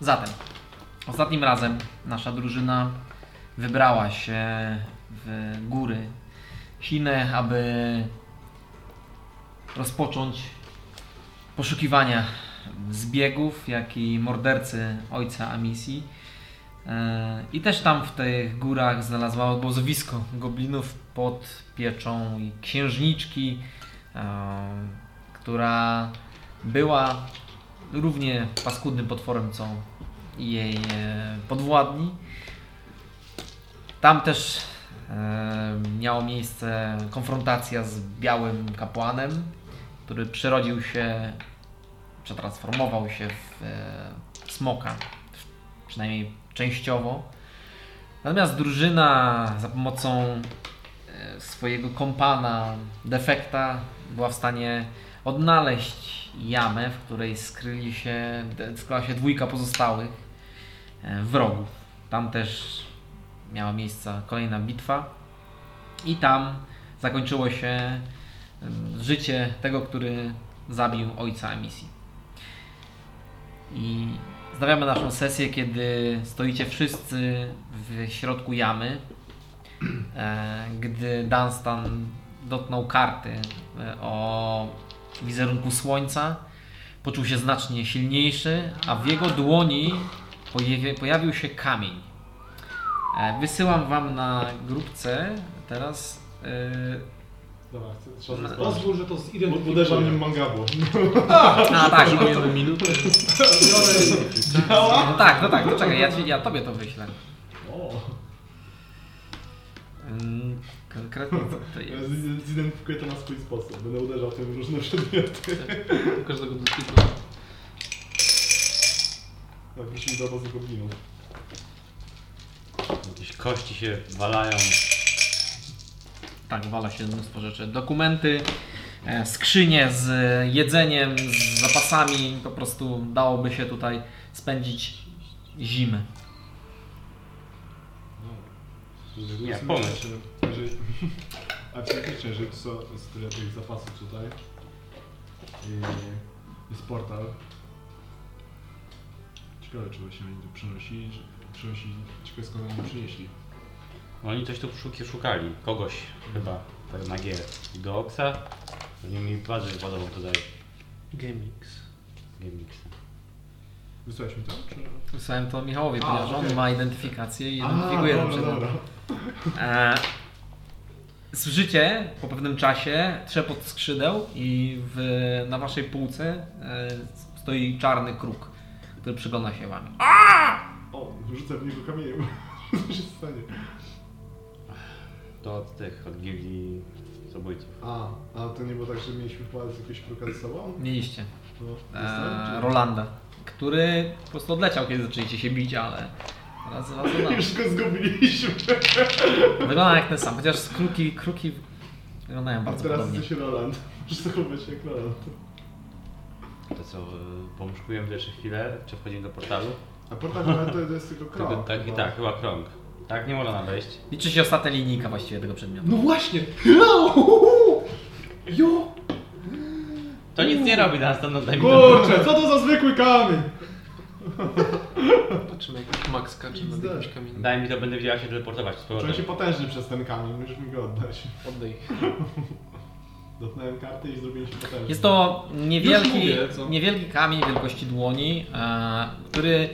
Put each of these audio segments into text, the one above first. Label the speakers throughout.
Speaker 1: Zatem, ostatnim razem nasza drużyna wybrała się w góry Chinę, aby rozpocząć poszukiwania zbiegów, jak i mordercy ojca Amisji. E, I też tam w tych górach znalazła obozowisko goblinów pod pieczą i księżniczki, e, która była równie paskudnym potworem co jej e, podwładni. Tam też e, miało miejsce konfrontacja z białym kapłanem, który przerodził się, przetransformował się w e, smoka, w- przynajmniej częściowo. Natomiast drużyna za pomocą e, swojego kompana defekta była w stanie odnaleźć jamę, w której skryli się, d- skryła się dwójka pozostałych e, wrogów. Tam też miała miejsce kolejna bitwa i tam zakończyło się em, życie tego, który zabił ojca emisji. I znawiamy naszą sesję, kiedy stoicie wszyscy w środku jamy, e, gdy Dunstan dotknął karty e, o wizerunku słońca. Poczuł się znacznie silniejszy, a w jego dłoni pojawi- pojawił się kamień. E, Wysyłam wam na grupce teraz. Yy,
Speaker 2: Dobra, chcę, trzeba to
Speaker 3: Pozwól, że to
Speaker 2: U-
Speaker 3: zidentyfikuję.
Speaker 2: Uderza mnie mangabło.
Speaker 1: a tak, no,
Speaker 4: minutę.
Speaker 1: no tak, no tak, no czekaj, ja, ci- ja tobie to wyślę.
Speaker 2: O,
Speaker 1: Ym, Mm, Konkretnie co to
Speaker 2: ja
Speaker 1: jest.
Speaker 2: z- zidentyfikuję to na swój sposób. Będę uderzał tym w różne przedmioty.
Speaker 4: Każdego dotyku.
Speaker 2: No, wrócili do obozu goblinów.
Speaker 5: Jakieś kości się walają.
Speaker 1: Tak, wala się mnóstwo rzeczy. Dokumenty, e, skrzynie z jedzeniem, z zapasami. Po prostu dałoby się tutaj spędzić zimę.
Speaker 2: No.
Speaker 5: Nie,
Speaker 2: Zresztą
Speaker 5: pomysł.
Speaker 2: czy- Jeżeli, a faktycznie, jeżeli tu są, jest tyle tych zapasów tutaj i jest portal. Ciekawe, czy właśnie oni tu przynosili, czy przynosili, ciekawe skąd oni przynieśli.
Speaker 5: Oni coś tu szuki, szukali. Kogoś chyba. Tak na G. I do Oksa. Oni mi bardzo wypadało tutaj.
Speaker 4: Gamix.
Speaker 5: Gamix.
Speaker 2: Wysłałeś mi to? Czy...
Speaker 1: Wysłałem to Michałowi,
Speaker 2: A,
Speaker 1: ponieważ on
Speaker 2: okej.
Speaker 1: ma identyfikację i
Speaker 2: A,
Speaker 5: no,
Speaker 1: identyfikuje ten
Speaker 2: dobra,
Speaker 1: przedmiot.
Speaker 2: dobra.
Speaker 1: E, Słyszycie po pewnym czasie trzepot skrzydeł i w, na waszej półce e, stoi czarny kruk, który przygląda się wam.
Speaker 2: O, rzucę w niego kamieniem. Co się stanie?
Speaker 5: To od tych, od gildii zabójców.
Speaker 2: A, a to nie było tak, że mieliśmy palec jakiegoś kruka ze sobą?
Speaker 1: Mieliście
Speaker 2: No,
Speaker 1: e,
Speaker 2: dostałem,
Speaker 1: Rolanda, który po prostu odleciał, kiedy zaczęliście się bić, ale teraz was
Speaker 2: czy-
Speaker 1: udało.
Speaker 2: Już go zgubiliśmy.
Speaker 1: Wygląda jak ten sam, chociaż kruki, kruki wyglądają
Speaker 2: A
Speaker 1: bardzo
Speaker 2: teraz
Speaker 1: podobnie.
Speaker 2: jesteś Roland. Możesz zachować się jak Roland.
Speaker 5: To co, y, pomszkujemy jeszcze chwilę, czy wchodzimy do portalu?
Speaker 2: A portal Roland to jest tylko
Speaker 5: Wtedy
Speaker 2: krok.
Speaker 5: tak i
Speaker 2: chyba.
Speaker 5: tak, chyba krąg. Tak nie można nadejść.
Speaker 1: Liczy się ostatnia linijka właściwie tego przedmiotu.
Speaker 3: No właśnie! Au! Jo!
Speaker 5: To nic nie robi na następną
Speaker 2: Kurczę, co to za zwykły kamień?
Speaker 4: Patrzymy jakiś Max skacze nad jakimś kamieniem.
Speaker 5: Daj mi to, będę wiedziała się teleportować. z powrotem.
Speaker 2: Czułem się potężny przez ten kamień, musisz mi go oddać.
Speaker 4: Oddej.
Speaker 2: Dotknąłem karty i zrobiłem się potężny.
Speaker 1: Jest to niewielki,
Speaker 4: Już mówię, co?
Speaker 1: niewielki kamień wielkości dłoni, e, który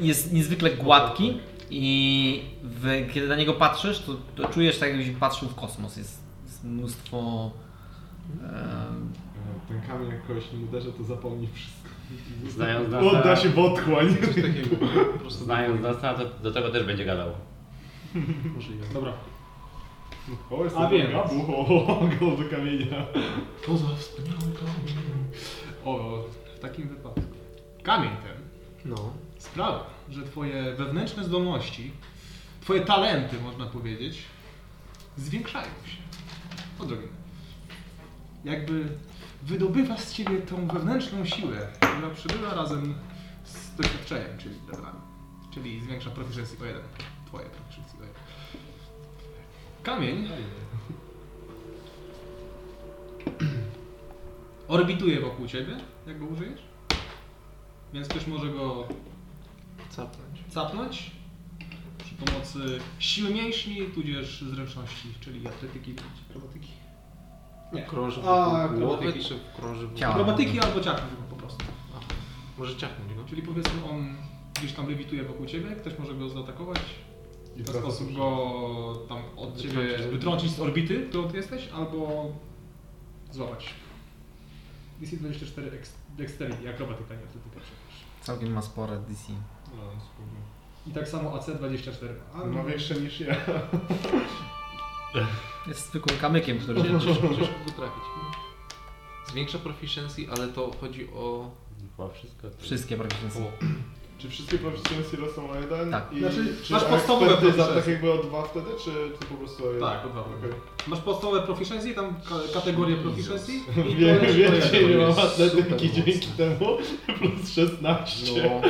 Speaker 1: jest niezwykle gładki i w, kiedy na niego patrzysz, to, to czujesz tak jakbyś patrzył w kosmos. Jest, jest mnóstwo... E,
Speaker 2: E, Ten kamień jak kogoś nim uderzy, to zapomni wszystko.
Speaker 5: Znając nas,
Speaker 2: Podda się w otchłań.
Speaker 4: Coś takiego. Po prostu
Speaker 5: Znając nas, to do tego też będzie gadał.
Speaker 4: Możliwe.
Speaker 3: Dobra.
Speaker 2: O, jest
Speaker 3: A więc.
Speaker 2: go do kamienia.
Speaker 3: To za wspaniały kamień. O, w takim wypadku. Kamień ten
Speaker 4: No.
Speaker 3: sprawia, że twoje wewnętrzne zdolności, twoje talenty, można powiedzieć, zwiększają się. Odrobinę. Jakby wydobywa z ciebie tą wewnętrzną siłę, która przybywa razem z doświadczeniem, czyli levelami. Czyli zwiększa proficiency o jeden. Twoje proficiency o jeden. Kamień orbituje wokół ciebie, jak go użyjesz. więc ktoś może go
Speaker 4: Capnąć.
Speaker 3: capnąć przy pomocy siły mięśni, tudzież zręczności, czyli atletyki, akrobatyki. Nie.
Speaker 4: Krąży
Speaker 3: A,
Speaker 4: wokół głowy,
Speaker 3: akrobatyki.
Speaker 4: czy krąży wokół...
Speaker 1: Ciała.
Speaker 3: Akrobatyki albo ciachnąć go po prostu.
Speaker 4: Może ciachnąć
Speaker 2: no?
Speaker 4: go.
Speaker 3: Czyli powiedzmy on gdzieś tam lewituje wokół ciebie, ktoś może go zaatakować,
Speaker 2: I
Speaker 3: w ten
Speaker 2: teraz
Speaker 3: sposób
Speaker 2: już-
Speaker 3: go tam od
Speaker 4: Wytrącić
Speaker 3: ciebie
Speaker 4: z orbity.
Speaker 3: wytrącić z orbity, którą ty jesteś, albo złapać. DC 24 ex- Dexterity, tak akrobatyka, nie atletyka. przepraszam.
Speaker 1: Całkiem ma spore DC.
Speaker 2: No, spoko.
Speaker 3: I tak samo AC 24. A,
Speaker 2: Ma większe niż ja.
Speaker 1: Jest zwykłym kamykiem, który
Speaker 4: Ciężko, ciężko go trafić. Zwiększa proficiency, ale to chodzi o...
Speaker 5: Chyba wszystko.
Speaker 1: wszystkie praktycznie są.
Speaker 4: o
Speaker 2: Czy wszystkie proficiency rosną o jeden?
Speaker 1: Tak.
Speaker 2: I
Speaker 3: Znaczy,
Speaker 2: czy
Speaker 3: masz podstawowe
Speaker 2: ekspertyza
Speaker 3: proficiency.
Speaker 2: tak jakby o dwa wtedy, czy, czy po prostu o jeden?
Speaker 3: Tak, o dwa.
Speaker 2: Okej.
Speaker 3: Masz podstawowe proficiency, tam ka kategorię proficiency i to
Speaker 2: Wiem,
Speaker 3: leci do
Speaker 2: wiecie,
Speaker 3: jeden.
Speaker 2: ile mam
Speaker 4: jest
Speaker 2: atletyki
Speaker 4: super
Speaker 2: dzięki temu, plus 16.
Speaker 4: No.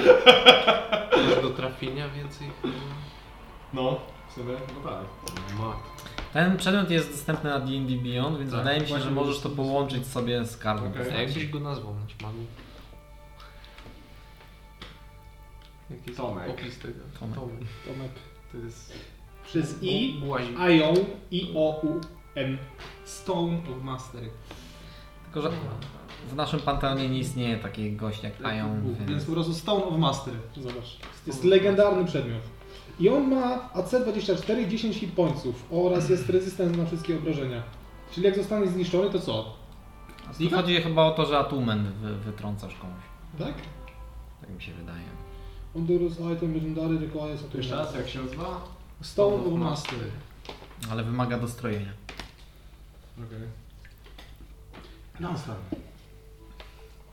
Speaker 4: Też do trafienia więcej chyba.
Speaker 2: No, w sumie, no tak.
Speaker 4: Mat.
Speaker 1: Ten przedmiot jest dostępny na D&D Beyond, więc
Speaker 3: Tak,
Speaker 1: wydaje mi się, że
Speaker 3: właśnie
Speaker 1: możesz to połączyć sobie z kartą.
Speaker 2: Okej.
Speaker 4: A jakbyś go nazwał, nać magu? Jaki jest
Speaker 2: Tomek.
Speaker 4: opis tego?
Speaker 1: Tomek.
Speaker 3: Tomek.
Speaker 4: To jest...
Speaker 3: Przez I,
Speaker 4: Błaźń.
Speaker 3: IO, I, O, U, M. Stone of Mastery.
Speaker 1: Tylko, że w naszym panteonie nie istnieje takich gości jak Ion,
Speaker 3: Więc
Speaker 1: więc...
Speaker 3: po prostu Stone of Mastery. Zobacz. Jest
Speaker 4: Stone.
Speaker 3: legendarny przedmiot. I on ma AC24 i 10 hit pointsów oraz jest rezystent na wszystkie obrażenia. Czyli jak zostanie zniszczony, to co?
Speaker 1: Tu chodzi chyba o to, że atument wy, wytrącasz komuś.
Speaker 3: Tak?
Speaker 1: Tak mi się wydaje.
Speaker 3: Honduras item legendary requires
Speaker 2: To jeszcze raz, jak się nazywa?
Speaker 3: Stone of Mastery.
Speaker 1: Ale wymaga dostrojenia.
Speaker 2: Okej.
Speaker 3: No, stary.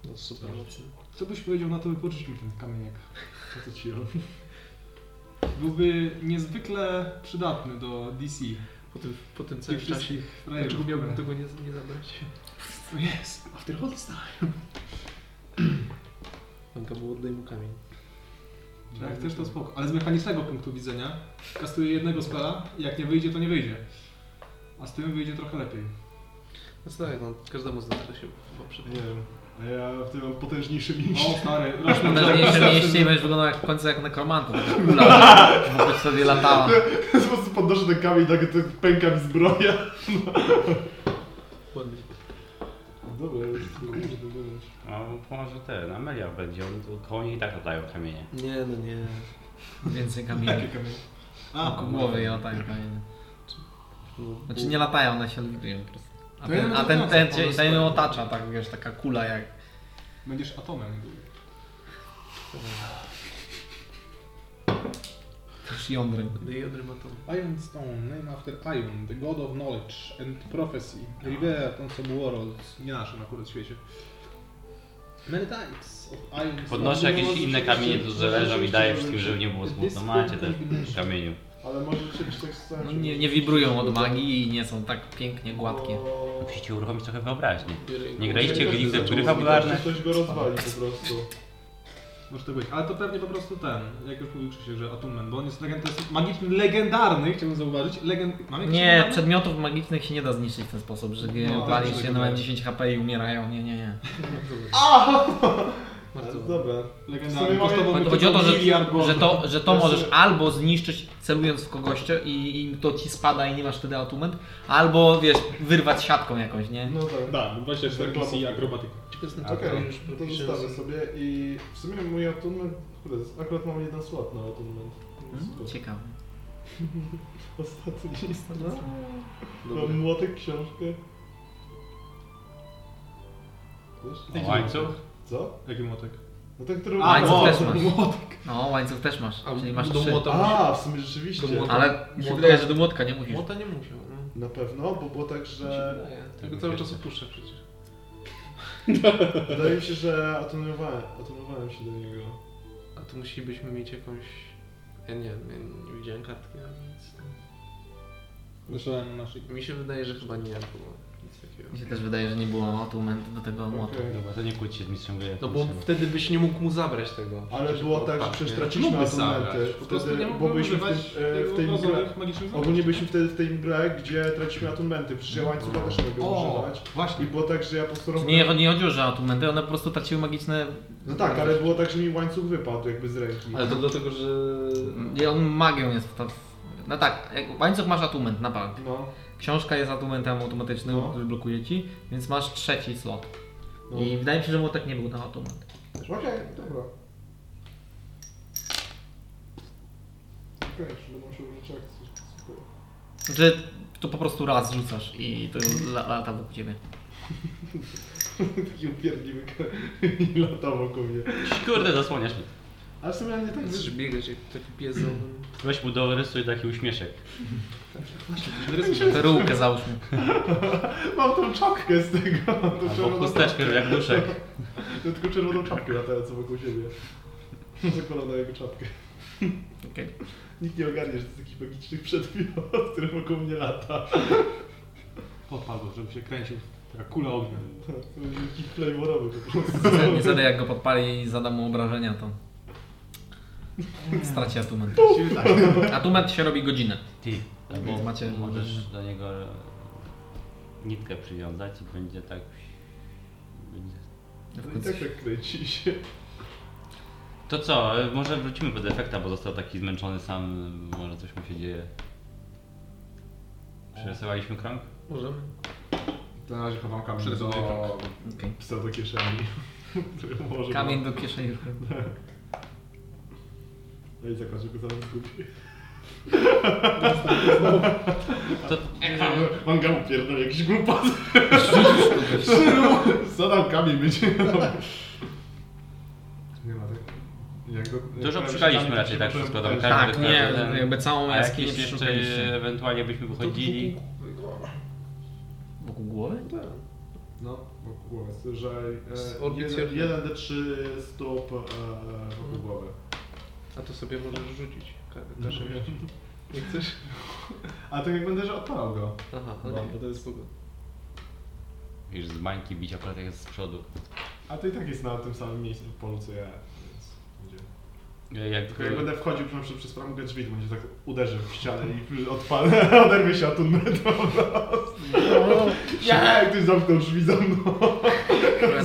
Speaker 4: No super mocny.
Speaker 3: Co byś powiedział na to, by pożyczyć mi ten kamieniak?
Speaker 2: Co to ci robi?
Speaker 3: Byłby niezwykle przydatny do DC.
Speaker 4: Po tym, po tym
Speaker 3: Tych
Speaker 4: całym czasie...
Speaker 3: wszystkich
Speaker 4: Dlaczego
Speaker 3: frajerów.
Speaker 4: miałbym tego nie, nie zabrać?
Speaker 3: Yes, after all this time.
Speaker 4: Manka było oddaj mu kamień.
Speaker 3: Jak chcesz to spoko, ale z mechanicznego punktu widzenia kastuję jednego spela, jak nie wyjdzie to nie wyjdzie. A z tym wyjdzie trochę lepiej.
Speaker 4: No co tak, no każdemu z nas to się chyba przyda.
Speaker 2: Nie wiem. A ja w tym mam potężniejszy mięśnie.
Speaker 3: O stary, roczny
Speaker 1: Potężniejsze
Speaker 3: Tak.
Speaker 1: mieście i będziesz wyglądał jak w końcu jak nekromanta. taka Kula wokół sobie latała.
Speaker 3: No.
Speaker 2: Po prostu podnoszę ten kamień, tak to pęka mi zbroja.
Speaker 4: Ładnie.
Speaker 2: Dobra, jest kurde, dobra.
Speaker 5: No, może ten, Amelia będzie, on, konie i tak latają kamienie.
Speaker 4: Nie, no nie.
Speaker 1: Więcej kamieni.
Speaker 3: kamienie?
Speaker 1: Wokół głowy i latają kamienie.
Speaker 4: No,
Speaker 1: Znaczy nie latają, one się lewitują po prostu. A
Speaker 3: To ja
Speaker 1: ten,
Speaker 3: bym
Speaker 1: a ten,
Speaker 3: to
Speaker 1: ten,
Speaker 3: wniosek
Speaker 1: cię- ten ją otacza, tak wiesz, taka kula jak...
Speaker 3: Będziesz atomem.
Speaker 1: Też jądrem.
Speaker 4: Dejodry ma to.
Speaker 3: Iron Stone, name after Iron, the god of knowledge and prophecy. Rivera, to co było nie naszym akurat świecie. Many types of Iron
Speaker 5: Podnoszę jakieś inne kamienie do żeleża i daję wszystkim, żeby nie było smutno. Macie te kamieniu.
Speaker 2: Ale może rzeczywiście tak stać.
Speaker 1: No, nie, nie wibrują od magii i nie są tak pięknie gładkie.
Speaker 5: Musicie uruchomić trochę wyobraźni.
Speaker 4: Bieraj
Speaker 5: Nie
Speaker 4: go.
Speaker 5: graliście w gry
Speaker 2: Zaczęło
Speaker 5: gry
Speaker 2: mi
Speaker 5: fabularne?
Speaker 2: tak, że Coś go rozwali po prostu.
Speaker 3: Może to być, ale to pewnie po prostu ten, jak już mówił Krzysiek, że Atumman, bo on jest, legend, to jest magiczny, legendarny, chciałbym zauważyć, legend... Mam jakiś
Speaker 1: Nie,
Speaker 3: legendarny?
Speaker 1: przedmiotów magicznych się nie da zniszczyć w ten sposób, że gdy
Speaker 3: No,
Speaker 1: no,
Speaker 3: tak,
Speaker 1: walisz
Speaker 3: tak,
Speaker 1: się
Speaker 3: tak.
Speaker 1: na 10 HP i umierają. Nie, nie, nie.
Speaker 2: Ale
Speaker 4: Bardzo ładnie.
Speaker 2: Dobra. W
Speaker 3: Legendarny,
Speaker 2: sumie
Speaker 3: kosztował
Speaker 2: mamy-
Speaker 3: mi
Speaker 1: Chodzi, chodzi o to, że,
Speaker 3: miliard
Speaker 1: że
Speaker 3: gold.
Speaker 1: to, że to
Speaker 2: Ja
Speaker 1: możesz
Speaker 2: sobie-
Speaker 1: albo zniszczyć celując w kogoś i, i to ci spada i nie masz wtedy atument, albo wiesz, wyrwać siatką jakąś, nie?
Speaker 2: No tak.
Speaker 3: Tak, 24
Speaker 2: Reklama.
Speaker 3: DC i akrobatyka.
Speaker 4: Ciekawe znaczy,
Speaker 2: Okej,
Speaker 4: okay. już
Speaker 2: to zostawię sobie i w sumie mój atunement, kurde, akurat mam jeden slot na atunement.
Speaker 1: Hmm? Ciekawe.
Speaker 2: Ostatni list. no.
Speaker 4: Dobra.
Speaker 2: Mam młotek, książkę. Wiesz? no.
Speaker 5: O łańcuch?
Speaker 2: Co?
Speaker 3: Jaki młotek?
Speaker 2: No ten, który...
Speaker 1: A,
Speaker 2: o,
Speaker 1: też masz.
Speaker 2: młotek.
Speaker 1: No, łańcuch też masz,
Speaker 4: A
Speaker 1: czyli masz
Speaker 4: do
Speaker 1: trzy.
Speaker 4: młota musiał.
Speaker 2: A, w sumie rzeczywiście.
Speaker 4: To młotek.
Speaker 1: Ale mi się
Speaker 4: Młota-
Speaker 1: wydaje, że do młotka nie musisz.
Speaker 4: Młota nie musiał. No.
Speaker 2: Na pewno, bo było tak,
Speaker 4: Mi się
Speaker 2: że...
Speaker 4: wydaje. Tego cały czas opuszczę przecież.
Speaker 2: Wydaje mi się, że atonowałem, atonowałem się do niego.
Speaker 4: A tu musielibyśmy mieć jakąś... Ja nie wiem, ja nie no, widziałem kartki, ale nic.
Speaker 3: Wyszedłem na naszej.
Speaker 4: Mi się wydaje, że chyba nie było. nic takiego.
Speaker 1: Mi się też wydaje, że nie było atumentu do tego młotu.
Speaker 2: Okej.
Speaker 5: Dobra, to nie kłóć się z mistrzem gry.
Speaker 4: No bo wtedy byś nie mógł mu zabrać tego.
Speaker 2: Ale było tak, że przecież
Speaker 4: nie?
Speaker 2: traciliśmy
Speaker 4: Mógłby
Speaker 2: atumenty.
Speaker 4: zabrać.
Speaker 3: Po prostu
Speaker 2: Wtedy,
Speaker 3: nie
Speaker 2: bo
Speaker 3: mogłem
Speaker 2: byliśmy w tym,
Speaker 3: używać
Speaker 2: e, w tej
Speaker 3: e,
Speaker 2: grze.
Speaker 3: obrazowych, magicznych
Speaker 2: Ogólnie byliśmy wtedy w tej grze, gdzie traciliśmy atumenty. Przecież ja łańcucha też nie mogłem
Speaker 3: O,
Speaker 2: używać. I
Speaker 3: właśnie.
Speaker 2: było tak, że ja po prostu robiłem...
Speaker 1: Nie, nie chodziło, że atumenty, one po prostu traciły magiczne...
Speaker 2: No tak, ale było tak, że mi łańcuch wypadł jakby z ręki.
Speaker 4: Ale to dlatego, że...
Speaker 1: I on magią jest... To... No tak, jak łańcuch masz atument, naprawdę.
Speaker 2: No,
Speaker 1: Książka jest atumentem automatycznym,
Speaker 2: No.
Speaker 1: który blokuje ci, więc masz trzeci slot.
Speaker 2: no.
Speaker 1: I wydaje mi się, że młotek nie był na atument.
Speaker 2: Okej, dobra. Okej, czyli muszę użyć akcji. Super.
Speaker 1: Znaczy, to po prostu raz rzucasz i to la, lata wokół ciebie.
Speaker 2: Taki upierdliwy i latał wokół mnie.
Speaker 5: Kurde, zasłaniasz mnie.
Speaker 2: Ale w sumie nie tak
Speaker 4: Będziesz biegać jak taki pies za-
Speaker 5: Weź mu dorysuj taki uśmieszek.
Speaker 1: Perułkę załóżmy.
Speaker 2: Mam tą czapkę z tego. Tą
Speaker 5: Albo
Speaker 2: czerwoną czapkę.
Speaker 5: chusteczkę jak duszek.
Speaker 2: Ja tylko czerwoną czapkę latającą wokół siebie. Zakładam na jego czapkę.
Speaker 1: Okej.
Speaker 2: Nikt nie ogarnie, że to jest taki magiczny przedmiot, który wokół mnie lata.
Speaker 3: Podpadł, żeby się kręcił. Taka kula ognia.
Speaker 2: To jest taki flamorowy po prostu.
Speaker 1: Niestety jak go podpali i zadam mu obrażenia, to straci atument.
Speaker 3: Właściwie tak.
Speaker 1: Atument się robi godzinę.
Speaker 5: Ty, albo
Speaker 1: Więc macie-
Speaker 5: możesz do niego e, nitkę przywiązać i będzie tak... Będzie...
Speaker 1: W
Speaker 2: I
Speaker 1: końcu.
Speaker 2: tak tak kręci się.
Speaker 5: To co, e, może wrócimy po defekta, bo został taki zmęczony sam, może coś mu się dzieje. Przerysowaliśmy krąg?
Speaker 4: Możemy.
Speaker 3: To na razie chowam kamień do...
Speaker 1: Okej.
Speaker 2: Psa do kieszeni. Który może-
Speaker 1: Kamień do kieszeni.
Speaker 2: No i zakład, że go zaraz zgubi.
Speaker 5: To,
Speaker 2: Manga upierdol jakiś głupot. Zadał kamień będzie.
Speaker 3: Nie ma tak.
Speaker 2: Jak go- jak
Speaker 5: Dużo
Speaker 2: prawie
Speaker 5: przeszukaliśmy
Speaker 2: się
Speaker 5: raczej
Speaker 2: kamień
Speaker 5: tak wszystko,
Speaker 2: przeszukałem,
Speaker 5: tam
Speaker 1: Tak,
Speaker 5: każdy-
Speaker 1: nie,
Speaker 5: każdy-
Speaker 1: jakby całą
Speaker 5: a
Speaker 1: jaskinię
Speaker 5: jakieś jeszcze
Speaker 1: przeszukaliście.
Speaker 5: ewentualnie byśmy wychodzili?
Speaker 1: Wokół głowy?
Speaker 2: Tak. No, wokół głowy. Słyszaj,
Speaker 4: Z
Speaker 2: e,
Speaker 4: orbit
Speaker 2: jeden-
Speaker 4: cierny.
Speaker 2: jeden D3 stóp e, wokół głowy.
Speaker 4: A to sobie możesz rzucić. Ka- Kaszę rzucić. Nie chcesz?
Speaker 2: A tak jak będę, że odpalał go.
Speaker 4: Aha,
Speaker 2: No,
Speaker 4: no,
Speaker 2: bo
Speaker 4: to jest spoko.
Speaker 5: Wiesz, z bańki bić akurat jak jest z przodu.
Speaker 2: A to i tak jest na tym samym miejscu w polu, co ja, więc będzie.
Speaker 5: E, Jak,
Speaker 2: Tylko jak będę wchodził na przykład przez bramkę drzwi, to będzie tak uderzył w ścianę i odpalę, oderwie się od Ja, jak ktoś zamknął drzwi za mną.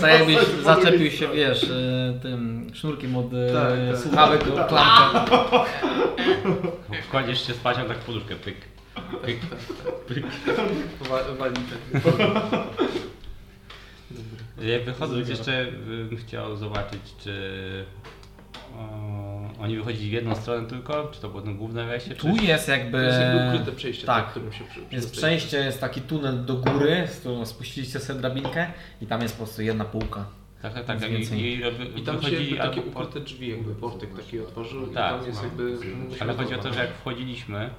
Speaker 1: Tak jakbyś
Speaker 2: Zasadzie po
Speaker 1: zaczepił
Speaker 2: drugiej
Speaker 1: się,
Speaker 2: stronie.
Speaker 1: wiesz, y, tym sznurkiem od y,
Speaker 2: Tak, tak.
Speaker 1: słuchawek do klamka.
Speaker 5: Wkładziesz się z pacią tak w poduszkę, pyk. pyk.
Speaker 4: Wa- wali tak. Dobra.
Speaker 5: Jak wychodząc
Speaker 2: Zbiera.
Speaker 5: jeszcze bym chciał zobaczyć, czy o, oni wychodzili w jedną stronę tylko, czy to było ten główne wejście, czy...
Speaker 1: Tu jest jakby...
Speaker 4: To jest
Speaker 5: E,
Speaker 4: jakby ukryte przejście,
Speaker 1: tak.
Speaker 4: tak. którym się przy,
Speaker 1: Jest
Speaker 4: przydostajesz.
Speaker 1: przejście, jest taki tunel do góry, z którą spuściliście sobie drabinkę i tam jest po prostu jedna półka.
Speaker 5: Tak, tak, tak.
Speaker 1: Mniej
Speaker 5: I,
Speaker 1: więcej.
Speaker 5: i rob-
Speaker 4: I tam się
Speaker 5: wychodzili
Speaker 4: jakby takie
Speaker 5: albo po-
Speaker 4: ukryte drzwi, jakby portyk taki otworzył i
Speaker 5: Tak,
Speaker 4: tam jest jakby...
Speaker 5: Ale chodzi o to, że jak wchodziliśmy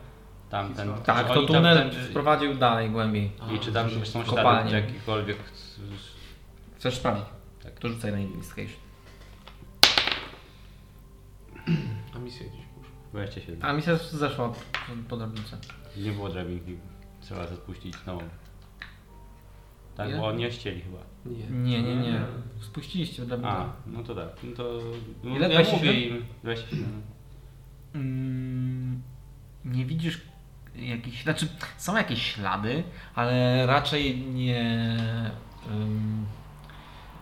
Speaker 5: tamten... czy
Speaker 1: Tak, to
Speaker 5: oni
Speaker 1: tunel
Speaker 5: tamten-
Speaker 1: prowadził dalej, głębiej.
Speaker 5: I czy tam są ślady
Speaker 1: kopalnie.
Speaker 5: jakikolwiek...
Speaker 1: Chcesz sprawdzić?
Speaker 5: Tak.
Speaker 1: To rzucaj na investigation.
Speaker 4: A misja gdzieś poszła.
Speaker 5: Weźcie się.
Speaker 1: A mi się zeszła po drabince.
Speaker 5: Nie było drabinki. Trzeba zapuścić nową. Tak,
Speaker 1: Nie?
Speaker 5: bo oni nie chcieli chyba.
Speaker 4: Nie.
Speaker 1: Nie, nie, nie. Spuściliście
Speaker 5: A,
Speaker 1: drabinkę.
Speaker 5: no to tak. No to... No,
Speaker 1: Ile?
Speaker 5: ja
Speaker 1: 27?
Speaker 5: mówię im. 27.
Speaker 1: Mm, nie widzisz jakichś... Znaczy, są jakieś ślady, ale raczej nie... ym,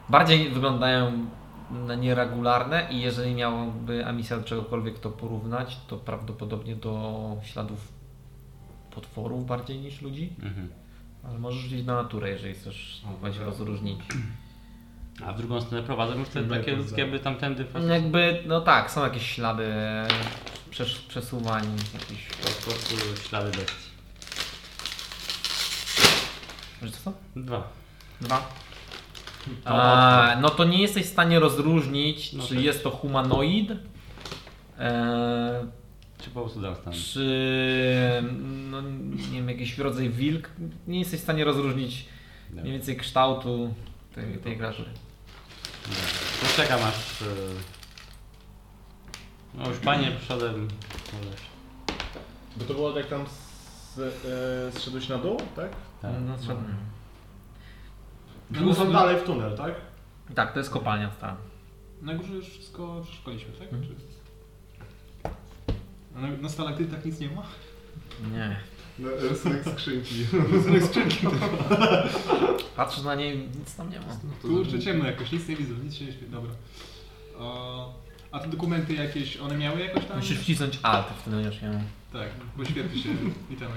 Speaker 1: bardziej wyglądają na nieregularne i jeżeli miałaby Amisja do czegokolwiek to porównać, to prawdopodobnie do śladów potworów bardziej niż ludzi.
Speaker 5: Mhm.
Speaker 1: Ale możesz rzucić na naturę, jeżeli chcesz spróbować
Speaker 2: dobra.
Speaker 1: rozróżnić.
Speaker 5: A w drugą stronę prowadzą już te takie
Speaker 2: Lepiej
Speaker 5: ludzkie,
Speaker 2: za-
Speaker 5: by tamtędy... po
Speaker 1: No
Speaker 5: prostu-
Speaker 1: Jakby, no tak, są jakieś ślady przesz- przesuwań, jakieś...
Speaker 5: Po prostu ślady bestii.
Speaker 1: Że co?
Speaker 5: Dwa.
Speaker 1: Dwa?
Speaker 5: To
Speaker 1: A, no to nie jesteś w stanie rozróżnić,
Speaker 5: No
Speaker 1: czy
Speaker 5: tak.
Speaker 1: jest to humanoid, e,
Speaker 5: Czy po prostu dam stan?
Speaker 1: czy no, nie wiem, jakiś rodzaj wilk. Nie jesteś w stanie rozróżnić
Speaker 5: Dobra.
Speaker 1: mniej więcej kształtu tej,
Speaker 5: Tak.
Speaker 1: tej graczy.
Speaker 5: Dobra. To czekam aż... e, No już panie przodem... Możesz.
Speaker 2: Bo to było jak tam z, e, zszedłeś na dół, tak?
Speaker 5: Tak.
Speaker 1: Mm. No, trzeba-
Speaker 2: Tu są dalej w tunel, tak?
Speaker 1: Tak, to jest kopalnia stara.
Speaker 3: Na górze już wszystko przeszkoliśmy, tak?
Speaker 1: Mhm.
Speaker 3: Czy... A na, na stalaktytach nic nie ma?
Speaker 1: Nie.
Speaker 2: No, Rysunek skrzynki.
Speaker 3: Rysunek skrzynki.
Speaker 1: Patrzysz na niej, nic tam nie ma.
Speaker 4: No to-
Speaker 3: Kurczę, ciemno jakoś, nic nie widzę, nic się nie śmieje. Dobra. O, a te dokumenty jakieś, one miały jakoś tam?
Speaker 1: Musisz wcisnąć alt, wtedy będziesz miał.
Speaker 3: Tak, bo świetnie się witamy.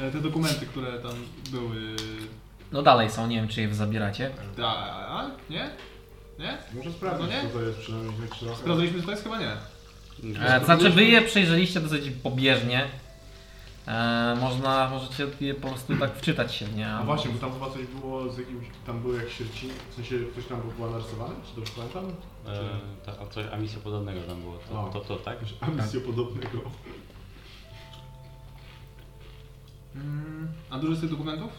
Speaker 3: E, Te dokumenty, które tam były...
Speaker 1: No dalej są, nie wiem czy je zabieracie.
Speaker 3: Tak, nie? Nie?
Speaker 2: Muszę sprawdzić,
Speaker 3: No
Speaker 2: co
Speaker 3: nie?
Speaker 2: to jest przynajmniej. jak trzeba-
Speaker 3: Sprawdzaliśmy to jest chyba nie.
Speaker 1: E, to znaczy wy je przejrzeliście dosyć pobieżnie. E, można, możecie je po prostu tak wczytać się w nie.
Speaker 2: A właśnie, bo tam chyba coś było z jakimś, tam były jak sierci, w sensie ktoś tam był chyba narysowany, czy dobrze pamiętam?
Speaker 5: E, ta, a, coś, a misja podobnego tam było. To,
Speaker 1: No.
Speaker 2: O.
Speaker 5: to, to tak?
Speaker 2: Jakiegoś ambicjo podobnego.
Speaker 3: Mm, a dużo z tych dokumentów?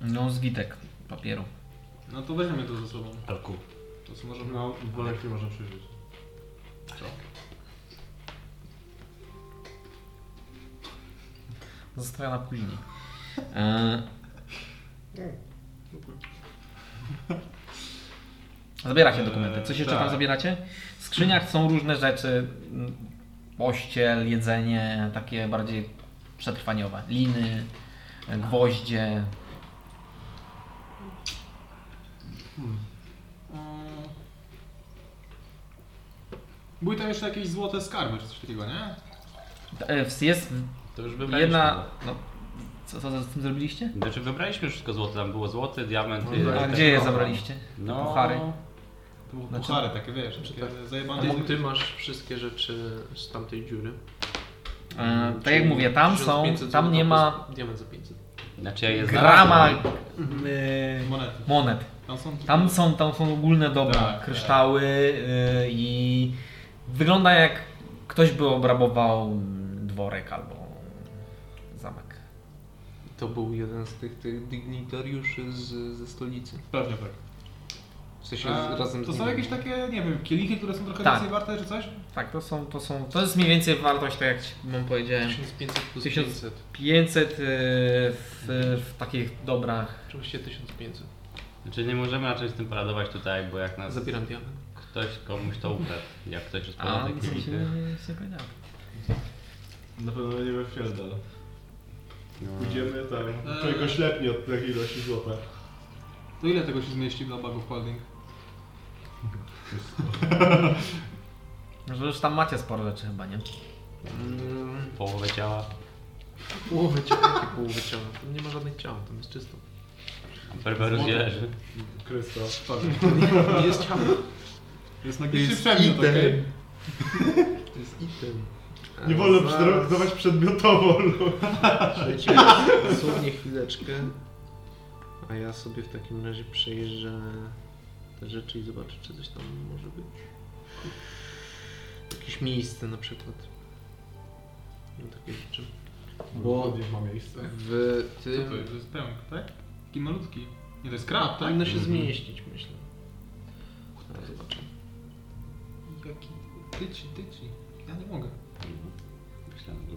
Speaker 1: No zwitek papieru.
Speaker 3: No to weźmiemy to ze sobą.
Speaker 5: Roku.
Speaker 3: To co możemy...
Speaker 2: No, dworek nie można przeżyć.
Speaker 1: Zostawia na później. E, zabieracie dokumenty. Coś jeszcze
Speaker 3: E,
Speaker 1: tam
Speaker 3: tak.
Speaker 1: zabieracie? W skrzyniach są różne rzeczy. m, Pościel, jedzenie, takie bardziej przetrwaniowe. Liny, e, gwoździe.
Speaker 3: Mm. Były tam jeszcze jakieś złote skarby czy coś takiego, nie?
Speaker 1: E, Jest
Speaker 5: To już wybraliśmy.
Speaker 1: jedna...
Speaker 5: chyba.
Speaker 1: No, co, co z tym zrobiliście?
Speaker 5: Znaczy wybraliśmy wszystko złote, tam było złoty, diament.
Speaker 2: No
Speaker 5: i-
Speaker 2: tak.
Speaker 1: A
Speaker 5: ten-
Speaker 1: gdzie je zabraliście?
Speaker 5: No,
Speaker 1: Puchary?
Speaker 3: To były
Speaker 1: Znaczy-
Speaker 3: puchary takie, wiesz, takie
Speaker 4: tak.
Speaker 3: zajebane.
Speaker 4: Ty, ty masz wszystkie rzeczy z tamtej dziury.
Speaker 1: E, tak
Speaker 4: Czyli
Speaker 1: jak mówię, tam są,
Speaker 4: 1500
Speaker 1: tam nie
Speaker 4: złota
Speaker 1: ma
Speaker 4: plus Diament za 500.
Speaker 5: Znaczy ja je
Speaker 1: grama
Speaker 5: znalazłem.
Speaker 1: e,
Speaker 3: Monety.
Speaker 1: monet.
Speaker 3: Tam są...
Speaker 1: Tam są, tam są ogólne dobra,
Speaker 3: Tak, tak.
Speaker 1: kryształy y, i wygląda jak ktoś by obrabował dworek albo zamek.
Speaker 4: To był jeden z tych, tych dygnitariuszy z, ze stolicy.
Speaker 3: Pewnie tak.
Speaker 4: W sensie
Speaker 3: A,
Speaker 4: z, razem
Speaker 3: to
Speaker 4: z
Speaker 3: są
Speaker 4: nimi.
Speaker 3: jakieś takie, nie wiem, kielichy, które są trochę
Speaker 1: Tak.
Speaker 3: więcej warte czy coś?
Speaker 1: Tak, to są, to są, to jest mniej więcej wartość, tak jak ci mam powiedziałem,
Speaker 4: 1500 plus
Speaker 1: 1000.
Speaker 4: 500.
Speaker 1: 500 y, w, w takich dobrach.
Speaker 4: Oczywiście 1500.
Speaker 5: Znaczy nie możemy raczej z tym paradować tutaj, bo jak nas
Speaker 4: Zabieram diament.
Speaker 5: ktoś komuś to ukradł, jak ktoś
Speaker 1: A,
Speaker 5: rozpoznał
Speaker 1: nic
Speaker 5: te
Speaker 1: mi się
Speaker 5: kielity.
Speaker 1: nic nie powiedziało.
Speaker 2: Na pewno nie we Fjeldel.
Speaker 5: No.
Speaker 2: Pójdziemy tam,
Speaker 3: Eee.
Speaker 2: człowiek oślepnie od takiej ilości złota.
Speaker 3: To ile tego się zmieści dla Bagów Holding?
Speaker 1: Może już tam macie sporo rzeczy chyba, nie?
Speaker 4: Mm,
Speaker 5: Połowę ciała.
Speaker 4: połowę ciała, jakie połowę ciała? Tam nie ma żadnych ciał, tam jest czysto.
Speaker 5: Berberus nie leży.
Speaker 2: Krysto.
Speaker 4: Nie jest ciało.
Speaker 3: Jest Y- magiczny przedmiot,
Speaker 4: item.
Speaker 3: okej?
Speaker 4: To jest item.
Speaker 2: Nie wolno no.
Speaker 4: Zaraz,
Speaker 2: traktować przedmiotowo. lol.
Speaker 4: przejdziemy Dosłownie chwileczkę. A ja sobie w takim razie przejrzę te rzeczy i zobaczę, czy coś tam może być. Jakieś miejsce na przykład. No, takie rzeczy. Bo
Speaker 2: Gdzieś ma miejsce.
Speaker 4: w
Speaker 3: Tak. Co to
Speaker 4: tym
Speaker 3: jest? To jest pęk, tak? Taki malutki. Nie, to jest krab, tak?
Speaker 4: powinno się
Speaker 5: Mhm.
Speaker 4: zmieścić, myślę. Zaraz zobaczę.
Speaker 3: Jaki tyci, tyci. Ja nie mogę.
Speaker 5: Myślałem, że-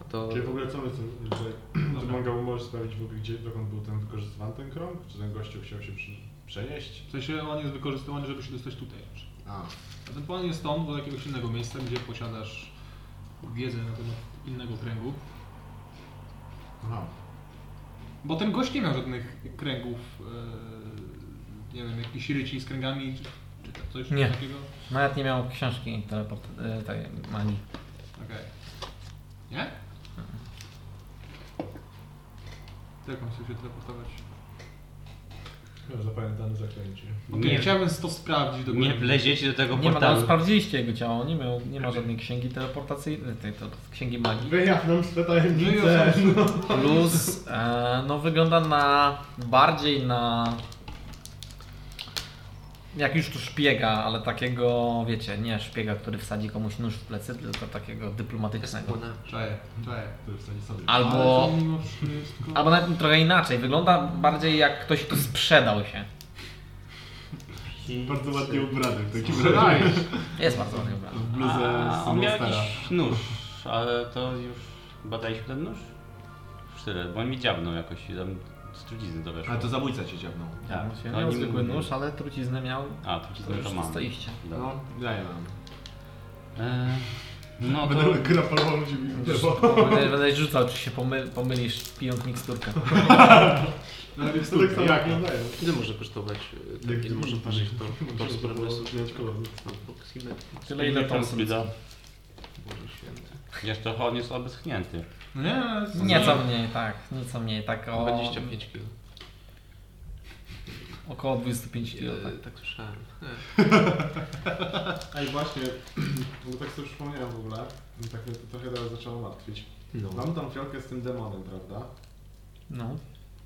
Speaker 4: A to
Speaker 2: Hmm. Czyli w ogóle co my z tym, że
Speaker 3: Dobra.
Speaker 2: manga możesz sprawdzić w ogóle gdzie, dokąd był ten wykorzystywany ten krąg? Czy ten gościu chciał się przy, przenieść?
Speaker 3: W sensie on jest wykorzystywany, żeby się dostać tutaj.
Speaker 2: A.
Speaker 3: Ewentualnie stąd, do jakiegoś innego miejsca, gdzie posiadasz wiedzę na temat innego kręgu.
Speaker 2: Aha.
Speaker 3: Bo ten gość nie miał żadnych kręgów, e, nie wiem, jakichś ryci z kręgami, czy, czy tam coś
Speaker 1: Nie.
Speaker 3: takiego?
Speaker 1: Nawet nie miał książki teleport, y, tej magii.
Speaker 3: Okej. Nie? To Jak mam sobie się teleportować?
Speaker 2: Już zapamiętany zaklęcie.
Speaker 3: Okej,
Speaker 5: Nie.
Speaker 3: chciałbym to sprawdzić dokładnie.
Speaker 5: Nie wleziecie do tego
Speaker 1: Nie ma, no,
Speaker 5: portalu.
Speaker 1: sprawdziliście jego ciało, nie, miał, nie ma żadnej księgi teleportacyjnej, tej, to, księgi magii.
Speaker 2: Wyjaw nam swe
Speaker 3: tajemnice.
Speaker 1: Plus, e, no wygląda na bardziej na. Jak już tu szpiega, ale takiego, wiecie, nie szpiega, który wsadzi komuś nóż w plecy, tylko takiego dyplomatycznego.
Speaker 4: Espona.
Speaker 2: tak.
Speaker 3: Czaję, czaję.
Speaker 2: Który wstanie sobie.
Speaker 1: Albo,
Speaker 3: Ale to mimo wszystko...
Speaker 1: albo nawet trochę inaczej. Wygląda bardziej jak ktoś, kto sprzedał się.
Speaker 2: Bardzo ładnie ubrany w takim razie.
Speaker 3: Sprzedajesz.
Speaker 1: Jest bardzo ładnie ubrany.
Speaker 2: W bluzę
Speaker 5: A,
Speaker 2: z
Speaker 5: on miał
Speaker 2: Monstera.
Speaker 5: jakiś nóż, ale to już badaliśmy ten nóż? tyle, bo on mi dziabnął jakoś i tam z trucizny to weszło.
Speaker 2: Ale to zabójca cię ciągnął.
Speaker 5: Tak.
Speaker 1: No, Się
Speaker 5: Oni
Speaker 1: miał zwykły
Speaker 5: mówili.
Speaker 1: nóż, ale truciznę miał.
Speaker 5: A,
Speaker 1: To
Speaker 5: truciznę
Speaker 1: już
Speaker 5: to mam.
Speaker 1: stoiście.
Speaker 5: Dobra.
Speaker 2: No, daję wam.
Speaker 5: E, no to...
Speaker 2: Będę grapalował ludzi w drzewo.
Speaker 1: Będę, będę rzucał, czy się pomy, pomylisz pijąc miksturkę.
Speaker 2: Ale to tak samo jak ja daję.
Speaker 4: Ile może kosztować? e, Tak, ile może ważyć to? To sprawdzę no, sobie.
Speaker 1: Tyle ile to
Speaker 5: sobie da.
Speaker 4: Boże święty.
Speaker 5: Jeszcze on jest obeschnięty.
Speaker 3: No nie, jest-
Speaker 1: Nieco mniej, tak. Nieco mniej, tak o
Speaker 4: 25 kg.
Speaker 1: około 25
Speaker 4: No,
Speaker 1: kg.
Speaker 4: tak, tak słyszałem.
Speaker 2: Ej, właśnie, bo tak sobie przypomniałem w ogóle, tak mnie to trochę teraz zaczęło martwić.
Speaker 4: No.
Speaker 2: Mam tą fiolkę z tym demonem, prawda?
Speaker 1: No.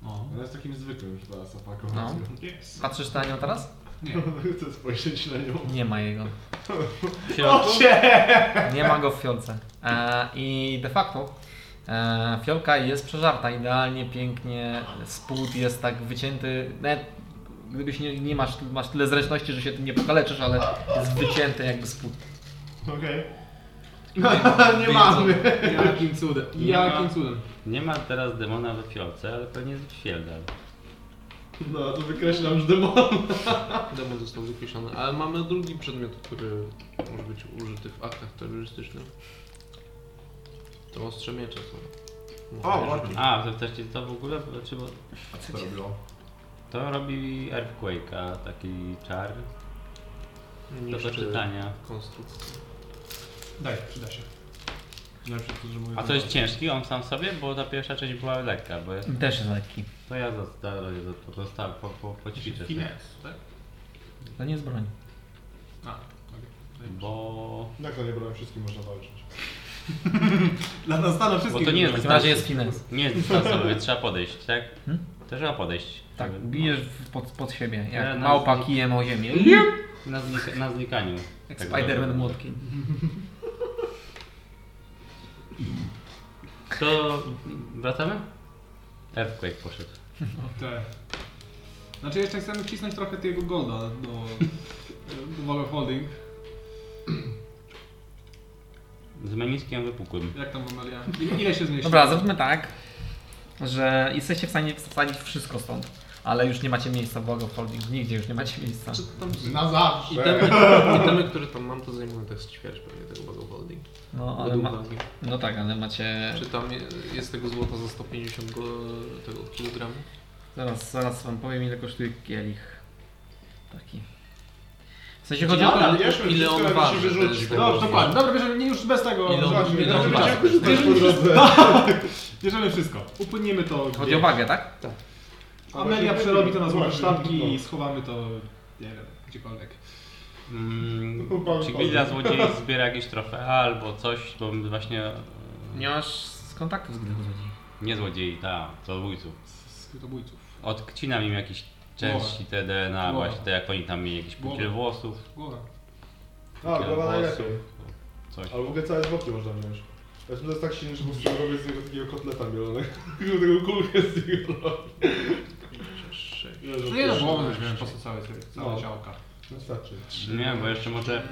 Speaker 3: O,
Speaker 2: Ona jest takim zwykłym już dla sapaku.
Speaker 1: No.
Speaker 3: jest.
Speaker 1: Patrzysz na nią teraz?
Speaker 3: Nie.
Speaker 2: No, Chcę spojrzeć na nią.
Speaker 1: Nie ma jego.
Speaker 5: W środku?
Speaker 1: Nie ma go w fiolce. E, I de facto e, fiolka jest przeżarta, idealnie, pięknie, spód jest tak wycięty, nawet gdybyś nie, nie masz, masz tyle zręczności, że się tym nie pokaleczysz, ale jest wycięty jakby spód.
Speaker 2: Okej.
Speaker 1: Nie mamy.
Speaker 3: No, Jakim cudem. Jakim cudem.
Speaker 5: Nie ma teraz demona we fiolce, ale pewnie jest Fjeldar.
Speaker 2: No, to wykreślam już demon.
Speaker 4: Demon Tak, został wykreślony. Ale mamy drugi przedmiot, który może być użyty w aktach terrorystycznych. To ostrze miecze są.
Speaker 2: O, ładnie.
Speaker 5: A, to też jest to w ogóle, znaczy, bo
Speaker 2: Co robiło?
Speaker 5: to robi Earthquake'a, taki czar do przeczytania.
Speaker 4: Konstrukcja.
Speaker 3: Daj, przyda się.
Speaker 2: Lepsze to, że mówię.
Speaker 5: A to jest ciężki, on sam sobie, bo ta pierwsza część była lekka, bo jest,
Speaker 1: Też jest lekki.
Speaker 5: to ja zostawię, zostawię, po, po, poćwiczę sobie.
Speaker 3: Finesse, tak?
Speaker 1: To nie jest broń.
Speaker 3: A, okej.
Speaker 5: Bo,
Speaker 2: Jak to nie brałem wszystkim można walczyć.
Speaker 3: Dla nas stanu
Speaker 5: bo
Speaker 3: wszystkich.
Speaker 5: to nie
Speaker 1: W
Speaker 5: jest
Speaker 1: takim razie jest finans.
Speaker 5: Nie jest dystansowy, trzeba podejść, tak?
Speaker 1: Hmm?
Speaker 5: To trzeba podejść.
Speaker 1: Tak,
Speaker 5: Żeby-
Speaker 1: bijesz w- pod, pod siebie, jak
Speaker 5: Ja na-
Speaker 1: małpa kijem o ziemię. Tak
Speaker 5: Na, znik- na znikaniu.
Speaker 1: Jak
Speaker 5: Tak
Speaker 1: Spider-Man
Speaker 5: naprawdę.
Speaker 1: młotkiem.
Speaker 5: To wracamy? Earthquake poszedł.
Speaker 3: Tak. Znaczy jeszcze chcemy wcisnąć trochę tego golda do, do Waga Holding.
Speaker 5: Z meniskiem wypukłym.
Speaker 3: Jak tam wymawiałem? Ile, ile się zmieści?
Speaker 1: Dobra, zróbmy tak, że jesteście w stanie wsadzić wszystko stąd, ale już nie macie miejsca w Wago Holding, nigdzie już nie macie miejsca.
Speaker 4: Czy Znaczy, tam z...
Speaker 2: Na zawsze.
Speaker 4: Itemy, itemy, które tam mam, to zajmują tak z ćwierć pewnie tego Bagowolding.
Speaker 1: No, ale ma, no tak, ale macie...
Speaker 4: Czy tam je- jest tego złota za 150 go, tego kilogramów?
Speaker 1: Zaraz, zaraz wam powiem ile kosztuje kielich. Taki. W sensie chodzi o to,
Speaker 4: Dobra,
Speaker 2: ale
Speaker 4: to
Speaker 2: bierzmy
Speaker 4: ile
Speaker 2: wszystko,
Speaker 4: on
Speaker 2: ale
Speaker 4: waży,
Speaker 2: musimy
Speaker 4: to
Speaker 2: rzucić.
Speaker 4: jest
Speaker 2: No,
Speaker 4: wiadomo.
Speaker 3: Dokładnie, dobra, bierzemy nie już bez tego.
Speaker 4: Ile on-
Speaker 3: zobaczmy,
Speaker 4: ile on
Speaker 3: bierzemy
Speaker 4: waży?
Speaker 3: wszystko,
Speaker 4: To jest
Speaker 3: bierzemy
Speaker 2: po
Speaker 3: wszystko.
Speaker 2: drodze.
Speaker 3: Bierzemy wszystko. Upłyniemy to.
Speaker 1: chodzi o wagę, tak?
Speaker 3: Amelia przerobi to na złote
Speaker 2: Właśnie. no.
Speaker 3: sztabki i schowamy to, nie wiem, gdziekolwiek.
Speaker 5: Mm,
Speaker 2: Upał,
Speaker 5: czy
Speaker 2: upał.
Speaker 5: Gilda Złodziei zbiera jakieś trofea albo coś, bo właśnie... e,
Speaker 1: Nie masz z kontaktów z gdy chodzi.
Speaker 5: Nie złodziei, ta, zabójców.
Speaker 3: Z skrytobójców.
Speaker 5: Odcinam im jakieś części te DNA,
Speaker 3: Głowa.
Speaker 5: właśnie te jak oni tam mieli, jakieś płóciel
Speaker 3: Głowa.
Speaker 5: włosów,
Speaker 3: Głowa.
Speaker 2: A,
Speaker 5: płóciel
Speaker 2: głowa najlepiej.
Speaker 5: coś.
Speaker 2: Ale w ogóle całe zwłoki można wziąć. Zresztą to jest tak silny, że po prostu robię z niego takiego kotleta mielonego. Tego kulkę z niego robię. Ja, że
Speaker 3: No nie no,
Speaker 2: to-
Speaker 3: głowę weźmiemy, po co całe, całe
Speaker 2: No.
Speaker 3: ciałka.
Speaker 2: Wystarczy.
Speaker 5: Nie, bo jeszcze może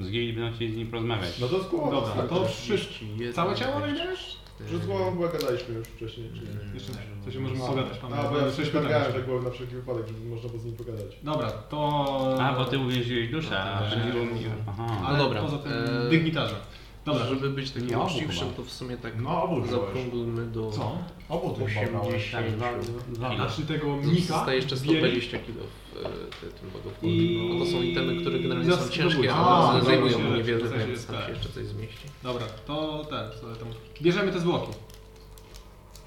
Speaker 5: z Gildi będą chcieli z nim porozmawiać.
Speaker 2: No to z głową.
Speaker 3: Dobra,
Speaker 2: wystarczy.
Speaker 3: to przysz... Całe ciało weźmiesz?
Speaker 2: Że z głową była gadaliśmy już wcześniej, czy nie? No.
Speaker 3: Jeszcze nie, to się możemy pogadać, mamy.
Speaker 2: A, bo ja
Speaker 3: sześć
Speaker 2: coś
Speaker 3: pytań
Speaker 2: nagrałem,
Speaker 3: jeszcze.
Speaker 2: że głowę na wszelki wypadek, żeby można było z nim pogadać.
Speaker 3: Dobra, to...
Speaker 5: A, bo ty uwięziłeś duszę, a
Speaker 3: No,
Speaker 5: będzie
Speaker 3: tak.
Speaker 5: mówiłem. Aha.
Speaker 3: Ale
Speaker 4: No dobra,
Speaker 3: poza tym
Speaker 4: eee,
Speaker 3: dygnitarze. Dobra,
Speaker 4: Dobra. Żeby być
Speaker 5: Nie,
Speaker 4: takim
Speaker 5: obu
Speaker 4: uczciwszym,
Speaker 5: chyba.
Speaker 4: to w sumie tak
Speaker 2: No, obu wziąłeś.
Speaker 4: zaokrąglmy do
Speaker 3: co?
Speaker 2: Obu tych pobrałeś.
Speaker 4: 80
Speaker 5: Tak, dwa, dwa.
Speaker 3: Znaczy tego
Speaker 4: Mika?
Speaker 3: mnika
Speaker 4: Zostaje jeszcze
Speaker 3: bieli-
Speaker 4: 120 kg w e, tym bagowku.
Speaker 3: I-
Speaker 4: Bo to są itemy, które generalnie
Speaker 3: Zas-
Speaker 4: są ciężkie,
Speaker 3: A,
Speaker 4: ale one
Speaker 3: dobra,
Speaker 4: zajmują
Speaker 3: się-
Speaker 4: mu niewiele,
Speaker 3: to się
Speaker 4: więc
Speaker 3: jest
Speaker 4: tam
Speaker 3: tak.
Speaker 4: się jeszcze coś zmieści.
Speaker 3: Dobra, to ten, sobie tam... Bierzemy te zwłoki.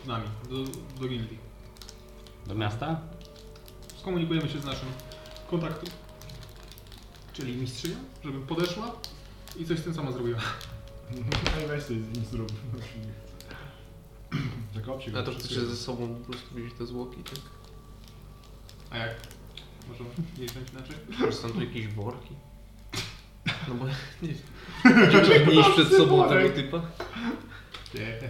Speaker 3: Z nami, do, do gildii. tak.
Speaker 5: Do miasta?
Speaker 3: Skomunikujemy się z naszym kontaktem. Czyli mistrzynią, żeby podeszła i coś z tym sama zrobiła.
Speaker 2: Ej, weź coś z nim zrób. Zakopcie go.
Speaker 4: A to chcecie ze sobą po prostu wziąć te zwłoki, tak?
Speaker 3: A jak? Może nie wziąć inaczej?
Speaker 4: Może są tu jakieś worki? No bo nie wiem. Żeby nieść przed sobą
Speaker 2: worek.
Speaker 4: tego typa?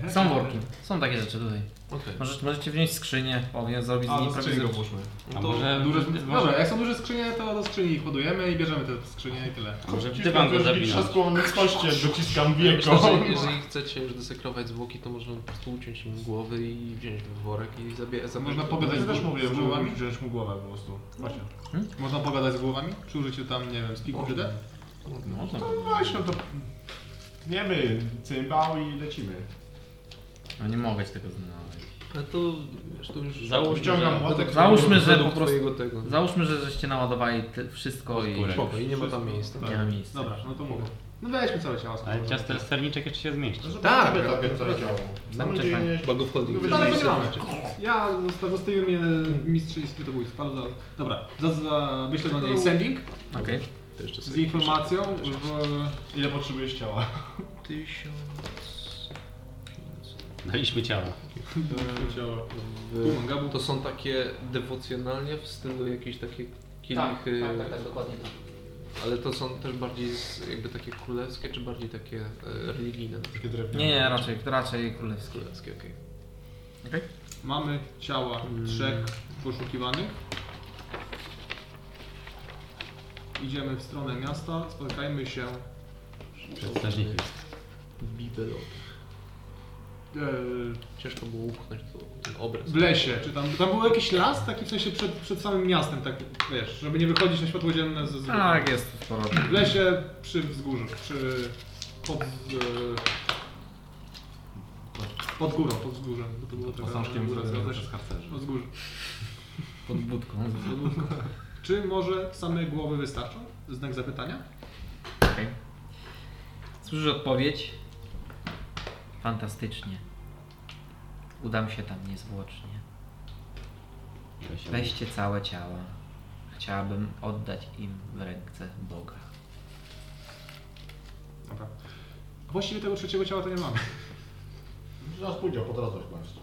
Speaker 1: Są worki, są takie rzeczy tutaj.
Speaker 2: Okej.
Speaker 1: Możecie, możecie wziąć skrzynię, powiem, zrobić z
Speaker 2: A,
Speaker 1: niej
Speaker 2: do skrzyni go
Speaker 1: prowizorium.
Speaker 2: włóżmy.
Speaker 4: No
Speaker 5: A może,
Speaker 3: No E, Duże,
Speaker 5: może,
Speaker 3: Dobra, jak są duże skrzynie, to do skrzyni ich ładujemy i bierzemy te skrzynie i tyle.
Speaker 5: a może
Speaker 2: Ciskam
Speaker 5: dywan go
Speaker 2: też
Speaker 5: zawinąć.
Speaker 2: trzasku, on jest kości, jak dociskam
Speaker 4: Ja
Speaker 2: wieko.
Speaker 4: Myślę, że jeżeli chcecie już desekrować zwłoki, to można po prostu uciąć im głowy i wziąć w worek i zabie- zabrać.
Speaker 3: Można
Speaker 4: do-
Speaker 3: pogadać
Speaker 2: Ja
Speaker 3: z,
Speaker 2: też mówiłem, że
Speaker 3: z głowami?
Speaker 2: mógłbyś wziąć mu głowę po prostu. Właśnie.
Speaker 3: Można pogadać z głowami? Przy użyciu tam, nie wiem, spiku
Speaker 4: Można.
Speaker 3: czy
Speaker 1: Można.
Speaker 2: No właśnie, no to... Nie my, cymbał i lecimy.
Speaker 1: No nie mogę ci tego znaleźć.
Speaker 4: A to, wiesz, to już...
Speaker 5: Załóżmy,
Speaker 2: Wyciągam młotek.
Speaker 1: Załóżmy, że po
Speaker 4: Według
Speaker 1: prostu...
Speaker 4: twojego tego.
Speaker 1: Załóżmy, że żeście naładowali ty, wszystko i
Speaker 5: Skórę.
Speaker 4: Spoko, i nie ma tam miejsca.
Speaker 2: Tak.
Speaker 1: nie ma miejsca.
Speaker 3: Dobra, no to mówię. No weźmy całe ciało.
Speaker 5: Ale ciastel serniczek jeszcze się zmieści.
Speaker 2: Tak,
Speaker 4: Tak,
Speaker 2: tak, tak.
Speaker 1: Tam czekaj.
Speaker 4: Chyba go wchodzi.
Speaker 2: No,
Speaker 3: No ale to nie
Speaker 2: Miejsce.
Speaker 3: mamy. Ja zosta- zostawiłem je mistrz i skrytobójstwa. ale za- Dobra, za, za, wyślę do niej sending
Speaker 1: Okej.
Speaker 4: To jeszcze
Speaker 3: z
Speaker 4: sobie-
Speaker 3: informacją, w,
Speaker 2: Ile potrzebujesz ciała?
Speaker 4: Tysiąc... pięćset.
Speaker 5: Daliśmy ciała.
Speaker 2: Ciała.
Speaker 4: W- To są takie dewocjonalnie w stylu jakieś takie kielichy,
Speaker 1: Tak, dokładnie
Speaker 4: ale to są też bardziej z, jakby takie królewskie, czy bardziej takie e, religijne?
Speaker 2: Takie drewniane.
Speaker 1: Nie, nie, raczej, raczej królewskie.
Speaker 4: Królewskie, okej.
Speaker 1: Okej?
Speaker 3: mamy ciała trzech poszukiwanych. Idziemy w stronę miasta, spotkajmy się
Speaker 5: Przed strażnikiem.
Speaker 4: Bibelot.
Speaker 3: e,
Speaker 4: Ciężko było upchnąć to, ten obraz.
Speaker 3: w lesie, czy tam, tam był jakiś las, taki w sensie przed, przed samym miastem, tak wiesz, żeby nie wychodzić na światło dzienne ze z-
Speaker 1: Tak, jest sporo.
Speaker 3: W lesie przy wzgórzu, przy... pod... E, pod górą, pod wzgórzem. bo To było taka góra, zgadza się.
Speaker 2: harcerzy.
Speaker 3: Pod wzgórze.
Speaker 1: Pod budką.
Speaker 3: Czy może same głowy wystarczą? Znak zapytania?
Speaker 1: Okej. Słyszysz odpowiedź? Fantastycznie. Udam się tam niezwłocznie. Weźcie całe ciała. Chciałabym oddać im w ręce Boga.
Speaker 3: Dobra. Właściwie tego trzeciego ciała to nie mamy.
Speaker 2: Zaraz pójdzie, po drodze w końcu.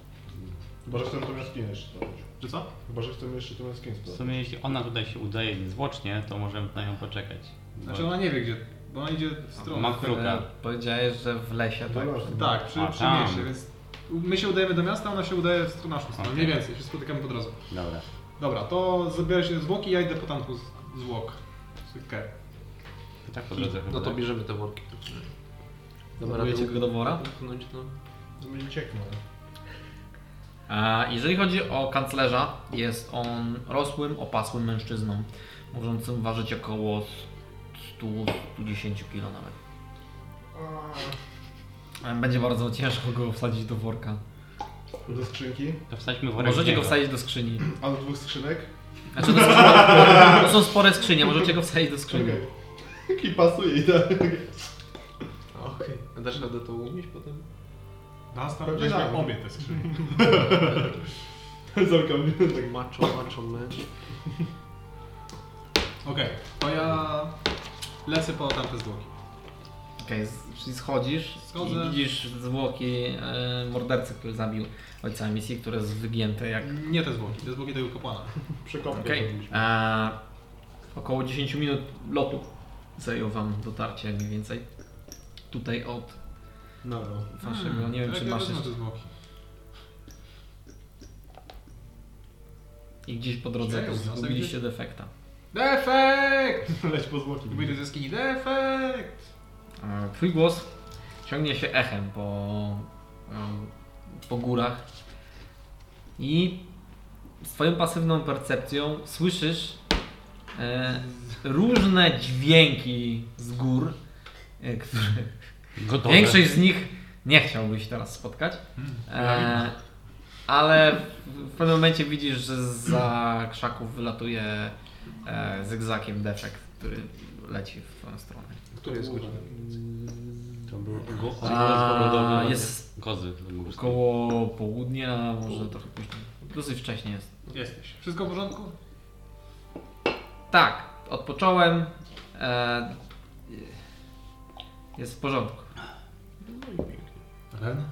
Speaker 2: Chyba, że chcę tą jaskinię jeszcze sprawdzić.
Speaker 3: Czy co?
Speaker 2: Chyba, że chcemy jeszcze tą jaskinię
Speaker 5: W
Speaker 2: sprawdzić.
Speaker 5: sumie jeśli ona tutaj się udaje niezwłocznie, to możemy na nią poczekać.
Speaker 3: Znaczy ona nie wie gdzie, bo ona idzie w
Speaker 5: Bo...
Speaker 3: stronę.
Speaker 5: Ma kruka.
Speaker 1: E, powiedziałeś, że w lesie,
Speaker 2: No,
Speaker 1: tak?
Speaker 3: Tak, przy,
Speaker 5: A,
Speaker 3: przy
Speaker 5: tam.
Speaker 3: mieście, więc my się udajemy do miasta, ona się udaje w stronę naszą stronę.
Speaker 5: Okej.
Speaker 3: Mniej więcej, się spotykamy po drodze.
Speaker 5: Dobra.
Speaker 3: Dobra, to zabiera się zwłoki, ja idę po tamku z- zwłok. Okej.
Speaker 5: To tak po drodze chyba.
Speaker 4: No to
Speaker 5: tak.
Speaker 4: bierzemy te worki.
Speaker 1: Ładujecie go do wora?
Speaker 4: Upchnąć, no.
Speaker 2: To no. będzie ciekło.
Speaker 1: A jeżeli chodzi o kanclerza, jest on rosłym, opasłym mężczyzną, możącym ważyć około 100-110 kg nawet. E, Będzie bardzo ciężko go wsadzić do worka.
Speaker 2: Do skrzynki.
Speaker 5: To wsadźmy worek w
Speaker 1: Możecie
Speaker 5: niego.
Speaker 1: go wsadzić do skrzyni.
Speaker 2: A do dwóch skrzynek?
Speaker 1: Znaczy to są spore, to są spore skrzynie, możecie go wsadzić do skrzyni.
Speaker 2: Okej. Jaki pasuje tak. idealnie.
Speaker 4: Okej. A dasz radę to umieść potem?
Speaker 3: Następnie
Speaker 2: Pewnie tak.
Speaker 3: weźmie obie te skrzynie.
Speaker 2: Zamkam mnie tak.
Speaker 4: Macho, macho, męż.
Speaker 3: Okej, to ja lecę po tamte zwłoki.
Speaker 1: Okej, z- czyli schodzisz
Speaker 3: Schodzę.
Speaker 1: i widzisz zwłoki e, mordercy, który zabił ojca misji, które jest wygięte jak...
Speaker 3: Nie te zwłoki, te zwłoki tego kapłana.
Speaker 2: Przekopkę
Speaker 1: Okej.
Speaker 2: zrobiliśmy.
Speaker 1: E, Około 10 minut lotu zajęło wam dotarcie mniej więcej. Tutaj od
Speaker 2: Dobra.
Speaker 1: waszego, nie wiem
Speaker 3: Tak,
Speaker 1: czy
Speaker 3: ja
Speaker 1: masz
Speaker 3: wezmę
Speaker 1: jeszcze...
Speaker 3: te zwłoki.
Speaker 1: I gdzieś po drodze
Speaker 3: Cześć,
Speaker 1: zgubiliście
Speaker 3: gdzieś-
Speaker 1: defekta.
Speaker 3: Defekt!
Speaker 2: Leć po zwłoki.
Speaker 3: Wyjdę z jaskini, defekt!
Speaker 1: E, Twój głos ciągnie się echem po, em, po górach i z Twoją pasywną percepcją słyszysz e, różne dźwięki z gór, e, których
Speaker 5: Gotowe.
Speaker 1: większość z nich nie chciałbyś teraz spotkać, e, ale w- w pewnym momencie widzisz, że za krzaków wylatuje e, zygzakiem defekt, który leci w Twoją stronę.
Speaker 4: Która jest godzina?
Speaker 5: To był go...
Speaker 1: A, jest
Speaker 5: Kozy. mógł być.
Speaker 1: Około południa, może trochę później. Dosyć wcześnie jest.
Speaker 3: Jesteś. Wszystko w porządku?
Speaker 1: Tak, odpocząłem. E, jest w porządku.
Speaker 3: Na pewno?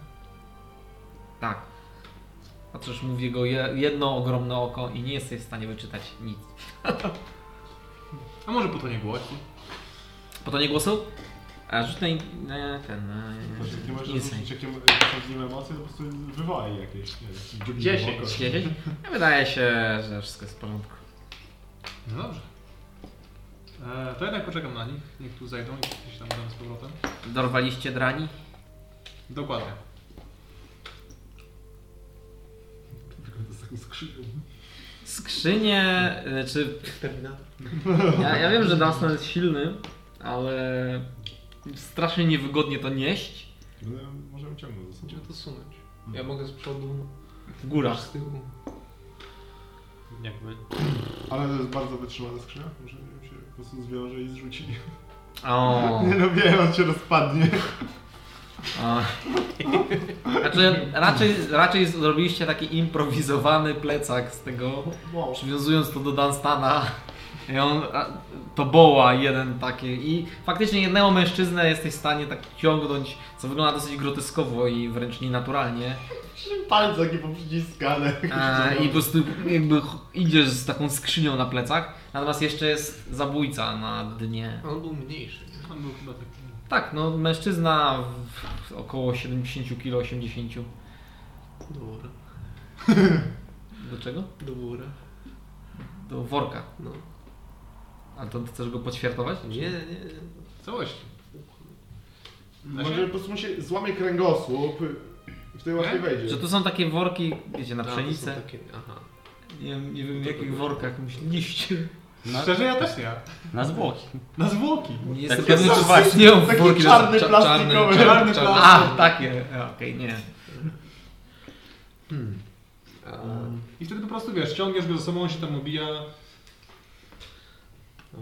Speaker 1: Tak. Patrzysz mu w jego je- jedno ogromne oko i nie jesteś w stanie wyczytać nic.
Speaker 3: A może po to nie głośno?
Speaker 1: Po to nie głosu? A rzuć na, in- na ten. Na,
Speaker 2: Właśnie, ty możesz
Speaker 1: insight.
Speaker 2: rzucić jakiem jakąś nim emocje, to po prostu wywołaj jakieś, nie wiem, dziubnie
Speaker 5: Dziesięć.
Speaker 2: w oko.
Speaker 1: 10? Ja wydaje się, że wszystko jest w porządku.
Speaker 3: No dobrze. E, to jednak poczekam na nich. Niech tu zajdą i gdzieś tam damy z powrotem.
Speaker 1: Dorwaliście drani?
Speaker 3: Dokładnie.
Speaker 2: Wygląda z taką skrzynią.
Speaker 1: Skrzynie, znaczy
Speaker 4: Termina.
Speaker 1: ja, ja wiem, że Dunstan jest silny, ale strasznie niewygodnie to nieść.
Speaker 2: No, możemy ciągnąć ze sobą.
Speaker 4: Będziemy to sunąć. Ja mogę z przodu,
Speaker 1: W górach.
Speaker 4: z tyłu.
Speaker 5: Jakby
Speaker 2: Ale to jest bardzo wytrzymana skrzynia, może ją się po prostu zwiąże i zrzuci.
Speaker 1: O,
Speaker 2: Nie no wiem, on się rozpadnie.
Speaker 1: o. Znaczy, raczej, raczej zrobiliście taki improwizowany plecak z tego,
Speaker 2: Wow.
Speaker 1: przywiązując to do Dunstana. I on a, to boła jeden taki. I faktycznie jednego mężczyznę jesteś w stanie tak ciągnąć, co wygląda dosyć groteskowo i wręcz nienaturalnie.
Speaker 2: Palce takie poprzyciskane.
Speaker 1: E, I po prostu jakby ch- idziesz z taką skrzynią na plecach, natomiast jeszcze jest zabójca na dnie.
Speaker 4: On był mniejszy. nie?
Speaker 3: On był chyba taki.
Speaker 1: Tak, no mężczyzna w- w około 70 kg, 80.
Speaker 4: Do wora.
Speaker 1: Do czego?
Speaker 4: Do wora.
Speaker 1: Do worka.
Speaker 4: No.
Speaker 1: A to chcesz go poćwiartować?
Speaker 4: Nie, nie, nie.
Speaker 3: W całości. Znaczy, Da
Speaker 2: Może
Speaker 3: się?
Speaker 2: po prostu mu się złamie kręgosłup i wtedy łatwiej wejdzie.
Speaker 1: Że tu są takie worki, wiecie, na
Speaker 4: A, to są
Speaker 1: pszenicę.
Speaker 4: Takie, aha.
Speaker 1: Nie, wiem- nie wiem w jakich workach myśliście.
Speaker 5: na,
Speaker 3: Szczerze ja też nie.
Speaker 5: na zwłoki.
Speaker 3: Na zwłoki.
Speaker 1: Nie
Speaker 5: Takie
Speaker 1: jestem pewny, czy
Speaker 5: zasyp-
Speaker 1: istnieją
Speaker 2: taki
Speaker 1: worki.
Speaker 2: czarny,
Speaker 1: cza-
Speaker 2: plastikowy.
Speaker 3: Czarny
Speaker 1: A,
Speaker 3: plastikowy.
Speaker 1: takie. A, Okej, nie.
Speaker 4: A,
Speaker 3: Hmm.
Speaker 5: Um.
Speaker 3: I wtedy po prostu wiesz, ciągniesz go ze sobą, on się tam obija.
Speaker 4: a,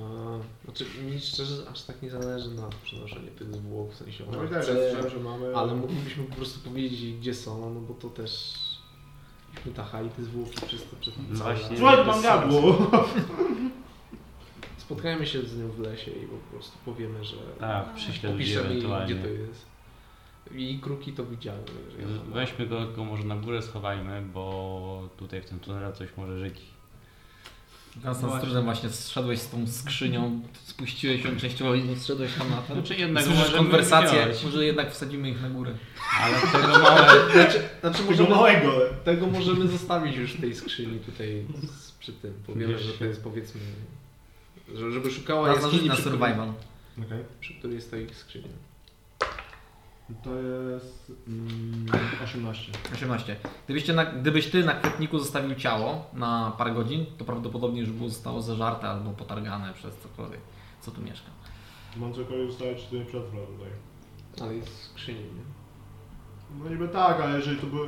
Speaker 4: znaczy, mi szczerze aż tak nie zależy na przenoszeniu tych zwłok, w sensie
Speaker 2: No
Speaker 4: ona
Speaker 2: i tak,
Speaker 4: chce,
Speaker 2: ja słyszałem, że mamy...
Speaker 4: ale moglibyśmy po prostu powiedzieć gdzie są, no bo to też... Myśmy tachali te zwłoki przez to przez
Speaker 5: No
Speaker 4: całe
Speaker 5: właśnie.
Speaker 4: lata.
Speaker 2: Słuchaj, pan gadło!
Speaker 4: Spotkajmy się z nią w lesie i po prostu powiemy, że...
Speaker 5: Tak, prześledujemy
Speaker 4: Opiszemy jej, gdzie
Speaker 5: ewentualnie.
Speaker 4: to jest. I kruki to widziałem. że ja tam-
Speaker 5: Weźmy go, go może na górę schowajmy, bo tutaj w tym tunelu coś może żyć.
Speaker 1: Dunstan z trudem właśnie zszedłeś z tą skrzynią, spuściłeś ją częściowo i zszedłeś tam na ten.
Speaker 5: Znaczy jednak
Speaker 1: Słyszysz
Speaker 5: możemy
Speaker 1: konwersację,
Speaker 5: wziąć,
Speaker 1: może jednak wsadzimy ich na górę.
Speaker 5: Ale tego małe...
Speaker 4: Znaczy, znaczy
Speaker 2: Tego
Speaker 4: możemy,
Speaker 2: małego!
Speaker 4: tego możemy zostawić już w tej skrzyni tutaj z, przy tym. Powiemy,
Speaker 5: Wiesz.
Speaker 4: że to jest powiedzmy... że- Żeby szukała
Speaker 1: Teraz rzuć
Speaker 4: jaskini,
Speaker 1: na
Speaker 4: przy, której-
Speaker 1: survival.
Speaker 2: Okej.
Speaker 4: przy której stoi skrzynia.
Speaker 2: To jest... Mm, 18.
Speaker 1: 18. Gdybyście na, gdybyś ty na kwietniku zostawił ciało na parę godzin, to prawdopodobnie już było zostało zażarte albo potargane przez cokolwiek, co tu mieszka.
Speaker 2: Mam cokolwiek ustalić, czy to nie przetrwa tutaj. tak?
Speaker 4: Ale jest skrzyni, nie?
Speaker 2: No niby tak, ale jeżeli to były...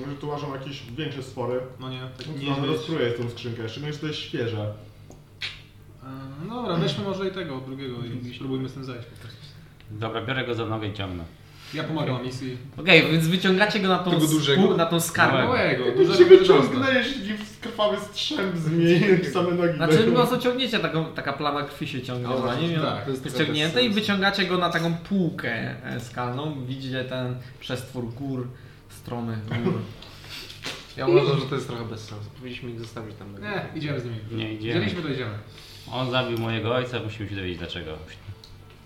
Speaker 2: Może tu ważą jakieś większe spory,
Speaker 3: No nie, tak
Speaker 2: no to
Speaker 3: nie
Speaker 2: nam
Speaker 3: jest.
Speaker 2: rozkruje tą skrzynkę, szczególnie, że to jest świeże.
Speaker 3: E, No dobra, weźmy może i tego drugiego i spróbujmy z tym zajść po prostu.
Speaker 5: Dobra, biorę go za nogę i ciągnę.
Speaker 3: Ja pomagam misji.
Speaker 1: Okej, więc wyciągacie go na tą,
Speaker 4: Tego
Speaker 1: spu-
Speaker 4: dużego? No,
Speaker 1: na tą skarbę.
Speaker 3: Małego,
Speaker 2: Się
Speaker 3: dużego wyciągnę.
Speaker 2: wyciągnęliście taki krwawy strzęp z niej, same nogi
Speaker 1: Znaczy
Speaker 2: będą.
Speaker 1: no co ciągniecie, taką, taka plama krwi się ciągnie
Speaker 4: Ale
Speaker 1: za nim.
Speaker 3: tak.
Speaker 4: No to jest
Speaker 1: Wyciągnięte i wyciągacie go na taką półkę e, skalną. Widzicie ten przestwór gór, stromy gór.
Speaker 4: Ja uważam, że to jest trochę bez sensu. Powinniśmy ich zostawić tam. na
Speaker 3: Nie,
Speaker 4: górze.
Speaker 3: E, idziemy z nimi.
Speaker 5: Nie idziemy.
Speaker 3: Wzięliśmy, to idziemy.
Speaker 5: On zabił mojego ojca, musimy się dowiedzieć dlaczego.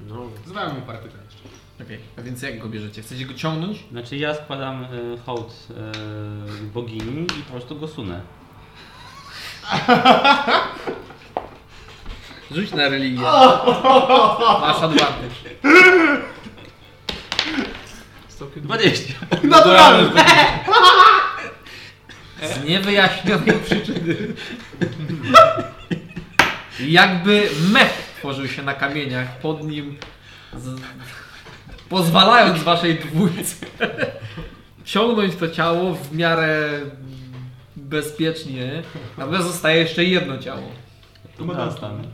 Speaker 4: No.
Speaker 3: Zadałem mu parę pytań jeszcze.
Speaker 1: Okej, a więc jak go bierzecie? Chcecie go ciągnąć?
Speaker 5: Znaczy ja składam y, hołd y, bogini i po prostu go sunę.
Speaker 1: Rzuć na religię. Masz advantage.
Speaker 4: Jest całkiem
Speaker 5: 20!
Speaker 2: Naturalny!
Speaker 1: Z niewyjaśnionej przyczyny. Jakby mech tworzył się na kamieniach pod nim, z... pozwalając waszej dwójce ciągnąć to ciało w miarę bezpiecznie. Natomiast zostaje jeszcze jedno ciało.
Speaker 5: Tu ma Dunstan.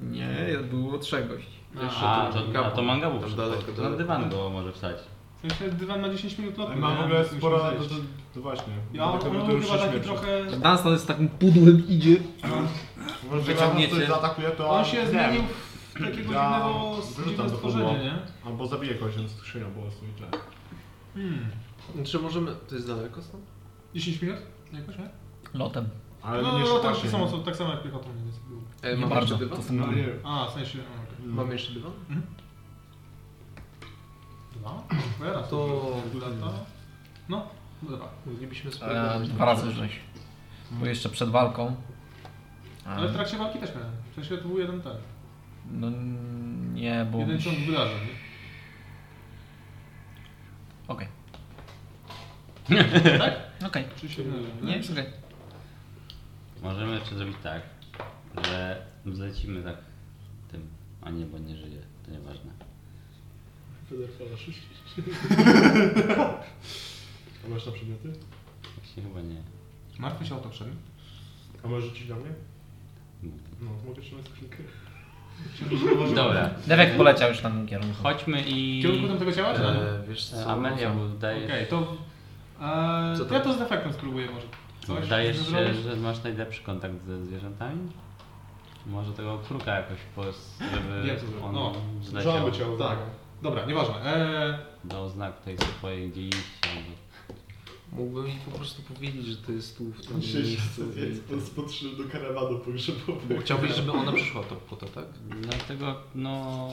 Speaker 1: Nie, było trzech gości.
Speaker 4: Jeszcze
Speaker 5: no. A,
Speaker 4: tu
Speaker 5: to, a to mangabu
Speaker 4: Tam
Speaker 5: przyszedł.
Speaker 4: daleko,
Speaker 5: Na
Speaker 4: daleko.
Speaker 5: dywan go może wstać.
Speaker 3: W sensie dywan na 10 minut lotu.
Speaker 2: Mam w
Speaker 3: nie?
Speaker 2: ogóle
Speaker 3: Musimy
Speaker 2: sporo... To,
Speaker 3: zejść.
Speaker 2: to, to właśnie.
Speaker 3: Ja
Speaker 2: Tak
Speaker 3: on
Speaker 2: jakby
Speaker 3: był chyba
Speaker 2: się
Speaker 3: taki
Speaker 2: śmieszy.
Speaker 3: trochę...
Speaker 1: Dunstan jest takim pudłem, idzie.
Speaker 2: Może
Speaker 1: Wyciągniecie.
Speaker 2: jak nas ktoś zaatakuje, to...
Speaker 3: On się
Speaker 2: nie
Speaker 3: zmienił
Speaker 2: wiem.
Speaker 3: w takiego
Speaker 2: Ja
Speaker 3: dziwnego,
Speaker 2: wyrzucam
Speaker 3: dziwnego
Speaker 2: to
Speaker 3: stworzenie,
Speaker 2: pudło.
Speaker 3: nie?
Speaker 2: Albo zabije kogoś, on z skrzynią było swój czas.
Speaker 3: Hmm.
Speaker 4: Znaczy, Czy możemy... To jest daleko stąd?
Speaker 3: 10 minut? Jakoś, nie?
Speaker 1: Lotem.
Speaker 2: Ale
Speaker 3: No,
Speaker 2: nie
Speaker 3: no
Speaker 2: szuka
Speaker 3: tak,
Speaker 2: się.
Speaker 3: samo, tak samo jak piechotą. nie?
Speaker 4: E,
Speaker 1: Nie
Speaker 4: mamy
Speaker 1: bardzo.
Speaker 4: jeszcze dywan?
Speaker 2: No, nie.
Speaker 3: A, w sensie... o, okej.
Speaker 2: Mm.
Speaker 4: Mamy jeszcze dywan?
Speaker 3: Dwa? Bo ja raz
Speaker 4: To-
Speaker 3: użyłem lata. No, dwa.
Speaker 4: Moglibyśmy
Speaker 1: E,
Speaker 4: spróbować.
Speaker 1: dwa razy żyć. Bo jeszcze przed walką. e,
Speaker 3: Ale w trakcie walki też miałem. W sensie to był jeden ten.
Speaker 1: No nie, bo.
Speaker 3: Jeden
Speaker 1: byś-
Speaker 3: ciąg wydarzeń.
Speaker 1: Okej.
Speaker 3: nie? Tak?
Speaker 1: Okej.
Speaker 3: Czy się mylę?
Speaker 1: Nie, jest okej.
Speaker 5: Możemy jeszcze zrobić tak, że zlecimy tak tym, a nie, bo nie żyje, to nieważne.
Speaker 2: Federfala 6. A masz na przedmioty?
Speaker 5: Właśnie chyba nie.
Speaker 3: Martwy się o to przed.
Speaker 2: A możesz rzucić na mnie?
Speaker 5: No.
Speaker 2: No, to mogę trzymać skrzynkę.
Speaker 5: Dobra,
Speaker 1: Dewek poleciał już w tamtym kierunku.
Speaker 5: chodźmy i...
Speaker 3: W kierunku tamtego ciała, czy nie?
Speaker 4: E, wiesz co?
Speaker 5: Amelia mu
Speaker 3: Okej,
Speaker 5: wydaje
Speaker 3: to... A,
Speaker 4: Co
Speaker 3: to
Speaker 4: to?
Speaker 3: ja to z defektem spróbuję może. Coś
Speaker 5: Wydaje
Speaker 3: żeby
Speaker 5: się,
Speaker 3: zrobić?
Speaker 5: że masz najlepszy kontakt ze zwierzętami? Może tego kruka jakoś po żeby
Speaker 3: Wiem, co zrobię.
Speaker 5: on
Speaker 3: No,
Speaker 5: zleciał
Speaker 2: ciało.
Speaker 3: Tak. Dobra, nieważne. Eee,
Speaker 5: dał znak tej swojej dzielnicy. albo-
Speaker 4: Mógłbym mi po prostu powiedzieć, że to No, jest tu w tym
Speaker 2: Dzisiaj
Speaker 4: miejscu.
Speaker 2: to spotrzył do karawanu pogrzebowej.
Speaker 4: Chciałbyś, żeby ona przyszła to, po to, tak?
Speaker 5: Dlatego no...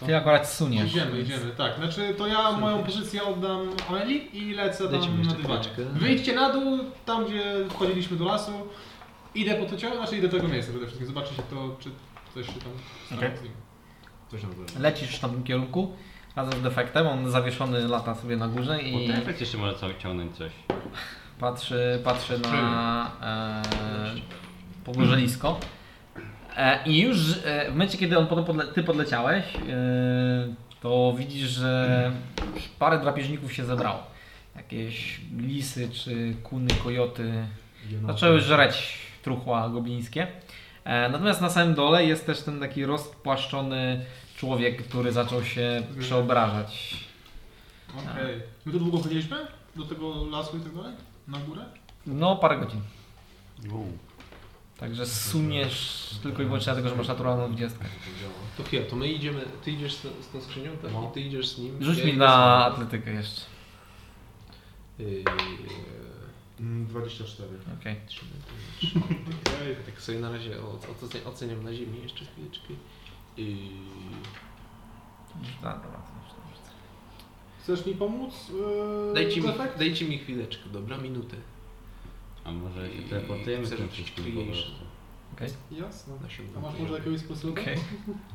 Speaker 5: To...
Speaker 1: Ty akurat suniesz.
Speaker 3: idziemy, idziemy, tak. Znaczy to ja moją pozycję oddam Ameli i lecę
Speaker 4: Dajcie mi
Speaker 3: tam na
Speaker 4: jeszcze
Speaker 3: dywanie.
Speaker 4: chwileczkę.
Speaker 3: Wyjdźcie na dół, tam gdzie wchodziliśmy do lasu. Idę po to ciało, znaczy idę do tego miejsca przede wszystkim. Zobaczyć jak to, czy coś się tam stało
Speaker 1: Okej.
Speaker 3: z nim.
Speaker 2: Coś tam zrobił.
Speaker 1: Lecisz w tamtym kierunku razem z defektem. On zawieszony lata sobie na górze
Speaker 5: I...
Speaker 1: i
Speaker 5: Ten
Speaker 3: tak?
Speaker 5: efekt jeszcze może cały ciągnąć coś.
Speaker 1: patrzy, patrzy na e, pogorzelisco. E, I już e, w momencie, kiedy on potem podle, ty podleciałeś, e, to widzisz, że już parę drapieżników się zebrało. Jakieś lisy czy kuny, kojoty, Zaczęły żreć truchła goblińskie. E, natomiast na samym dole jest też ten taki rozpłaszczony człowiek, który zaczął się przeobrażać. Tak.
Speaker 3: Okej. My tu długo chodziliśmy? Do tego lasu i tak dalej? Na górę?
Speaker 1: No, parę godzin. Także suniesz tylko i wyłącznie dlatego, że masz naturalną 20.
Speaker 4: Tak To chwila, to my idziemy, ty idziesz z, z tą skrzynią, tak?
Speaker 2: No.
Speaker 4: I ty idziesz z nim.
Speaker 1: Rzuć
Speaker 4: ja
Speaker 1: mi
Speaker 4: idę
Speaker 1: na E,
Speaker 4: z nim.
Speaker 1: atletykę jeszcze.
Speaker 4: Yy,
Speaker 2: Mm, 24.
Speaker 1: Okej.
Speaker 4: trzymaj to, trzymaj. Tak sobie na razie o- ocen- oceniam na ziemi jeszcze chwileczkę. Yy,
Speaker 1: Dobra, dobra, to już dobrze.
Speaker 3: Chcesz mi pomóc? Eee,
Speaker 4: dajcie, mi,
Speaker 3: Zefek?
Speaker 4: dajcie mi chwileczkę, dobra? Minutę.
Speaker 5: A może się
Speaker 4: I-
Speaker 5: teleportujemy
Speaker 4: chcę
Speaker 5: z tym
Speaker 4: rzucić
Speaker 5: wszystkim po
Speaker 4: klniejsze.
Speaker 5: prostu.
Speaker 1: Okej.
Speaker 3: Jasne.
Speaker 4: Na siódmą.
Speaker 3: A masz może jakiegoś sposobu?
Speaker 1: Okej.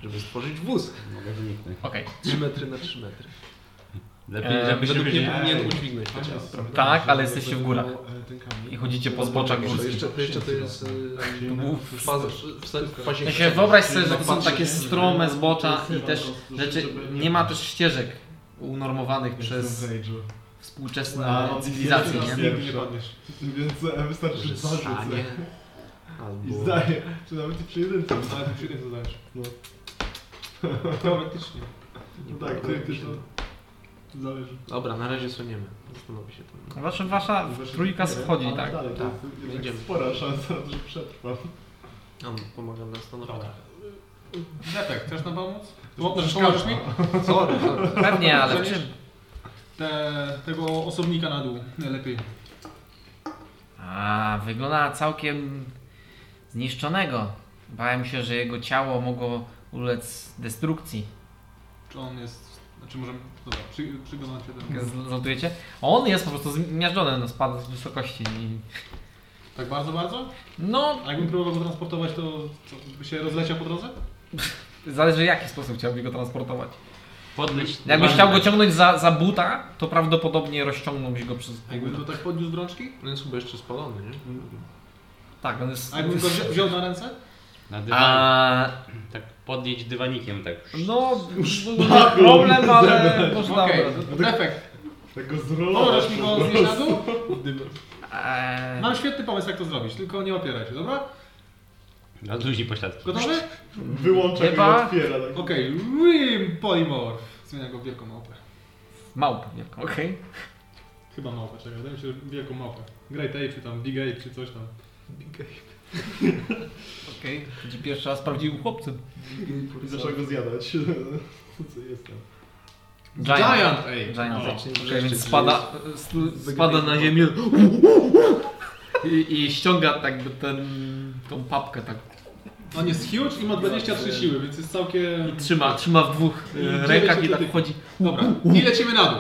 Speaker 4: Żeby stworzyć wóz.
Speaker 5: Mogę wyniknąć.
Speaker 1: Okej.
Speaker 4: 3 metry na 3 metry.
Speaker 5: Lepiej,
Speaker 1: Eee,
Speaker 5: żeby się
Speaker 4: E, Według mnie no,
Speaker 5: wyżywić.
Speaker 4: powinien udźwignąć to ciało.
Speaker 1: Tak, ale jesteście w górach. I chodzicie po zboczach
Speaker 4: To
Speaker 1: górskich.
Speaker 4: jeszcze, to jeszcze to jest... Yy,
Speaker 1: To był
Speaker 4: w fazie... W se- w fazie
Speaker 1: Ja się wyobraź sobie, że to są takie strome zbocza i też rzeczy, nie ma też ścieżek unormowanych przez współczesne cywilizacje,
Speaker 2: nie?
Speaker 1: nie?
Speaker 2: Nigdy nie padniesz. Więc e, wystarczy, że
Speaker 4: że
Speaker 2: zdajesz.
Speaker 4: stanie
Speaker 2: I
Speaker 4: albo...
Speaker 2: zdaje. Czy nawet i przy jedynce.
Speaker 3: Ale ty przy tym zadajesz.
Speaker 2: No.
Speaker 3: Teoretycznie.
Speaker 4: Nie
Speaker 2: Tak,
Speaker 4: podoba
Speaker 2: ty-
Speaker 4: mi
Speaker 2: ty
Speaker 4: się.
Speaker 2: Zależy.
Speaker 4: Dobra, na razie suniemy. Zastanowię się tam.
Speaker 1: Wasza, wasza trójka schodzi,
Speaker 2: Ale
Speaker 1: tak?
Speaker 2: Dalej, to
Speaker 4: Tak.
Speaker 2: jest jednak
Speaker 4: Idziemy.
Speaker 2: spora szansa, że przetrwam.
Speaker 4: On pomaga na stanowisku.
Speaker 3: Zefek, chcesz nam pomóc? Możesz pomożesz mi?
Speaker 4: Sorry, sorry.
Speaker 1: Pewnie, No, ale w
Speaker 3: Zanieś-
Speaker 1: czym?
Speaker 3: Te, tego osobnika na dół najlepiej.
Speaker 1: A, wygląda na całkiem zniszczonego. Bałem się, że jego ciało mogło ulec destrukcji.
Speaker 3: Czy on jest... Znaczy możemy... Dobra, przy, przyglądam się temu.
Speaker 1: Z- Zlotujecie? On jest po prostu zmiażdżony, no spadł z wysokości. i-
Speaker 3: Tak bardzo, bardzo?
Speaker 1: No,
Speaker 3: A jakbym próbował go transportować, to co, by się rozleciał po drodze?
Speaker 1: zależy w jaki sposób chciałby go transportować.
Speaker 5: Podnieś...
Speaker 1: Jakbyś chciał
Speaker 5: tak,
Speaker 1: go ciągnąć za, za buta, to prawdopodobnie rozciągnąłbyś go przez pół
Speaker 3: Jakbym
Speaker 1: buta.
Speaker 3: to tak podniósł z rączki?
Speaker 4: On jest chyba jeszcze spalony, nie?
Speaker 1: Tak, on jest...
Speaker 3: A jakbym go wzi- wziął na ręce?
Speaker 5: Na dywan...
Speaker 1: A,
Speaker 5: Tak podnieść dywanikiem tak.
Speaker 1: no, no, problem, ale można...
Speaker 3: Okej, defekt.
Speaker 2: Tak go zrolować.
Speaker 3: Możesz mi go znieść na dół?
Speaker 1: Eee,
Speaker 3: Mam świetny pomysł, jak to zrobić, tylko nie opieraj się, dobra?
Speaker 5: Rozluźnij pośladki.
Speaker 3: Gotowy?
Speaker 2: Wyłącza i
Speaker 1: Chyba.
Speaker 2: otwiera. Tak.
Speaker 3: Okej, Rim Polymorph. Zmienia go w wielką małpę.
Speaker 1: Małpę wielką, okej.
Speaker 3: Chyba małpę, czekaj, wydaje mi się, że wielką małpę. Great Ape czy tam Big Ape czy coś tam.
Speaker 1: Okej, okay. pierwszy raz sprawdził chłopcem.
Speaker 2: I zaczyna go zjadać. Co jestem?
Speaker 3: Giant Ape.
Speaker 1: Giant
Speaker 3: O.
Speaker 1: Ape.
Speaker 4: Zacznie
Speaker 1: Okej,
Speaker 4: wrzeszczeć,
Speaker 1: więc
Speaker 4: że
Speaker 1: spada, s- spada na ziemię i, i ściąga tak jakby ten, tą papkę tak
Speaker 3: On jest huge i ma 23 siły, więc jest całkiem...
Speaker 1: Trzyma, trzyma w dwóch e,
Speaker 3: Dziewięć
Speaker 1: rękach i tak
Speaker 3: atletyki.
Speaker 1: wchodzi.
Speaker 3: Dobra, i lecimy na dół.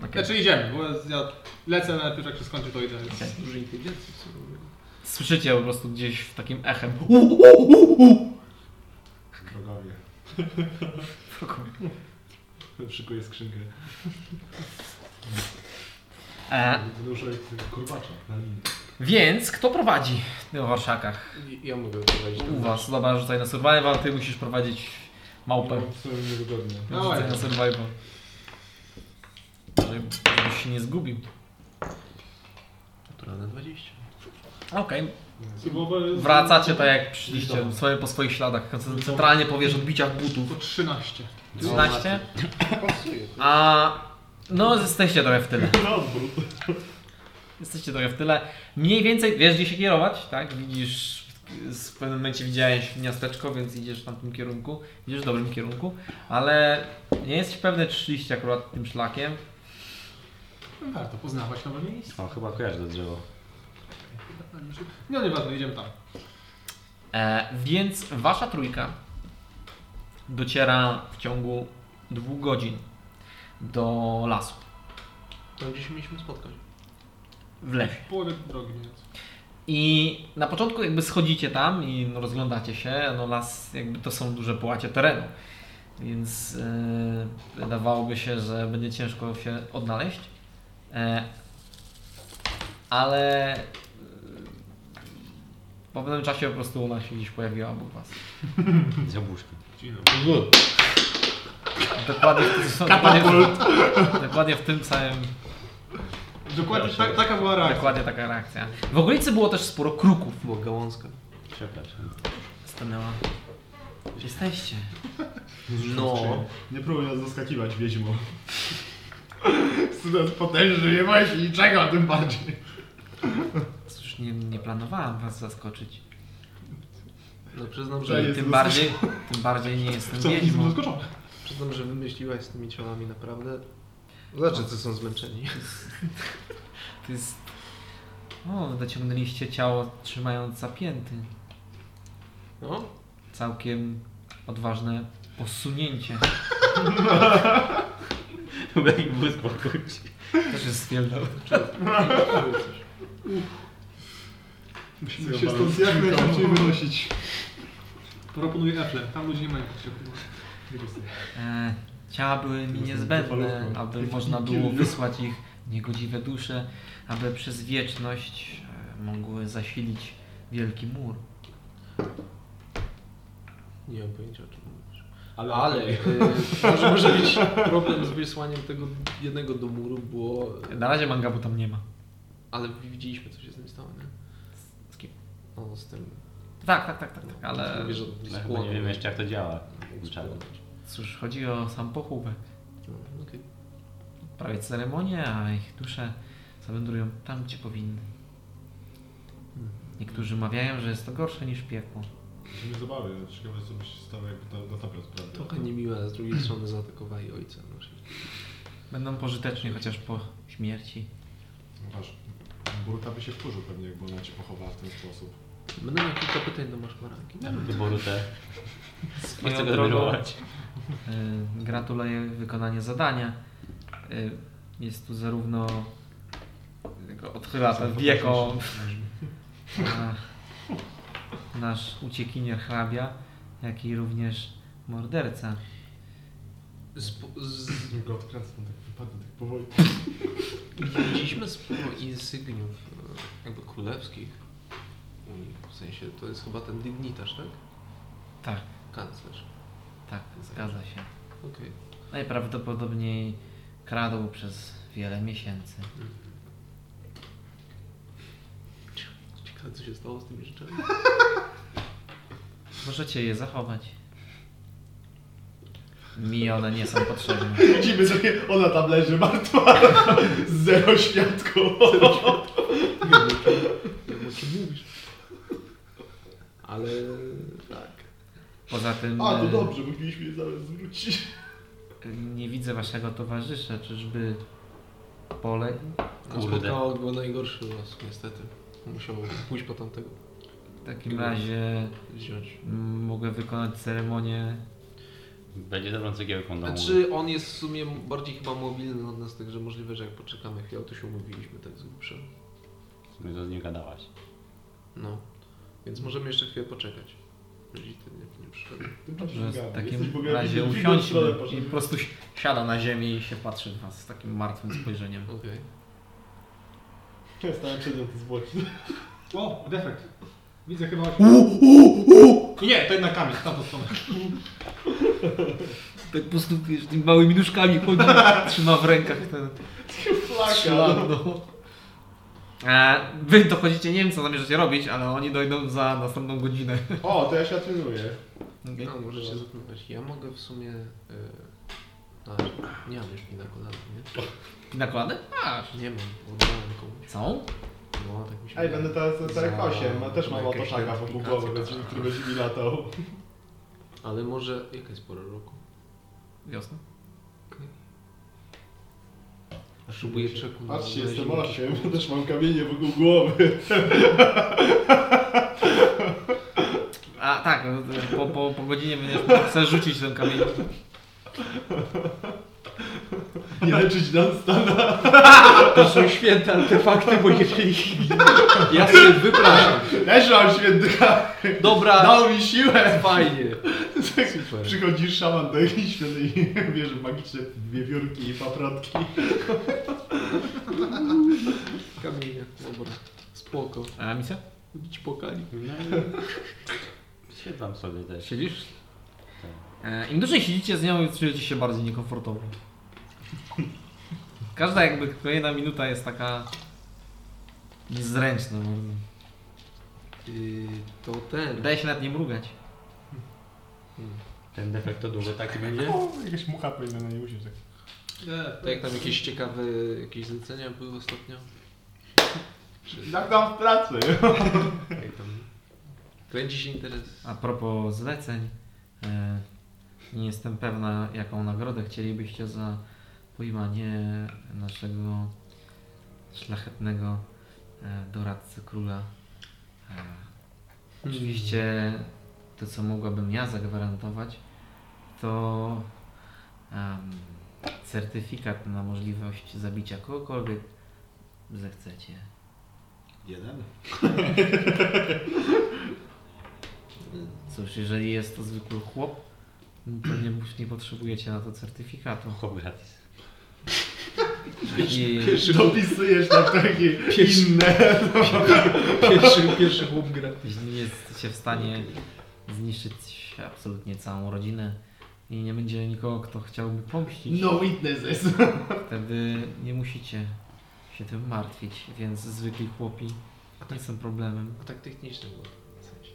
Speaker 1: Okej.
Speaker 3: Znaczy idziemy, bo ja lecę najpierw jak się skończy to idę.
Speaker 1: Okej.
Speaker 4: Dużo inteligencji w sobie.
Speaker 1: Słyszycie po prostu gdzieś w takim echem. U, u, u, u.
Speaker 2: Drogowie. Szykuję skrzynkę.
Speaker 1: E,
Speaker 2: Wydłużaj korbacza na linii.
Speaker 1: więc kto prowadzi w warszakach?
Speaker 4: Ja mogę prowadzić
Speaker 1: U was, dobra, rzucaj na survival, ty musisz prowadzić małpę.
Speaker 2: No, w sumie niewygodnie.
Speaker 3: No.
Speaker 1: Rzucaj na survival. Żeby- Żebyś się nie zgubił.
Speaker 4: naturalne 20.
Speaker 1: Okej,
Speaker 3: Subowe-
Speaker 1: wracacie tak jak przyszliście, swoje po swoich śladach. Centralnie powiesz odbiciach butów.
Speaker 3: To 13.
Speaker 1: 13?
Speaker 4: Pasuje.
Speaker 1: A no jesteście trochę w tyle.
Speaker 2: Na odwrót.
Speaker 1: Jesteście trochę w tyle. Mniej więcej wiesz gdzie się kierować, tak? Widzisz, w pewnym momencie widziałeś miasteczko, więc idziesz w tamtym kierunku. Idziesz w dobrym kierunku, ale nie jesteś pewny, czy szliście akurat tym szlakiem.
Speaker 3: No Warto poznawać nowe miejsce.
Speaker 5: O, chyba kojarzę to drzewo.
Speaker 3: No nieważne, idziemy tam.
Speaker 1: E, więc wasza trójka dociera w ciągu dwóch godzin do lasu,
Speaker 4: Tam gdzie się mieliśmy spotkać.
Speaker 1: w lesie.
Speaker 3: Połowę drogi mniej więcej.
Speaker 1: I na początku jakby schodzicie tam i no rozglądacie się, no las jakby to są duże połacie terenu, więc yy, wydawałoby się, że będzie ciężko się odnaleźć, e, ale yy, po pewnym czasie po prostu ona się gdzieś pojawiła obok was.
Speaker 5: Z jabłuszkiem.
Speaker 3: Dzień dobry.
Speaker 1: Dokładnie, dokładnie, dokładnie w tym samym
Speaker 3: Dokładnie ta, taka była reakcja.
Speaker 1: Dokładnie taka reakcja. W okolicy było też sporo kruków.
Speaker 4: Była gałązka.
Speaker 5: Przepraszam.
Speaker 1: Stanęła. Jesteście.
Speaker 4: No.
Speaker 2: Nie próbuj nas zaskakiwać, wieźmo. Student potężny, nie ma się niczego, tym bardziej.
Speaker 1: Cóż, nie, nie planowałam was zaskoczyć.
Speaker 4: No przyznam,
Speaker 2: To
Speaker 4: że,
Speaker 2: jest-
Speaker 1: Tym bardziej, tym bardziej nie jestem
Speaker 3: Co, jestem
Speaker 1: wiedźmą.
Speaker 3: zaskoczony.
Speaker 4: przyznam, że wymyśliłaś z tymi ciałami naprawdę. Znaczy, co są zmęczeni.
Speaker 1: To jest... O, dociągnęliście ciało trzymając zapięty.
Speaker 4: No,
Speaker 1: Całkiem odważne posunięcie.
Speaker 5: Chyba ich był spokój.
Speaker 1: Też jest spierdol.
Speaker 3: Musimy się stąd jak najszybciej wynosić. Proponuję Apple, tam ludzie nie mają potrzeby.
Speaker 1: E, ciała były mi niezbędne, aby można było wysłać ich niegodziwe dusze, aby przez wieczność e, mogły zasilić wielki mur.
Speaker 4: nie mam pojęcia o czym mówisz.
Speaker 2: Ale-
Speaker 4: Ale y, może, może być problem z wysłaniem tego jednego do muru, bo.
Speaker 1: Na razie mangabu tam nie ma.
Speaker 4: Ale widzieliśmy, co się z nim stało, nie?
Speaker 1: Z kim?
Speaker 4: No, z tym.
Speaker 1: Tak, tak, tak, tak, tak ale
Speaker 4: Ale. Mówię, że
Speaker 5: No, chyba nie wiem jeszcze jak to działa. Zwyczajnie.
Speaker 1: cóż, chodzi o sam pochówek.
Speaker 4: No, okej.
Speaker 1: Prawie ceremonię, a ich dusze zawędrują tam, gdzie powinny. Niektórzy mawiają, że jest to gorsze niż piekło.
Speaker 2: Musimy zabawy, ciekawe co by się stało, jakby to na tapio sprawdził.
Speaker 4: Trochę niemiłe, a z drugiej strony zaatakowali ojca. No, czyli-
Speaker 1: Będą pożyteczni chociaż po śmierci.
Speaker 2: Masz, burta by się wkurzył pewnie, jakby ona cię pochowała w ten sposób.
Speaker 4: Będę miał kilka pytań do maszmaranki.
Speaker 5: Wyboru te. Nie chcę
Speaker 1: Swoją
Speaker 5: go
Speaker 1: drogą,
Speaker 5: admirować.
Speaker 1: y, Gratuluję wykonania zadania. Y, Jest tu zarówno... tylko Odchyla ten wieko. a, Nasz uciekinier hrabia, jak i również morderca.
Speaker 4: Spo- z-
Speaker 2: Nie go odkręcam, tak wypadnie, tak powoli.
Speaker 4: Widzieliśmy sporo insygniów e, jakby królewskich. u nich. W sensie to jest chyba ten dygnitarz, tak?
Speaker 1: Tak,
Speaker 4: Kanclerz.
Speaker 1: tak, zgadza się.
Speaker 4: Okej.
Speaker 1: Najprawdopodobniej kradł przez wiele miesięcy.
Speaker 4: Ciekawe co się stało z tymi rzeczami.
Speaker 1: Możecie je zachować. Mi one nie są potrzebne.
Speaker 2: Widzimy sobie, ona tam leży martwa, z zero świadków.
Speaker 4: O czym mówisz? Ale tak.
Speaker 1: Poza tym
Speaker 2: A, to
Speaker 1: e,
Speaker 2: dobrze, bo mieliśmy je zaraz zwrócić.
Speaker 1: nie widzę waszego towarzysza. Czyżby poległ?
Speaker 4: No,
Speaker 5: Kurde.
Speaker 4: spotkało go najgorszy los niestety. Musiał pójść po tamtego.
Speaker 1: W takim razie
Speaker 4: wziąć.
Speaker 1: mm, mogę wykonać ceremonię.
Speaker 5: Będzie dobrą cegiełką do znaczy...
Speaker 4: Znaczy on jest w sumie bardziej chyba mobilny od nas, także możliwe, że jak poczekamy chwilę, to się umówiliśmy tak z grubsza.
Speaker 5: My to z nim gadałaś.
Speaker 4: No. Więc możemy jeszcze chwilę poczekać. Jeżeli ten jak nie przyszedł.
Speaker 1: Że w takim razie usiądźmy i po prostu si- siada na ziemi i się patrzy na was z takim martwym spojrzeniem.
Speaker 4: Okej.
Speaker 2: Ja stałem przed nią, to zbłoci.
Speaker 3: O, defekt. Widzę chyba... Nie, to jednak kamień, w tamtą stronę.
Speaker 1: Tak po prostu wiesz, tymi małymi nóżkami chodzi, trzyma w rękach ten
Speaker 2: Tak,
Speaker 1: szlak. No. E, wy dochodzicie, nie wiem co zamierzacie robić, ale oni dojdą za następną godzinę.
Speaker 2: O, to ja się atrenuję.
Speaker 1: Okej.
Speaker 4: A, może się zapytać. Ja mogę w sumie... Yy... A, nie mam już mi na kolana, nie?
Speaker 1: Nakłady? Masz.
Speaker 4: Nie mam, oddałem komuś.
Speaker 1: Są?
Speaker 4: No, tak mi się
Speaker 2: Ej,
Speaker 4: wydaje.
Speaker 2: będę teraz na
Speaker 4: Za-
Speaker 2: Czarek 8, a też mam
Speaker 4: jakieś
Speaker 2: otoczaka wokół głowy,
Speaker 4: identyfikacje,
Speaker 2: więc-
Speaker 4: tak.
Speaker 2: który będzie mi latał.
Speaker 4: Ale może... Jaka jest pora roku?
Speaker 1: Wiosna.
Speaker 4: Próbuję przekonać.
Speaker 2: Patrzcie, jestem 8, bo też mam kamienie wokół głowy.
Speaker 1: A tak, po, po, po godzinie będziesz mógł sobie rzucić ten kamień.
Speaker 2: Nie leczyć Dunstana.
Speaker 4: To są święte artefakty, bo jeżeli... Ja sobie wypraszam.
Speaker 2: Też mam świętyka.
Speaker 4: Dobra,
Speaker 2: Dał mi siłę.
Speaker 4: fajnie. Super.
Speaker 2: Przychodzisz szaman do jakiejś świątyni, bierze magiczne wiewiórki i paprotki.
Speaker 4: Kamienie, dobra. Spoko.
Speaker 1: A misja?
Speaker 4: Bić pokali.
Speaker 5: No i siedzam sobie też.
Speaker 1: Siedzisz? E, Im dłużej siedzicie z nią, czujecie się bardziej niekomfortowo. Każda jakby kolejna minuta jest taka niezręczna. bardzo.
Speaker 4: Yy, to ten.
Speaker 1: Wydaje się nawet nie mrugać.
Speaker 5: Ten defekt to długo tak- taki będzie?
Speaker 2: O, jakaś mucha powinna na niej usiąść. tak.
Speaker 4: To jak tam jakieś ciekawe jakieś zlecenia były ostatnio?
Speaker 2: Tak tam w pracy.
Speaker 4: Jak tam? Kręci się interes.
Speaker 1: A propos zleceń, e, nie jestem pewna, jaką nagrodę chcielibyście za pojmanie naszego szlachetnego e, doradcy króla. E, Oczywiście to, co mogłabym ja zagwarantować, to em, certyfikat na możliwość zabicia kogokolwiek zechcecie.
Speaker 3: Jeden.
Speaker 1: Cóż, jeżeli jest to zwykły chłop, no to nie, mus- nie potrzebujecie na to certyfikatu.
Speaker 5: Chłop gratis.
Speaker 1: I
Speaker 2: Dopisujesz na takie
Speaker 4: Pierwszy-
Speaker 2: inne.
Speaker 4: Pierwszy, pierwszy chłop gra.
Speaker 1: jeśli jesteście w stanie zniszczyć absolutnie całą rodzinę i nie będzie nikogo, kto chciałby pomścić,
Speaker 2: No witnesses.
Speaker 1: wtedy nie musicie się tym martwić, więc zwykli chłopi nie są problemem.
Speaker 4: A tak techniczny był. W sensie.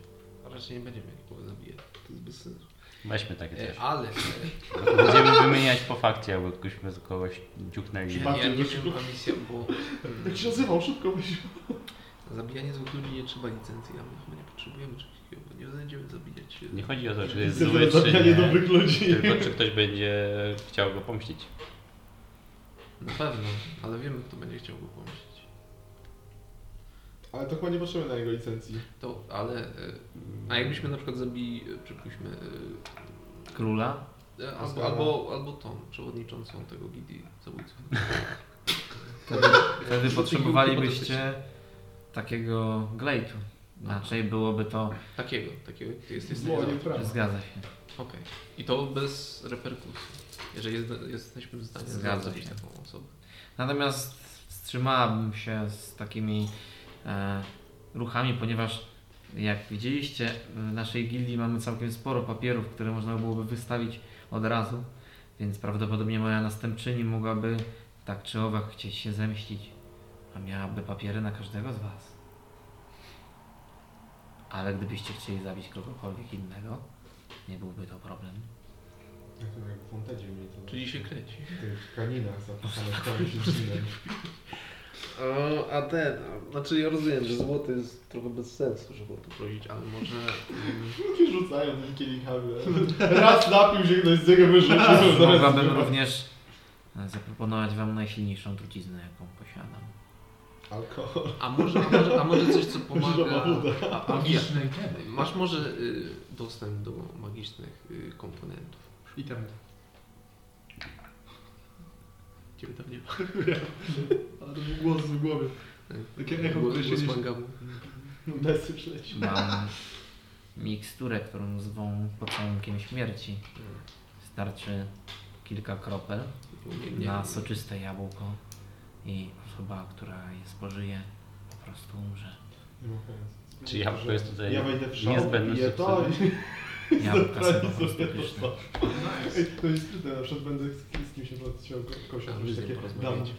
Speaker 4: A Raczej nie będziemy nikogo zabijać. To jest bez sensu.
Speaker 5: Weźmy takie
Speaker 4: E,
Speaker 5: coś. No
Speaker 4: ale.
Speaker 5: Będziemy wymieniać po fakcie, jakby ktośmy z kogoś dziuknęli.
Speaker 4: Ja, ja nie wiem, a misja, bo.
Speaker 2: Tak się nazywał, szybko myśl.
Speaker 4: Zabijanie złych ludzi nie trzeba licencji, a my chyba nie potrzebujemy czegoś takiego, bo nie będziemy zabijać.
Speaker 5: Nie chodzi o to, czy jest zły,
Speaker 2: Zabijanie
Speaker 5: czy nie.
Speaker 2: dobrych ludzi.
Speaker 5: Tylko czy ktoś będzie chciał go pomścić.
Speaker 4: Na pewno, ale wiemy, kto będzie chciał go pomścić.
Speaker 2: Ale to chyba nie potrzebujemy na jego licencji.
Speaker 4: To, ale. e, A jakbyśmy na przykład zabili, e, przypuśćmy,
Speaker 1: Króla?
Speaker 4: e, e,
Speaker 2: Osmana.
Speaker 4: albo, albo, albo tą przewodniczącą tego gildii zabójców.
Speaker 1: Wtedy, wtedy potrzebowalibyście takiego glejtu. Inaczej byłoby to...
Speaker 4: Takiego, takiego. Ty jest, jest
Speaker 2: Było
Speaker 4: za-
Speaker 2: nieprawda.
Speaker 1: Zgadza się.
Speaker 4: Okej. I to bez reperkusji. Jeżeli jest, jesteśmy w stanie
Speaker 1: Zgadza
Speaker 4: zabić
Speaker 1: się.
Speaker 4: taką osobę.
Speaker 1: Natomiast wstrzymałabym się z takimi e, ruchami, ponieważ jak widzieliście, w naszej gildii mamy całkiem sporo papierów, które można byłoby wystawić od razu, więc prawdopodobnie moja następczyni mogłaby tak czy owak chcieć się zemścić, a miałaby papiery na każdego z Was. Ale gdybyście chcieli zabić kogokolwiek innego, nie byłby to problem.
Speaker 2: Jak w Fontedzie mnie to...
Speaker 4: Czyli się kręci.
Speaker 2: W kaninach zapisane w całym dziedzinie.
Speaker 4: O, a ten, a, znaczy ja rozumiem, że złoty jest trochę bez sensu, żeby o to prosić, ale może... mm,
Speaker 2: Takie rzucają tymi kielichami. Raz napił się ktoś z niego wyrzucił. zaraz
Speaker 1: Mogłabym
Speaker 2: zbywa.
Speaker 1: również e, zaproponować Wam najsilniejszą truciznę, jaką posiadam.
Speaker 2: Alkohol.
Speaker 4: A może, a może, a może coś, co pomaga...
Speaker 2: Żaba woda.
Speaker 4: A, a nie.
Speaker 3: Magiczne itemy.
Speaker 4: Masz może y, dostęp do magicznych y, komponentów.
Speaker 3: Itemy.
Speaker 4: Ciebie tam nie ma.
Speaker 3: Ale to był głos w głowie. Takie echo,
Speaker 4: Głos-
Speaker 3: które się
Speaker 4: głos
Speaker 3: niesie.
Speaker 4: mangamu.
Speaker 2: Mesy przyleci.
Speaker 1: Mam miksturę, którą zwą pocałunkiem śmierci. Starczy kilka kropel
Speaker 4: Nie, nie,
Speaker 1: na
Speaker 4: nie.
Speaker 1: soczyste jabłko i osoba, która je spożyje, po prostu umrze.
Speaker 2: Nie ma sensu.
Speaker 5: Czy ja po prostu tutaj
Speaker 2: Ja wejdę w szał,
Speaker 5: niezbędny
Speaker 2: piję to
Speaker 5: substytut?
Speaker 2: i
Speaker 1: Jabłka są po
Speaker 2: zabrali
Speaker 1: prostu
Speaker 2: sobie
Speaker 1: pyszne.
Speaker 2: to. Ej, to jest trudne, na przykład będę z, z kimś odciął kosia,
Speaker 4: A,
Speaker 2: coś
Speaker 4: ludzie
Speaker 2: takie dam.
Speaker 4: porozmawiacie.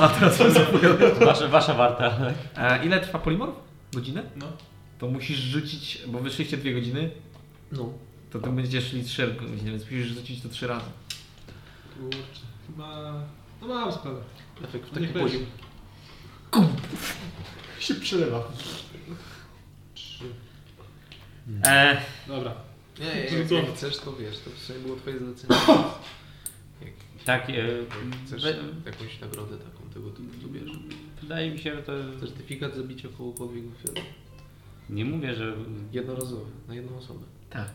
Speaker 1: A teraz co zapomniałem?
Speaker 5: Wasza, wasza warta.
Speaker 1: E, Ile trwa polimorf? Godzinę?
Speaker 3: No.
Speaker 1: To musisz rzucić, bo wyszliście dwie godziny,
Speaker 4: No.
Speaker 1: to to będziecie szli trzy godziny, więc musisz rzucić to trzy razy.
Speaker 3: Kurczę. Chyba... No mam sprawę.
Speaker 4: Efekt w
Speaker 3: Niech
Speaker 4: taki
Speaker 3: będzie.
Speaker 4: poziom.
Speaker 2: Tak się przelewa.
Speaker 1: E,
Speaker 3: Dobra.
Speaker 4: Nie, jak,
Speaker 2: Rzucony.
Speaker 4: jak chcesz, to wiesz, to w sumie było twoje zlecenie. Jak,
Speaker 5: Tak, e,
Speaker 4: jak chcesz
Speaker 5: wy-
Speaker 4: jakąś nagrodę taką, tego typu, to bierz.
Speaker 5: wydaje mi się, że to...
Speaker 4: Certyfikat zabicia kołokowych wywiadu.
Speaker 5: Nie mówię, że...
Speaker 4: Jednorazowy, na jedną osobę.
Speaker 1: tak.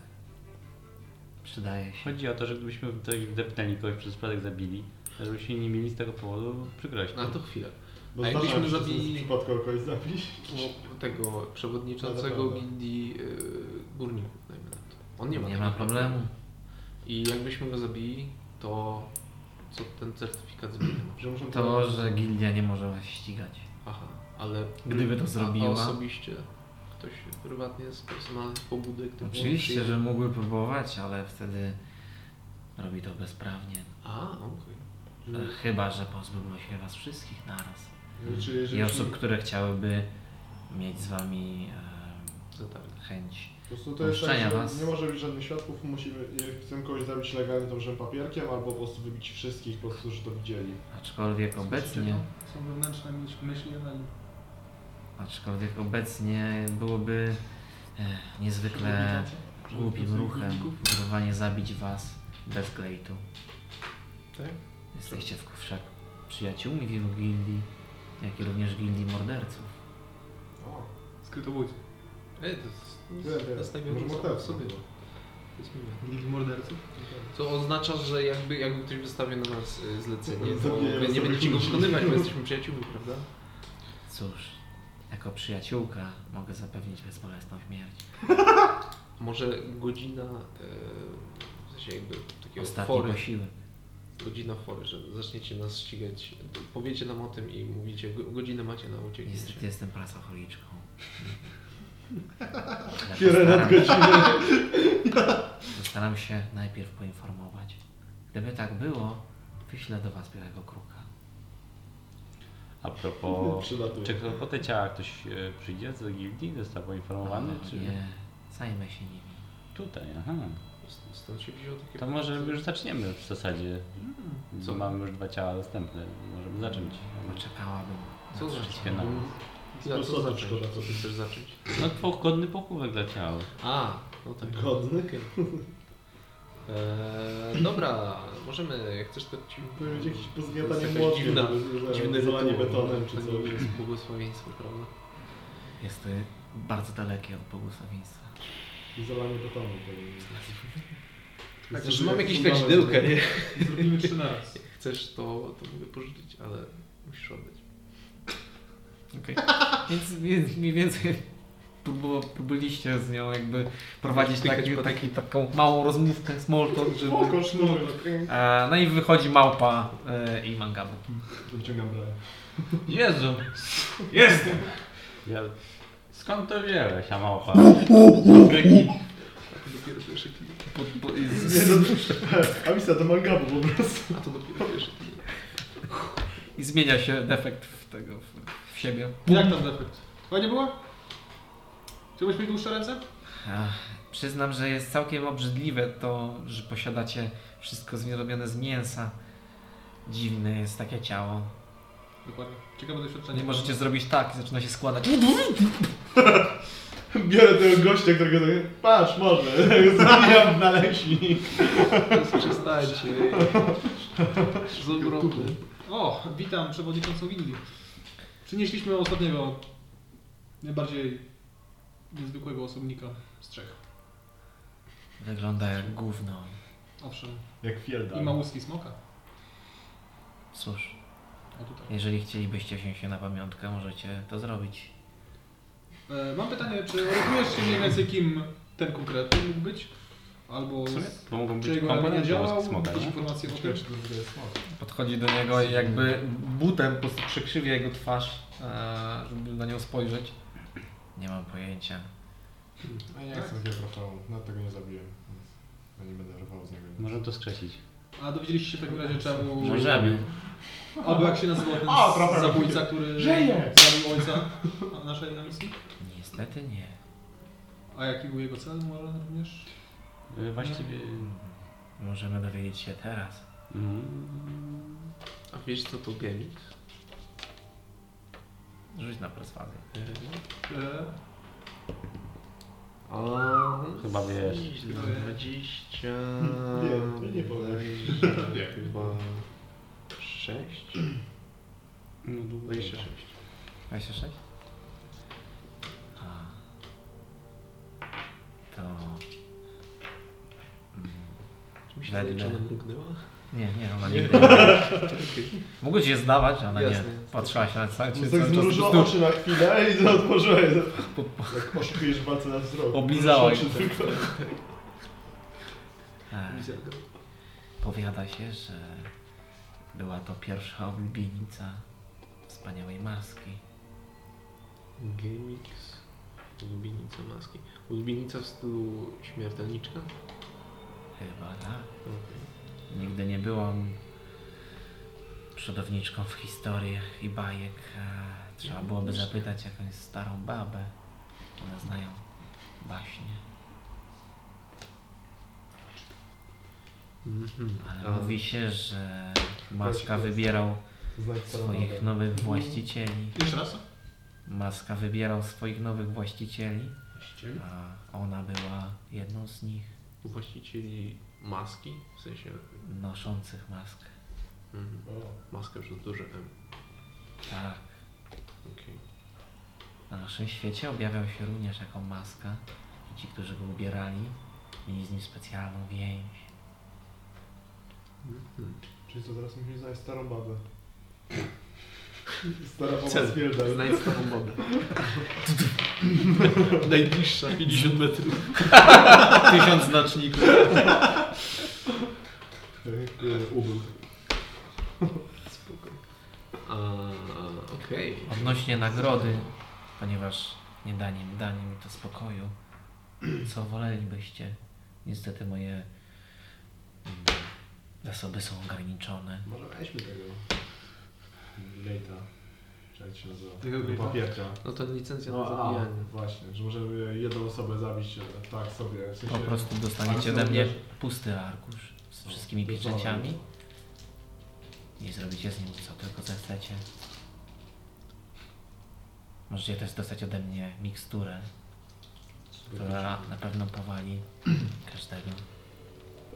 Speaker 1: Przydaje się.
Speaker 5: Chodzi o to, żebyśmy tutaj depnęli kogoś przez przypadek, zabili. Żebyśmy nie mieli z tego powodu przykrości.
Speaker 4: Na No to chwilę.
Speaker 2: Bo
Speaker 4: A jakbyśmy
Speaker 2: zdarzają się czasem
Speaker 4: zabili-
Speaker 2: W przypadku kogoś zabić.
Speaker 4: No, tego
Speaker 2: No,
Speaker 4: przewodniczącego
Speaker 2: dobra.
Speaker 4: gildii yy, górników, dajmy na to. On No nie ma
Speaker 1: Nie
Speaker 4: tego
Speaker 1: ma problemu.
Speaker 4: I jakbyśmy go zabili, to co ten certyfikat zmienia?
Speaker 2: Że muszą
Speaker 1: To, że gildia nie może was ścigać.
Speaker 4: Aha, ale
Speaker 1: Gdyby to
Speaker 4: a-
Speaker 1: zrobiła?
Speaker 4: A osobiście ktoś prywatnie z personalnych pobudek typu
Speaker 1: Oczywiście,
Speaker 4: przyjaciół-
Speaker 1: że mógłby próbować, ale wtedy robi to bezprawnie.
Speaker 4: A, okej.
Speaker 2: No.
Speaker 1: E, Chyba, że pozbyłby się was wszystkich naraz.
Speaker 2: Czy jeżeli
Speaker 1: I osób, które chciały mieć z wami e,
Speaker 4: No tak.
Speaker 1: chęć.
Speaker 2: Po prostu to jest tak,
Speaker 1: Puszczenia
Speaker 2: że
Speaker 1: was.
Speaker 2: nie może być żadnych świadków, musimy, jak chcemy kogoś zabić legalnym dobrym papierkiem, albo po prostu wybić wszystkich, po prostu, że to widzieli.
Speaker 1: Aczkolwiek obecnie,
Speaker 3: to? Są wewnętrzne myśl- myśli, ale...
Speaker 1: aczkolwiek obecnie byłoby e, niezwykle głupim ruchem próbowanie zabić was bez glejtu.
Speaker 4: Tak?
Speaker 1: Jesteście w wszak przyjaciółmi wielu gildii, jak i również gildii morderców.
Speaker 2: O,
Speaker 3: Skrytobójcy.
Speaker 4: Ej, to jest...
Speaker 2: wiem, wiem.
Speaker 4: Nastawiam
Speaker 2: Może
Speaker 4: to
Speaker 2: mordercy.
Speaker 4: sobie. To jest miłe.
Speaker 3: Ligi morderców.
Speaker 4: Co oznacza, że jakby, jakby ktoś wystawił na nas y, zlecenie, to
Speaker 2: Zabijemy
Speaker 4: my nie
Speaker 2: sobie
Speaker 4: będziemy go
Speaker 2: ludzi.
Speaker 4: wykonywać, bo jesteśmy przyjaciółmi, prawda?
Speaker 1: Cóż, jako przyjaciółka mogę zapewnić bezbolesną śmierć.
Speaker 4: Może godzina, e, w sensie jakby takiego
Speaker 1: Ostatni
Speaker 4: fory,
Speaker 1: posiłek.
Speaker 4: godzina fory, że zaczniecie nas ścigać, powiecie nam o tym i mówicie, go- godzinę macie na ucieknięcie.
Speaker 1: Niestety jestem pracocholiczką. Ale
Speaker 2: Kierę nad
Speaker 1: postaram-
Speaker 2: godzinę.
Speaker 1: Postaram się najpierw poinformować. Gdyby tak było, wyślę do Was białego kruka.
Speaker 5: A propos...
Speaker 2: Przylatuje.
Speaker 5: Czy kto- po te ciała ktoś e, przyjdzie z gildii, został poinformowany,
Speaker 1: O,
Speaker 5: czy...
Speaker 1: Nie, zajmę się nimi.
Speaker 5: Tutaj, aha.
Speaker 4: Stąd się wzięło takie...
Speaker 5: To może już zaczniemy w zasadzie.
Speaker 4: Co?
Speaker 5: Co? Mamy już dwa ciała dostępne, możemy zacząć.
Speaker 1: Poczekałabym. na
Speaker 4: Co za
Speaker 1: trzecie.
Speaker 5: Wszystkie na
Speaker 4: Ja, co
Speaker 2: Stosować
Speaker 4: zacząć?
Speaker 2: szkoda, co
Speaker 4: Co ty
Speaker 2: ty.
Speaker 4: chcesz zacząć?
Speaker 5: No po- godny pochówek dla ciała.
Speaker 4: A, no tak.
Speaker 2: Godny?
Speaker 4: Okej. Eee, dobra, możemy, jak chcesz to ci...
Speaker 2: To będzie jakieś
Speaker 4: To jest
Speaker 2: pozgniatanie
Speaker 4: jakaś
Speaker 2: młotkiem,
Speaker 4: dziwna-
Speaker 2: żeby- że
Speaker 4: Dziwny
Speaker 2: zalanie
Speaker 4: rytuał.
Speaker 2: betonem czy
Speaker 4: To nie
Speaker 2: coś.
Speaker 4: jest błogosławieństwo, prawda?
Speaker 1: Jest to bardzo dalekie od błogosławieństwa.
Speaker 2: I zalanie betonu. to jest.
Speaker 3: Tak,
Speaker 2: Jest
Speaker 4: Znaczy, mam
Speaker 2: jak
Speaker 4: jakieś
Speaker 2: fundament,
Speaker 4: kaźdełkę, nie?
Speaker 3: Zrobimy trzy na raz.
Speaker 4: Chcesz to, to mogę pożyczyć, ale musisz oddać.
Speaker 1: Więc, więc mniej więcej próbu, próbowaliście z nią jakby prowadzić
Speaker 4: Spykać
Speaker 1: taki,
Speaker 4: po-
Speaker 1: taki, taką małą rozmówkę, small talk, żeby...
Speaker 2: Spoko, sznurek.
Speaker 1: E, no i wychodzi małpa e, i mangabu.
Speaker 2: Wyciągam brałem.
Speaker 5: Jezu!
Speaker 1: Jestem!
Speaker 5: Ja... Skąd to wziąłeś, a małpa? Z Afryki.
Speaker 4: To Tak, dopiero pierwszy klient.
Speaker 1: Bo, bo, z,
Speaker 2: Nie, no, A misja do mangabu po prostu.
Speaker 4: A to dopiero pierwszy klient.
Speaker 1: I zmienia się defekt w tego, w, w siebie.
Speaker 3: Jak tam defekt? Fajnie było? Chciałbyś mieć dłuższe ręce?
Speaker 1: Ach, przyznam, że jest całkiem obrzydliwe to, że posiadacie wszystko zrobione z mięsa. Dziwne jest takie ciało.
Speaker 3: Dokładnie. Ciekawe doświadczenie.
Speaker 1: Nie możecie zrobić tak i zaczyna się składać.
Speaker 2: Biorę tego gościa, którego tak, patrz, może, zabijam na leśnik.
Speaker 4: Przestańcie. Z ogromny.
Speaker 3: O, witam przewodniczącą Indii. Przynieśliśmy ostatniego, najbardziej niezwykłego osobnika z Czech.
Speaker 1: Wygląda jak gówno.
Speaker 3: Owszem.
Speaker 2: Jak fielda.
Speaker 3: I ma łuski smoka.
Speaker 1: Cóż,
Speaker 3: O tutaj.
Speaker 1: jeżeli chcielibyście wziąć się na pamiątkę, możecie to zrobić.
Speaker 3: E, mam pytanie, czy orientujesz się mniej więcej kim ten konkretny mógł być? Albo
Speaker 5: W sumie
Speaker 3: z-
Speaker 5: to mogą
Speaker 3: czy
Speaker 5: być
Speaker 3: jego armia
Speaker 5: komponenty
Speaker 3: działał?
Speaker 5: smoka,
Speaker 3: Jakieś
Speaker 5: nie?
Speaker 3: informacje o tym?
Speaker 2: Ciekawe, czy Znaczy, to w ogóle jest smok.
Speaker 1: Podchodzi do niego i jakby butem po prostu przekrzywia jego twarz, e, żeby na nią spojrzeć. Nie mam pojęcia.
Speaker 2: A ja nie chcę takiego rafału, nawet tego nie zabiję. więc Ja nie będę rafał z niego.
Speaker 5: Możemy to skrzesić.
Speaker 3: A dowiedzieliście się w takim razie czemu...
Speaker 1: Że zabił.
Speaker 3: Albo jak się nazywał ten
Speaker 2: A, proper.
Speaker 3: zabójca, który
Speaker 2: Żyje!
Speaker 3: zabił ojca naszej na misji?
Speaker 1: Niestety nie.
Speaker 3: A jaki był jego cel może również?
Speaker 5: Y, Właściwie...
Speaker 1: Możemy dowiedzieć się teraz.
Speaker 5: Mm,
Speaker 4: A wiesz co to gemik?
Speaker 1: Rzuć na perswazję.
Speaker 3: E,
Speaker 4: O,
Speaker 5: Chyba wiesz.
Speaker 4: nieźle,
Speaker 3: Chyba wiesz.
Speaker 4: 20.
Speaker 2: Nie, nie powiem.
Speaker 4: dwadzieścia,
Speaker 2: Nie.
Speaker 4: Chyba 6?
Speaker 5: No, długo
Speaker 4: 26.
Speaker 1: 26? A. To...
Speaker 4: Czy mi się
Speaker 1: Wedle.
Speaker 4: zaliczona mrugnęła?
Speaker 1: Nie, nie, ona nie Mogłeś je zdawać, ale
Speaker 4: Jasne.
Speaker 1: nie. Patrzyła się na cały,
Speaker 2: No
Speaker 1: cały
Speaker 2: tak
Speaker 1: czas
Speaker 2: zmrużyła
Speaker 1: tu-
Speaker 2: oczy na chwilę i otworzyłeś.
Speaker 1: Po-
Speaker 2: Jak oszukujesz palce na wzrok.
Speaker 1: Oblizała
Speaker 2: Oczy
Speaker 1: ich.
Speaker 2: tylko.
Speaker 1: Ech, Tak. Powiada się, że była to pierwsza oblubienica wspaniałej maski.
Speaker 4: Gemik z ulubienica maski. Ulubienica w stylu śmiertelniczka?
Speaker 1: Chyba tak.
Speaker 4: Okej.
Speaker 1: Nigdy nie byłam przodowniczką w historii i bajek. E, Trzeba byłoby zapytać jakąś starą babę. One znają baśnie.
Speaker 4: Mhm.
Speaker 1: Ale
Speaker 4: A
Speaker 1: mówi się, że Maska wybierał
Speaker 2: Znajdź
Speaker 1: swoich nowych właścicieli.
Speaker 3: jeszcze raz?
Speaker 1: Maska wybierał swoich nowych właścicieli, a ona była jedną z nich
Speaker 4: Właścicieli maski? W sensie
Speaker 1: noszących maskę.
Speaker 4: mhm. maska przez duże M.
Speaker 1: Tak.
Speaker 4: Okej.
Speaker 1: Na naszym świecie objawiał się również jako maska i ci, którzy go ubierali, mieli z nim specjalną więź.
Speaker 4: Mhm.
Speaker 2: Czyli co, teraz musimy znaleźć starą babę. Stara baba
Speaker 4: Cel.
Speaker 2: stwierdza.
Speaker 4: Znajdź starą babę. Najbliższa, 50 metrów.
Speaker 1: Tysiąc znaczników.
Speaker 2: Ubył.
Speaker 4: Spoko. A, Okej.
Speaker 1: Odnośnie nagrody, ponieważ nie danie, mi- danie mi to spokoju, co wolelibyście? Niestety moje mm, zasoby są ograniczone.
Speaker 2: Może weźmy tego. Gate'a. Czy jak się nazywa?
Speaker 3: Tego Gate'a?
Speaker 2: Papierka.
Speaker 4: No to licencja na
Speaker 2: No, a,
Speaker 4: zabijanie.
Speaker 2: właśnie, że możemy jedną osobę zabić e, tak sobie. W sensie,
Speaker 1: Po prostu dostaniecie ode mnie pusty arkusz z wszystkimi pieczęciami i zrobicie z nim co tylko zechcecie. Możecie też dostać ode mnie miksturę, która na pewno powali każdego.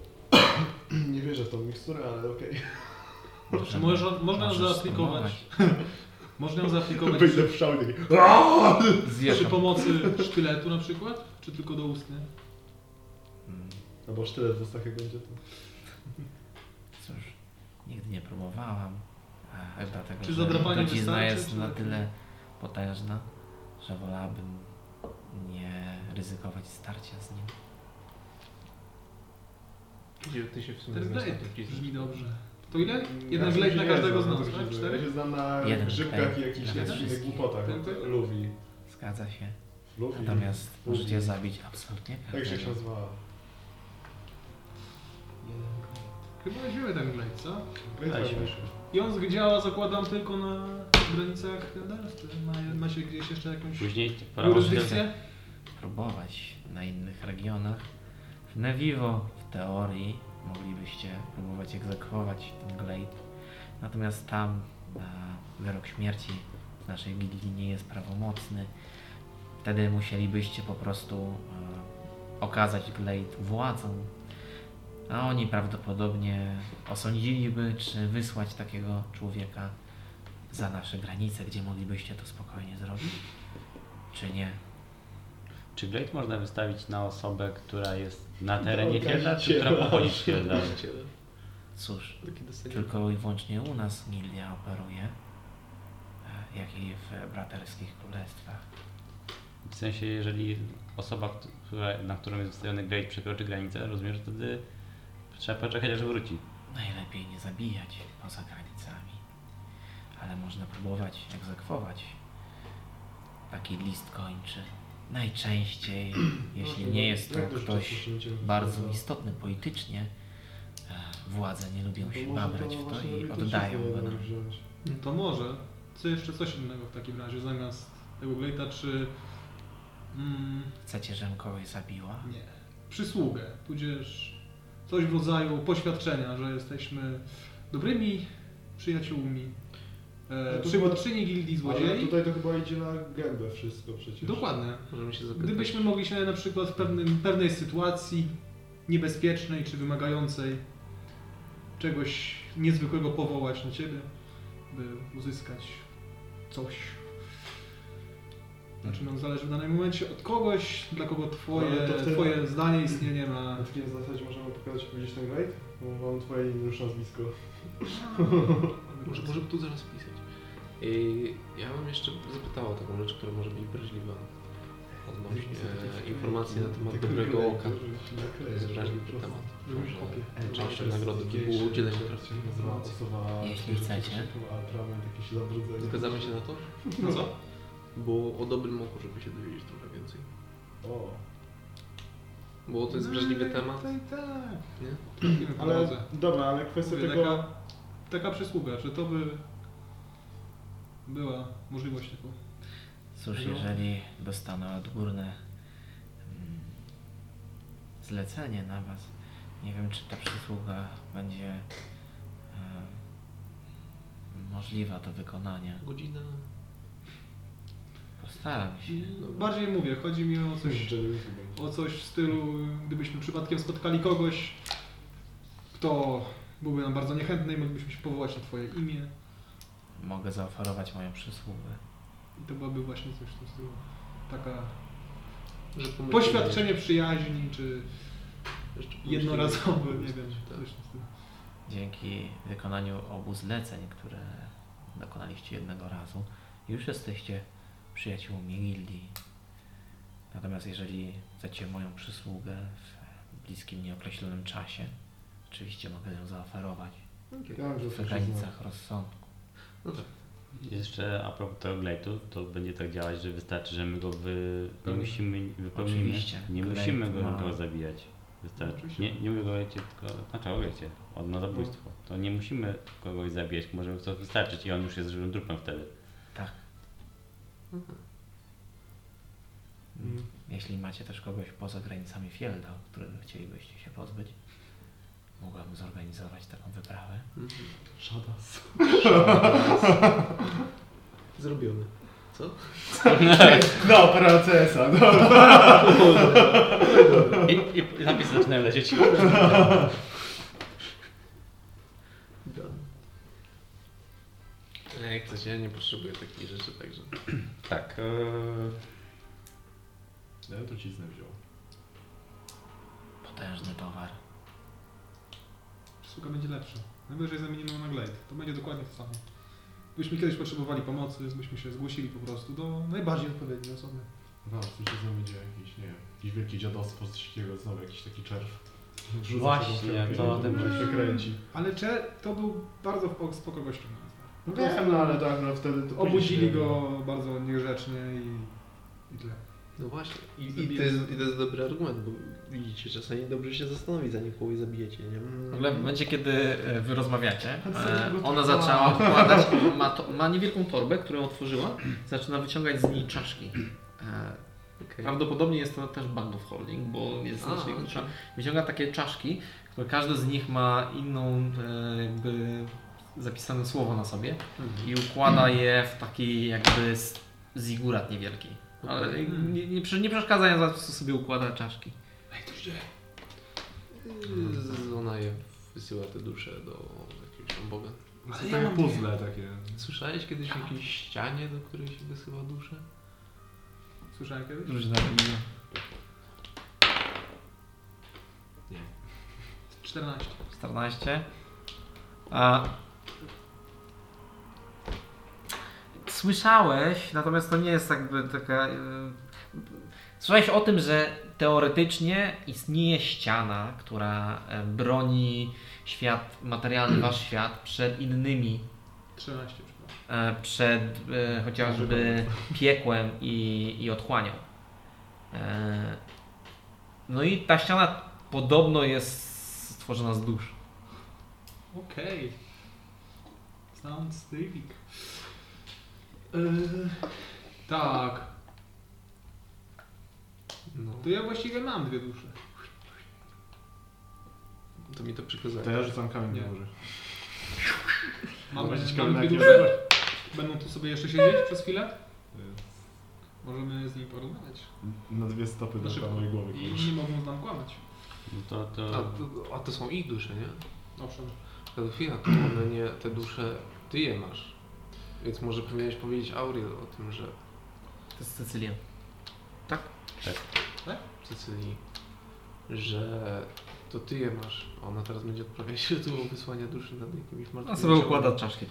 Speaker 2: Nie wierzę w tą miksturę, ale okej.
Speaker 3: Czy można, można
Speaker 1: Możesz
Speaker 3: zaaplikować? Można ją zaaplikować
Speaker 2: Wyjdę w szał i taki,
Speaker 3: przy
Speaker 1: Zjeszam.
Speaker 3: pomocy sztyletu na przykład? Czy tylko do ustny?
Speaker 1: Hmm,
Speaker 2: Albo sztylet w ustach jak będzie to.
Speaker 1: Cóż, nigdy nie próbowałam. A, Dlatego,
Speaker 3: Czy
Speaker 1: że
Speaker 3: zadrapanie
Speaker 1: trucizna
Speaker 3: wystarczy,
Speaker 1: jest
Speaker 3: czy
Speaker 1: na
Speaker 3: tak?
Speaker 1: tyle potężna, że wolałabym nie ryzykować starcia z nim.
Speaker 4: Gdzie ty się w sumie
Speaker 3: Ten
Speaker 4: znasz na
Speaker 3: glejt
Speaker 4: tych
Speaker 3: brzmi
Speaker 4: licencjach?
Speaker 3: dobrze. To ile? Jeden
Speaker 2: Ja
Speaker 3: glejt
Speaker 2: się
Speaker 3: na
Speaker 2: nie
Speaker 3: każdego z
Speaker 2: znam,
Speaker 3: nas,
Speaker 2: ja
Speaker 3: tak?
Speaker 2: się- Ja
Speaker 3: Cztery?
Speaker 2: się znam na
Speaker 1: Jeden
Speaker 2: grzybkach i
Speaker 1: glejt
Speaker 2: jakichś
Speaker 1: dla nas
Speaker 2: innych
Speaker 1: wszystkich.
Speaker 2: głupotach.
Speaker 3: Ten glejt?
Speaker 2: Lubi.
Speaker 1: Zgadza się.
Speaker 2: Lubi.
Speaker 1: Natomiast
Speaker 2: Lubi.
Speaker 1: możecie zabić absolutnie
Speaker 2: Jak Tak się
Speaker 1: każdego.
Speaker 2: nazywała?
Speaker 3: Chyba weźmiemy ten glejt, co?
Speaker 5: A, się
Speaker 3: I on działa, zakładam, tylko na granicach Delfty. Ma, ma się gdzieś jeszcze jakąś
Speaker 5: Później prawdopodobnie
Speaker 3: jurysdykcję?
Speaker 1: Próbować na innych regionach. W Nevivo w teorii moglibyście próbować egzekwować ten glejt. Natomiast tam na wyrok śmierci w naszej gildii nie jest prawomocny. Wtedy musielibyście po prostu e, okazać glejt władzą. A oni prawdopodobnie osądziliby, czy wysłać takiego człowieka za nasze granice, gdzie moglibyście to spokojnie zrobić? Czy nie?
Speaker 5: Czy Glade można wystawić na osobę, która jest na terenie Kielda, czy która pochodzi z Kielda?
Speaker 1: Cóż,
Speaker 4: Taki dostanie.
Speaker 1: tylko i wyłącznie u nas Gildia operuje, e, jak i w e, braterskich królestwach.
Speaker 5: W sensie, jeżeli osoba, która, na którą jest wystawiony Glade przekroczy granicę, rozumiem, że wtedy trzeba poczekać, aż wróci.
Speaker 1: Najlepiej nie zabijać poza granicami, ale można próbować egzekwować. Taki list kończy. Najczęściej, jeśli nie jest to ktoś bardzo istotny politycznie, e, władze nie lubią się babrać w to i oddają go nam.
Speaker 3: No To może. Co jeszcze coś innego w takim razie zamiast tego Glade'a, czy... Mm,
Speaker 1: Chcecie, żebym kogoś zabiła?
Speaker 3: nie. Przysługę, tudzież coś w rodzaju poświadczenia, że jesteśmy dobrymi przyjaciółmi,
Speaker 2: Ale
Speaker 3: e,
Speaker 2: to-
Speaker 3: przywódczyni Gildii
Speaker 2: Ale
Speaker 3: Złodziei.
Speaker 2: tutaj to chyba idzie na gębę wszystko przecież.
Speaker 3: Dokładnie.
Speaker 4: Możemy się zapytać.
Speaker 3: Gdybyśmy mogli się na przykład w pewnym, pewnej sytuacji niebezpiecznej czy wymagającej czegoś niezwykłego powołać na ciebie, by uzyskać coś. Znaczy nam zależy w danym momencie od kogoś, dla kogo twoje,
Speaker 2: No, Ale to wtedy-
Speaker 3: twoje zdanie istnienie ma.
Speaker 2: Na takiej zasadzie możemy pokazać gdzieś ten rajd? Bo mam twoje imię już nazwisko.
Speaker 4: Może, może tu zaraz pisać. I ja bym jeszcze zapytała o taką rzecz, która może być wrażliwa odnośnie e, informacji na temat
Speaker 2: Tylko
Speaker 4: dobrego
Speaker 2: Glade,
Speaker 4: oka.
Speaker 2: żeby się
Speaker 4: To
Speaker 2: nakleić
Speaker 4: jest
Speaker 2: po
Speaker 4: wrażliwy
Speaker 2: prostu.
Speaker 4: temat.
Speaker 3: Lubisz kopie.
Speaker 4: Częścią nagrody było udzielenie pracy informacji.
Speaker 2: Osoba,
Speaker 1: Jeśli chcecie.
Speaker 2: A prawem jakieś zabrudzenie.
Speaker 4: Zgadzamy się na to?
Speaker 3: No co?
Speaker 4: Bo o dobrym oku, żeby się dowiedzieć trochę więcej.
Speaker 2: O.
Speaker 4: Bo to jest
Speaker 1: No,
Speaker 4: wrażliwy temat,
Speaker 3: Tak, tak.
Speaker 4: nie?
Speaker 3: Ale
Speaker 2: Ale dobra, ale kwestia
Speaker 3: Mówię,
Speaker 2: tego...
Speaker 3: taka, taka przysługa, czy to by była możliwość taką.
Speaker 1: Cóż,
Speaker 3: No.
Speaker 1: jeżeli dostanę odgórne mm, zlecenie na Was, nie wiem, czy ta przysługa będzie e, możliwa do wykonania.
Speaker 4: Godzina.
Speaker 1: Postaram się.
Speaker 3: Mhm.
Speaker 4: No.
Speaker 3: Bardziej mówię, chodzi mi o
Speaker 2: Coś
Speaker 3: coś
Speaker 2: życzę, żeby będzie.
Speaker 3: o coś w stylu, gdybyśmy przypadkiem spotkali kogoś, kto byłby nam bardzo niechętny i moglibyśmy się powołać na Twoje imię.
Speaker 1: Mogę zaoferować moją przysługę.
Speaker 3: I to byłaby właśnie coś w tym stylu. Taka
Speaker 4: Że pomyślimy.
Speaker 3: poświadczenie przyjaźni, czy
Speaker 4: Jeszcze pomyślimy.
Speaker 3: jednorazowe, nie wiem,
Speaker 4: Tak.
Speaker 3: coś w tym stylu.
Speaker 1: Dzięki wykonaniu obu zleceń, które dokonaliście jednego razu, już jesteście przyjaciółmi gildii. Natomiast jeżeli chcecie moją przysługę w bliskim, nieokreślonym czasie, oczywiście mogę ją zaoferować
Speaker 4: Okej.
Speaker 2: Ja wiem, że
Speaker 1: w
Speaker 2: to
Speaker 1: granicach rozsądku.
Speaker 4: No tak.
Speaker 5: Jeszcze a propos tego Glade'u, to będzie tak działać, że wystarczy, że my go wy... nie
Speaker 2: Mhm.
Speaker 5: musimy, wypełnimy.
Speaker 1: Oczywiście.
Speaker 5: Nie
Speaker 1: Glade
Speaker 5: musimy go,
Speaker 1: ma-
Speaker 5: go zabijać. Wystarczy.
Speaker 3: Oczywiście.
Speaker 5: Nie, nie mówię go wiecie, tylko znaczy o wiecie, od na zabójstwo. To nie musimy kogoś zabijać, możemy to wystarczyć i on już jest żywym trupem wtedy.
Speaker 1: Tak.
Speaker 2: Mm.
Speaker 1: Jeśli macie też kogoś poza granicami Fielda, którego chcielibyście się pozbyć, mogłabym zorganizować taką wyprawę.
Speaker 4: Mhm.
Speaker 2: Szadas.
Speaker 4: Zrobione. Co?
Speaker 2: No, procesa, no.
Speaker 5: I, i napisy zaczynają lecieć.
Speaker 4: Ja E, Jak coś, ja nie potrzebuję takich rzeczy, także.
Speaker 5: Tak. e,
Speaker 2: Ja to ci wziął.
Speaker 1: Potężny towar.
Speaker 3: Przysługa będzie lepsza. Najwyżej zamienimy ją na glade. To będzie dokładnie to samo. Gdybyśmy kiedyś potrzebowali pomocy, byśmy się zgłosili po prostu do najbardziej odpowiedniej osoby.
Speaker 2: No, w sensie znowu będzie jakieś, nie wiem, jakieś wielkie dziadostwo z wszystkiego, znowu jakiś taki czerw.
Speaker 5: Właśnie, to o tym
Speaker 2: się kręci.
Speaker 3: Ale Cze to był bardzo w- spoko gościu. moim zdaniem.
Speaker 2: No wiem, no ale tak, no wtedy to
Speaker 3: Obudzili
Speaker 2: później,
Speaker 3: go
Speaker 2: no.
Speaker 3: bardzo niegrzecznie i, i tyle.
Speaker 4: No właśnie. I, i, to jest, I to jest dobry argument, bo widzicie, czasami dobrze się zastanowić, zanim kogoś zabijecie, nie? Mm.
Speaker 1: W ogóle w momencie, kiedy e, wy rozmawiacie, e, ona
Speaker 2: tak
Speaker 1: zaczęła odkładać, ma, to, ma niewielką torbę, którą otworzyła, zaczyna wyciągać z niej czaszki. E,
Speaker 4: Okej.
Speaker 1: Prawdopodobnie jest to też Band of Holding, bo jest
Speaker 4: A,
Speaker 1: znacznie
Speaker 4: okej.
Speaker 1: większa. Wyciąga takie czaszki, które każdy z nich ma inną e, jakby zapisane słowo na sobie
Speaker 4: Mhm.
Speaker 1: i układa je w taki jakby z- zigurat niewielki. Ale
Speaker 4: Okej.
Speaker 1: nie, nie, prze- nie przeszkadza, ja po prostu sobie układa czaszki.
Speaker 4: znaczy, Z- Ona je wysyła te dusze do jakiegoś tam boga.
Speaker 3: Ale
Speaker 2: To
Speaker 3: ja
Speaker 2: takie
Speaker 3: mam-
Speaker 2: puzzle takie.
Speaker 4: Słyszałeś kiedyś o jakiejś ścianie, do której się wysyła duszę?
Speaker 3: Słyszałem kiedyś?
Speaker 1: Różne religie.
Speaker 3: 14.
Speaker 1: 14. A... Słyszałeś, natomiast to nie jest jakby taka. y, Słyszałeś o tym, że teoretycznie istnieje ściana, która e, broni świat materialny, wasz świat przed innymi,
Speaker 3: 13, przepraszam.
Speaker 1: e, przed e, chociażby piekłem i, i otchłanią. E, No i ta ściana podobno jest stworzona z dusz.
Speaker 3: Okej. Sounds terrific. Eee, tak.
Speaker 4: No.
Speaker 3: To ja właściwie mam dwie dusze.
Speaker 4: To mi to przykazałeś.
Speaker 1: Tak.
Speaker 2: To ja rzucam kamień
Speaker 3: Nie.
Speaker 2: na górze.
Speaker 3: Mam,
Speaker 2: Zobaczyć
Speaker 3: mam dwie
Speaker 2: kamień na
Speaker 3: dusze. Będą tu sobie jeszcze siedzieć przez chwilę? Możemy z nimi porozmawiać.
Speaker 2: Na dwie stopy
Speaker 3: Na
Speaker 2: do
Speaker 3: szybko.
Speaker 2: mojej głowy.
Speaker 3: Znaczy, I
Speaker 2: kurczę.
Speaker 3: nie mogą nam kłamać.
Speaker 5: No to,
Speaker 4: A
Speaker 5: to...
Speaker 4: to, a to są ich dusze, nie?
Speaker 3: Owszem.
Speaker 4: To chwila, to one nie, te dusze, ty je masz. Więc może powinieneś powiedzieć Auriel o tym, że
Speaker 1: To jest Cecylia.
Speaker 4: w Sycylii, że to ty je masz. A Ona teraz będzie odprawiać rytuał wysłania duszy nad jakimiś
Speaker 1: No
Speaker 4: martwymi
Speaker 1: sobie
Speaker 4: ciałami.
Speaker 1: układa czaszki.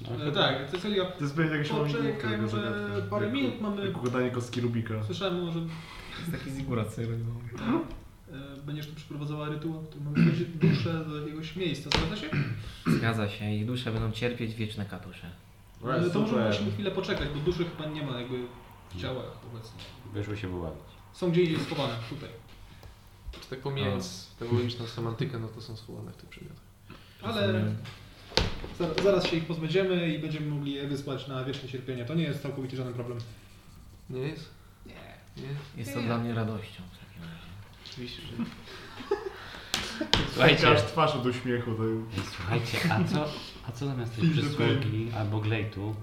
Speaker 5: No,
Speaker 3: E, tak, Cecilio,
Speaker 2: To jest pewnie jakieś
Speaker 3: Poczekaj,
Speaker 2: łamigłówka,
Speaker 3: może
Speaker 2: zagadka.
Speaker 3: parę
Speaker 2: Jak-
Speaker 3: minut mamy- No,
Speaker 2: Jak układanie kostki Rubika.
Speaker 3: słyszałem, że
Speaker 1: To jest taki zigura ceremonialny.
Speaker 3: e, będziesz tu przeprowadzała rytuał, który ma wziąć duszę do jakiegoś miejsca, zgadza się?
Speaker 1: Zgadza się, ich dusze będą cierpieć wieczne katusze.
Speaker 2: Right,
Speaker 3: Ale to może
Speaker 2: No, super.
Speaker 3: musimy chwilę poczekać, bo duszy chyba nie ma jakby w ciałach obecnie.
Speaker 5: wyszły się wyładać.
Speaker 3: Są gdzie indziej schowane, tutaj.
Speaker 4: Czy tak
Speaker 1: No.
Speaker 4: pomijając teologiczną semantykę, no to są schowane w tych przedmiotach.
Speaker 3: Ale
Speaker 1: Rozumiem.
Speaker 3: zaraz, zaraz się ich pozbędziemy i będziemy mogli je wysłać na wieczne cierpienie. To nie jest całkowicie żaden problem.
Speaker 4: Nie jest?
Speaker 3: Nie.
Speaker 4: Nie?
Speaker 1: Jest to dla mnie radością w takim razie.
Speaker 4: Oczywiście, że
Speaker 5: Słuchajcie.
Speaker 2: Aż twarz od uśmiechu. To...
Speaker 5: Słuchajcie, a co, a co zamiast tej
Speaker 2: Filmy
Speaker 5: przysługi albo glejtu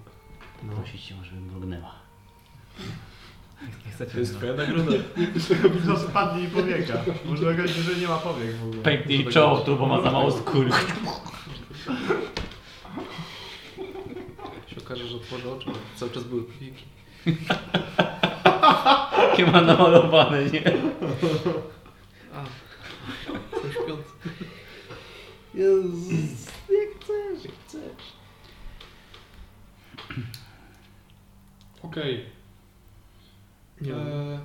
Speaker 4: No.
Speaker 5: prosić cię, żeby mrugnęła?
Speaker 1: Nie chcecie tego.
Speaker 2: nagroda. Tego widza spadnie i powieka. Może okazać się, że nie ma powiek w
Speaker 3: Tak,
Speaker 2: ogóle.
Speaker 5: Pęknij czoło tu, bo ma za mało skóry.
Speaker 4: się okaże, że otworzy oczy, bo cały czas były powieki.
Speaker 5: Takie ma namalowane, nie?
Speaker 4: A, są śpiące.
Speaker 3: Okej.
Speaker 4: Nie wiem,
Speaker 3: Eee,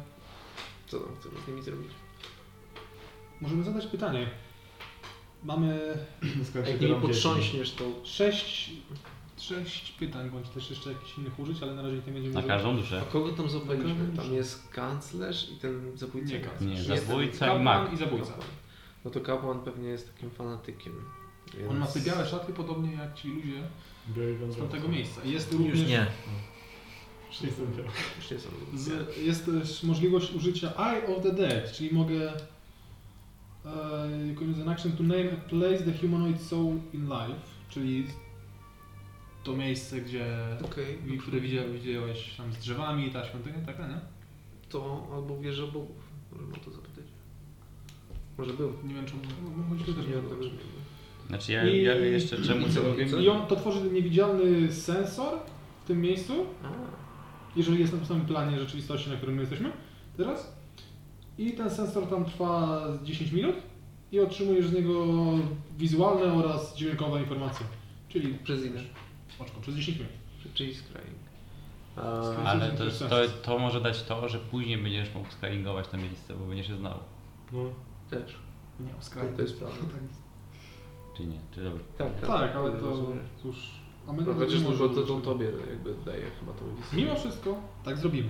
Speaker 4: co tam chcemy z nimi zrobić.
Speaker 3: możemy zadać pytanie. Mamy
Speaker 2: Skąd
Speaker 4: Jak
Speaker 2: biorą
Speaker 4: nimi
Speaker 2: dzieci?
Speaker 4: potrząśniesz, to
Speaker 3: sześć, sześć pytań, bądź też jeszcze jakichś innych użyć, ale na razie ich nie będziemy
Speaker 5: Na
Speaker 3: używać.
Speaker 5: każdą
Speaker 4: A
Speaker 5: duszę.
Speaker 4: kogo tam zapaliliśmy?
Speaker 3: Kanclerz.
Speaker 4: Tam jest kanclerz i ten zabójca.
Speaker 3: Nie,
Speaker 4: kanclerz.
Speaker 5: Nie,
Speaker 4: Jest
Speaker 5: zabójca i mag.
Speaker 3: Kapłan i zabójca.
Speaker 4: Kapłan. No to kapłan pewnie jest takim fanatykiem. Więc...
Speaker 3: On ma te białe szaty, podobnie jak ci ludzie
Speaker 2: Biorę wam
Speaker 3: z tamtego
Speaker 2: wam.
Speaker 3: miejsca. Jest
Speaker 1: Już
Speaker 3: również
Speaker 1: nie.
Speaker 2: Już nie jestem biały.
Speaker 4: Już nie są.
Speaker 3: Z, jest też możliwość użycia Eye of the Dead, czyli mogę e, use an action to name a place the humanoid soul in life, czyli to miejsce, gdzie
Speaker 4: Okej,
Speaker 3: które widziałeś, widziałeś tam z drzewami, ta świątynia, taka, nie?
Speaker 4: to albo wieża bogów. Możemy o to zapytać. Może był.
Speaker 3: Nie wiem, czy on... No, może
Speaker 4: Nie,
Speaker 3: to też nie
Speaker 4: dobrze, nie był.
Speaker 5: Znaczy ja, ja jeszcze czemu
Speaker 4: I
Speaker 5: co
Speaker 4: co?
Speaker 5: wiem?
Speaker 3: I on to tworzy niewidzialny sensor w tym miejscu,
Speaker 4: A,
Speaker 3: jeżeli jest na tym samym planie rzeczywistości, na którym my jesteśmy teraz. I ten sensor tam trwa z 10 minut i otrzymujesz z niego wizualne oraz dźwiękowe informacje. Czyli
Speaker 4: Przez ile?
Speaker 3: oczko, przez 10 minut.
Speaker 4: Czyli skrajnik.
Speaker 5: Ale to, to, to może dać to, że później będziesz mógł skalingować to miejsce, bo będziesz je znał.
Speaker 2: No.
Speaker 4: Też.
Speaker 3: Nie,
Speaker 4: To, to jest prawda.
Speaker 5: Czy nie? Czy dobrze?
Speaker 4: Tak,
Speaker 3: Tak, ale to
Speaker 4: rozumiem.
Speaker 3: cóż, a my
Speaker 4: No
Speaker 3: nawet nie
Speaker 4: chociaż to,
Speaker 3: możemy
Speaker 4: to, to
Speaker 3: użyć.
Speaker 4: tobie jakby daje chyba tą listę.
Speaker 3: Mimo wszystko, tak zrobimy.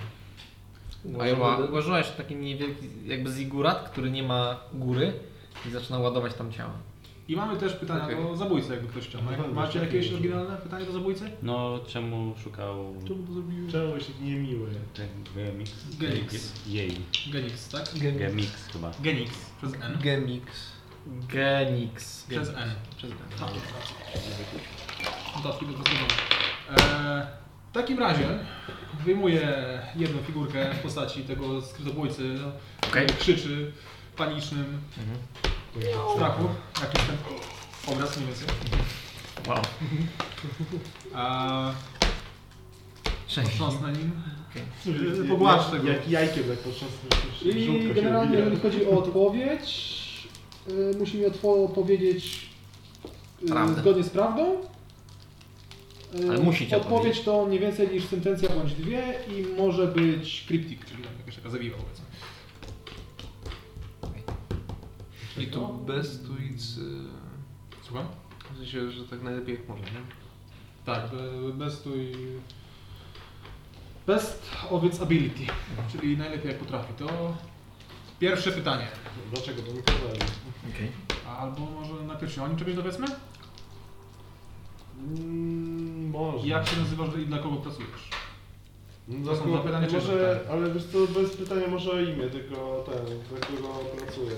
Speaker 1: A ja ma- ułożyłaś taki niewielki, jakby zigurat, który nie ma góry i zaczyna ładować tam ciało.
Speaker 3: I mamy też pytania
Speaker 4: Okej.
Speaker 3: do zabójcy, jakby ktoś chciał. Ma-
Speaker 2: No,
Speaker 3: Macie
Speaker 2: tak,
Speaker 3: jakieś
Speaker 2: tak.
Speaker 3: oryginalne pytanie do zabójcy?
Speaker 5: No, czemu szukał
Speaker 4: to zrobiłeś?
Speaker 2: Czemu byś taki niemiły?
Speaker 5: ten Gemix?
Speaker 3: Gemix.
Speaker 5: Jej.
Speaker 3: Genix, tak?
Speaker 5: Gemix chyba.
Speaker 3: Genix, przez N.
Speaker 4: Gemix.
Speaker 1: Genix.
Speaker 3: Przez N.
Speaker 4: Przez N.
Speaker 3: Tak, Dodatki do testowania. Eee, W takim razie wyjmuję jedną figurkę w postaci tego skrytobójcy,
Speaker 1: Okej.
Speaker 3: który krzyczy w panicznym
Speaker 1: Mhm.
Speaker 3: strachu. Jak jestem. Obraz mniej więcej.
Speaker 1: Wow.
Speaker 3: A
Speaker 1: Sześć.
Speaker 3: potrząs na nim.
Speaker 2: Jak-
Speaker 3: Pogłaszcz tego.
Speaker 2: Jak jajkiem, tak potrząsnę.
Speaker 6: I generalnie, jeżeli chodzi o odpowiedź, y, musi mi otwo- odpowiedzieć y,
Speaker 1: Prawdę.
Speaker 6: zgodnie z prawdą. Y,
Speaker 1: Ale musicie
Speaker 6: Odpowiedź to nie więcej niż sentencja bądź dwie i może być
Speaker 3: Kryptik, czyli tam jakaś taka zawiła powiedzmy.
Speaker 4: I to bez tweets.
Speaker 3: Słucham?
Speaker 4: W sensie, że tak najlepiej jak można, nie?
Speaker 3: Tak, be- best to i... Best of its ability, czyli najlepiej jak potrafi. To pierwsze pytanie.
Speaker 2: Dlaczego? Bo mi kazali.
Speaker 1: Okej.
Speaker 3: Albo może na pierwszym. Oni czegoś dowiedzmy?
Speaker 2: Mm, Może.
Speaker 3: Jak się nazywasz i dla kogo pracujesz?
Speaker 2: No,
Speaker 3: To są dwa pytania, czy
Speaker 2: może,
Speaker 3: pytania?
Speaker 2: ale wiesz co, bez pytania może o imię, tylko ten, za którego pracuję.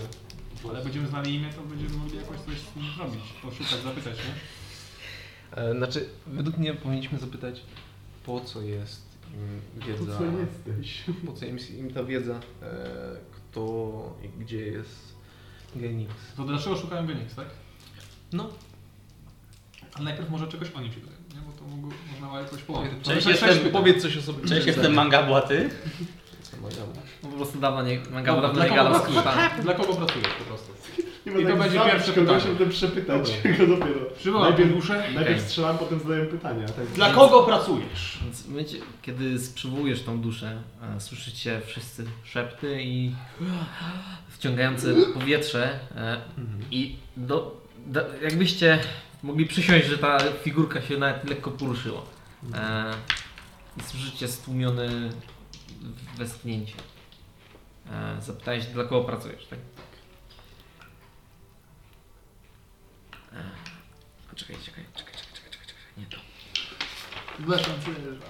Speaker 3: Ale będziemy znali imię, to będziemy mogli jakoś coś z nim zrobić. Poszukać, zapytać, nie?
Speaker 4: E, Znaczy, według mnie powinniśmy zapytać, po co jest im wiedza,
Speaker 2: co jesteś?
Speaker 4: po co im, im ta wiedza, e, kto i gdzie jest Genix.
Speaker 3: To dlaczego szukałem Genix, tak?
Speaker 4: No,
Speaker 3: Ale najpierw może czegoś o nim się dowiem, nie? Bo to mogło, można jakoś połączyć.
Speaker 4: powiedz,
Speaker 5: Cześć,
Speaker 4: cześć,
Speaker 5: jestem-
Speaker 4: cześć, powiedz coś o sobie.
Speaker 5: Cześć, jestem manga błaty.
Speaker 1: No po prostu dawno nie, mangała
Speaker 3: Dobra,
Speaker 1: dawno nie
Speaker 3: dla kogo
Speaker 1: gadał z kimś
Speaker 3: pracujesz?
Speaker 1: tam.
Speaker 3: Dla kogo pracujesz po prostu?
Speaker 2: Nie
Speaker 3: I to będzie pierwsze
Speaker 2: kogoś
Speaker 3: pytanie.
Speaker 2: o tym przepytać, go dopiero.
Speaker 3: Przywołam
Speaker 2: Najpierw-
Speaker 3: duszę.
Speaker 2: Najpierw
Speaker 1: Okej.
Speaker 2: strzelam, potem zadaję pytania. Tak.
Speaker 3: Dla kogo pracujesz?
Speaker 1: Więc w momencie, kiedy sprzywołujesz tą duszę, e, słyszycie wszyscy szepty i wciągające powietrze e, i do, da, jakbyście mogli przysiąść, że ta figurka się nawet lekko poruszyła. E, i słyszycie stłumione westchnięcie. E, zapytałeś, dla kogo pracujesz, tak? E, a czekaj, czekaj, czekaj, czekaj, czekaj, czekaj, czekaj, nie to.
Speaker 3: Dla kanclerza.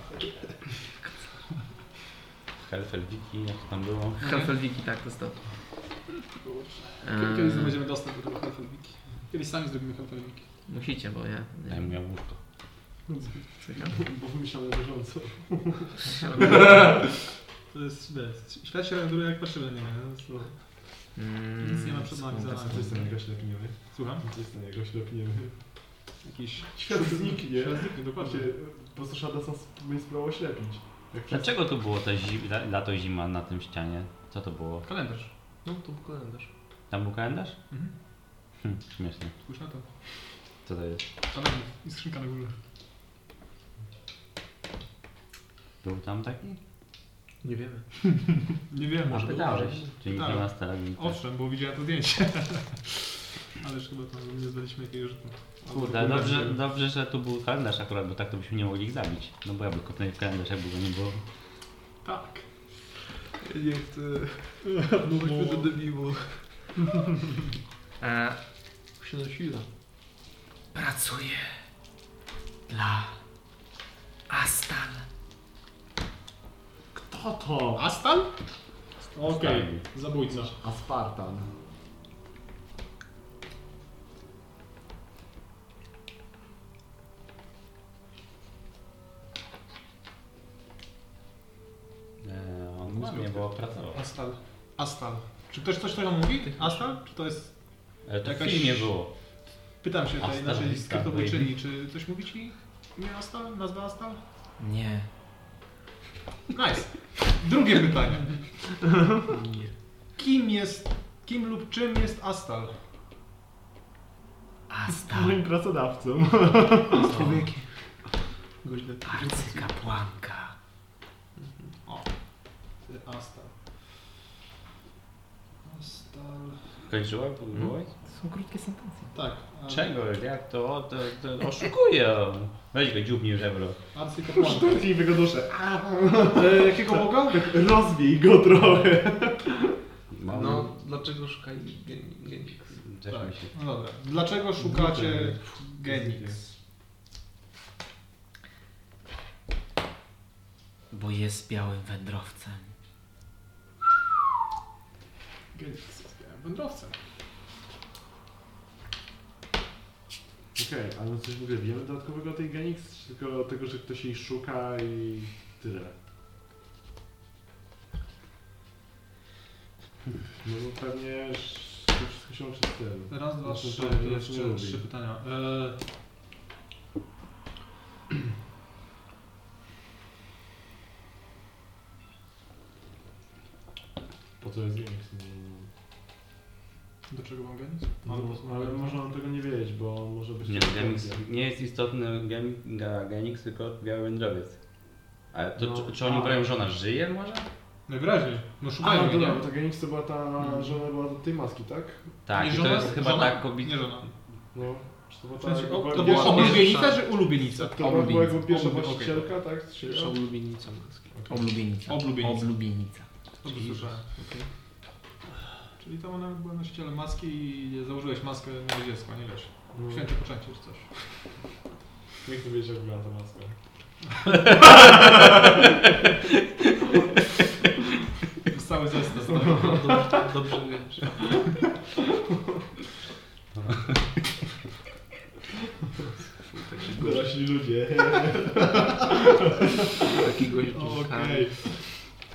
Speaker 5: Helfelwiki, jak to tam było.
Speaker 1: Helfelwiki, tak, to jest to.
Speaker 3: Kiedy- Kiedyś
Speaker 1: Eee,
Speaker 3: znajdziemy dostęp do tego Helfelwiki. Kiedyś sami zrobimy Helfelwiki.
Speaker 1: Musicie, bo ja.
Speaker 5: Ja
Speaker 1: Nie,
Speaker 5: miał łóżko.
Speaker 1: słyszałem.
Speaker 2: Bo wymyślam na bieżąco.
Speaker 3: To jest, wiesz, świat się renderuje jak patrzymy na niego. nie? To jest-
Speaker 1: Mm,
Speaker 3: Nic nie ma przed nami, za nami.
Speaker 2: Co jest na niego ślepniemy?
Speaker 3: Słucham?
Speaker 2: Co jest na niego ślepniemy?
Speaker 3: Jakiś...
Speaker 2: Świat zniknie.
Speaker 3: Świat zniknie, dokładnie.
Speaker 2: Patrzcie, po prostu szada sam mnie spróbował ślepić. Jak przez...
Speaker 5: Dlaczego tu było to zi- la- lato i zima na tym ścianie? Co to było?
Speaker 3: Kalendarz.
Speaker 4: No, to był kalendarz.
Speaker 5: Tam był kalendarz?
Speaker 3: Mhm.
Speaker 5: Hm, śmieszne.
Speaker 3: Spójrz na to.
Speaker 5: Co to jest?
Speaker 3: Kalendarz i skrzynka na górze.
Speaker 5: Był tam taki?
Speaker 4: Nie wiemy.
Speaker 3: Nie wiem.
Speaker 5: A pytałeś. Czyli nie
Speaker 3: Tak.
Speaker 5: ma stalagmita.
Speaker 3: Owszem, bo widziałem to zdjęcie. Ależ chyba tam nie zdaliśmy jakiegoś rzutu.
Speaker 5: Kurde, dobrze, dobrze, że tu był kalendarz akurat, bo tak to byśmy nie mogli ich zabić. No bo ja bym kopnął w kalendarz, jakby go nie było.
Speaker 3: Tak. e,
Speaker 4: Nie chcę. Bądźmy do debilu.
Speaker 1: Eee,
Speaker 4: Się nasila.
Speaker 1: pracuję dla Astal.
Speaker 2: Kto to?
Speaker 3: Astal? Okej,
Speaker 5: Astal.
Speaker 3: zabójca.
Speaker 2: Aspartan.
Speaker 5: Eee, on nic nie było pracował.
Speaker 3: Astal. Astal. Czy ktoś coś tego mówi? Astal? Czy to jest...
Speaker 5: Ale E, to
Speaker 3: Jakaś-
Speaker 5: w filmie było.
Speaker 3: Pytam się tej
Speaker 5: Astal, tak,
Speaker 3: naszej
Speaker 5: Astal,
Speaker 3: skrytobójczyni, czy coś mówi ci imię Astal? Nazwa Astal?
Speaker 1: Nie.
Speaker 3: Nice. Drugie pytanie.
Speaker 4: Nie.
Speaker 3: Kim jest, kim lub czym jest Astal?
Speaker 1: Astal.
Speaker 2: Moim pracodawcą.
Speaker 4: Człowiekiem. Goźle.
Speaker 1: Arcykapłanka.
Speaker 3: O. Astal. Astal.
Speaker 5: Kończyła? Byłeś?
Speaker 1: To są krótkie sentencje.
Speaker 3: Tak. Hmm? ale-
Speaker 5: Czego? Jak to? O, To, to oszukuję. Weź go dziubnij w żebro.
Speaker 3: Arcykapłanka.
Speaker 2: Szturchnijmy go duszę.
Speaker 3: E, jakiego boga?
Speaker 2: Rozbij go trochę.
Speaker 4: No, dlaczego szukaj Gen- Genix?
Speaker 5: Też
Speaker 3: Tak.
Speaker 5: mi się...
Speaker 3: No dobra. Dlaczego szukacie Genix?
Speaker 1: Bo jest białym wędrowcem.
Speaker 3: Genix jest białym wędrowcem.
Speaker 2: Okej, ale coś w ogóle wiemy dodatkowego o tej Genix? Czy Tylko tego, że ktoś jej szuka i tyle. No bo pewnie... ż- to wszystko się łączy z tym.
Speaker 3: Raz, dwa,
Speaker 2: Jeszcze
Speaker 3: trzy,
Speaker 2: Znaczy, to, to się
Speaker 3: jeszcze
Speaker 2: lubi.
Speaker 3: trzy pytania. E...
Speaker 2: Po co jest Linux?
Speaker 3: Do czego mam ganić?
Speaker 2: No, no, ale można on tego nie wiedzieć, bo może być...
Speaker 5: Nie, Genix, nie jest istotny Gemi- Ga- Genix, tylko biały wędrowiec. Ale to,
Speaker 2: No.
Speaker 5: czy, czy
Speaker 3: tak.
Speaker 5: oni
Speaker 2: A.
Speaker 5: grają, że ona żyje może?
Speaker 3: Najwyraźniej. No
Speaker 2: A,
Speaker 3: szukają
Speaker 2: no
Speaker 3: mnie,
Speaker 2: dobra,
Speaker 3: nie? Mhm.
Speaker 2: bo ta Genix to była ta żona była od tej maski, tak?
Speaker 5: Tak,
Speaker 3: Nie
Speaker 5: i to
Speaker 3: żona?
Speaker 5: jest chyba tak,
Speaker 3: Żona?
Speaker 1: Tak,
Speaker 5: ta kobieta.
Speaker 3: Nie żona.
Speaker 2: No. Czy to była
Speaker 3: W
Speaker 2: ta...
Speaker 3: sensie, o,
Speaker 2: była
Speaker 3: to była
Speaker 2: pierwsza-
Speaker 3: oblubienica czy ulubienica?
Speaker 2: To była była jego pierwsza
Speaker 3: Oblubienica, okej.
Speaker 2: właścicielka, tak? Czy- No,
Speaker 4: Pierwsza ulubienica maski.
Speaker 1: Oblubienica.
Speaker 3: Oblubienica.
Speaker 1: Oblubienica.
Speaker 3: Dobrze słyszałem. Czyli tam ona była na ściele maski i założyłeś maskę na dziecko, nie wiesz.
Speaker 2: No,
Speaker 3: Święcie poczęcie czy coś.
Speaker 2: niech to wiedzieć, jak była ta maska.
Speaker 3: To jest Cały zestaw. tak?
Speaker 4: No, Dobrze, dobrze wiesz.
Speaker 2: Dorośli ludzie.
Speaker 4: Taki gość
Speaker 3: Okej.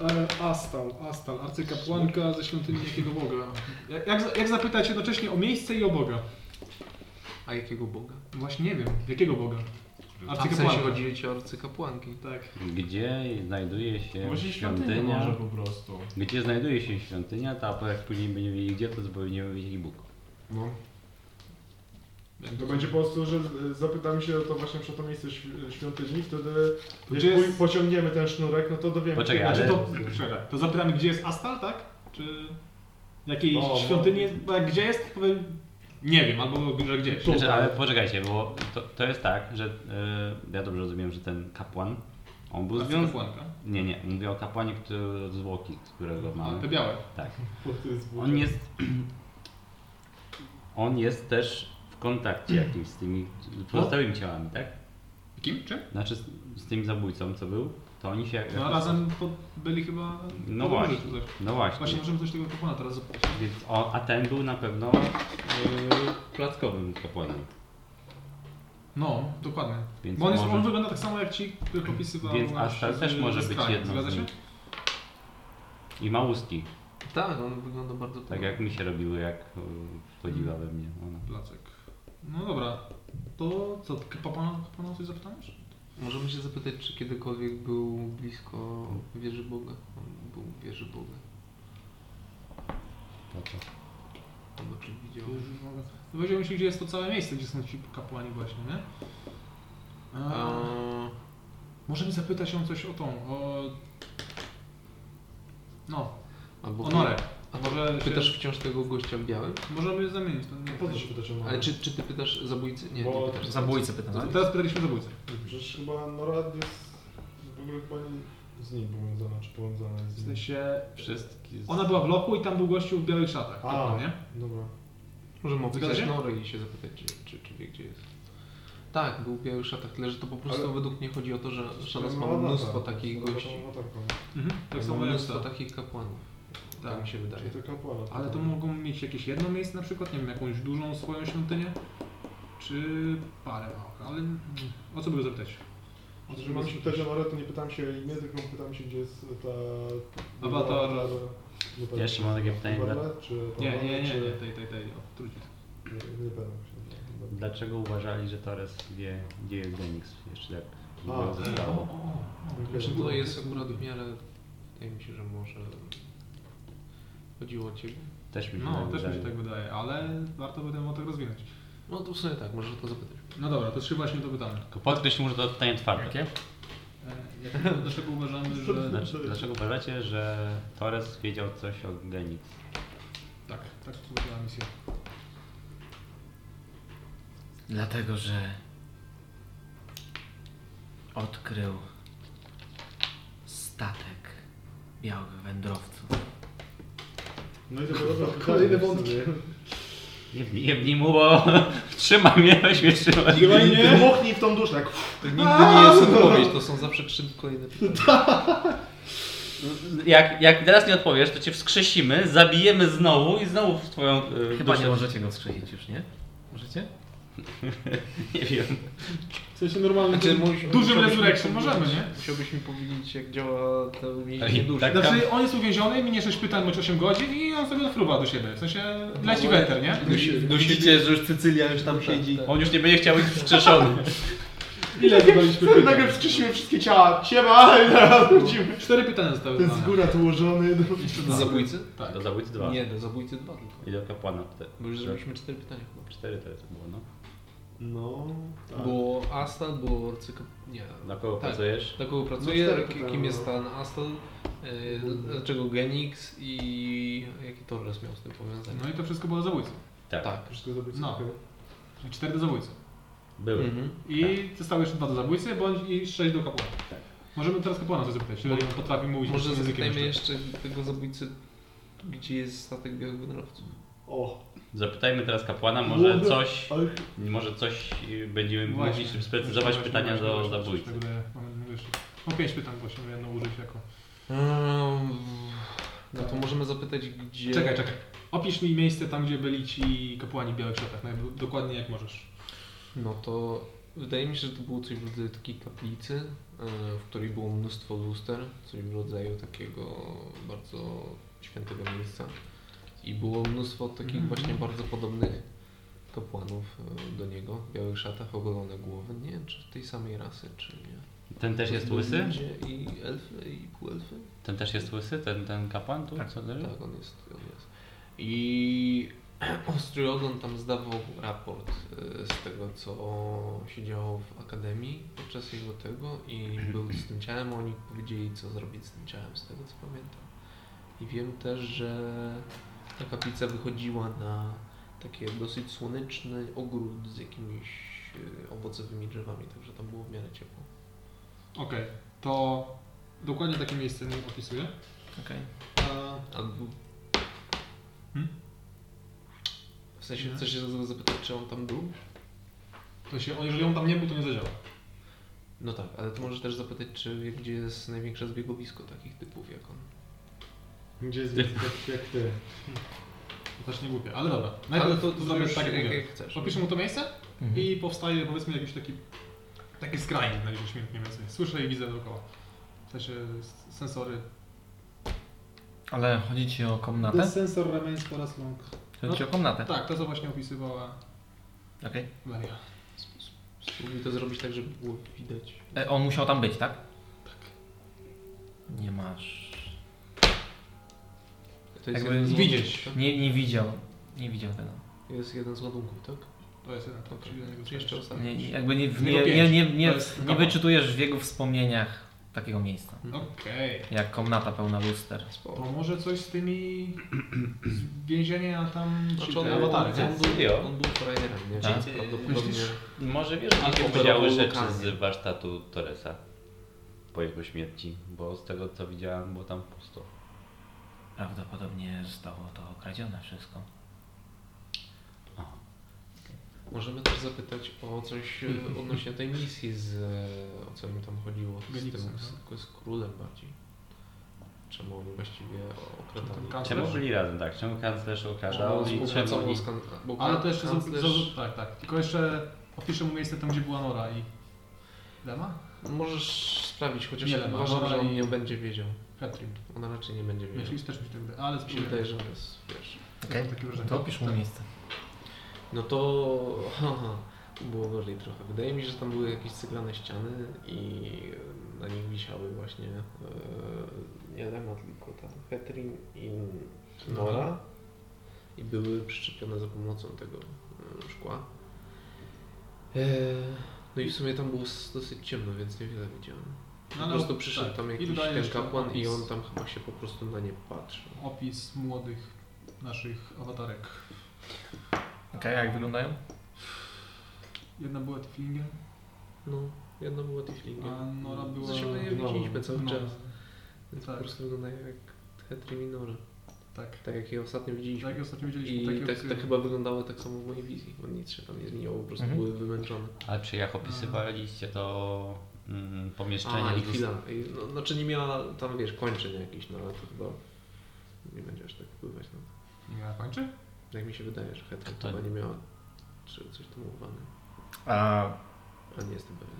Speaker 3: E, Astal, Astal, arcykapłanka ze świątyni jakiego boga? Jak, jak, za- jak zapytać jednocześnie o miejsce i o boga?
Speaker 4: A jakiego boga?
Speaker 3: Właśnie nie wiem, jakiego boga?
Speaker 4: A w sensie chodzi o arcykapłanki.
Speaker 3: Tak.
Speaker 5: Gdzie znajduje się
Speaker 2: Może świątynia
Speaker 5: świątynia?
Speaker 2: może po prostu.
Speaker 5: Gdzie znajduje się świątynia, to a jak później będziemy wiedzieli gdzie, to będziemy wiedzieli Bóg.
Speaker 2: No. To będzie po prostu, że e, zapytamy się o to właśnie przed to miejsce świ- świątyni, wtedy
Speaker 3: Gdzie
Speaker 2: jak
Speaker 3: jest-
Speaker 2: pój- pociągniemy ten sznurek, no to dowiemy
Speaker 5: Poczekaj,
Speaker 2: się.
Speaker 5: ale-
Speaker 3: Znaczy to, czekaj, to zapytam, gdzie jest Astal, tak? Czy jakiej
Speaker 2: O,
Speaker 3: świątyni
Speaker 2: No, bo-
Speaker 3: jest? Bo jak gdzie jest, to powiem, nie wiem, albo że gdzieś.
Speaker 5: Znaczy, ale poczekajcie, bo to, to jest tak, że y, ja dobrze rozumiem, że ten kapłan, on był związany...
Speaker 3: Arcykapłanka.
Speaker 5: Nie, nie, mówię o kapłanie, który z Łoki, którego
Speaker 3: A, te
Speaker 5: mamy.
Speaker 3: białe.
Speaker 5: Tak.
Speaker 2: Bo to jest
Speaker 5: On jest... On jest też w kontakcie jakimś z tymi
Speaker 3: No.
Speaker 5: pozostałymi ciałami, tak?
Speaker 3: Kim? Czym?
Speaker 5: Znaczy z, z tym zabójcą, co był, to oni się...
Speaker 3: No razem pod, byli chyba...
Speaker 5: Tak. No
Speaker 3: podobni
Speaker 5: właśnie.
Speaker 3: tutaj.
Speaker 5: No właśnie.
Speaker 3: Właśnie możemy coś tego kapłana teraz zapytać.
Speaker 5: Więc on, a ten był na pewno yy, klackowym kapłanem.
Speaker 3: No, dokładnie.
Speaker 5: Więc
Speaker 3: Bo on, jest,
Speaker 5: może-
Speaker 3: on wygląda tak samo jak ci, których opisywał
Speaker 5: Więc
Speaker 3: nasz
Speaker 5: Astal
Speaker 3: z-
Speaker 5: też może
Speaker 3: z
Speaker 5: być
Speaker 3: Krain.
Speaker 5: jedną
Speaker 3: Zgadza
Speaker 5: z
Speaker 3: się?
Speaker 5: nich. I małuski.
Speaker 4: Tak, on wygląda bardzo
Speaker 5: Tak jak mi się robiło, jak y, wchodziła we mnie ona.
Speaker 3: Placek. No dobra. To co, kapłana, kapłana o coś zapytałeś?
Speaker 4: Możemy się zapytać, czy kiedykolwiek był blisko wieży Boga. On był w wieży Boga.
Speaker 5: no,
Speaker 4: Albo czy widział.
Speaker 3: Dowiedziałbym się, gdzie jest to całe miejsce, gdzie są ci kapłani właśnie, nie?
Speaker 4: A,
Speaker 3: A... Możemy zapytać ją coś o tą, o... No,
Speaker 4: albo
Speaker 3: o Norę.
Speaker 4: A
Speaker 3: Może
Speaker 4: może
Speaker 3: się-
Speaker 4: pytasz wciąż tego gościa w białym?
Speaker 3: Możemy zamienić ten...
Speaker 2: Po co się pytać o
Speaker 4: Ale
Speaker 2: Norę?
Speaker 4: czy, czy ty pytasz zabójcy? Nie,
Speaker 2: Bo-
Speaker 4: nie pytasz.
Speaker 1: Zabójcy pytam, tak?
Speaker 3: Teraz pytaliśmy zabójcę.
Speaker 2: Przecież chyba Nora jest w ogóle chyba nie- z nim powiązana, czy powiązana jest
Speaker 3: W
Speaker 2: z nim.
Speaker 3: sensie...
Speaker 5: Wszystkie.
Speaker 3: Ona była w lochu i tam był gościu w białych szatach,
Speaker 2: A.
Speaker 3: kapłan, nie?
Speaker 2: Dobra.
Speaker 4: Możemy
Speaker 3: Zgadza się?
Speaker 4: opisać Norę i się zapytać, czy, czy, czy wie gdzie jest. Tak, był w białych szatach, tyle że to po prostu
Speaker 2: Ale-
Speaker 4: według mnie chodzi o to, że
Speaker 3: No,
Speaker 4: Szalas ma
Speaker 2: Norma
Speaker 4: mnóstwo
Speaker 2: Avatar.
Speaker 4: takich
Speaker 2: Norma
Speaker 4: gości.
Speaker 2: Avatarką.
Speaker 3: Mhm.
Speaker 2: No,
Speaker 3: Tak samo jak
Speaker 4: mnóstwo
Speaker 3: to.
Speaker 4: takich kapłanów. Tak mi się
Speaker 2: Czyli
Speaker 4: wydaje.
Speaker 2: to kapłana.
Speaker 3: Ale to mogą mieć jakieś jedno miejsce na przykład, nie wiem, jakąś dużą swoją świątynię? Czy parę małych, ale mm, o co by go zapytać?
Speaker 2: Jeżeli mam Znaczy, się pytać o Norę, to nie pytam się o imię, tylko pytam się, gdzie jest ta...
Speaker 3: Awatar.
Speaker 2: Nie pewnie.
Speaker 5: Jeszcze mam takie pytanie, dla-
Speaker 2: Padle, czy
Speaker 3: Nie,
Speaker 2: Padle,
Speaker 3: nie, nie,
Speaker 2: czy-
Speaker 3: nie, tej, tej, tej, o, trójki.
Speaker 2: Nie, nie pewnie. Dobra.
Speaker 5: Dlaczego uważali, że Torres wie, gdzie jest Genix? Jeszcze tak
Speaker 2: A.
Speaker 3: O, o,
Speaker 5: zostało.
Speaker 3: o.
Speaker 4: Czy to jest akurat w miarę... Wydaje mi się, że może... Chodziło o ciebie?
Speaker 5: Też mi się
Speaker 3: No,
Speaker 5: tak
Speaker 3: też mi się
Speaker 5: wydaje.
Speaker 3: tak wydaje, ale warto by ten wątek rozwinąć.
Speaker 4: No to w sumie tak, możesz o to zapytać.
Speaker 3: No dobra, to trzy właśnie to pytamy.
Speaker 5: Tylko podkreślmy, że to pytanie twarde.
Speaker 1: Jakie?
Speaker 3: E, jak- Dlaczego uważamy, że...
Speaker 5: Dlaczego, Znaczy, dlaczego uważacie, że Torres wiedział coś o Genix?
Speaker 3: Tak, tak wyglądała misja.
Speaker 1: Dlatego, że odkrył statek białych wędrowców.
Speaker 2: No i to było dobre pytanie
Speaker 6: Kolejne
Speaker 2: w sumie.
Speaker 6: wątki.
Speaker 5: Jebnij, jebnij mu, bo trzyma mnie, weź mnie trzyma.
Speaker 2: Ty Dmuchnij w tą duszę, tak.
Speaker 4: To nigdy nie jest odpowiedź, to są zawsze trzy kolejne pytania.
Speaker 5: Jak, jak teraz nie odpowiesz, to cię wskrzesimy, zabijemy znowu i znowu w twoją y,
Speaker 1: Chyba
Speaker 5: duszę.
Speaker 1: nie możecie go wskrzesić już, nie? Możecie?
Speaker 5: Nie wiem.
Speaker 7: W sensie normalnym...
Speaker 4: Znaczy, musisz-
Speaker 3: Dużym
Speaker 4: musiałbyś mi
Speaker 3: resurrection
Speaker 4: powiedzieć-
Speaker 3: możemy, nie?
Speaker 4: Musiałbyś mi powiedzieć, jak działa to
Speaker 5: Ale i
Speaker 4: umiejętnie duży.
Speaker 5: tak-
Speaker 3: Znaczy on jest uwięziony, minie 6 pytań, moczy 8 godzin i on sobie fruwa do siebie. W sensie leci weter, nie?
Speaker 4: Dusi- Dusicie, że już Cecylia już
Speaker 3: Tak,
Speaker 4: tam siedzi.
Speaker 5: On już nie będzie chciał być wskrzeszony.
Speaker 7: Ile zadaliśmy
Speaker 2: Wtedy
Speaker 7: pytań?
Speaker 2: nagle wskrzesimy wszystkie ciała. Siema! I zaraz wrócimy.
Speaker 3: 4 pytania zostały
Speaker 2: Ten z
Speaker 3: zadane. Tak.
Speaker 2: góra ułożony. No.
Speaker 4: Do zabójcy?
Speaker 5: Do zabójcy dwa.
Speaker 4: Nie, do zabójcy dwa tylko.
Speaker 5: I do kapłana. Te,
Speaker 4: Bo już zrobiliśmy cztery pytania chyba.
Speaker 5: Cztery teraz było, no.
Speaker 2: No, tak.
Speaker 4: Było Astal, było Orcyka... Nie.
Speaker 5: Na kogo
Speaker 4: Tak.
Speaker 5: pracujesz?
Speaker 4: Dla kogo
Speaker 2: No,
Speaker 4: pracuje,
Speaker 2: cztery
Speaker 4: ki-
Speaker 2: pytania,
Speaker 4: kim
Speaker 2: no.
Speaker 4: jest stan Astal, y, dlaczego Genix i jaki Torres miał z tym powiązanie.
Speaker 3: No i to wszystko było do zabójcy.
Speaker 5: Tak.
Speaker 4: Tak.
Speaker 2: Wszystko zrobić
Speaker 3: No.
Speaker 2: okej.
Speaker 3: Czyli 4 do zabójcy.
Speaker 5: Były.
Speaker 3: Mm.
Speaker 4: Mhm.
Speaker 3: I zostały jeszcze 2 do zabójcy, bądź i 6 do kapłana. Możemy teraz kapłana coś zapytać, jeżeli on potrafi mówić
Speaker 4: Może
Speaker 3: językiem
Speaker 4: zapytajmy jeszcze tego zabójcy, gdzie jest statek białych wędrowców.
Speaker 2: O,
Speaker 5: Zapytajmy teraz kapłana, może
Speaker 2: Byłoby-
Speaker 5: coś,
Speaker 2: ale
Speaker 5: może coś y, będziemy
Speaker 3: Właśnie.
Speaker 5: mówić, żeby sprecyzować
Speaker 3: Właśnie,
Speaker 5: pytania
Speaker 3: właśnie,
Speaker 5: do
Speaker 3: właśnie,
Speaker 5: zabójcy.
Speaker 3: tak daje. Mamy jeszcze- No 5 pytań właśnie jedno użyć jako.
Speaker 4: Mm, No to możemy zapytać, gdzie...
Speaker 3: Czekaj, czekaj. Opisz mi miejsce tam, gdzie byli ci kapłani w białych szatach, naj- dokładnie jak możesz.
Speaker 4: No to wydaje mi się, że to było coś w rodzaju takiej kaplicy, e, w której było mnóstwo luster, coś w rodzaju takiego bardzo świętego miejsca. I było mnóstwo takich
Speaker 3: Mhm.
Speaker 4: właśnie bardzo podobnych kapłanów e, do niego, w białych szatach, ogolone głowy. Nie wiem, czy tej samej rasy, czy nie.
Speaker 5: Ten też jest
Speaker 4: To byli
Speaker 5: łysy?
Speaker 4: Ludzie i elfy, i półelfy.
Speaker 5: Ten też jest łysy? Ten, ten kapłan tu? Co leży?
Speaker 4: Tak, on jest, on jest. I Ostry Ogon tam zdawał raport e, z tego, co się działo w Akademii podczas jego tego i był z tym ciałem, oni powiedzieli, co zrobić z tym ciałem, z tego co pamiętam. I wiem też, że ta kaplica wychodziła na taki dosyć słoneczny ogród z jakimiś e, owocowymi drzewami, także tam było w miarę ciepło.
Speaker 3: Okej, to dokładnie takie miejsce mi opisuję.
Speaker 1: Okej.
Speaker 3: A
Speaker 4: Albo...
Speaker 3: Hmm?
Speaker 4: W sensie
Speaker 3: Nie.
Speaker 4: chcesz się zapytać, czy on tam był?
Speaker 3: to się, on- jeżeli on tam nie był, to nie zadziała.
Speaker 4: No tak, ale to możesz też zapytać, czy wie, gdzie jest największe zbiegowisko takich typów jak on.
Speaker 2: Gdzie jest tak jak ty?
Speaker 3: To też nie głupie, ale dobra.
Speaker 4: Ale
Speaker 3: Najpierw
Speaker 4: to,
Speaker 3: to,
Speaker 4: to
Speaker 3: zrobię
Speaker 4: już
Speaker 3: tak,
Speaker 4: tak,
Speaker 3: jak
Speaker 4: jak,
Speaker 3: mówię.
Speaker 4: jak chcesz.
Speaker 3: Opiszę mu to miejsce
Speaker 1: Mhm.
Speaker 3: i powstaje powiedzmy jakiś taki, taki skrajny na 10 minut mniej więcej. Słyszę i widzę dookoła. W sensie s- sensory.
Speaker 1: Ale chodzi ci o komnatę?
Speaker 7: The sensor remains for as long.
Speaker 1: Chodzi ci o komnatę.
Speaker 3: Tak, to co właśnie opisywała
Speaker 1: Okej.
Speaker 3: Maria.
Speaker 4: Spróbuj to zrobić tak, żeby było widać.
Speaker 1: E, On musiał tam być, tak? Tak. Nie masz.
Speaker 4: To jest
Speaker 1: Jakby
Speaker 4: jeden z
Speaker 3: widzieć.
Speaker 4: ładunków,
Speaker 1: Nie, nie widział. Nie widział tego.
Speaker 4: tak? Jest jeden z ładunków, tak?
Speaker 3: To jest jeden.
Speaker 4: Okej.
Speaker 3: czyli jeden jego
Speaker 4: Czy jeszcze
Speaker 3: sens.
Speaker 4: ostatni?
Speaker 1: Nie, nie- jakby nie,
Speaker 3: Tylko
Speaker 1: nie, nie,
Speaker 3: pięć.
Speaker 1: nie,
Speaker 3: To
Speaker 1: nie,
Speaker 3: jest
Speaker 1: nie
Speaker 3: kawał.
Speaker 1: wyczytujesz w jego wspomnieniach takiego miejsca.
Speaker 4: Mhm.
Speaker 3: Okej.
Speaker 1: Jak komnata pełna luster.
Speaker 4: Spoko.
Speaker 3: To może coś z tymi z więzienia tam
Speaker 4: Znaczy
Speaker 3: czy
Speaker 4: on,
Speaker 3: te
Speaker 4: on, on,
Speaker 3: awatary.
Speaker 4: był, on był frajerem, nie?
Speaker 1: Tak.
Speaker 4: Prawdopodobnie.
Speaker 3: Myślisz?
Speaker 5: Może wiesz, jakie
Speaker 4: Albo
Speaker 5: wydziały
Speaker 4: lokalnie.
Speaker 5: rzeczy z warsztatu Torresa po jego śmierci, bo z tego co widziałem było tam pusto.
Speaker 1: Prawdopodobnie zostało to okradzione wszystko.
Speaker 4: Możemy też zapytać o coś e, odnośnie tej misji, z, e, o co im tam chodziło z tym,
Speaker 3: Genixem, tak?
Speaker 4: z, z królem bardziej. Czemu oni właściwie
Speaker 3: Ten
Speaker 4: okradali?
Speaker 3: kanclerz?
Speaker 5: Czemu byli razem, tak? Czemu kanclerz ukradał i czemu
Speaker 4: Współpracował
Speaker 5: oni...
Speaker 4: z kan- bo
Speaker 3: Ale
Speaker 4: kan-
Speaker 3: to jeszcze
Speaker 4: kanclerz-
Speaker 3: kanclerz... Tak, tak. Tylko jeszcze opiszę mu miejsce tam, gdzie była Nora i... Lema?
Speaker 4: Możesz sprawdzić, chociaż
Speaker 3: Nie, Lema,
Speaker 4: uważam,
Speaker 3: Nora
Speaker 4: że on
Speaker 3: i-
Speaker 4: nie będzie wiedział.
Speaker 3: Petrin.
Speaker 4: Ona raczej nie będzie wiedziała.
Speaker 3: Myślisz też mi się tak wydaje, ale
Speaker 4: Mi się
Speaker 3: spróbuję.
Speaker 4: wydaje, że on jest, wiesz.
Speaker 1: Okej. no
Speaker 3: Takie wrażenie.
Speaker 1: To opisz mu
Speaker 3: Tak.
Speaker 1: miejsce.
Speaker 4: No to haha, było gorzej trochę. Wydaje mi się, że tam były jakieś ceglane ściany i e, na nich wisiały właśnie e, nie Lema, tylko tam Hetrin i Nora i były przyczepione za pomocą tego e, szkła. E, No i w sumie tam było s- dosyć ciemno, więc niewiele widziałem.
Speaker 3: No,
Speaker 4: po
Speaker 3: ale
Speaker 4: prostu
Speaker 3: op-
Speaker 4: przyszedł
Speaker 3: tak.
Speaker 4: tam
Speaker 3: I
Speaker 4: jakiś
Speaker 3: dodaję
Speaker 4: ten
Speaker 3: jeszcze
Speaker 4: kapłan i
Speaker 3: opis-
Speaker 4: on tam chyba się po prostu na nie patrzył.
Speaker 3: Opis młodych naszych awatarek.
Speaker 1: Okej, a jak wyglądają?
Speaker 3: Jedna była Tiflingiem,
Speaker 4: No, jedna była Tiflingiem.
Speaker 3: a Nora była...
Speaker 4: Zresztą my je widzieliśmy cały
Speaker 3: no,
Speaker 4: czas. Więc
Speaker 3: tak.
Speaker 4: po prostu wyglądają jak Hetri Minory.
Speaker 3: Tak.
Speaker 4: Tak jak je ostatnio widzieliśmy.
Speaker 3: Tak, ostatnio
Speaker 4: I
Speaker 3: widzieliśmy takie
Speaker 4: tak, tak chyba wyglądały tak samo w mojej wizji, bo nic się tam nie zmieniło, po prostu
Speaker 1: Mhm.
Speaker 4: były wymęczone.
Speaker 5: Ale czy jak opisywaliście to mm, pomieszczenie...
Speaker 4: A, i
Speaker 5: z-
Speaker 4: chwila. I, no, znaczy nie miała tam, wiesz, kończyn jakichś, no ale to chyba nie będzie aż tak wpływać. No.
Speaker 3: Nie miała kończy?
Speaker 4: Jak mi się wydaje, że Hetri
Speaker 3: Tak.
Speaker 5: To-
Speaker 4: chyba nie miała czy coś tam uwany.
Speaker 1: A
Speaker 4: Ale nie jestem pewien.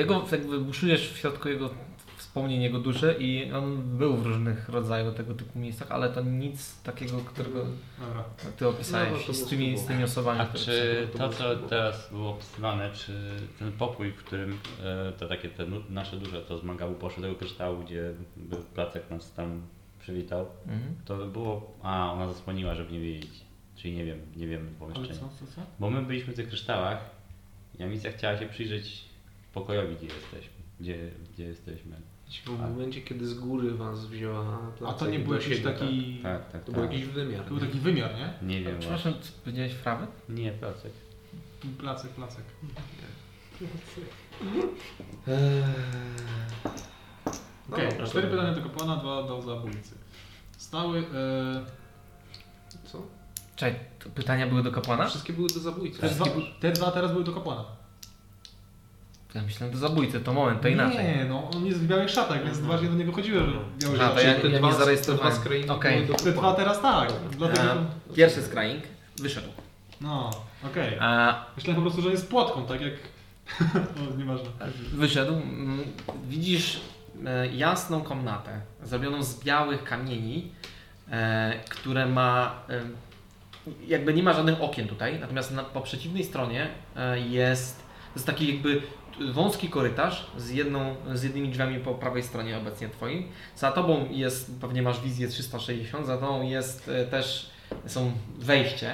Speaker 1: Jego, tak jakby buszujesz w środku jego wspomnień, jego duszy i on był w różnych rodzajach tego typu miejscach, ale to nic takiego, którego
Speaker 3: Dobra.
Speaker 1: ty opisałeś
Speaker 4: No,
Speaker 1: i z, tymi, z tymi osobami.
Speaker 5: A
Speaker 1: które
Speaker 5: czy
Speaker 4: to
Speaker 5: to,
Speaker 4: było-
Speaker 5: co teraz było opisywane, czy ten pokój, w którym e, to takie te nu- nasze duże, to zmagało poszło tego kryształu, gdzie był placek nas tam przywitał,
Speaker 1: pisałeś? Mhm.
Speaker 5: to było... A, ona zasłoniła, żeby nie wiedzieć. Czyli nie wiem, nie wiemy
Speaker 3: Ale
Speaker 5: pomieszczenia.
Speaker 3: co, co, co?
Speaker 5: Bo my byliśmy w tych kryształach i Amicja chciała się przyjrzeć pokojowi, gdzie jesteśmy. Gdzie, gdzie jesteśmy.
Speaker 4: W momencie, kiedy z góry was wzięła
Speaker 3: A to
Speaker 4: placek
Speaker 3: nie był
Speaker 4: do
Speaker 3: jakiś
Speaker 4: siebie,
Speaker 3: taki...
Speaker 5: Tak, tak,
Speaker 4: To był
Speaker 5: tak.
Speaker 4: jakiś wymiar.
Speaker 3: To był
Speaker 4: nie?
Speaker 3: taki wymiar, nie?
Speaker 5: Nie wiem właśnie.
Speaker 1: Przepraszam, co powiedziałeś frawy?
Speaker 5: Nie, placek.
Speaker 3: Placek, placek.
Speaker 4: Eee,
Speaker 3: Okej,
Speaker 4: No dobra,
Speaker 3: cztery
Speaker 4: dobra.
Speaker 3: pytania do kapłana, dwa do zabójcy. Stały... E,
Speaker 4: Co?
Speaker 1: Czekaj, to pytania były do kapłana?
Speaker 4: Wszystkie były do zabójcy.
Speaker 3: te, dwa, te dwa teraz były do kapłana.
Speaker 1: Ja myślałem do zabójcy, to moment, to inaczej.
Speaker 3: Nie, no on jest w białych szatach, więc
Speaker 4: Mhm.
Speaker 3: właśnie do niego chodziłem, że w białych
Speaker 1: A, No, to
Speaker 3: szatach.
Speaker 1: ja-
Speaker 4: Te
Speaker 1: nie
Speaker 4: dwa-
Speaker 1: zarejestrowałem.
Speaker 4: Te dwa skrajniki
Speaker 1: Okej.
Speaker 4: były do
Speaker 3: Te dwa teraz tak,
Speaker 4: Dobra.
Speaker 3: dlatego...
Speaker 1: A,
Speaker 3: to-
Speaker 1: Pierwszy scrying wyszedł.
Speaker 3: No, okej.
Speaker 1: A
Speaker 3: Myślałem po prostu, że jest płotką, tak jak... o, nieważne.
Speaker 1: wyszedł, mm, widzisz e, jasną komnatę zrobioną z białych kamieni, e, które ma e, jakby nie ma żadnych okien tutaj, natomiast na, po przeciwnej stronie e, jest, to jest taki jakby wąski korytarz z, jedną, z jednymi drzwiami po prawej stronie obecnie twoim. Za tobą jest, pewnie masz wizję 360, za tobą jest e, też, są wejście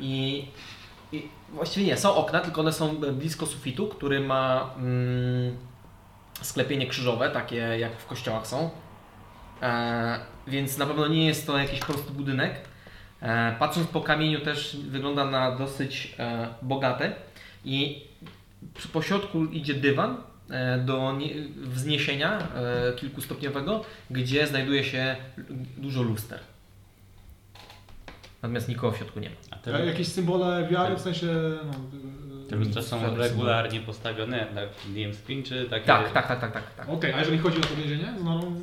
Speaker 1: i, i właściwie nie, są okna, tylko one są blisko sufitu, który ma mm, sklepienie krzyżowe, takie jak w kościołach są. E, więc na pewno nie jest to jakiś prosty budynek. E, patrząc po kamieniu też wygląda na dosyć e, bogate i przy, po środku idzie dywan e, do nie, wzniesienia e, kilkustopniowego, gdzie znajduje się dużo luster. Natomiast nikogo w środku nie ma.
Speaker 5: A
Speaker 3: Ja-
Speaker 5: te,
Speaker 3: Jakieś symbole wiary, w sensie... No,
Speaker 5: te
Speaker 3: e,
Speaker 5: lustra są regularnie postawione na, nie wiem, screen czy takie...
Speaker 1: Tak, tak, tak, tak, tak. tak.
Speaker 3: Okej, a jeżeli chodzi o to więzienie z Norą?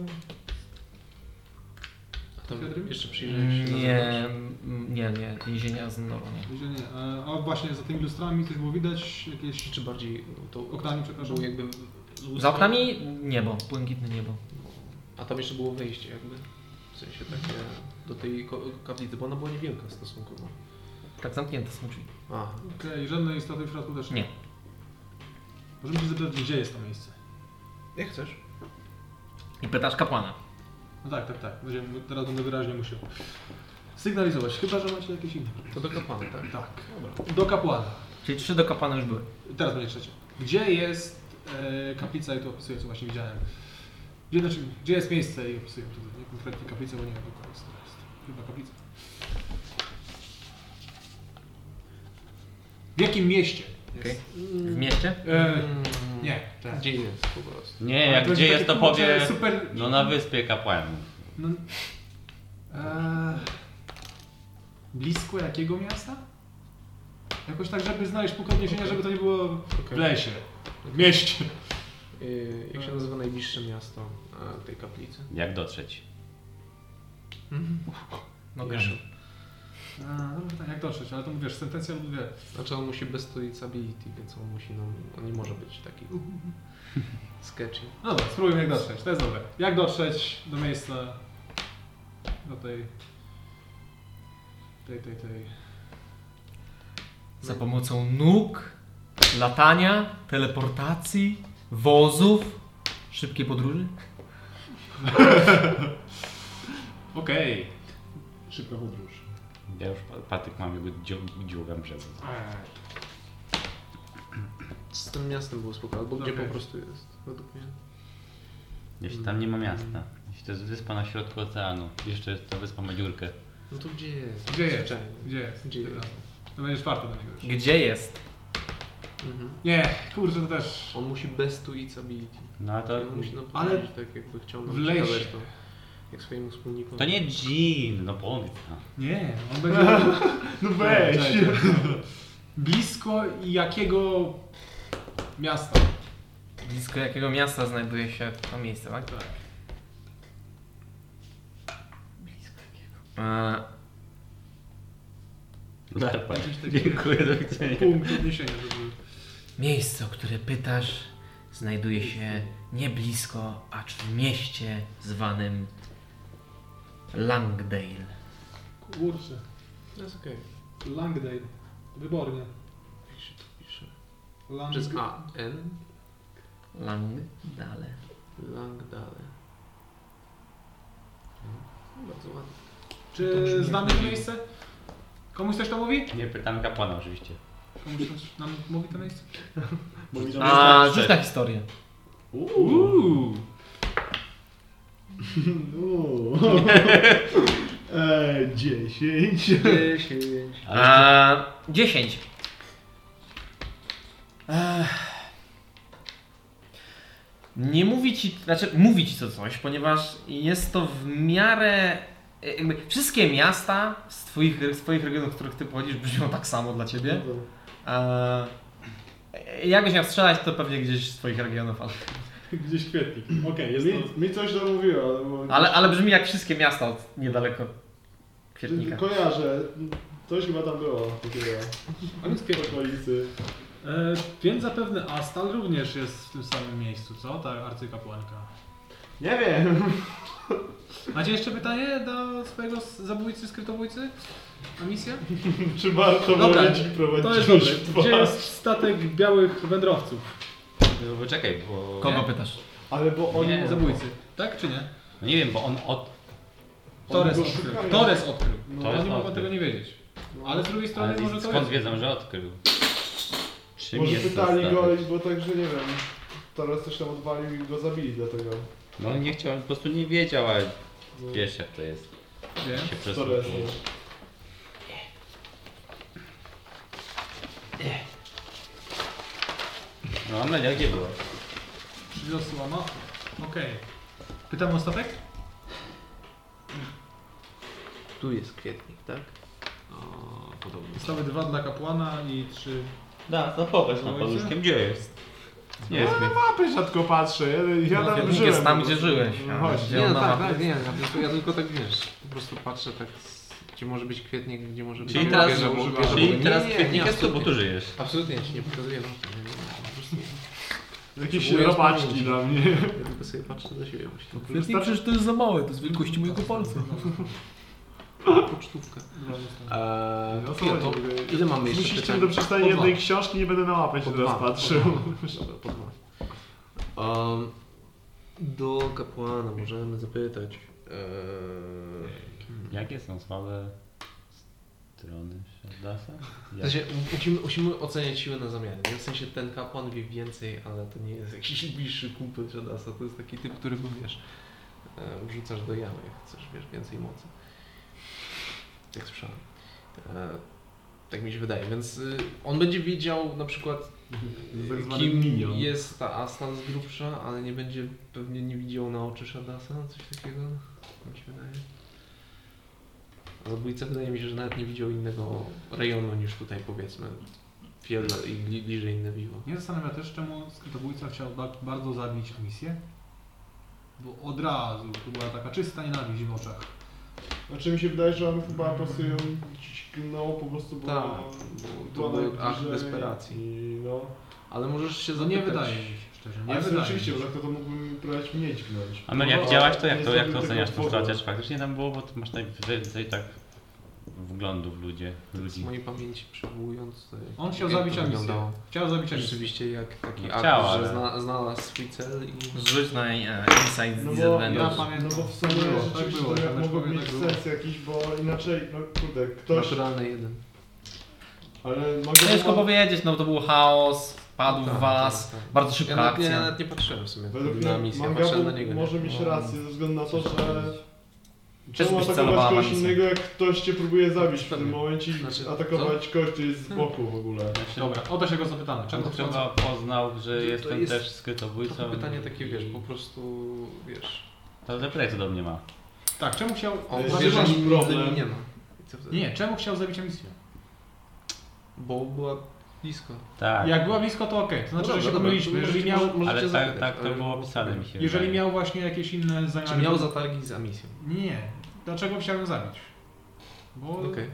Speaker 4: A tam
Speaker 3: Piotr?
Speaker 4: jeszcze przyjrzeć się
Speaker 1: Nie,
Speaker 4: na zewnątrz.
Speaker 1: m, nie, nie, więzienia z Norą. nie.
Speaker 3: Więzienie. E, A właśnie za tymi lustrami coś było widać, jakieś...
Speaker 4: Czy bardziej to
Speaker 3: Oknami, przepraszam.
Speaker 4: Było jakby
Speaker 1: Za
Speaker 4: lustro.
Speaker 1: oknami niebo, błękitne niebo.
Speaker 4: A tam jeszcze było wejście jakby. W sensie takie do tej ko- kaplicy, bo ona była niewielka stosunkowo.
Speaker 1: Tak zamknięte są drzwi.
Speaker 4: A,
Speaker 3: Okej, żadnej istoty w środku też
Speaker 1: Nie.
Speaker 3: Możemy się zapytać, gdzie jest to miejsce.
Speaker 4: jak chcesz.
Speaker 1: I pytasz kapłana.
Speaker 3: No tak, tak, tak. Będziemy, teraz będę wyraźnie musiał sygnalizować, chyba że macie jakieś inne.
Speaker 4: To do kapany, tak?
Speaker 3: Tak.
Speaker 4: Dobra.
Speaker 3: Do kapłana.
Speaker 1: Czyli trzy do kapłana już były.
Speaker 3: Teraz będzie trzecie. Gdzie jest e, kaplica i tu opisuję, co właśnie widziałem. Gdzie, znaczy, gdzie jest miejsce i opisuję tutaj, nie konkretnie kaplicę, bo nie wiem, jaka jest to jest. Chyba kaplica. W jakim mieście?
Speaker 1: Okej. W mieście?
Speaker 3: E, nie, tak.
Speaker 4: Mm. Gdzie jest po prostu?
Speaker 5: Nie,
Speaker 3: Ale
Speaker 5: jak
Speaker 3: będzie
Speaker 5: gdzie
Speaker 3: takie
Speaker 5: jest to
Speaker 3: kurczę
Speaker 5: powie...
Speaker 3: Super...
Speaker 5: No na wyspie kapłanów.
Speaker 3: No, e, blisko jakiego miasta? Jakoś tak, żeby znaleźć punkt odniesienia, żeby to nie było w
Speaker 4: Okej.
Speaker 3: lesie, w mieście.
Speaker 4: Y, Jak się nazywa najbliższe miasto e, tej kaplicy?
Speaker 5: Jak dotrzeć?
Speaker 3: Mhm.
Speaker 1: No
Speaker 4: Pieszo.
Speaker 3: A, no tak, jak dotrzeć, ale to mówisz, sentencja lub dwie.
Speaker 4: Znaczy on musi bez ability, więc on musi, no, on nie może być taki sketchy.
Speaker 3: No dobra, spróbujmy jak dotrzeć, to jest dobre. Jak dotrzeć do miejsca, do tej, tej, tej, tej.
Speaker 1: Za pomocą nóg, latania, teleportacji, wozów, szybkiej podróży.
Speaker 3: Okej.
Speaker 2: Szybka podróż.
Speaker 5: Ja już pa- patyk mam, jego dziu- dziurę brzegu.
Speaker 4: Z tym miastem było spoko, albo gdzie
Speaker 3: Okej.
Speaker 4: po prostu jest, według mnie.
Speaker 5: Jeśli tam nie ma miasta. Jeśli to jest wyspa na środku oceanu. Jeszcze jest ta wyspa ma dziurkę.
Speaker 4: No to gdzie jest?
Speaker 3: Gdzie jest?
Speaker 4: Zwyczajnie.
Speaker 3: Gdzie jest?
Speaker 4: Gdzie jest?
Speaker 3: To będzie czwarte do niego już.
Speaker 1: Gdzie jest?
Speaker 4: Mhm.
Speaker 3: Nie, kurczę, to też.
Speaker 4: On musi bez tu its ability.
Speaker 5: No ale to...
Speaker 4: On musi nam
Speaker 3: Ale
Speaker 4: powiedzieć tak jakby chciał nam
Speaker 3: w lesie.
Speaker 4: przekazać to. Jak swojemu wspólnikom.
Speaker 5: To nie dżin, no powiedz. No.
Speaker 3: Nie, on będzie...
Speaker 2: No weź!
Speaker 3: Blisko jakiego miasta?
Speaker 1: Blisko jakiego miasta znajduje się to miejsce, tak?
Speaker 3: Tak.
Speaker 1: E,
Speaker 5: Larpa.
Speaker 3: Jakieś takie-
Speaker 5: Dziękuję, do widzenia.
Speaker 3: Punkt odniesienia, żeby...
Speaker 1: Miejsce, o które pytasz, znajduje się nie blisko, acz w mieście zwanym Langdale.
Speaker 6: Kurczę,
Speaker 4: To jest okej.
Speaker 6: Langdale. Wybornie.
Speaker 4: Jak się to pisze?
Speaker 6: Lang...
Speaker 4: Przez A, N,
Speaker 1: Langdale.
Speaker 4: Langdale. No, Bardzo ładnie.
Speaker 3: Czy znamy to miejsce? Komuś coś to mówi?
Speaker 5: Nie pytamy kapłana oczywiście.
Speaker 3: Komuś coś nam mówi to miejsce?
Speaker 1: A, rzuć na historię.
Speaker 3: Uuu.
Speaker 2: Uuu. Eee, 10.
Speaker 5: Ale
Speaker 1: A, 10. Ech. Nie mówi ci, znaczy mówi ci to coś, ponieważ jest to w miarę. Jakby wszystkie miasta z twoich, z twoich regionów, z których ty pochodzisz, brzmią tak samo dla ciebie.
Speaker 2: No.
Speaker 1: A, jakbyś E, miał strzelać, to pewnie gdzieś z twoich regionów, ale,
Speaker 2: Gdzieś kwietnik. Okej,
Speaker 6: jest
Speaker 2: mi, mi coś to mówiło, ale... bo-
Speaker 1: ale, ale brzmi jak wszystkie miasta od niedaleko kwietnika.
Speaker 2: Kojarzę. Coś chyba tam było takiego.
Speaker 3: Ale jest
Speaker 2: W okolicy.
Speaker 3: E, więc zapewne Astal również jest w tym samym miejscu, co? Ta arcykapłanka.
Speaker 2: Nie wiem.
Speaker 3: Macie jeszcze pytanie do swojego s- zabójcy, skrytobójcy? A misję?
Speaker 2: Czy warto
Speaker 3: Dobra,
Speaker 2: było ci prowadzić
Speaker 3: To jest
Speaker 2: już
Speaker 3: dobre.
Speaker 2: dwa?
Speaker 3: Gdzie jest statek białych wędrowców?
Speaker 5: no, bo czekaj, bo...
Speaker 1: Kogo
Speaker 5: Nie?
Speaker 1: pytasz?
Speaker 2: Ale bo oni...
Speaker 3: Nie, zabójcy. Tak czy nie?
Speaker 5: No nie wiem, bo on od...
Speaker 3: Torres
Speaker 2: go
Speaker 3: odkrył.
Speaker 2: szukają.
Speaker 3: Torres odkrył.
Speaker 5: To
Speaker 3: Oni
Speaker 5: jest
Speaker 3: mogą
Speaker 5: od...
Speaker 3: tego nie wiedzieć.
Speaker 2: No.
Speaker 3: Ale z drugiej strony
Speaker 5: Ale
Speaker 3: może to
Speaker 5: skąd
Speaker 3: jest.
Speaker 5: wiedzą, że odkrył? Czym
Speaker 2: Może
Speaker 5: jest to
Speaker 2: pytali
Speaker 5: statek?
Speaker 2: go, bo także nie wiem. Teraz też tam odwalił i go zabili dlatego.
Speaker 5: No nie chciał, po prostu nie wiedział, ale
Speaker 2: No.
Speaker 5: wiesz jak to jest.
Speaker 3: Wiem.
Speaker 5: Się
Speaker 2: Co to jest?
Speaker 5: przesłuchuje. No mam nadzieję, gdzie było?
Speaker 3: Przyniosła, no. Okej. Pytam o statek?
Speaker 4: Tu jest kwietnik, tak? O, podobno.
Speaker 3: Zostały dwa dla kapłana i trzy...
Speaker 5: Da, no pokaż
Speaker 3: nam
Speaker 5: nam
Speaker 3: poduszkiem,
Speaker 5: poduszkiem, gdzie jest? Nie jest mi.
Speaker 2: Mapy rzadko patrzę, ja, ja
Speaker 1: No,
Speaker 2: tam
Speaker 1: kwietnik
Speaker 2: żyłem.
Speaker 1: jest tam, gdzie żyłeś.
Speaker 2: No,
Speaker 1: a
Speaker 2: chodź.
Speaker 1: gdzie
Speaker 4: Nie, no
Speaker 1: ona
Speaker 4: tak,
Speaker 1: ma-
Speaker 4: tak, nie, ja, tylko, ja tylko tak wiesz. Po prostu patrzę tak, z, gdzie może być kwietnik, gdzie może być.
Speaker 5: Czyli
Speaker 4: Nie
Speaker 5: teraz-
Speaker 4: bierze, bo-
Speaker 2: czyli
Speaker 4: bierze, bo- nie,
Speaker 5: Czyli teraz
Speaker 4: nie, nie,
Speaker 5: kwietnik
Speaker 4: nie,
Speaker 5: jest tu, bo
Speaker 4: absolutnie.
Speaker 5: tu żyjesz.
Speaker 4: Absolutnie, ja ci nie pokazuję. no, nie, nie, nie, po prostu
Speaker 2: Jakieś
Speaker 4: Próbuję
Speaker 2: robaczki
Speaker 4: wspomnieć.
Speaker 2: dla mnie.
Speaker 4: Ja tylko sobie patrzę do siebie właśnie.
Speaker 1: Kwietnik przecież to jest za małe, to jest wielkości mojego
Speaker 3: Tak,
Speaker 1: palca.
Speaker 4: Pocztówka.
Speaker 3: Dwa zostały.
Speaker 4: Eee,
Speaker 2: No co
Speaker 4: ile, to,
Speaker 2: chodzi, mówię,
Speaker 4: ile mamy jeszcze
Speaker 2: Musisz
Speaker 4: pytań?
Speaker 2: do przeczytania
Speaker 4: Po
Speaker 2: jednej
Speaker 4: dwa.
Speaker 2: książki, nie będę na mapę się
Speaker 4: Po
Speaker 2: teraz
Speaker 4: dwa, po
Speaker 2: patrzył.
Speaker 4: dwa. Dobra, po dwa. Em, Eee, do kapłana możemy zapytać. Eee,
Speaker 5: Jakie są słabe strony Shardasa?
Speaker 4: W sensie musimy, musimy oceniać siłę na zamianę. nie? W sensie ten kapłan wie więcej, ale to nie jest jakiś bliższy kumpel Jadasa. To jest taki typ, który wiesz, e, wrzucasz do jamy, jak chcesz, wiesz, więcej mocy. Jak słyszałem. E, tak mi się wydaje, więc y, on będzie wiedział na przykład
Speaker 2: Tak zwany
Speaker 4: kim
Speaker 2: minion.
Speaker 4: jest ta Aslan z grubsza, ale nie będzie pewnie nie widział na oczy Shadasa, coś takiego, mi się wydaje. A Zabójca wydaje mi się, że nawet nie widział innego rejonu niż tutaj powiedzmy. Wiele i bli- bliżej inne biło.
Speaker 3: Nie zastanawia też, czemu skrytobójca chciał ba- bardzo zabić misję? Bo od razu to była taka czysta nienawiść w oczach.
Speaker 2: Znaczy mi się wydaje, że on chyba po prostu ją dźgnął po prostu, bo...
Speaker 4: Tak,
Speaker 2: była
Speaker 4: to był
Speaker 2: najbliżej
Speaker 4: akt desperacji.
Speaker 2: I no...
Speaker 4: Ale możesz się
Speaker 3: To
Speaker 4: zapytać.
Speaker 3: No nie wydaje mi się szczerze. Nie
Speaker 2: Ale
Speaker 3: wydaje
Speaker 2: rzeczywiście,
Speaker 3: mi
Speaker 2: bo
Speaker 3: się.
Speaker 2: tak to, to mógłbym próbować mnie dźgnąć.
Speaker 5: Amel,
Speaker 2: No,
Speaker 5: jak działaś to, jak
Speaker 2: nie
Speaker 5: to, jak to
Speaker 2: zrobił
Speaker 5: oceniasz
Speaker 2: tego
Speaker 5: tą sytuację?
Speaker 2: powodu.
Speaker 5: Czy faktycznie tam było, bo ty masz najwięcej tak wglądów w ludzie,
Speaker 4: Z
Speaker 5: ludzi.
Speaker 4: mojej pamięci przywołując to
Speaker 3: On chciał
Speaker 4: jak to
Speaker 3: zabić Amisję.
Speaker 4: wyglądało.
Speaker 3: Chciał zabić Amisję.
Speaker 4: Rzeczywiście jak taki
Speaker 5: Nie
Speaker 3: No
Speaker 4: akt,
Speaker 5: chciała,
Speaker 4: że
Speaker 5: ale-
Speaker 4: zna, znalazł swój cel i...
Speaker 1: Rzuć na e, Insight z
Speaker 2: No bo,
Speaker 3: Ja
Speaker 1: Disadvantage.
Speaker 2: no
Speaker 3: pamiętam.
Speaker 2: bo w sumie
Speaker 3: Tak było, tak
Speaker 2: rzeczywiście
Speaker 3: było,
Speaker 2: to
Speaker 3: tak
Speaker 2: mogło
Speaker 3: powiem,
Speaker 2: mieć
Speaker 3: tak było. Znaczy-
Speaker 2: sens jakiś, bo inaczej, no kurde, ktoś...
Speaker 4: Naturalny jeden.
Speaker 2: Ale
Speaker 1: Ciężko
Speaker 2: mogę...
Speaker 1: powiedzieć, no to był chaos, padł
Speaker 4: Tak,
Speaker 1: w was,
Speaker 4: tak, tak.
Speaker 1: bardzo szybka
Speaker 4: Ja nawet, nie,
Speaker 1: akcja.
Speaker 4: ja nawet nie patrzyłem w sumie
Speaker 2: Według
Speaker 4: na
Speaker 2: mnie
Speaker 4: misję, patrzyłem na
Speaker 2: Mangabu
Speaker 4: niego. nie?
Speaker 2: może mieć
Speaker 4: No.
Speaker 2: rację ze względu na to, że...
Speaker 1: Też
Speaker 2: Czemu
Speaker 1: byś
Speaker 2: atakować
Speaker 1: celowała
Speaker 2: kogoś
Speaker 1: na misję.
Speaker 2: innego, jak ktoś cię próbuje zabić w
Speaker 4: Pewnie.
Speaker 2: tym momencie i
Speaker 4: Znaczy,
Speaker 2: atakować kogoś, który jest z boku w ogóle?
Speaker 5: Znaczy,
Speaker 3: Dobra, o to się go zapytamy. Czemu
Speaker 5: Czemu
Speaker 3: chciał
Speaker 5: chyba poznał,
Speaker 4: No To-
Speaker 5: że
Speaker 4: to
Speaker 5: jestem
Speaker 4: jest
Speaker 5: też skrytobójcą?
Speaker 4: Trochę pytanie takie,
Speaker 5: i-
Speaker 4: wiesz, po prostu, wiesz...
Speaker 5: To zapytaj, co do mnie ma.
Speaker 3: Tak, czemu chciał...
Speaker 4: On
Speaker 2: Ej,
Speaker 4: wie,
Speaker 2: wiesz,
Speaker 4: że
Speaker 2: masz
Speaker 4: nigdy
Speaker 2: problem.
Speaker 4: nie ma. I co wtedy?
Speaker 3: Nie, czemu chciał zabić Amisję?
Speaker 4: Bo była blisko.
Speaker 5: Tak,
Speaker 3: Jak była blisko, to okej. To znaczy,
Speaker 4: No
Speaker 3: że się
Speaker 4: dobra,
Speaker 3: pomyliśmy.
Speaker 4: dobra,
Speaker 3: Jeżeli
Speaker 4: możecie-
Speaker 3: miał,
Speaker 4: może- możecie
Speaker 5: ale tak,
Speaker 4: zapytać,
Speaker 5: tak to
Speaker 4: ale-
Speaker 5: było opisane mi się
Speaker 3: jeżeli
Speaker 5: wydaje.
Speaker 3: miał właśnie jakieś inne zamiary...
Speaker 4: Czy miał zatargi za misją?
Speaker 3: Nie. Dlaczego chciał ją zabić? Bo
Speaker 4: Okej.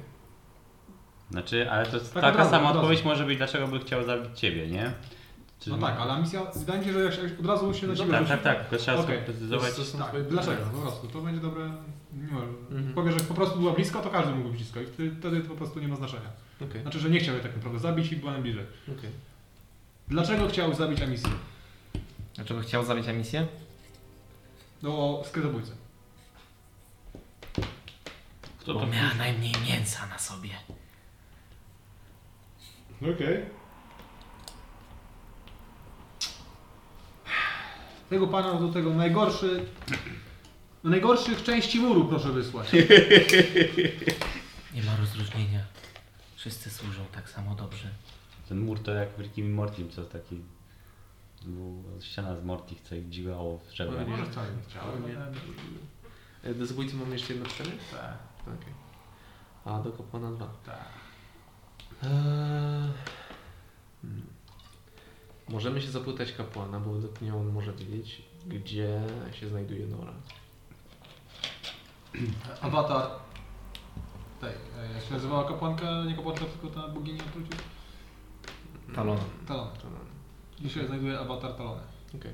Speaker 5: Znaczy, ale to jest
Speaker 3: Tak
Speaker 5: taka
Speaker 3: od razu,
Speaker 5: sama
Speaker 3: od razu.
Speaker 5: odpowiedź może być, dlaczego by chciał zabić ciebie, nie? Czy-
Speaker 3: No tak, ale misja, wydaje mi się, że jak się- od razu się na
Speaker 5: No
Speaker 3: ciebie
Speaker 5: tak,
Speaker 3: rzuci-
Speaker 5: tak, tak, tylko trzeba
Speaker 3: Okej.
Speaker 5: sprecyzować.
Speaker 4: To są
Speaker 3: Tak,
Speaker 4: twoje-
Speaker 3: dlaczego? Po prostu. To będzie dobre. No,
Speaker 4: Mhm.
Speaker 3: Powie, że po prostu była blisko, to każdy mógł być blisko i wtedy wtedy to po prostu nie ma znaczenia.
Speaker 4: Okej,
Speaker 3: Znaczy, że nie chciał jej tak naprawdę zabić i była najbliżej.
Speaker 4: okej.
Speaker 3: Dlaczego chciał zabić Amisję?
Speaker 1: Dlaczego chciał zabić emisję?
Speaker 3: Do skrytobójcy.
Speaker 5: Kto
Speaker 1: Bo miała najmniej mięsa na sobie.
Speaker 2: No Okej.
Speaker 3: Tego pana no, do tego najgorszy... Do najgorszych części muru proszę wysłać.
Speaker 1: Nie ma rozróżnienia. Wszyscy służą tak samo dobrze.
Speaker 5: Ten mur to jak w Rickim i Mortim, co taki... Był ściana z Mortich, co ich dziwało w
Speaker 4: O
Speaker 5: drzewa.
Speaker 4: nie.
Speaker 3: No, Może wcale nie chciał.
Speaker 4: Chciałem, nie. E, Do zabójcy mam jeszcze jedno pytanie?
Speaker 3: Tak,
Speaker 4: Okej. A do kapłana dwa.
Speaker 3: tak.
Speaker 4: Eee, hmm. Możemy się zapytać kapłana, bo według mnie on może wiedzieć, gdzie się znajduje Nora.
Speaker 3: Awatar... Tej, e, jak się nazywała kapłanka, nie kapłanka, tylko ta bogini otruciu? Mm.
Speaker 1: Talon.
Speaker 3: Talon.
Speaker 4: To nam-
Speaker 3: Dzisiaj znajduje awatar Talona.
Speaker 4: Okej.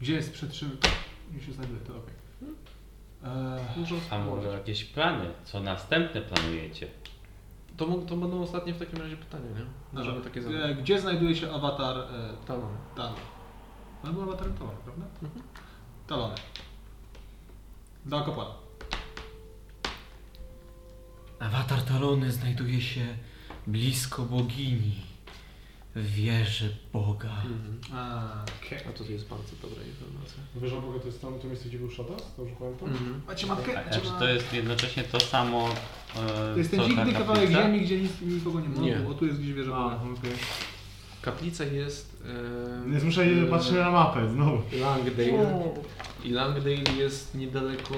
Speaker 3: Gdzie jest przytrzymany? Gdzie się znajduje, to okej. Eee,
Speaker 4: Dużo
Speaker 5: A może jakieś plany? Co następne planujecie?
Speaker 4: To, mo- to będą ostatnie w takim razie pytania, nie? Możemy
Speaker 3: dobra.
Speaker 4: takie
Speaker 3: E,
Speaker 4: zadać.
Speaker 3: Gdzie znajduje się awatar e,
Speaker 4: Talon.
Speaker 3: Talon? On był awatarem Talona, prawda? Talony. Dla Kopana.
Speaker 1: Awatar Talony znajduje się blisko bogini. W wieży Boga.
Speaker 4: Mhm.
Speaker 3: Okej.
Speaker 4: A to jest bardzo dobra informacja.
Speaker 2: Wieża Boga to jest tam to miejsce, gdzie był Szatas? Dobrze pamiętam?
Speaker 4: Mhm.
Speaker 3: Macie
Speaker 5: A,
Speaker 3: mapkę?
Speaker 5: a czy to jest jednocześnie to samo, e,
Speaker 3: To jest ten
Speaker 5: co ta
Speaker 3: dziwny kawałek
Speaker 5: kaplica?
Speaker 3: ziemi, gdzie nic, nikogo nie ma.
Speaker 4: Nie.
Speaker 3: O, tu jest gdzieś wieża.
Speaker 8: A,
Speaker 3: Boga.
Speaker 8: okej.
Speaker 4: Kaplica jest... em,
Speaker 8: Więc muszę
Speaker 2: Hmm.
Speaker 4: w-
Speaker 8: patrzeć na mapę znowu.
Speaker 4: Langdale. I Langdale jest niedaleko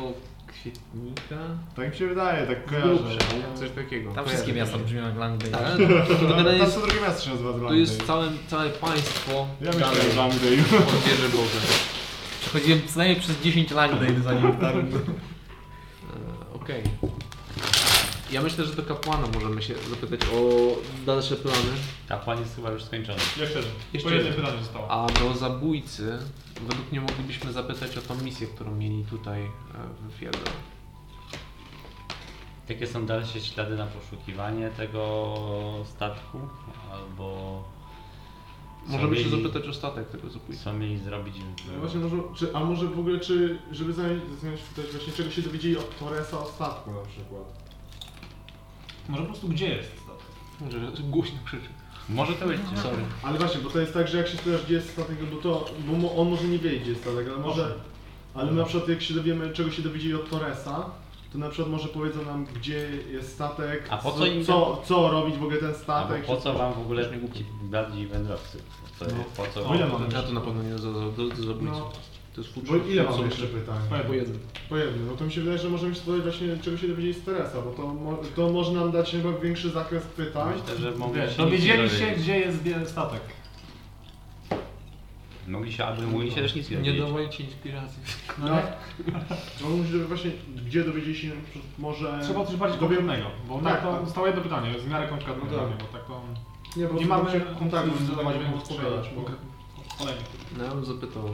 Speaker 4: Kwietnika.
Speaker 8: Tak mi się wydaje, tak kojarzę.
Speaker 4: Coś takiego.
Speaker 1: Tam wszystkie
Speaker 4: Kojarzę.
Speaker 1: miasta brzmią jak Langdale.
Speaker 4: Tak, no, to
Speaker 8: Tam,
Speaker 4: generalnie
Speaker 8: tam
Speaker 4: jest,
Speaker 8: co drugie miasto się nazywa
Speaker 4: to
Speaker 8: Dlandej.
Speaker 4: jest całe, całe państwo
Speaker 8: Ja
Speaker 4: dalej
Speaker 8: myślę, że Dlandej.
Speaker 4: od Wieży Boga.
Speaker 1: Przechodziłem co najmniej przez 10 Langdale zanim tam...
Speaker 4: E, Okej. Ja myślę, że do kapłana możemy się zapytać o dalsze plany.
Speaker 5: Kapłan jest chyba już skończony.
Speaker 8: Jeszcze jedno.
Speaker 4: Jeszcze
Speaker 8: Po jednym
Speaker 4: jedno.
Speaker 8: pytaniu zostało.
Speaker 4: A do zabójcy według mnie moglibyśmy zapytać o tą misję, którą mieli tutaj e, w Fiedle.
Speaker 5: Jakie są dalsze ślady na poszukiwanie tego statku? Albo co
Speaker 4: Możemy się
Speaker 5: mieli-
Speaker 4: zapytać o statek tego zabójcy.
Speaker 5: Co mieli zrobić
Speaker 2: No
Speaker 5: w...
Speaker 2: właśnie, może, czy, a może w ogóle, czy, żeby zająć się pytać właśnie, czego się dowiedzieli od Torresa o statku na przykład.
Speaker 3: Może po prostu gdzie jest statek?
Speaker 4: Że głośno krzyczy.
Speaker 5: Może to być.
Speaker 4: Sorry.
Speaker 2: Ale właśnie, bo to jest tak, że jak się spytasz, gdzie jest statek, no bo to, bo mo- on może nie wiedzieć, gdzie jest statek, ale może, ale my na przykład jak się dowiemy, czego się dowiedzieli od Torresa, to na przykład może powiedzą nam, gdzie jest statek,
Speaker 5: A po co
Speaker 2: co,
Speaker 5: im-
Speaker 2: co, co robić w ogóle ten
Speaker 5: Albo
Speaker 2: statek.
Speaker 5: po co
Speaker 2: wszystko.
Speaker 5: wam w ogóle ci bardziej wędrowcy? Co, po co
Speaker 2: O ile
Speaker 5: wam?
Speaker 2: mamy
Speaker 4: Ja
Speaker 2: jeszcze?
Speaker 4: to na pewno nie do, do, do zabójcy.
Speaker 2: No.
Speaker 4: To jest
Speaker 2: Bo ile mamy
Speaker 4: są
Speaker 2: jeszcze pytań?
Speaker 4: Po jednym.
Speaker 2: Po jednym. No to mi się wydaje, że możemy się spytać właśnie, czego się dowiedzieli z Torresa, bo to, mo- to może nam dać chyba większy zakres pytań.
Speaker 5: Myślę, że mogli
Speaker 8: Wiesz,
Speaker 3: no
Speaker 5: się,
Speaker 8: dowiedzieli
Speaker 5: nic nie
Speaker 8: się,
Speaker 5: dowiedzieć.
Speaker 8: gdzie jest wie- statek.
Speaker 5: Mogli się, albo mogli się też nic nie
Speaker 4: Nie
Speaker 5: dowiedzieć.
Speaker 4: dawajcie inspiracji.
Speaker 2: No. On musi dowiedzieć właśnie, gdzie dowiedzieli się może...
Speaker 8: Trzeba coś bardziej
Speaker 2: Dowie-
Speaker 8: konkretnego, bo
Speaker 2: Tak,
Speaker 8: tak, to
Speaker 2: tak.
Speaker 8: zostało jedno pytanie, z miarę konkretnego,
Speaker 2: No tak.
Speaker 8: no bo tak to...
Speaker 2: Nie, po
Speaker 8: Nie
Speaker 2: prostu
Speaker 8: mamy
Speaker 2: tak się kontaktu
Speaker 8: kontaktu,
Speaker 2: zadawać,
Speaker 8: będziemy
Speaker 2: bo odpowiadać.
Speaker 9: tak.
Speaker 2: bo-
Speaker 8: odpowiadać. Kolejny.
Speaker 4: No ja bym zapytał,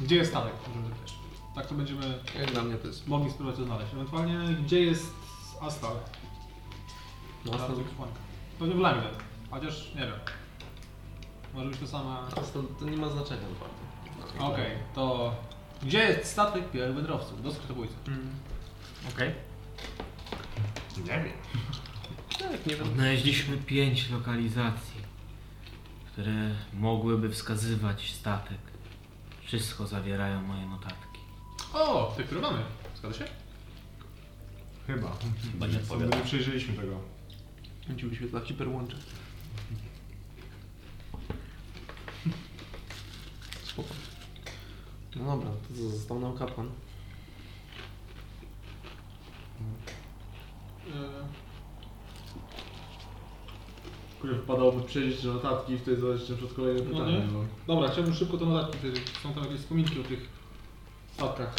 Speaker 3: Gdzie jest statek? Możemy zapytać. Tak to będziemy
Speaker 4: jak dla mnie to jest
Speaker 3: mogli spróbować to znaleźć. Ewentualnie gdzie jest Astal? Tak.
Speaker 4: Astal?
Speaker 3: Pewnie w Langdon. Chociaż nie wiem. Może być to sama.
Speaker 4: A to, to nie ma znaczenia naprawdę.
Speaker 3: Okej, to. Gdzie jest statek białych wędrowców? Do skrytobójcy.
Speaker 4: Mm.
Speaker 1: Okej.
Speaker 4: Tak, nie wiem.
Speaker 1: Odnaleźliśmy pięć lokalizacji, które mogłyby wskazywać statek. Wszystko zawierają moje notatki.
Speaker 3: O, te, które mamy. Zgadza się?
Speaker 8: Chyba.
Speaker 5: Chyba nie odpowiadam.
Speaker 8: Nie przejrzeliśmy tego.
Speaker 4: Ci wyświetla hiperłącze. Spoko. No dobra, to co, został nam kapłan.
Speaker 2: E, Kurde, wpadałoby przejrzeć notatki i wtedy zadać jeszcze przed kolejne
Speaker 3: No
Speaker 2: pytanie.
Speaker 3: nie?
Speaker 2: No
Speaker 3: Dobra, chciałbym szybko to nadać, jeżeli są tam jakieś wspominki o tych
Speaker 1: E,
Speaker 3: statkach.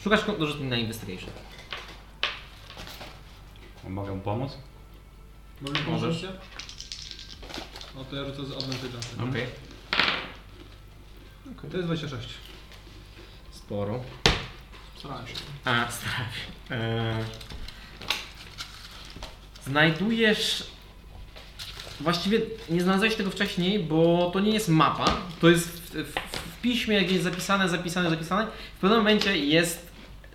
Speaker 1: Szukasz ko- rzutu na investigation.
Speaker 5: Mogę mu pomóc?
Speaker 3: Może
Speaker 1: Możesz.
Speaker 3: pomożecie? No to ja rzucę z
Speaker 2: No,
Speaker 3: advantage'em.
Speaker 1: Okej.
Speaker 3: To jest 26.
Speaker 1: Sporo.
Speaker 3: Starałem się.
Speaker 1: A, strach. Eee, znajdujesz. Właściwie nie znalazłeś tego wcześniej, bo to nie jest mapa. To jest w, w, w piśmie jakieś zapisane, zapisane, zapisane. W pewnym momencie jest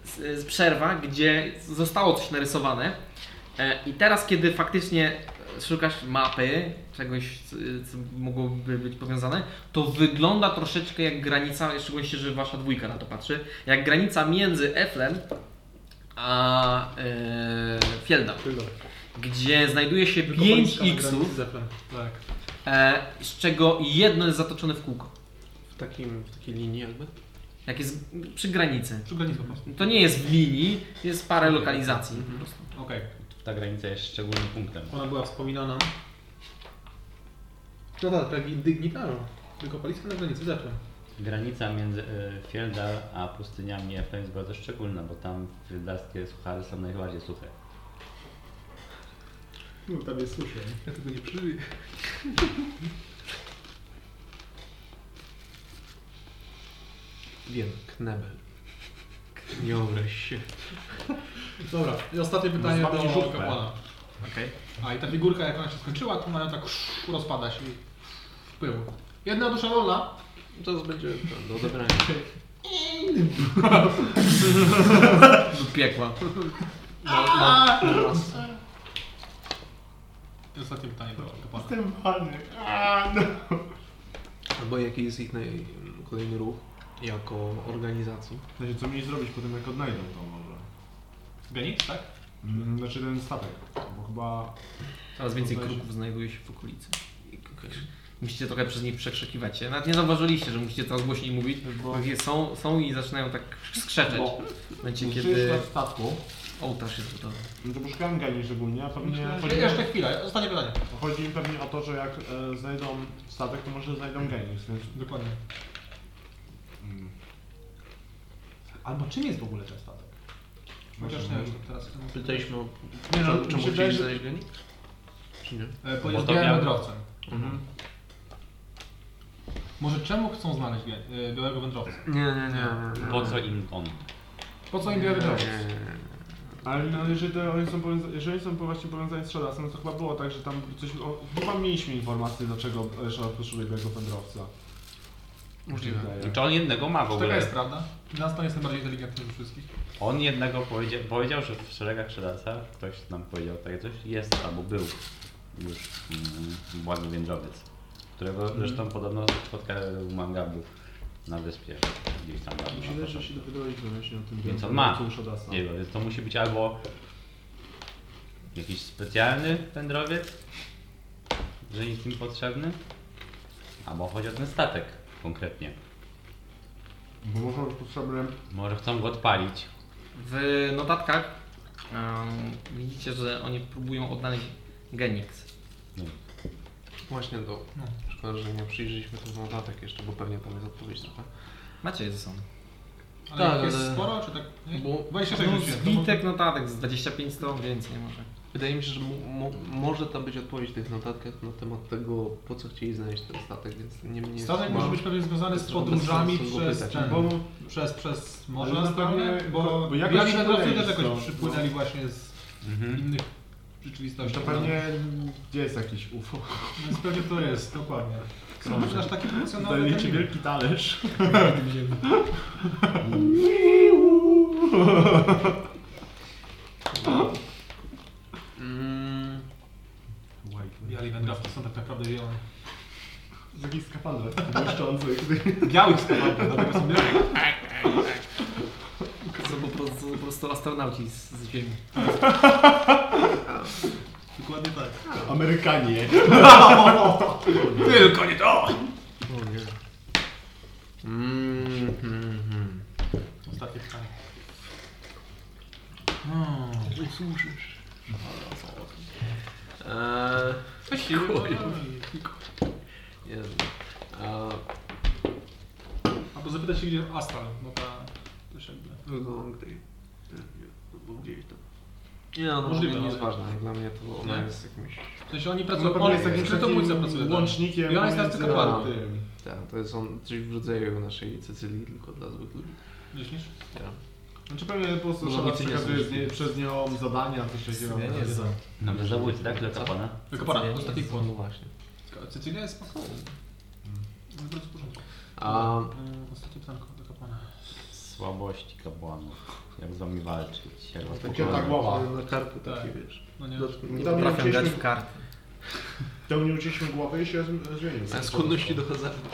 Speaker 1: s- przerwa, gdzie zostało coś narysowane. E, I teraz, kiedy faktycznie szukasz mapy, czegoś, co- co mogłoby być powiązane, to wygląda troszeczkę jak granica, szczególnie, że wasza dwójka na to patrzy, jak granica między Eflem a e, Fieldem, gdzie znajduje się 5 xów,
Speaker 3: Tak.
Speaker 1: e, z czego jedno jest zatoczone w kółko,
Speaker 4: W, takim, w takiej linii jakby?
Speaker 1: jak jest przy granicy.
Speaker 3: Przy granicy po prostu.
Speaker 1: To nie jest w linii, jest parę lokalizacji Mhm. po prostu.
Speaker 3: Okej.
Speaker 5: Ta granica jest szczególnym punktem.
Speaker 3: Ona była wspominana.
Speaker 4: No tak, tak indygnitano.
Speaker 3: Tylko policja na granicy zaczął.
Speaker 5: Granica między y, Fieldar a pustyniami Efraim jest bardzo szczególna, bo tam fieldarskie suchary są najbardziej suche.
Speaker 2: No tam jest suszy.
Speaker 3: Ja tego nie przeżyję.
Speaker 4: Wiem, knebel. Nie obraź się.
Speaker 3: Dobra, i ostatnie pytanie
Speaker 5: No,
Speaker 3: do
Speaker 5: zbawcie żółtkę.
Speaker 3: kapłana.
Speaker 1: Okej.
Speaker 3: A i ta figurka, jak ona się skończyła, to ona tak rozpada się i wpływu. Jedna dusza wolna.
Speaker 4: Teraz będzie do odebrania.
Speaker 1: Do piekła.
Speaker 4: No,
Speaker 3: I ostatnie pytanie do kapłana.
Speaker 2: Jestem walny. A, no.
Speaker 4: Albo jaki jest ich naj... kolejny ruch jako organizacji.
Speaker 9: Znaczy, co mieli zrobić po tym, jak odnajdą to może?
Speaker 3: Genic, tak?
Speaker 9: Mm, Znaczy ten statek, bo chyba...
Speaker 1: Coraz więcej kruków znajduje się w okolicy. Musicie trochę przez nich przekrzykiwać się. Nawet nie zauważyliście, że musicie coraz głośniej mówić, bo takie są, są i zaczynają tak skrzeczeć. W momencie,
Speaker 9: Kiedy...
Speaker 1: kiedy
Speaker 9: na statku,
Speaker 1: ołtarz jest gotowy.
Speaker 9: no to poszukałem Gali szczególnie, a pewnie... chodzi-
Speaker 3: Jeszcze chwilę, ostatnie pytanie.
Speaker 9: Chodzi im pewnie o to, że jak e, znajdą statek, to może znajdą Genix, więc...
Speaker 3: Dokładnie.
Speaker 9: Mm,
Speaker 3: Albo czym jest w ogóle ten statek? Chociaż
Speaker 9: może-
Speaker 3: nie wiem, to teraz...
Speaker 4: Pytaliśmy o...
Speaker 3: Nie no,
Speaker 4: Czemu
Speaker 3: mi się wydaje,
Speaker 4: chcieli
Speaker 3: że...
Speaker 4: znaleźć go? Czy nie?
Speaker 3: E,
Speaker 5: Bo
Speaker 3: Powiedz
Speaker 5: to
Speaker 3: białym
Speaker 5: miał-
Speaker 3: wędrowcem.
Speaker 4: Mhm.
Speaker 3: Może czemu chcą znaleźć bie- e, białego wędrowca?
Speaker 4: Nie, nie,
Speaker 3: No,
Speaker 4: nie.
Speaker 5: Po co im on?
Speaker 3: Po co im biały wędrowiec?
Speaker 9: Ale no, jeżeli, to oni są powiąza- jeżeli są właśnie powiązani z Shadasem, to chyba było tak, że tam coś... O, chyba mieliśmy informację, dlaczego e, Shadas poszukuje białego wędrowca.
Speaker 4: Możliwe.
Speaker 9: Wydaje.
Speaker 5: Czy on jednego ma w
Speaker 3: Czy taka
Speaker 5: ogóle?
Speaker 3: jest prawda? Nas to jestem bardziej inteligentny niż wszystkich.
Speaker 5: On jednego powiedział, powiedział że w szeregach Shadasa ktoś nam powiedział takie coś, jest albo był już mm, błagny wędrowiec, którego
Speaker 9: Mhm.
Speaker 5: zresztą podobno spotkał Mangabu na wyspie, gdzieś tam na
Speaker 9: Myślę, że się dowiadowaliśmy właśnie o tym
Speaker 5: Więc on
Speaker 9: białym
Speaker 5: ma.
Speaker 9: wędrowcu Shadasa.
Speaker 5: Nie wiem, więc to musi być albo jakiś specjalny wędrowiec, że jest im potrzebny, albo chodzi o ten statek konkretnie.
Speaker 9: Bo może być potrzebny...
Speaker 5: Może chcą go odpalić.
Speaker 1: W notatkach em, widzicie, że oni próbują odnaleźć Genix.
Speaker 4: Właśnie do...
Speaker 3: No.
Speaker 4: Szkoda, że nie przyjrzeliśmy tych notatek jeszcze, bo pewnie tam jest odpowiedź trochę.
Speaker 1: Macie je ze sobą.
Speaker 3: Ale
Speaker 4: Tak,
Speaker 3: tak, jest
Speaker 4: ale-
Speaker 3: sporo, czy tak? Nie?
Speaker 4: Bo
Speaker 3: 26
Speaker 1: No,
Speaker 3: rzuciłem. to może-
Speaker 1: zbitek notatek z 25 stron, więcej może.
Speaker 4: Wydaje mi się, że mo- mo- może tam być odpowiedź w tych notatkach na temat tego, po co chcieli znaleźć ten statek, więc nie mnie.
Speaker 3: Statek może być pewnie związany z
Speaker 4: Trochę bez
Speaker 3: podróżami
Speaker 4: sensu go
Speaker 3: przez,
Speaker 4: pytać.
Speaker 3: ten,
Speaker 9: Bo
Speaker 3: przez, przez
Speaker 9: Ale
Speaker 3: morze
Speaker 9: na
Speaker 3: na stronę,
Speaker 9: pewno-
Speaker 3: bo
Speaker 9: bo
Speaker 3: jak
Speaker 9: jakoś
Speaker 3: wędrowcy
Speaker 9: przypłynęli
Speaker 3: też jakoś
Speaker 9: stąd,
Speaker 3: przypłynęli
Speaker 9: no.
Speaker 3: właśnie z
Speaker 4: Hmm?
Speaker 5: Mhm.
Speaker 3: innych
Speaker 9: Znaczy,
Speaker 3: rzeczywistości. no.
Speaker 9: to pewnie gdzie jest jakiś UFO.
Speaker 3: Więc pewnie to jest, dokładnie. Są aż takie funkcjonalne.
Speaker 9: Dajecie wielki talerz. Mm.
Speaker 4: Mm,
Speaker 3: Biali wędrowcy są tak naprawdę białe.
Speaker 9: Z jakichś skafandrów błyszczących.
Speaker 3: Białych skawałków, dlatego są białe.
Speaker 1: To są po prostu, po prostu astronauci z, z Ziemi.
Speaker 3: Dokładnie tak.
Speaker 9: Amerykanie.
Speaker 3: Tylko nie to!
Speaker 4: o nie. Mm, hmm, hmm.
Speaker 3: Ostatnie pytanie.
Speaker 1: Hmm,
Speaker 4: Usłyszysz. Eee, Koi. Jezu. Eee,
Speaker 3: Albo zapytać się, gdzie Astral, bo ta Też jakby.
Speaker 4: Longday. Gdzieś tam. Nie, no,
Speaker 3: Możliwe,
Speaker 4: Możliwe, nie
Speaker 3: ale-
Speaker 4: jest ważne. Dla mnie to ona
Speaker 3: Nie?
Speaker 4: jest jakimś...
Speaker 3: W sensie oni
Speaker 2: Na
Speaker 3: pracują,
Speaker 2: pewno
Speaker 3: on
Speaker 2: jest
Speaker 3: jest
Speaker 2: jakimś
Speaker 3: krytobójca pracuje tak.
Speaker 2: takim
Speaker 3: tam.
Speaker 2: łącznikiem
Speaker 3: I ona jest teraz
Speaker 2: między-
Speaker 3: tylko parą.
Speaker 2: tym.
Speaker 4: Tak, to jest on coś w rodzaju naszej Cecylii, tylko dla złych ludzi.
Speaker 3: Myślisz?
Speaker 4: Ja.
Speaker 2: Znaczy pewnie po prostu
Speaker 4: No,
Speaker 2: szala
Speaker 4: nic nie
Speaker 2: przekazuje
Speaker 4: jest.
Speaker 2: z niej, przez nią zadania, coś takiego.
Speaker 1: Nie, nie jest.
Speaker 5: No, to zabójcy, tak? Dla kapłana?
Speaker 3: Tylko para,
Speaker 1: Cecylia nie
Speaker 3: ostatni
Speaker 1: jest.
Speaker 3: płon.
Speaker 4: No właśnie.
Speaker 3: Cecylia jest spokojna. Jest bardzo w porządku.
Speaker 4: A
Speaker 3: Y, Mm. Ostatnie pytanko do kapłana.
Speaker 5: Słabości kapłanów. Jak z wami walczyć? Jak was
Speaker 2: Takie ta
Speaker 4: tak
Speaker 5: pokonać?
Speaker 2: głowa.
Speaker 4: na karty takie,
Speaker 3: Tak.
Speaker 4: wiesz.
Speaker 3: No nie.
Speaker 4: dodatkowe.
Speaker 2: Nie
Speaker 1: Potrafią grać w
Speaker 2: ucięliśmy,
Speaker 1: karty.
Speaker 2: temu nie ucięliśmy głowy i się z- zmienił.
Speaker 4: A skłonności do hazardu.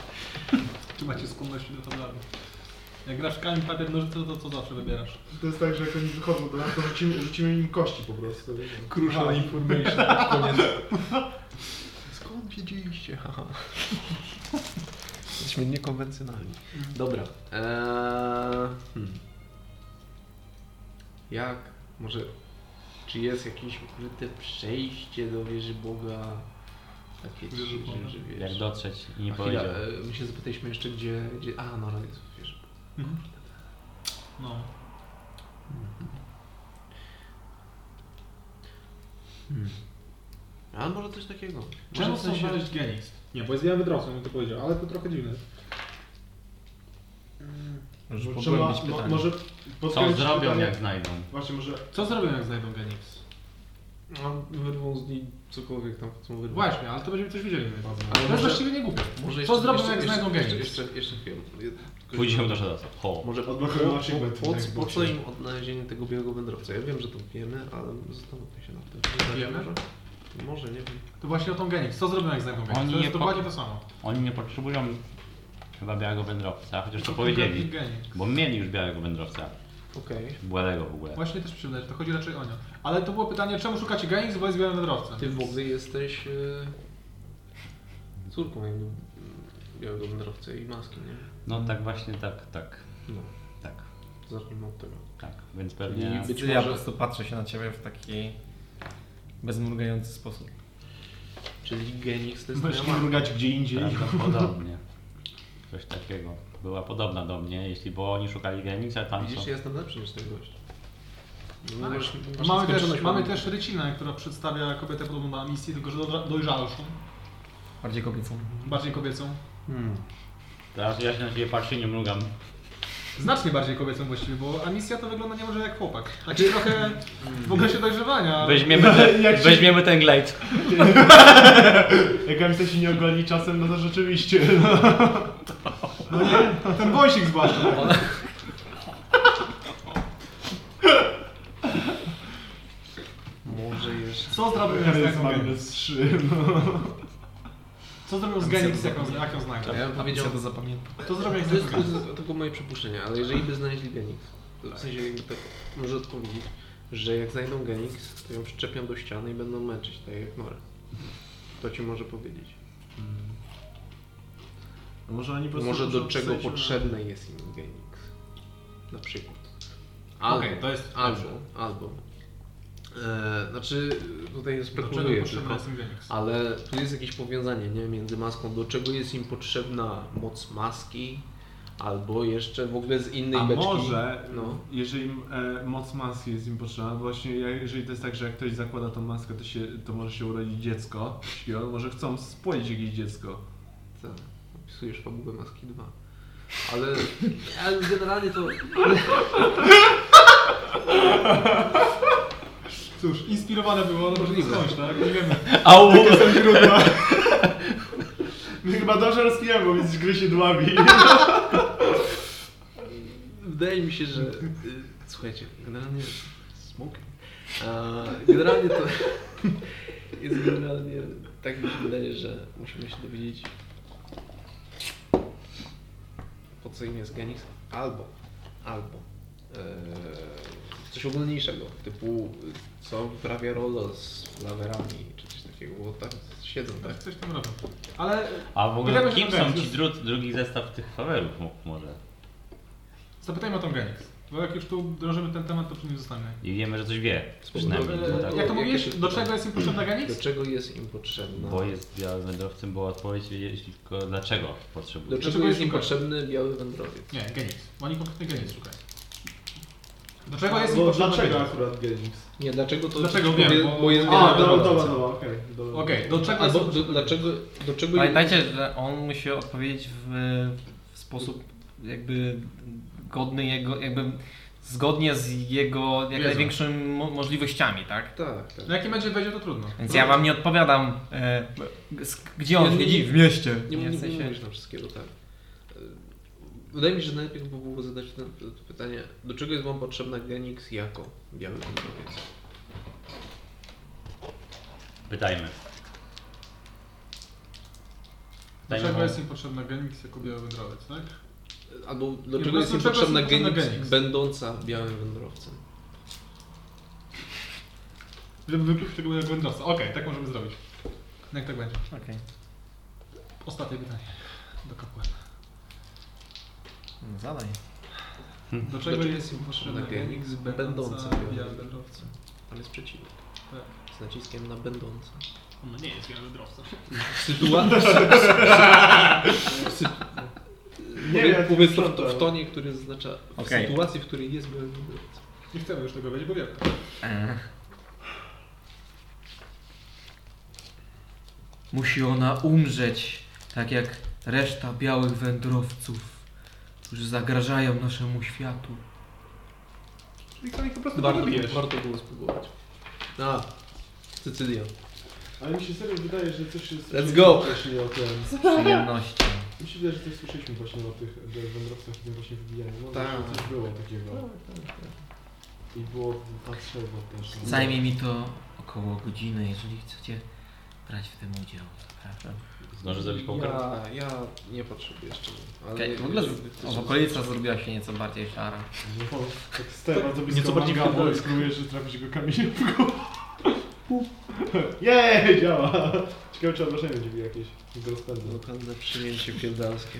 Speaker 3: Czy macie skłonności do hazardu? Jak grasz kamień, papier, nożyce, to co zawsze wybierasz?
Speaker 2: To jest tak, że jak oni wychodzą do nas, to rzucimy, rzucimy im kości po prostu.
Speaker 3: Crucial information.
Speaker 4: Skąd wiedzieliście? Haha. Jesteśmy niekonwencjonalni. Dobra. Eee, hmm. Jak? Może... Czy jest jakieś ukryte przejście do wieży Boga? Takie
Speaker 3: Wieży
Speaker 4: że-
Speaker 3: Boga.
Speaker 4: że wiesz.
Speaker 5: Jak dotrzeć i nie
Speaker 4: A chwila,
Speaker 5: powiedział.
Speaker 4: e, my się zapytaliśmy jeszcze gdzie, gdzie... A, no ale jest w wieży
Speaker 3: Mhm. No.
Speaker 4: A może coś takiego.
Speaker 3: Czemu
Speaker 4: Może
Speaker 3: chcą
Speaker 4: coś-
Speaker 3: znaleźć genist? Nie, bo jest ja wydrosłem, jak to powiedział, ale to trochę dziwne.
Speaker 1: Możesz
Speaker 2: Bo
Speaker 1: pogłębić
Speaker 2: mo-
Speaker 1: pytanie.
Speaker 2: może
Speaker 5: Co
Speaker 2: podkręcić
Speaker 5: zrobią,
Speaker 2: pytanie-
Speaker 5: jak znajdą?
Speaker 2: Właśnie, może
Speaker 3: Co zrobią jak znajdą genist?
Speaker 4: No, wyrwą z niej cokolwiek tam chcą wyrwać.
Speaker 3: Właśnie, ale to będziemy coś wiedzieli. Ale
Speaker 4: Ale
Speaker 3: to jest
Speaker 4: może-
Speaker 3: właściwie nie głupie.
Speaker 4: Może
Speaker 3: Co zrobią, jak
Speaker 4: jeszcze,
Speaker 3: znajdą
Speaker 4: jeszcze,
Speaker 3: genist?
Speaker 4: jeszcze, jeszcze chwilę.
Speaker 5: Pójdziemy do Shadowsa. Ho.
Speaker 4: Może po, po,
Speaker 2: Odblokują
Speaker 4: po,
Speaker 2: naszych
Speaker 4: po,
Speaker 2: metrów, jak
Speaker 4: po co
Speaker 2: będzie.
Speaker 4: im odnalezienie tego białego wędrowca? Ja wiem, że to wiemy, ale zastanówmy się nad tym.
Speaker 3: Wiemy?
Speaker 4: Może? Może, nie wiem.
Speaker 3: To właśnie o tą genist. Co zrobią jak znajdą genist?
Speaker 5: Oni
Speaker 3: To jest
Speaker 5: je po-
Speaker 3: dokładnie to samo.
Speaker 5: Oni nie potrzebują chyba białego wędrowca, chociaż to
Speaker 3: Tylko
Speaker 5: powiedzieli.
Speaker 3: genist.
Speaker 5: Bo mieli już białego wędrowca.
Speaker 4: Okej.
Speaker 5: Błelego w ogóle.
Speaker 3: Właśnie też mi się wydaje, że to chodzi raczej o nią. Ale to było pytanie, czemu szukacie genist, bo jest białym wędrowcem?
Speaker 4: Ty w ogóle jesteś e, córką jakby m, białego wędrowca i maski, nie?
Speaker 5: No tak właśnie, tak, tak,
Speaker 4: No,
Speaker 5: tak,
Speaker 4: zacznijmy od tego.
Speaker 5: tak. Więc pewnie...
Speaker 4: I być
Speaker 1: Ja po
Speaker 4: może-
Speaker 1: prostu patrzę się na ciebie w taki bezmrugający sposób.
Speaker 4: Czyli Genix to jest
Speaker 2: możesz
Speaker 4: moja
Speaker 2: im
Speaker 4: mama.
Speaker 2: mrugać gdzie indziej.
Speaker 5: Tak. Prawdopodobnie. Coś takiego. Była podobna do mnie, jeśli bo oni szukali granic, a tam są.
Speaker 4: Widzisz, ja jestem lepszy niż ten gość. No,
Speaker 3: Tak.
Speaker 4: właśnie- właśnie
Speaker 3: Mamy
Speaker 4: skończoność
Speaker 3: też, mamy
Speaker 4: mamy.
Speaker 3: też rycinę, która przedstawia kobietę podobną do misji, tylko że do- dojrzalszą,
Speaker 1: Bardziej kobiecą.
Speaker 3: bardziej kobiecą.
Speaker 4: Hmm.
Speaker 5: Teraz ja się na ciebie patrzę, nie mrugam.
Speaker 3: Znacznie bardziej kobiecą właściwie, bo Amicia to wygląda niemalże jak chłopak. Taki trochę w okresie dojrzewania.
Speaker 5: Weźmiemy, te, weźmiemy ten glade.
Speaker 2: Jak MC się nie ogoli czasem, no to rzeczywiście.
Speaker 3: No nie, ten wąsik zwłaszcza.
Speaker 4: Może jeszcze.
Speaker 3: Co zrobią
Speaker 2: To
Speaker 3: z
Speaker 2: jest
Speaker 3: taką genix?
Speaker 2: minus 3.
Speaker 3: Co zrobią z genix, jak ją- jak ją znajdą?
Speaker 2: Tak.
Speaker 4: Ja bym powiedział,
Speaker 1: Ja to zapamiętam.
Speaker 3: To zrobią jak
Speaker 4: to jest,
Speaker 3: znajdą
Speaker 4: to jest tylko moje przypuszczenie, ale jeżeli by znaleźli Genix, to w sensie jakby tak może odpowiedzieć, że jak znajdą Genix, to ją przyczepią do ściany i będą męczyć, tak jak Nora. To ci może powiedzieć.
Speaker 2: Może oni po prostu
Speaker 4: Może do
Speaker 2: muszą
Speaker 4: czego
Speaker 2: przejść na-
Speaker 4: potrzebny jest im Genix. Na przykład. Albo,
Speaker 3: Okej, to jest
Speaker 4: albo,
Speaker 3: lepsze.
Speaker 4: albo. E, znaczy, tutaj
Speaker 3: Do
Speaker 4: spekuluję
Speaker 3: czego potrzebny
Speaker 4: tylko.
Speaker 3: jest im genix?
Speaker 4: Ale tu jest jakieś powiązanie nie? między maską, do czego jest im potrzebna moc maski, albo jeszcze w ogóle z innej
Speaker 10: A
Speaker 4: beczki.
Speaker 10: może,
Speaker 4: No.
Speaker 10: jeżeli im, e, moc maski jest im potrzebna, właśnie ja- jeżeli to jest tak, że jak ktoś zakłada tą maskę, to, się, to może się urodzić dziecko, śpią, może chcą spłodzić jakieś dziecko.
Speaker 4: Tak, opisujesz fabułę maski 2. Ale, ale generalnie to.
Speaker 3: Cóż, inspirowane było, no może nie
Speaker 4: Możliwe.
Speaker 3: skądś, tak? Nie wiemy.
Speaker 5: Au!
Speaker 2: My chyba dobrze rozpijamy, bo więc gry się dławi.
Speaker 4: Wydaje mi się, że. y, Słuchajcie, generalnie. Smoke. A, generalnie to. Jest generalnie. Tak mi się wydaje, że musimy się dowiedzieć. Po co im jest Genix? Albo. Albo. e, coś ogólniejszego, typu y, co wyprawia Rolo z lawerami, czy coś takiego, bo tak siedzą, tak?
Speaker 3: Tak, Coś tam robią. Ale
Speaker 5: A w
Speaker 3: Ile
Speaker 5: ogóle
Speaker 3: będzie
Speaker 5: kim
Speaker 3: to
Speaker 5: są
Speaker 3: genix?
Speaker 5: ci dru, drugi zestaw tych fawerów mo- może?
Speaker 3: zapytajmy o tą genix. Bo jak już tu drążymy ten temat, to przy nim zostanie.
Speaker 5: I wiemy, że coś wie. Przynajmniej.
Speaker 4: Dobra,
Speaker 5: No tak.
Speaker 3: Jak to
Speaker 4: Jakie
Speaker 3: mówisz?
Speaker 4: się
Speaker 3: Do
Speaker 4: pytanie?
Speaker 3: czego jest im potrzebna
Speaker 4: Do
Speaker 3: genix?
Speaker 4: czego jest im potrzebna?
Speaker 5: Bo jest białym wędrowcem, była odpowiedź, jeśli tylko dlaczego
Speaker 4: Do
Speaker 5: potrzebuje.
Speaker 4: czego jest im potrzebny biały wędrowiec?
Speaker 3: Nie, genix. Bo Oni konkretnie genix szukają.
Speaker 4: Tak.
Speaker 3: Dlaczego jest mi
Speaker 2: Bo
Speaker 3: potrzebna
Speaker 2: dlaczego
Speaker 3: wiedza?
Speaker 2: akurat Genix?
Speaker 4: Nie, dlaczego to...
Speaker 3: Dlaczego
Speaker 4: bo
Speaker 3: wiem,
Speaker 4: je-
Speaker 3: bo-
Speaker 4: Bo
Speaker 3: A,
Speaker 4: jest
Speaker 2: A, dobra,
Speaker 4: generalna
Speaker 2: dobra,
Speaker 4: relacja.
Speaker 2: dobra, okej. dobra.
Speaker 3: Okej, do czego
Speaker 4: Albo
Speaker 3: jest
Speaker 4: do, dlaczego, do czego...
Speaker 1: Pamiętajcie, że on musi odpowiedzieć w, w sposób jakby godny jego, jakby zgodnie z jego jak
Speaker 3: Wiedzą.
Speaker 1: największymi mo- możliwościami, tak?
Speaker 4: Tak, tak.
Speaker 3: No jaki będzie będzie to trudno.
Speaker 1: Więc ja wam nie odpowiadam, e, z- gdzie
Speaker 4: Ja
Speaker 1: on
Speaker 4: nie-
Speaker 1: siedzi. W mieście.
Speaker 4: Nie, nie,
Speaker 1: w
Speaker 4: nie,
Speaker 1: sensie-
Speaker 4: mówisz na wszystkiego, tak. Y, Wydaje mi się, że najlepiej by było zadać to, to pytanie, do czego jest Wam potrzebna Genix jako biały kontrowiec?
Speaker 5: Pytajmy.
Speaker 3: Dlaczego
Speaker 5: mu-
Speaker 3: jest mi potrzebna Genix jako biały wędrowiec, tak?
Speaker 4: Y, Albo do
Speaker 3: Nie,
Speaker 4: czego
Speaker 3: no
Speaker 4: jest
Speaker 3: do
Speaker 4: im
Speaker 3: czego
Speaker 4: potrzebna
Speaker 3: jest im potrzebna
Speaker 4: Genix
Speaker 3: Genix?
Speaker 4: będąca białym wędrowcem?
Speaker 3: Żeby wykluczyć tego białego wędrowca. Okej, tak możemy zrobić. Jak tak będzie.
Speaker 1: Okej.
Speaker 3: Ostatnie pytanie do kapłana.
Speaker 1: No, Zadaj.
Speaker 3: Hmm. Do czego
Speaker 4: czego
Speaker 3: jest im potrzebna
Speaker 4: potrzebna
Speaker 3: Genix
Speaker 4: Genix
Speaker 3: będąca
Speaker 4: będąca
Speaker 3: białym
Speaker 4: białym
Speaker 3: wędrowcem?
Speaker 4: Tam jest przeciwnik.
Speaker 3: Tak.
Speaker 4: Z naciskiem na będąca.
Speaker 3: Ona nie jest białym wędrowcem.
Speaker 4: Sytuacja.
Speaker 2: Nie,
Speaker 4: Powie-
Speaker 2: ja
Speaker 4: Powiedz
Speaker 2: to
Speaker 4: to w, to w
Speaker 2: sprzątam.
Speaker 4: tonie, który oznacza w
Speaker 1: Okej.
Speaker 4: sytuacji, w której jest białym wędrowcem.
Speaker 3: Nie chcemy już tego wiedzieć, bo wiemy.
Speaker 1: E. Musi ona umrzeć, tak jak reszta białych wędrowców, którzy zagrażają naszemu światu.
Speaker 3: Czyli co, ich po prostu
Speaker 4: Warto,
Speaker 3: pobijesz.
Speaker 4: warto było spróbować. A, Sycylia.
Speaker 2: Ale mi się serio wydaje, że coś się
Speaker 4: Let's go.
Speaker 2: Właśnie o tym.
Speaker 1: Z przyjemnością.
Speaker 2: Mi się wydaje, że coś słyszeliśmy właśnie o tych e, wędrowcach, którzy właśnie wybijali. No
Speaker 4: Tak.
Speaker 2: tak. Coś było takiego. I było potrzeba też.
Speaker 1: Zajmie mi to około godziny, jeżeli chcecie brać w tym udział. Zapraszam.
Speaker 5: Zdąży zrobić poker?
Speaker 4: Ja, ja nie potrzebuję jeszcze. Ale
Speaker 1: Okej, w ogóle
Speaker 4: jeżeli
Speaker 1: z-
Speaker 4: chcesz-
Speaker 1: o, okolica zrobiła się nieco bardziej szara.
Speaker 2: No, tak stałem bardzo blisko
Speaker 4: Nieco bardziej
Speaker 2: manga,
Speaker 4: wiadomo.
Speaker 2: bo spróbujesz, że trafisz go kamieniem w głowę. Jej, działa! Ciekawe czy obrażenie będzie mi jakieś z rozpędu.
Speaker 4: Lokalne przyjęcie pierdalskie.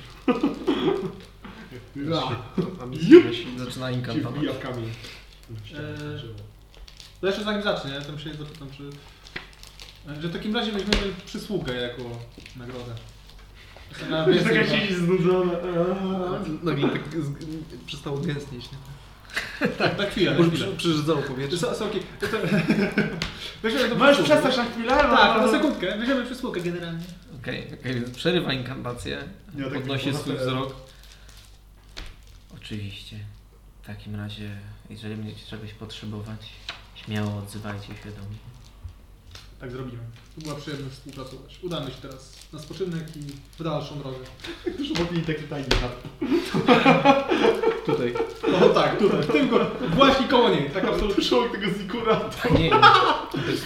Speaker 3: Ja.
Speaker 4: A mi się
Speaker 1: Zaczyna
Speaker 2: Ci wbija
Speaker 1: inkantować.
Speaker 2: w kamień.
Speaker 3: Eee. To jeszcze zanim zacznie, ja tam się zapytam, czy... Że w takim razie weźmiemy przysługę jako nagrodę. Taka
Speaker 2: Wiesz,
Speaker 3: więcej,
Speaker 2: taka
Speaker 3: że-
Speaker 2: siedzi znudzona. eee.
Speaker 4: Nagle tak z, przestało gęstnieć, nie?
Speaker 3: Tak, tak chwilę,
Speaker 4: Może
Speaker 3: chwilę.
Speaker 4: przy, przyrzedzało powietrze.
Speaker 3: So, soki. To, to... Weźmiemy to
Speaker 2: Możesz
Speaker 3: przysługę.
Speaker 2: przestać No na chwilę? no.
Speaker 3: Tak, na sekundkę. Weźmiemy przysługę generalnie.
Speaker 1: Okej, okej, więc przerywa inkantację,
Speaker 2: Ja tak
Speaker 1: podnosi
Speaker 2: tylko
Speaker 1: swój
Speaker 2: na te-
Speaker 1: wzrok. Oczywiście. W takim razie, jeżeli będziecie czegoś potrzebować, śmiało odzywajcie się do mnie.
Speaker 3: Tak zrobimy. To była przyjemność współpracować. Udamy się teraz na spoczynek i w dalszą drogę.
Speaker 2: Już robili takie tajne chatki.
Speaker 4: Tutaj.
Speaker 3: No tak, tutaj, w tym ko- właśnie koło niej, tak absolutnie.
Speaker 2: Przyszło tego zikura,
Speaker 1: Nie,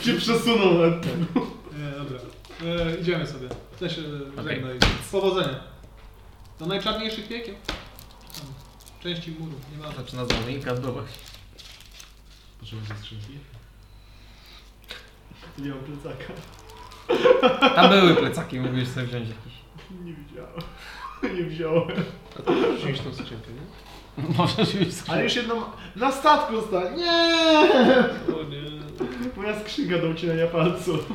Speaker 2: cię przesunął. ale-
Speaker 3: Nie, dobra. E, idziemy sobie. Też e,
Speaker 1: Okej.
Speaker 3: żegnaj. Powodzenia. Do najczarniejszych wiekiem. Tam, części murów, nie ma.
Speaker 1: zaczyna znowu inkantować.
Speaker 2: Potrzebujesz skrzynki? Nie mam plecaka.
Speaker 1: Tam były plecaki, mógłbyś sobie wziąć jakiś.
Speaker 2: Nie widziałem. Nie wziąłem.
Speaker 4: A to możesz wziąć tą skrzynkę, nie?
Speaker 1: Możesz już
Speaker 2: Ale już jedną... Na statku stań! Nie!
Speaker 4: O nie.
Speaker 2: Moja skrzynka do ucinania palców.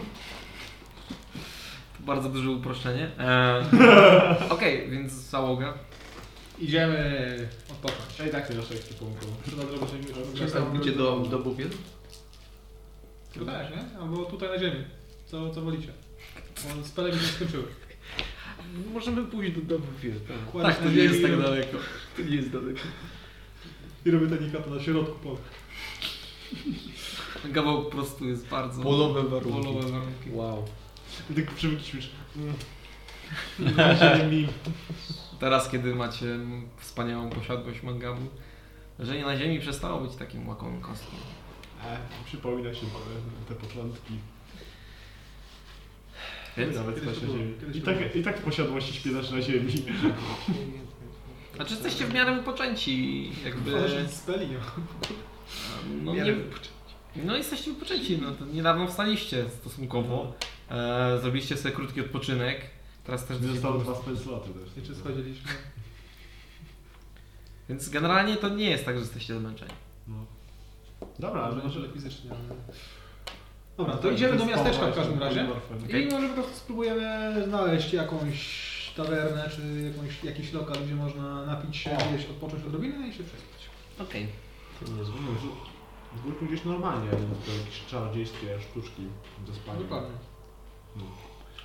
Speaker 1: Bardzo duże uproszczenie. Eee, Okej, więc załoga.
Speaker 3: Idziemy odpocząć.
Speaker 2: Ej, tak nie naszej ekipy pomogło.
Speaker 3: Trzeba zrobić jakieś...
Speaker 2: tak
Speaker 4: Przestałbycie do, do bubiel?
Speaker 3: Tu też, nie? Albo tutaj na ziemi. Co, co wolicie. Bo spele mi się skończyły.
Speaker 4: Możemy pójść do, do bubiel, tak.
Speaker 3: Kładę się na ziemi i-
Speaker 1: daleko.
Speaker 4: To nie jest daleko.
Speaker 2: I robię tanika to na środku pola.
Speaker 1: Gawał po prostu jest bardzo...
Speaker 4: Polowe warunki.
Speaker 1: Polowe warunki.
Speaker 4: Wow.
Speaker 2: I tak przywykliśmy, że... Mm. mi.
Speaker 1: Teraz, kiedy macie wspaniałą posiadłość mangabu, leżenie na ziemi przestało być takim łakomym kostkiem.
Speaker 2: E, przypomina się e, te początki.
Speaker 1: Więc?
Speaker 2: Nawet
Speaker 3: Kiedyś
Speaker 2: spać
Speaker 3: to
Speaker 2: na
Speaker 3: było,
Speaker 2: ziemi.
Speaker 3: kiedyś
Speaker 2: I
Speaker 3: to
Speaker 2: tak, I tak w posiadłości śpiewasz na ziemi.
Speaker 1: Znaczy jesteście w miarę wypoczęci i jakby...
Speaker 3: Tworzyć speli nie ma.
Speaker 1: No, nie, no jesteście wypoczęci, no to niedawno wstaliście stosunkowo. E, zrobiliście sobie krótki odpoczynek. Teraz też...
Speaker 2: Zostało dwa spensloty
Speaker 3: Nie czy
Speaker 2: też.
Speaker 3: schodziliśmy.
Speaker 1: Więc generalnie to nie jest tak, że jesteście zmęczeni.
Speaker 2: No. Dobra, ale może
Speaker 3: Tak, może
Speaker 2: lepiej.
Speaker 3: fizycznie, ale... Dobra, to idziemy do miasteczka w każdym razie. I może po prostu spróbujemy znaleźć jakąś tawernę, czy jakąś, jakiś lokal, gdzie można napić się,
Speaker 2: O.
Speaker 3: gdzieś odpocząć odrobinę i się przespić.
Speaker 1: Okej.
Speaker 4: całkiem niezły.
Speaker 2: Rozumiem, że zwykły gdzieś normalnie, ale to jakieś czarodziejskie sztuczki do spania. No.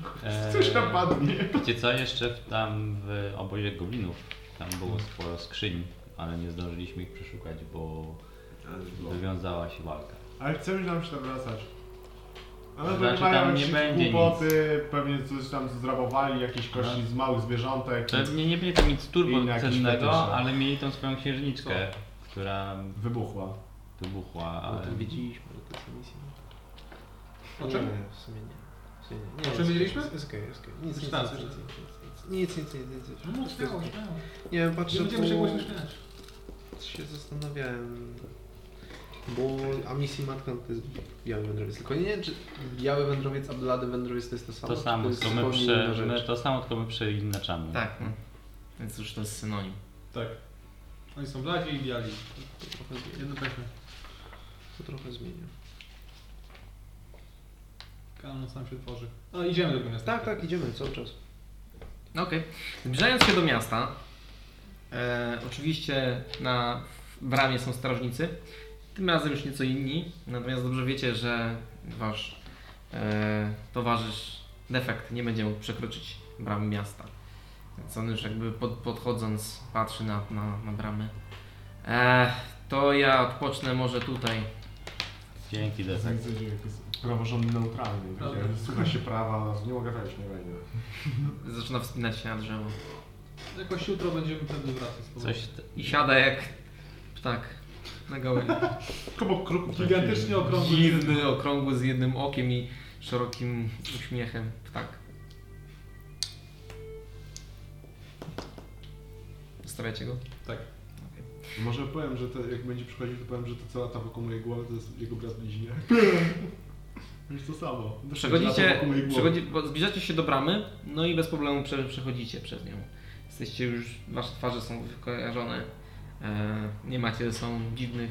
Speaker 3: Dokładnie.
Speaker 5: Eee,
Speaker 2: Coś tam padnie.
Speaker 5: Wiecie co, jeszcze w- tam w obozie goblinów, tam było sporo skrzyń, ale nie zdążyliśmy ich przeszukać, bo
Speaker 3: No.
Speaker 5: wywiązała się walka.
Speaker 9: Ale chcemy tam się tam wracać. Ale
Speaker 5: Znaczy,
Speaker 9: pewnie
Speaker 5: tam
Speaker 9: mają
Speaker 5: nie
Speaker 9: jakieś
Speaker 5: będzie
Speaker 9: głupoty, pewnie coś tam zrabowali, jakieś kości z małych zwierzątek.
Speaker 5: Pewnie nie mieli tam nic turbo
Speaker 9: Inne jakieś fetysze.
Speaker 5: cennego, ale mieli tą swoją księżniczkę, która
Speaker 9: Wybuchła.
Speaker 5: wybuchła,
Speaker 4: No
Speaker 5: ale...
Speaker 4: to widzieliśmy, że to jest misja.
Speaker 3: O czym?
Speaker 4: Nie, w sumie nie. W sumie nie.
Speaker 3: O
Speaker 4: nie,
Speaker 3: czym
Speaker 4: jest-
Speaker 3: wiedzieliśmy?
Speaker 4: Jest okej, jest okej. Nic, nic, nic,
Speaker 3: Czytałem,
Speaker 4: nic,
Speaker 3: czytałem.
Speaker 4: nic, nic, nic, nic, nic, nic.
Speaker 3: No, śmiało, śmiało.
Speaker 4: Nie wiem,
Speaker 3: Nie
Speaker 4: patrzę,
Speaker 3: będziemy się głośno
Speaker 4: bo
Speaker 3: śmiać.
Speaker 4: się zastanawiałem, bo Amisji Matka to jest biały wędrowiec, tylko nie wiem, czy biały wędrowiec, a blady wędrowiec to jest to samo?
Speaker 5: To
Speaker 4: czy
Speaker 5: samo,
Speaker 4: jest
Speaker 5: tylko my,
Speaker 4: zupełnie
Speaker 5: prze,
Speaker 4: inna rzecz?
Speaker 5: my, to samo, tylko my przeinaczamy.
Speaker 1: Tak, no. więc już to jest synonim.
Speaker 3: Tak. Oni są bladzi i biali.
Speaker 4: To trochę zmienia.
Speaker 3: Jednocześnie.
Speaker 4: To trochę zmienia.
Speaker 3: Kanon sam się tworzy. No idziemy do tego miasta.
Speaker 4: Tak, tak, idziemy cały czas.
Speaker 1: No Okej. Zbliżając się do miasta, e, oczywiście na w bramie są strażnicy. Tym razem już nieco inni. Natomiast dobrze wiecie, że wasz e, towarzysz defekt nie będzie mógł przekroczyć bram miasta. Więc on już jakby pod, podchodząc patrzy na, na, na bramy. E, to ja odpocznę może tutaj.
Speaker 5: Dzięki, Desek.
Speaker 9: Tak. Praworządny neutralny.
Speaker 3: Dobra.
Speaker 9: gdzie Słucha się prawa, nie mogę wejść, nie wejdę.
Speaker 1: Zaczyna wspinać się na drzewo.
Speaker 3: Jakoś jutro będziemy pewnie wracać z
Speaker 4: Mhm.
Speaker 3: powrotem.
Speaker 5: Coś... te-
Speaker 1: I siada jak ptak na gałęzi.
Speaker 9: Tylko kruk
Speaker 2: Tak
Speaker 3: Gigantycznie okrągły.
Speaker 1: Dziwny, okrągły z jednym okiem i szerokim uśmiechem. tak. Ptak. Zostawiacie go?
Speaker 3: Tak.
Speaker 2: Może powiem, że to, jak będzie przychodził, to powiem, że to cała ta wokół mojej głowy to jest jego brat bliźniak. Już to samo. Też lata
Speaker 1: Przechodzicie,
Speaker 2: wokół mojej głowy.
Speaker 1: przechodzi, bo zbliżacie się do bramy, no i bez problemu prze, przechodzicie przez nią. Jesteście już, wasze twarze są wykojarzone. E, nie macie ze sobą dziwnych,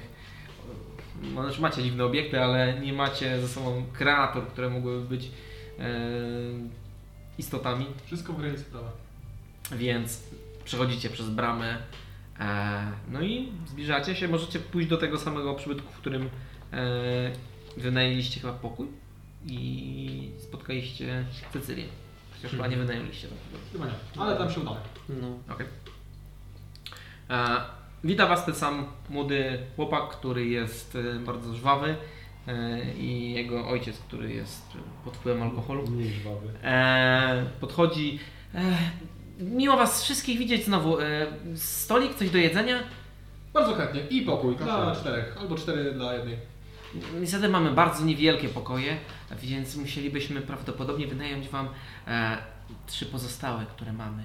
Speaker 1: no, znaczy macie dziwne obiekty, ale nie macie ze sobą kreatur, które mogłyby być e, istotami.
Speaker 3: Wszystko w granicy prawa.
Speaker 1: Więc przechodzicie przez bramę. E, no i zbliżacie się. Możecie pójść do tego samego przybytku, w którym e, wynajęliście chyba pokój i spotkaliście Cecylię. Chociaż chyba nie wynajęliście tego.
Speaker 3: Chyba nie. Ale tam się udało.
Speaker 4: No.
Speaker 1: Okej. E, Wita Was ten sam młody chłopak, który jest e, bardzo żwawy e, i jego ojciec, który jest pod wpływem alkoholu.
Speaker 2: Mniej żwawy.
Speaker 1: E, podchodzi. E, miło Was wszystkich widzieć znowu. E, stolik, coś do jedzenia?
Speaker 3: Bardzo chętnie. I pokój dla
Speaker 2: Proszę.
Speaker 3: czterech. Albo cztery dla jednej.
Speaker 1: Niestety mamy bardzo niewielkie pokoje, więc musielibyśmy prawdopodobnie wynająć Wam e, trzy pozostałe, które mamy.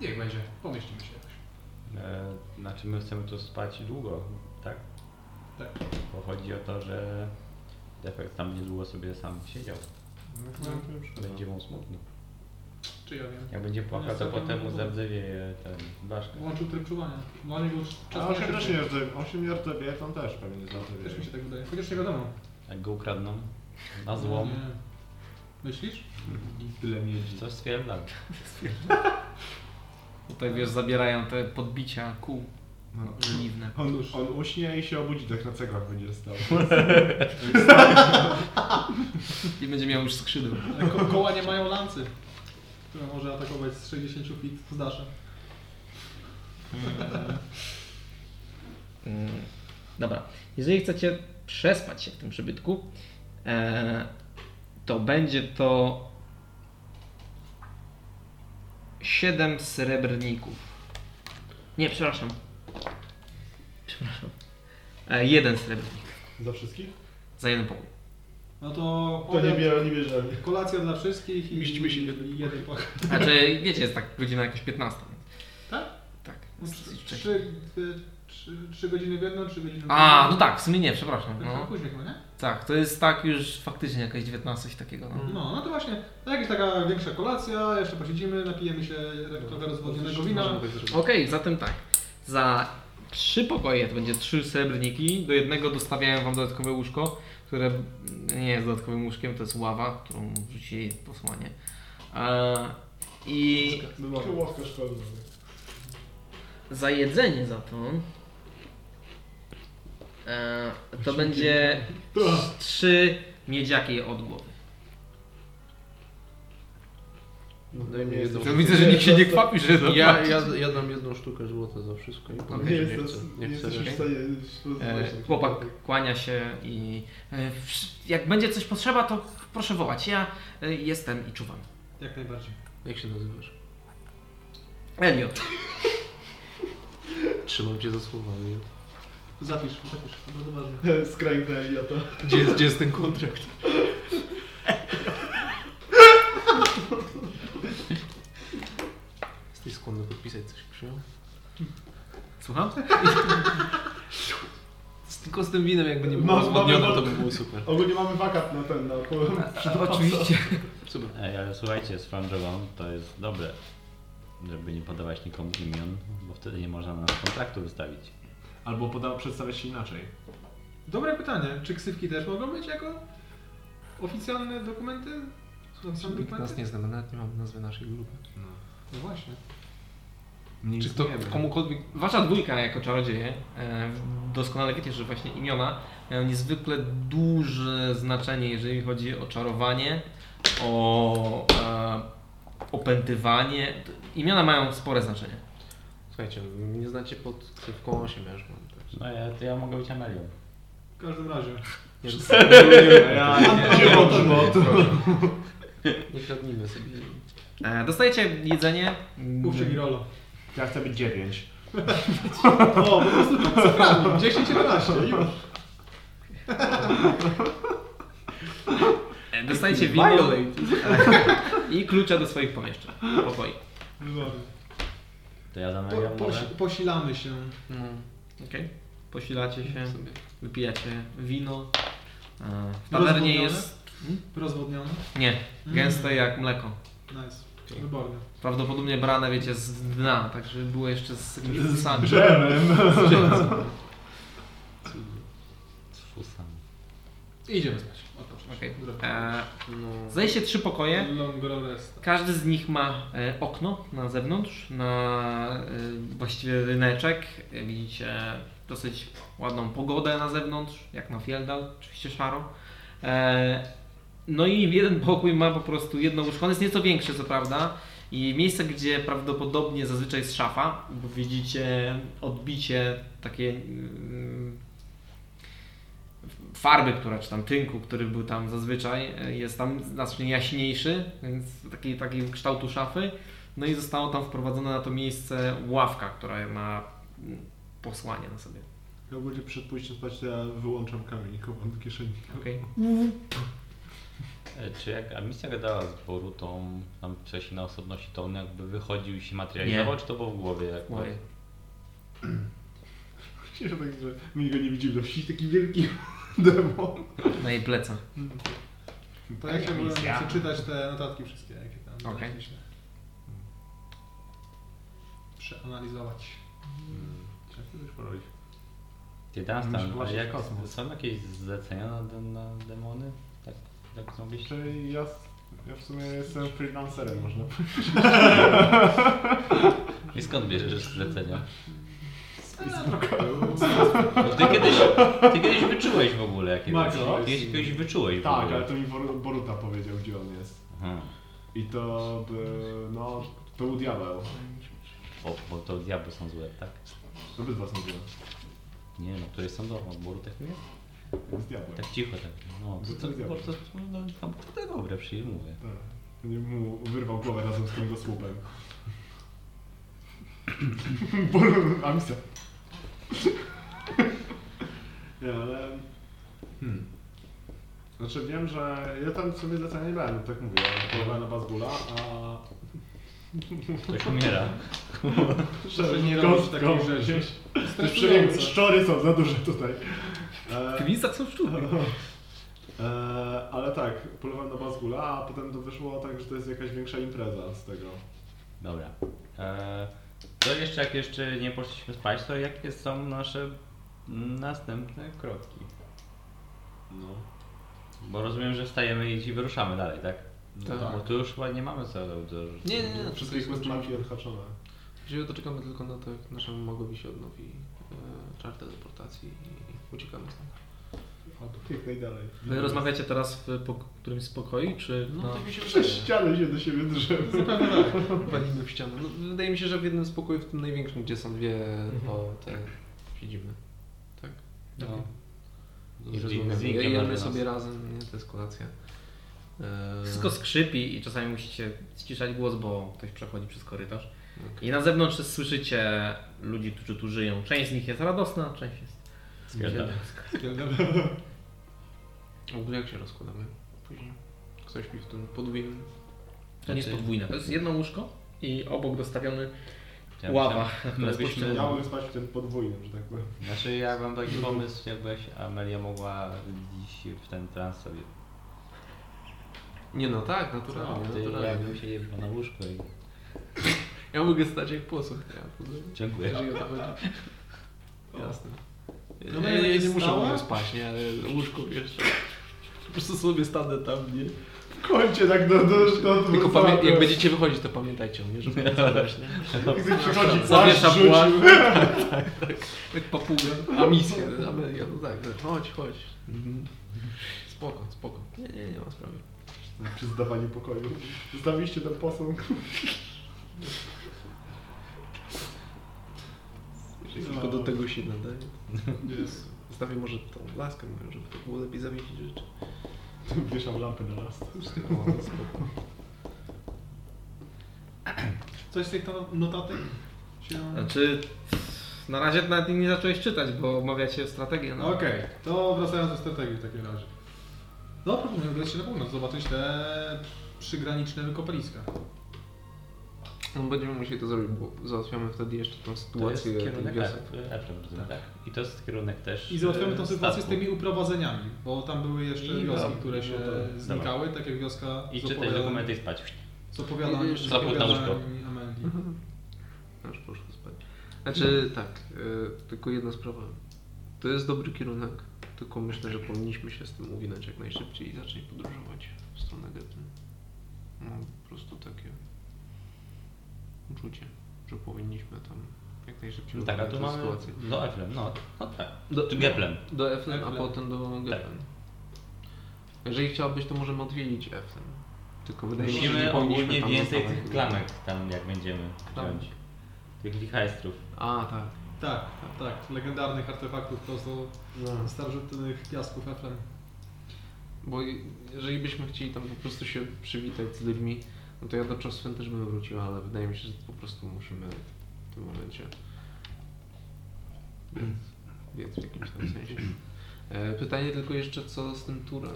Speaker 3: Niech będzie. Pomieścimy się jakoś.
Speaker 5: E, znaczy my chcemy tu spać długo, tak?
Speaker 3: Tak.
Speaker 5: Bo chodzi o to, że defekt tam niedługo sobie sam siedział.
Speaker 2: No.
Speaker 3: No.
Speaker 5: Będzie mu smutno.
Speaker 3: Czy ja wiem.
Speaker 5: Jak będzie płakał, to
Speaker 3: Niestety
Speaker 5: potem mu
Speaker 3: No, niedługo.
Speaker 5: zawdzewieje ten blaszkę.
Speaker 3: Włączył tryb czuwania. No, Dla niego
Speaker 9: A
Speaker 3: czas
Speaker 9: 8
Speaker 3: na
Speaker 9: też nie
Speaker 3: szybciej.
Speaker 9: RTB, 8 RTB tam też pewnie
Speaker 3: Też mi
Speaker 9: jest
Speaker 3: się tak wydaje. Chociaż nie wiadomo.
Speaker 5: Jak go ukradną na złom,
Speaker 3: Nie. Myślisz?
Speaker 2: Tyle miedzi.
Speaker 5: coś stwierdzam.
Speaker 1: Tutaj wiesz, zabierają te podbicia kół
Speaker 9: No.
Speaker 1: żeliwne.
Speaker 9: On, on uśnie i się obudzi, tak na ceglach będzie stał.
Speaker 1: Nie będzie miał już skrzydeł.
Speaker 3: Ale ko- koła nie mają lancy, które może atakować z 60 feet z dasza.
Speaker 1: Mm, Dobra, jeżeli chcecie przespać się w tym przybytku, e, to będzie to 7 srebrników. Nie, przepraszam. Przepraszam. E, jeden srebrnik
Speaker 2: Za wszystkich?
Speaker 1: za jeden pokój.
Speaker 3: No to
Speaker 2: To nie
Speaker 3: obiad,
Speaker 2: bierze, nie bierzemy.
Speaker 3: kolacja dla wszystkich i
Speaker 2: Mieścimy się
Speaker 3: i jeden płak.
Speaker 1: Znaczy, wiecie, jest tak godzina jakaś 15. więc
Speaker 3: Tak?
Speaker 1: Tak.
Speaker 3: Trzy, trzy- trzy, trzy godziny w jedną, trzy godziny w drugą.
Speaker 1: A, no tak, w sumie nie, przepraszam.
Speaker 3: No.
Speaker 1: No.
Speaker 3: Później chyba, nie?
Speaker 1: Tak, to jest tak już faktycznie jakaś 19 coś takiego. No.
Speaker 3: No, no to właśnie, to jakaś taka większa kolacja, jeszcze posiedzimy, napijemy się tak trochę rozwodnionego wina.
Speaker 1: Okej, zatem tak. Za trzy pokoje, to będzie trzy srebrniki, do jednego dostawiają wam dodatkowe łóżko, które nie jest dodatkowym łóżkiem, to jest ława, którą rzucili posłanie. E, I
Speaker 2: Ławka szkolna.
Speaker 1: za jedzenie za to E, to będzie trzy miedziaki od głowy.
Speaker 4: No, To widzę, że nikt się nie kwapi, że
Speaker 11: Ja, ja, ja dam jedną sztukę złota za wszystko i powiem,
Speaker 2: Nie
Speaker 11: że nie chcę.
Speaker 2: jesteś- nie
Speaker 11: Nie chcę.
Speaker 2: jesteś w
Speaker 11: raczej.
Speaker 2: stanie...
Speaker 1: E, chłopak kłania się i e, wsz- jak będzie coś potrzeba, to proszę wołać. Ja e, jestem i czuwam.
Speaker 3: Jak najbardziej.
Speaker 11: Jak się nazywasz?
Speaker 1: Elliot,
Speaker 11: Trzymam cię za słowa. nie?
Speaker 3: Zapisz, zapisz, to bardzo ważne.
Speaker 2: Skrajna Eliota.
Speaker 11: Gdzie jest, gdzie jest ten kontrakt? Jesteś skłonny podpisać coś, Krzysiu?
Speaker 1: słucham?
Speaker 11: Z- Tylko z tym winem jakby nie było
Speaker 2: Mam-
Speaker 11: uzgodnione,
Speaker 2: mamy-
Speaker 11: to by było super.
Speaker 2: Ogólnie mamy wakat na ten, na... po-
Speaker 1: Oczywiście.
Speaker 11: Super.
Speaker 5: Ej, ale słuchajcie, z franżową to jest dobre, żeby nie podawać nikomu imion, bo wtedy nie można na nas kontraktu wystawić.
Speaker 9: Albo poda- przedstawia się inaczej.
Speaker 3: Dobre pytanie. Czy ksywki też mogą być jako oficjalne dokumenty? Są oficjalne
Speaker 4: Nikt nas
Speaker 3: dokumenty?
Speaker 4: nie zna, my nawet nie mamy nazwy naszej grupy.
Speaker 3: No właśnie.
Speaker 9: Nie
Speaker 4: Czy to
Speaker 9: istniejemy.
Speaker 4: komukolwiek...
Speaker 1: Wasza dwójka jako czarodzieje e, doskonale wiecie, że właśnie imiona mają niezwykle duże znaczenie, jeżeli chodzi o czarowanie, o e, opętywanie. Imiona mają spore znaczenie.
Speaker 4: Słuchajcie, no, nie znacie pod ksywką 8, ja już mam. Także.
Speaker 5: No ja, to ja mogę być Amelią.
Speaker 3: W każdym razie.
Speaker 4: Nie,
Speaker 9: Ja nie
Speaker 4: nie kradnijmy sobie.
Speaker 1: E, Dostajecie jedzenie.
Speaker 3: Mówcie Girolo.
Speaker 9: Ja chcę być 9.
Speaker 2: O, po prostu
Speaker 3: 10 11 już.
Speaker 1: E, Dostajecie wino i klucze do swoich pomieszczeń, pokoi.
Speaker 5: To ja z
Speaker 3: Po,
Speaker 5: Amelią
Speaker 3: posi,
Speaker 5: może?
Speaker 3: posilamy się.
Speaker 1: No, okej. Posilacie się, wypijacie wino. E, W tawernie
Speaker 3: Rozwodnione?
Speaker 1: jest...
Speaker 3: Rozwodnione.
Speaker 1: Nie,
Speaker 3: Mm.
Speaker 1: gęste jak mleko.
Speaker 3: Nice. Wybornie.
Speaker 1: Prawdopodobnie brane, wiecie, z dna, także było jeszcze z jakimiś psami.
Speaker 5: Tfusam.
Speaker 3: Idziemy spać. Odpocząć.
Speaker 1: Okej.
Speaker 3: Dobra.
Speaker 1: E,
Speaker 4: No.
Speaker 1: Zajście trzy pokoje.
Speaker 3: Long rest.
Speaker 1: Każdy z nich ma e, okno na zewnątrz, na e, właściwie ryneczek. E, Widzicie dosyć ładną pogodę na zewnątrz, jak na Fieldal, oczywiście szaro. E, no i jeden pokój ma po prostu jedno łóżko, on jest nieco większy co prawda i miejsce, gdzie prawdopodobnie zazwyczaj jest szafa, bo widzicie odbicie takie mm, farby, która, czy tam tynku, który był tam zazwyczaj, e, jest tam znacznie jaśniejszy, więc taki, taki kształtu szafy. No i zostało tam wprowadzone na to miejsce ławka, która ma mm, posłanie na sobie.
Speaker 2: Ja ogólnie przed pójściem spać to ja wyłączam kamień, chowam do kieszeni.
Speaker 1: Okay?
Speaker 5: E, Czy jak Amicia gadała z Borutą, tam wcześniej na osobności, to on jakby wychodził i się materializował,
Speaker 1: Nie.
Speaker 5: czy to było w głowie? Jak
Speaker 1: Moje.
Speaker 2: Myślę, że tak, że my go nie widzimy, no taki wielki demon.
Speaker 1: Na jej pleca.
Speaker 3: To jak się w ogóle
Speaker 9: misja.
Speaker 3: chcę czytać te notatki wszystkie, jakie tam
Speaker 1: Okej.
Speaker 3: znaleźliśmy. Hmm. Przeanalizować.
Speaker 2: Trzeba coś porobić.
Speaker 5: 11,
Speaker 9: Musi
Speaker 5: a
Speaker 9: właśnie w
Speaker 5: jak
Speaker 9: kosmos.
Speaker 5: są jakieś zlecenia na, de- na demony? Tak, tak zrobiliście?
Speaker 9: Czyli ja, ja w sumie jestem freelancerem, można powiedzieć.
Speaker 5: I skąd bierzesz zlecenia?
Speaker 3: Eee,
Speaker 5: No ty kiedyś, ty kiedyś wyczułeś w ogóle jakieś
Speaker 9: Magos?
Speaker 5: Kiedyś, kiedyś wyczułeś w
Speaker 9: no. Tak,
Speaker 5: ogóle.
Speaker 9: ale to mi Bor- Boruta powiedział, gdzie on jest.
Speaker 5: Aha.
Speaker 9: I to, by- no, to był diabeł.
Speaker 5: O, bo to diabły są złe, tak?
Speaker 9: Obydwa są złe.
Speaker 5: Nie no, któreś są do odboru tak nie?
Speaker 9: To jest diabeł.
Speaker 5: Tak cicho tak. No, to,
Speaker 9: To
Speaker 5: to,
Speaker 9: diabły.
Speaker 5: to, to, no, tam, to dobre przyjmuję.
Speaker 9: Tak. Będzie mu wyrwał głowę razem z tym słupem. Borut, Amisa. Nie, ale... Hmm. Znaczy wiem, że ja tam sobie zlecenia nie brałem, tak mówię. Polowałem na Bazgula, a
Speaker 5: Ktoś umiera.
Speaker 3: Proszę nie robić takiej rzeczy.
Speaker 9: Też
Speaker 3: Stresujące.
Speaker 9: szczury są za duże tutaj. E,
Speaker 1: Kwizdach są sztuki.
Speaker 9: e, ale tak, polowałem na Bazgula, a potem to wyszło tak, że to jest jakaś większa impreza z tego.
Speaker 5: Dobra. E, to jeszcze jak jeszcze nie poszliśmy spać, to jakie są nasze następne kroki?
Speaker 9: No.
Speaker 5: Bo rozumiem, że wstajemy i wyruszamy dalej, tak?
Speaker 11: Tak.
Speaker 5: Bo tu już chyba nie mamy co robić.
Speaker 11: Nie, nie, nie.
Speaker 9: Wszystkie
Speaker 11: wszystko jest
Speaker 9: quest mapki
Speaker 11: skończone.
Speaker 9: odhaczone.
Speaker 11: Właściwie to czekamy tylko na to, jak naszemu magowi się odnowi e, czar teleportacji i
Speaker 4: Uciekamy stąd.
Speaker 2: Jak najdalej.
Speaker 1: Wy rozmawiacie teraz w po, którymś z pokoi, czy...
Speaker 4: No, tak mi się
Speaker 2: Przez
Speaker 4: wydaje.
Speaker 2: ścianę się do siebie drzemy.
Speaker 4: Zapewne tak. Walimy w ścianę. No, wydaje mi się, że w jednym z pokojów, w tym największym, gdzie są dwie o, te siedziby. Tak?
Speaker 5: No.
Speaker 4: I
Speaker 5: Z- z
Speaker 4: rozmawiamy.
Speaker 5: Winkiem
Speaker 4: I jemy
Speaker 5: razem.
Speaker 4: sobie razem, nie? To jest kolacja. Eee,
Speaker 1: Wszystko skrzypi i czasami musicie ściszać głos, bo ktoś przechodzi przez korytarz.
Speaker 4: okej.
Speaker 1: I na zewnątrz słyszycie ludzi, którzy tu żyją. Część z nich jest radosna, część jest...
Speaker 5: Zgadza.
Speaker 4: W ogóle jak się rozkładamy później? Ktoś śpi w tym podwójnym.
Speaker 1: To nie jest
Speaker 5: Znaczy-
Speaker 1: podwójne. To jest jedno łóżko i obok dostawiony
Speaker 5: Ja
Speaker 1: ława.
Speaker 5: myślałem, My byśmy,
Speaker 2: Ja mogę spać w tym podwójnym, że tak powiem.
Speaker 5: znaczy ja mam taki pomysł, jakbyś Amelia mogła dziś w ten trans sobie
Speaker 4: Nie no tak,
Speaker 5: No,
Speaker 4: naturalnie,
Speaker 5: ty, ja
Speaker 4: naturalnie.
Speaker 5: bym się jebał na łóżko i...
Speaker 4: Ja mogę stać jak posłuch, ja pozwolę.
Speaker 5: Dziękuję.
Speaker 4: Jeżeli o to chodzi. Jasne.
Speaker 2: No,
Speaker 4: ja,
Speaker 2: ale
Speaker 4: ja,
Speaker 2: jak
Speaker 4: nie muszę
Speaker 2: stała?
Speaker 4: w ogóle spać, nie, ale łóżko wiesz. Po prostu sobie stanę tam, nie?
Speaker 2: W kącie tak do... do, do
Speaker 4: Tylko pamię- jak będziecie wychodzić, to pamiętajcie o mnie, żeby nie zadać, nie?
Speaker 2: Gdy przychodzi płaszcz,
Speaker 1: Zawiesza
Speaker 2: rzucił.
Speaker 1: płaszcz.
Speaker 4: Jak papuga. A misję, ale ja no tak, tak, chodź, chodź. Mhm. Spoko, spoko. Nie, nie, nie ma sprawy.
Speaker 2: Przy zdawaniu pokoju. Zostawiliście ten posąg.
Speaker 4: Tylko do tego się nadaje.
Speaker 2: No,
Speaker 4: Zostawię może tą laskę moją, żeby to było lepiej zawiesić rzeczy.
Speaker 2: Wieszam lampę na las.
Speaker 4: No,
Speaker 3: Coś z tych to- notatek się...
Speaker 1: Znaczy, na razie nawet nie zacząłeś czytać, bo omawiacie strategię. No.
Speaker 3: Okej, to wracając do strategii w takim razie. No, proponuję udać się na północ, zobaczyć te przygraniczne wykopaliska.
Speaker 4: No będziemy musieli to zrobić, bo załatwiamy wtedy jeszcze tą
Speaker 5: To jest
Speaker 4: sytuację tych
Speaker 5: kierunek
Speaker 4: wiosek.
Speaker 5: Efrem, tak. I to jest kierunek też...
Speaker 3: I załatwiamy
Speaker 5: e,
Speaker 3: tą sytuację z
Speaker 5: statku.
Speaker 3: tymi uprowadzeniami, bo tam były jeszcze
Speaker 5: I
Speaker 3: wioski,
Speaker 5: dobra,
Speaker 3: które się
Speaker 5: no to-
Speaker 3: znikały, tak jak wioska
Speaker 5: I
Speaker 3: z
Speaker 5: czytaj
Speaker 3: opowiadaniem-
Speaker 5: dokumenty i spać.
Speaker 3: z opowiadaniem
Speaker 4: Zapłód
Speaker 3: z
Speaker 5: na
Speaker 3: opowiadaniem
Speaker 5: łóżko.
Speaker 3: Amelii.
Speaker 4: Mhm. Aż poszło spać. Znaczy tak, y, tylko jedna sprawa. To jest dobry kierunek, tylko myślę, że powinniśmy się z tym uwinąć jak najszybciej i zacząć podróżować w stronę Getty. Mam po prostu takie uczucie, że powinniśmy tam jak najszybciej
Speaker 5: No tak, a
Speaker 4: rozwiązać
Speaker 5: tu mamy
Speaker 4: tę sytuację.
Speaker 5: do Efrem, no, no tak.
Speaker 4: Do,
Speaker 5: Czy Geplem.
Speaker 4: do Eflem, a
Speaker 5: Tak.
Speaker 3: Eflem.
Speaker 4: potem do Geplem. Jeżeli chciałbyś, to możemy odwiedzić Eflem. Tylko wydaje mi się, że nie
Speaker 5: Musimy
Speaker 4: powinniśmy
Speaker 5: ogólnie
Speaker 4: tam
Speaker 5: więcej
Speaker 4: zostawać.
Speaker 5: tych klamek tam, jak będziemy
Speaker 4: Klamek.
Speaker 5: wziąć. Tych lichajstrów.
Speaker 4: A, tak.
Speaker 3: Tak, tak, legendarnych artefaktów to są No. starożytnych piasków Efrem.
Speaker 4: Bo je- jeżeli byśmy chcieli tam po prostu się przywitać z ludźmi, no to ja do Czosfen też bym wrócił, ale wydaje mi się, że po prostu musimy w tym momencie. Więc, więc w jakimś tam sensie. E, pytanie tylko jeszcze, co z tym turem?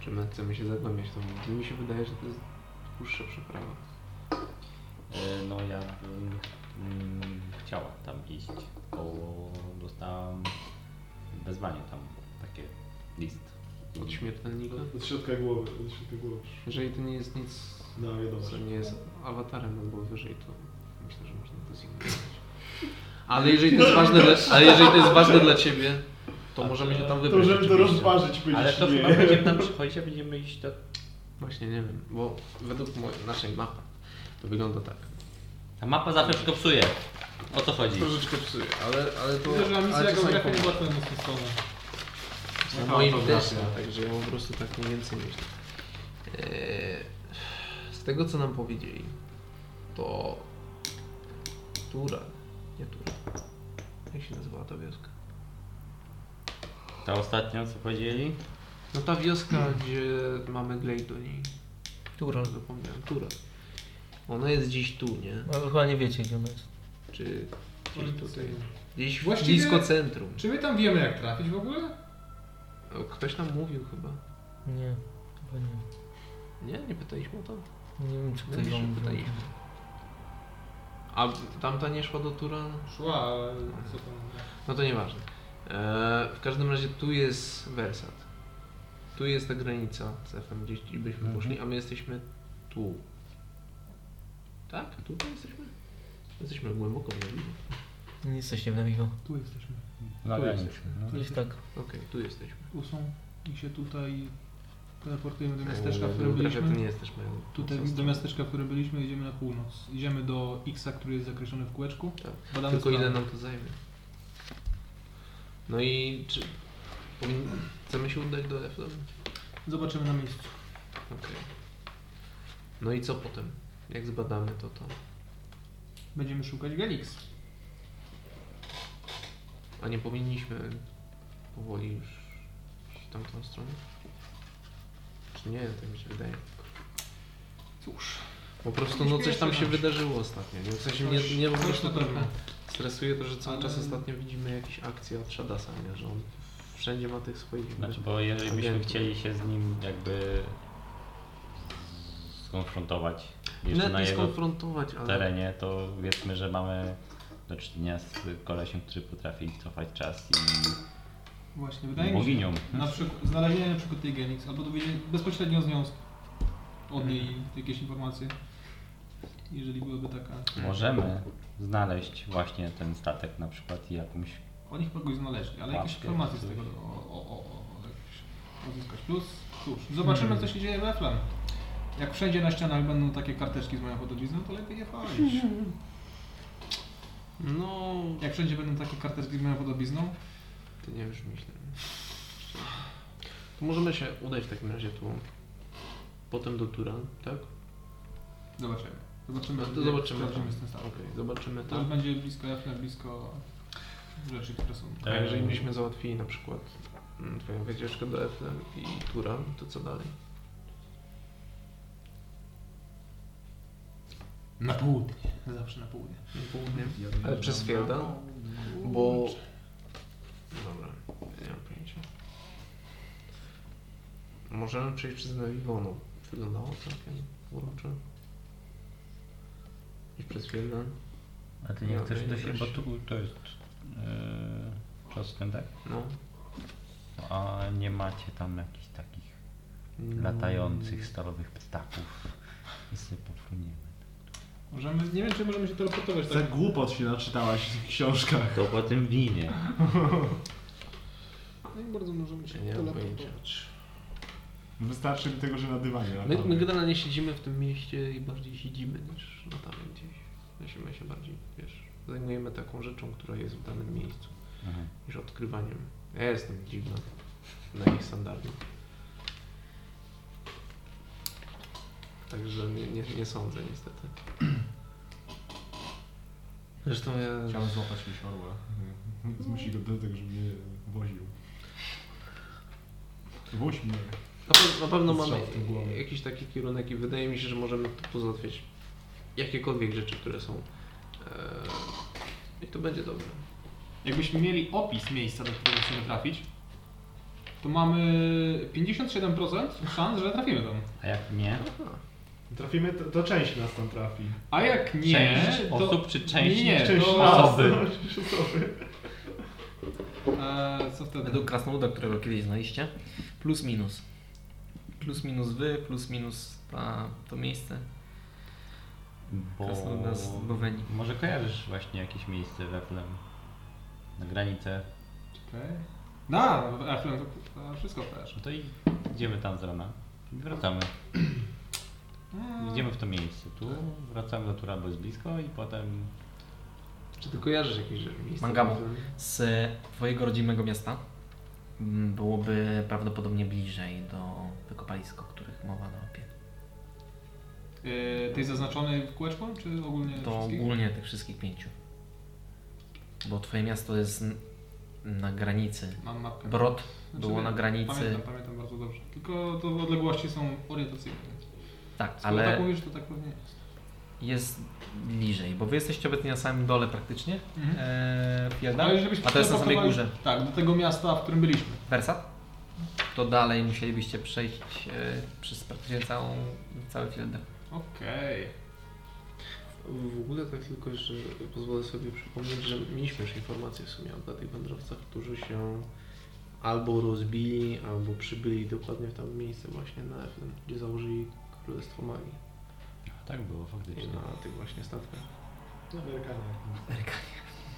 Speaker 4: Czy my chcemy się zagłębiać tam? Mi się wydaje, że to jest dłuższa przeprawa.
Speaker 5: E, No ja bym mm, chciała tam iść, bo dostałam wezwanie tam, takie list. I-
Speaker 4: Od śmiertelnika?
Speaker 2: Od środka głowy, od środka głowy.
Speaker 4: Jeżeli to nie jest nic,
Speaker 2: No wiadomo.
Speaker 4: co nie jest awatarem albo wyżej, to myślę, że można to zignorować. Ale jeżeli to jest ważne dla, ale jeżeli to jest ważne dla ciebie, to możemy się tam
Speaker 2: To
Speaker 4: wybrać.
Speaker 2: możemy to
Speaker 4: rzeczywiście.
Speaker 2: rozważyć,
Speaker 5: Ale
Speaker 2: powiedzieć
Speaker 5: to chyba
Speaker 2: nie.
Speaker 5: będziemy tam przychodzić, a będziemy iść do...
Speaker 4: Właśnie nie wiem, bo według mojej, naszej mapy to wygląda tak.
Speaker 5: Ta mapa zawsze wszystko psuje. O co chodzi?
Speaker 4: Troszeczkę psuje, ale, ale to...
Speaker 3: Widzę, że na misję
Speaker 4: ale czasami
Speaker 3: geografii nie
Speaker 4: pomaga.
Speaker 3: była twoją mocną stroną.
Speaker 4: Na moim też, no, także ja po prostu tak mniej więcej myślę. Eee, Z tego co nam powiedzieli, to Tura, nie Tura, jak się nazywała ta wioska?
Speaker 5: Ta ostatnia, co powiedzieli?
Speaker 4: No ta wioska, gdzie mamy Glejton i... Tura. Zapomniałem, Tura. Ona jest dziś tu, nie?
Speaker 1: No, chyba nie wiecie, gdzie ona jest.
Speaker 4: Czy
Speaker 3: Może tutaj.
Speaker 4: gdzieś
Speaker 3: Właściwie-
Speaker 4: blisko centrum.
Speaker 3: Czy my tam wiemy jak trafić w ogóle?
Speaker 4: O, Ktoś nam mówił chyba.
Speaker 1: Nie, chyba nie.
Speaker 4: Nie? Nie pytaliśmy o to?
Speaker 1: Nie wiem, czy
Speaker 4: ktoś wam mówił. A tamta nie szła do Tura?
Speaker 3: Szła, ale co tam...
Speaker 4: No to nieważne. Eee, w każdym razie tu jest Versat. Tu jest ta granica z FM, gdzieś byśmy poszli, a my jesteśmy tu. Tak? Tutaj jesteśmy? Jesteśmy głęboko w Nowinu.
Speaker 1: Nie jesteście w Navigo.
Speaker 3: Tu jesteśmy.
Speaker 1: Gdzieś tak.
Speaker 4: Okej, tu jesteśmy.
Speaker 3: Tu są i się tutaj teleportujemy do
Speaker 4: Eee,
Speaker 3: miasteczka, w którym
Speaker 4: geografia to nie
Speaker 3: byliśmy.
Speaker 4: jesteśmy.
Speaker 3: Tutaj do miasteczka, w którym byliśmy, jedziemy na północ. Idziemy do X, który jest zakreślony w kółeczku.
Speaker 4: Tak.
Speaker 3: Badamy
Speaker 4: Tylko ile
Speaker 3: sprawę.
Speaker 4: nam to zajmie? No i czy powin- chcemy się udać do FDM?
Speaker 3: Zobaczymy na miejscu.
Speaker 4: Okej. No i co potem? Jak zbadamy to to?
Speaker 3: Będziemy szukać Galix.
Speaker 4: A nie powinniśmy powoli już iść w tamtą stronę? Czy nie? Tak mi się wydaje.
Speaker 3: Cóż,
Speaker 4: Po prostu no coś tam się wydarzyło ostatnio. Nie? W sensie mnie,
Speaker 3: Coś-
Speaker 4: mnie po
Speaker 3: coś
Speaker 4: prostu tak
Speaker 3: na pewno.
Speaker 4: trochę stresuje to, że cały czas
Speaker 3: Ale-
Speaker 4: ostatnio widzimy jakieś akcje od Shadasa, nie? że on wszędzie ma tych swoich...
Speaker 5: Znaczy, bo jeżeli byśmy
Speaker 4: Agentów.
Speaker 5: chcieli się z nim jakby skonfrontować jeszcze
Speaker 3: No,
Speaker 4: Nawet
Speaker 5: na
Speaker 4: nie
Speaker 5: jego
Speaker 4: skonfrontować, ale...
Speaker 5: terenie, to wiedzmy, że mamy do czynienia z kolesiem, który potrafi cofać czas
Speaker 3: Właśnie,
Speaker 5: i
Speaker 3: wydaje mi się,
Speaker 5: boginią.
Speaker 3: No Na przykład, znalezienie na przykład tej Genix, albo dowiedzenie bezpośrednio związku od niej jakieś informacje, jeżeli byłaby taka.
Speaker 5: Możemy znaleźć właśnie ten statek na przykład i jakąś
Speaker 3: Oni chyba kogoś znaleźli, ale jakieś
Speaker 5: Papie,
Speaker 3: informacje z
Speaker 5: coś.
Speaker 3: tego o, o, o, o, jakieś uzyskać. Plus, cóż, zobaczymy
Speaker 4: Hmm.
Speaker 3: co się dzieje w Eflem. Jak wszędzie na ścianach będą takie karteczki z moją hodowizną, to lepiej nie chodzić.
Speaker 4: No...
Speaker 3: Jak wszędzie będą takie karteczki z moją hodowizną,
Speaker 4: Ty nie już myślę. To możemy się udać w takim razie tu. Potem do Turan, tak?
Speaker 3: zobaczymy. Zobaczymy,
Speaker 4: No to
Speaker 3: jak
Speaker 4: zobaczymy.
Speaker 3: sprawdzimy z tym
Speaker 4: Okej,
Speaker 3: stanem.
Speaker 4: zobaczymy
Speaker 3: To
Speaker 4: tam.
Speaker 3: już będzie blisko Eflem, blisko rzeczy, które są.
Speaker 5: Tak.
Speaker 4: A jeżeli byśmy załatwili na przykład mm, twoją wycieczkę do Eflem i Turan, to co dalej?
Speaker 3: Na południe. Zawsze na południe.
Speaker 4: Na południe? Ale przez Fielda? Bo... Dobra, nie mam pojęcia. Możemy przejść przez Nawiwoną. Wyglądało no, całkiem uroczo. I przez Fielda.
Speaker 12: A ty
Speaker 4: Ja
Speaker 12: nie chcesz
Speaker 4: wiem,
Speaker 12: do siebie,
Speaker 4: też.
Speaker 12: bo tu
Speaker 5: to jest yy, czas ten tak?
Speaker 4: No.
Speaker 5: A nie macie tam jakichś takich latających stalowych ptaków. I sobie popłyniemy.
Speaker 3: Możemy, nie wiem, czy możemy się teleportować
Speaker 2: Za
Speaker 3: tak.
Speaker 2: głupot się naczytałaś w książkach.
Speaker 5: To po tym winie.
Speaker 13: No i bardzo możemy się
Speaker 4: Ja nie mam pojęcia.
Speaker 13: teleportować.
Speaker 2: Wystarczy mi tego, że na dywanie
Speaker 4: My, my
Speaker 2: naprawdę.
Speaker 4: generalnie siedzimy w tym mieście i bardziej siedzimy niż latamy gdzieś. Zasiemy się bardziej, wiesz, zajmujemy taką rzeczą, która jest w danym miejscu,
Speaker 5: Mhm.
Speaker 4: niż odkrywaniem. Ja jestem dziwna na ich standardy. Także nie, nie, nie sądzę niestety. Zresztą ja...
Speaker 2: Chciałem złapać mi orła. Zmusi go do tego, żeby mnie woził. Woź mnie.
Speaker 4: Na, pe- na pewno mamy
Speaker 2: Strzał w tę głowę.
Speaker 4: jakiś taki kierunek i wydaje mi się, że możemy tu pozałatwiać jakiekolwiek rzeczy, które są. Eee, I to będzie dobre.
Speaker 3: Jakbyśmy mieli opis miejsca, do którego chcemy trafić, to mamy 57% szans, że trafimy tam.
Speaker 5: A jak nie?
Speaker 2: Trafimy, to, to część nas tam trafi.
Speaker 3: A jak nie,
Speaker 5: część
Speaker 3: to...
Speaker 5: osób czy część
Speaker 3: nie,
Speaker 2: część
Speaker 3: to-
Speaker 2: nas.
Speaker 5: osoby?
Speaker 2: Część osoby.
Speaker 3: Eee, co wtedy?
Speaker 12: według krasnoluda, którego kiedyś znaliście, plus minus. Plus minus wy, plus minus ta, to miejsce.
Speaker 5: Bo...
Speaker 12: Krasnoluda z
Speaker 1: no.
Speaker 12: Boweni.
Speaker 5: Może kojarzysz właśnie jakieś miejsce w Eflem? Na granicę?
Speaker 3: Czekaj. Na, a, chwilę, to, to wszystko też.
Speaker 5: No to i idziemy tam z rana. I wracamy.
Speaker 3: E. Mm.
Speaker 5: Idziemy w to miejsce. Tu wracamy do Tura, bo jest blisko i potem...
Speaker 4: Czy ty kojarzysz jakieś rzeczy? miejsca?
Speaker 1: Mangamo. Z twojego rodzimego miasta mm, byłoby prawdopodobnie bliżej do wykopalisk, o których mowa na mapie.
Speaker 3: Eee, tej zaznaczonej w kółeczku, czy ogólnie
Speaker 1: To
Speaker 3: Mm, wszystkich?
Speaker 1: ogólnie tych wszystkich pięciu. Bo twoje miasto jest n- na granicy.
Speaker 3: Mam mapkę.
Speaker 1: Brod
Speaker 3: Znaczy,
Speaker 1: było na granicy.
Speaker 3: Pamiętam, pamiętam bardzo dobrze. Tylko to odległości są orientacyjne.
Speaker 1: Tak,
Speaker 3: Skoro tak
Speaker 1: ale
Speaker 3: mówisz, to tak pewnie jest.
Speaker 1: jest bliżej, bo wy jesteście obecnie na samym dole praktycznie.
Speaker 3: Mhm.
Speaker 1: Eee, Fielda.
Speaker 3: Ale żebyśmy
Speaker 1: A to jest na samej
Speaker 3: teleportowali-
Speaker 1: górze.
Speaker 3: Tak, do tego miasta, w którym byliśmy.
Speaker 1: Wersat? To dalej musielibyście przejść e, przez praktycznie całą, cały Fielder.
Speaker 3: Okej.
Speaker 4: W ogóle tak tylko jeszcze pozwolę sobie przypomnieć, że mieliśmy już informacje w sumie o tych wędrowcach, którzy się albo rozbili, albo przybyli dokładnie w tam miejsce właśnie na Eflem, gdzie założyli Królestwo Magii.
Speaker 5: Tak było
Speaker 4: I
Speaker 5: faktycznie.
Speaker 4: na tych właśnie statkach.
Speaker 2: Amerykanie.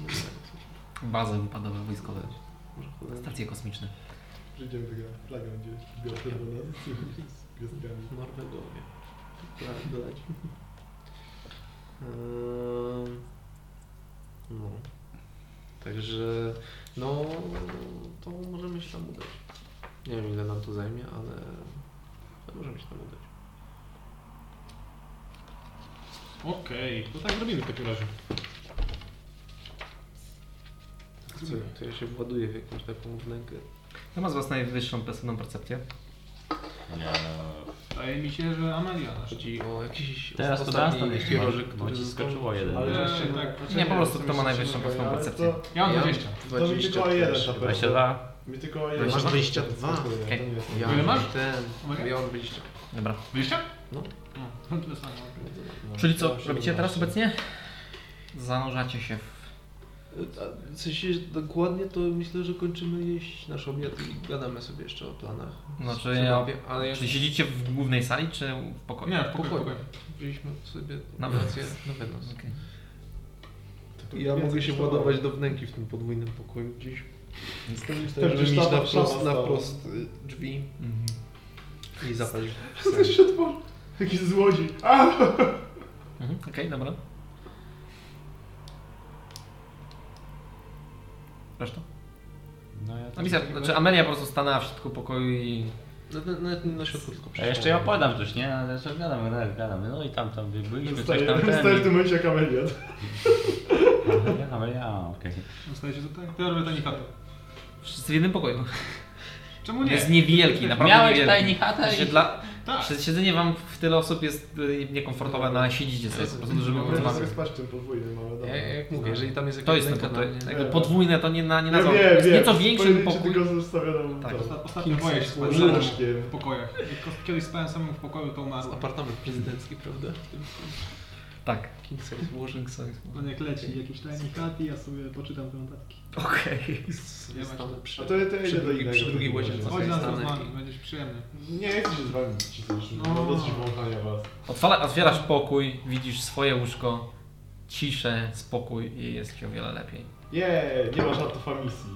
Speaker 4: No tak, coś
Speaker 1: Bazy wypadowe wojskowe.
Speaker 4: może cholera.
Speaker 1: Stacje kosmiczne.
Speaker 2: Przyjdziemy tego flagę będzie biała czerwona z gwiazdkami.
Speaker 4: Norwegowie. Tak, dodać. Ehm, No. Także no to możemy się tam udać. Nie wiem ile nam to zajmie, ale, ale możemy się tam udać.
Speaker 3: Okej, to tak robimy w takim razie.
Speaker 4: Co, to ja się właduję w jakąś taką wnękę.
Speaker 1: Kto ma z Was najwyższą pasywną percepcję?
Speaker 3: Wydaje mi się, że Amalia nasza.
Speaker 4: Chodzi o jakiś
Speaker 5: Teraz to Dunstan jeszcze
Speaker 4: kierożek,
Speaker 5: może, bo ci skoczyło jeden.
Speaker 2: Ale
Speaker 3: Nie,
Speaker 2: jeszcze
Speaker 3: tak.
Speaker 2: znaczy
Speaker 1: Nie, po prostu
Speaker 2: to
Speaker 1: kto ma
Speaker 2: mi się
Speaker 1: najwyższą
Speaker 2: nie
Speaker 1: własną
Speaker 2: daje, No, ale
Speaker 1: percepcję.
Speaker 2: to-
Speaker 3: Ja mam
Speaker 4: Ja-
Speaker 3: 20.
Speaker 2: To mi tylko jeden na pewno.
Speaker 5: 22.
Speaker 2: Mi tylko jeden.
Speaker 4: Masz
Speaker 2: 22.
Speaker 1: Okej.
Speaker 4: Ja
Speaker 3: Ile masz?
Speaker 4: mam Ten,
Speaker 3: Uwaga.
Speaker 4: ja mam 20.
Speaker 1: Dobra.
Speaker 3: 20?
Speaker 4: No.
Speaker 3: No, to samo.
Speaker 1: Czyli co robicie teraz obecnie? Zanurzacie się w...
Speaker 4: A W sensie dokładnie to myślę, że kończymy jeść nasz obiad i gadamy sobie jeszcze o planach.
Speaker 1: Znaczy,
Speaker 4: Co
Speaker 1: ja...
Speaker 4: robię, ale jak
Speaker 1: Czy siedzicie w głównej sali, czy w pokoju?
Speaker 3: Nie, w pokoju.
Speaker 4: Pokoju.
Speaker 3: pokoju.
Speaker 4: wzięliśmy sobie
Speaker 1: Na
Speaker 4: kolację na wynos.
Speaker 1: Okej.
Speaker 4: Ja mogę się władować do wnęki w tym podwójnym pokoju gdzieś.
Speaker 2: Też
Speaker 4: Żeby mieć
Speaker 2: sztaba-
Speaker 4: na prost,
Speaker 2: sztaba
Speaker 4: na
Speaker 2: stała.
Speaker 4: prost y, drzwi
Speaker 1: Mhm.
Speaker 4: i zapalić.
Speaker 2: Jaki złodziej.
Speaker 1: Mhm, Okej, dobra. Reszta?
Speaker 5: No ja
Speaker 1: A misja, znaczy Amelia po prostu stanęła w środku pokoju i...
Speaker 4: No, no, Nawet na środku tylko
Speaker 5: A
Speaker 4: przyszło.
Speaker 5: jeszcze ja podam coś, nie? No, Ale co gadamy, gadamy, gadamy. No i tam, tam byliśmy, coś
Speaker 2: Staję
Speaker 5: tam
Speaker 2: staję w
Speaker 5: ten.
Speaker 2: tym momencie jak Amelia.
Speaker 5: Ja, ale ja, okej.
Speaker 3: Zostajecie tutaj? To tak. ja robię tani chatę.
Speaker 1: Wszyscy w jednym pokoju.
Speaker 3: Czemu
Speaker 1: On
Speaker 3: nie?
Speaker 1: jest niewielki, naprawdę
Speaker 5: Miałeś
Speaker 1: niewielki.
Speaker 5: tajni chatę
Speaker 1: Znaczy
Speaker 5: i...
Speaker 1: dla...
Speaker 3: Tak.
Speaker 1: Przed siedzenie wam w tyle osób jest y, niekomfortowe, no ale siedzicie sobie po prostu, żeby
Speaker 2: Można sobie
Speaker 1: porozmawiać.
Speaker 2: spać w tym podwójnym, ale dobra.
Speaker 4: Ja, jak mówię, jeżeli tam jest
Speaker 1: To
Speaker 4: jakaś
Speaker 1: jest ten
Speaker 4: wnęka
Speaker 1: podwójne,
Speaker 4: na-
Speaker 1: jakby podwójne to nie, na, nie
Speaker 2: Ja
Speaker 1: nazwał.
Speaker 2: wiem,
Speaker 1: jest
Speaker 2: wiem.
Speaker 1: nieco większy
Speaker 2: Pojedynczy
Speaker 1: pokój.
Speaker 2: Tylko zostawioną
Speaker 1: Tak.
Speaker 2: tak.
Speaker 3: Osta- Ostatnio
Speaker 1: King
Speaker 3: boję się
Speaker 1: size.
Speaker 3: spać samemu
Speaker 2: Łóżkiem.
Speaker 3: w pokojach. Jak Kiedyś spałem samemu w pokoju, to
Speaker 4: To jest
Speaker 3: umarłem.
Speaker 4: apartament prezydencki, prawda? W tym- w
Speaker 1: Tak.
Speaker 4: tym King size łożek.
Speaker 3: On jak leci, jakiś tajny chat i ja sobie poczytam te notatki.
Speaker 1: Okej.
Speaker 3: Ja właśnie-
Speaker 4: Stanę
Speaker 2: A
Speaker 4: przy,
Speaker 2: to ja to ja
Speaker 4: przy
Speaker 2: idę do
Speaker 4: drugiej,
Speaker 2: innego.
Speaker 4: przy drugiej łazience
Speaker 3: Chodź
Speaker 4: sobie
Speaker 3: nas
Speaker 4: stanę
Speaker 3: rozmawiać,
Speaker 4: i-
Speaker 3: będziesz przyjemny.
Speaker 2: Nie, ja chcę się z wami ci coś. No,
Speaker 3: No.
Speaker 2: dosyć wąchania was.
Speaker 1: Otwala, otwierasz pokój, widzisz swoje łóżko, ciszę, spokój i jest ci o wiele lepiej.
Speaker 2: Jej, nie masz artofamisji.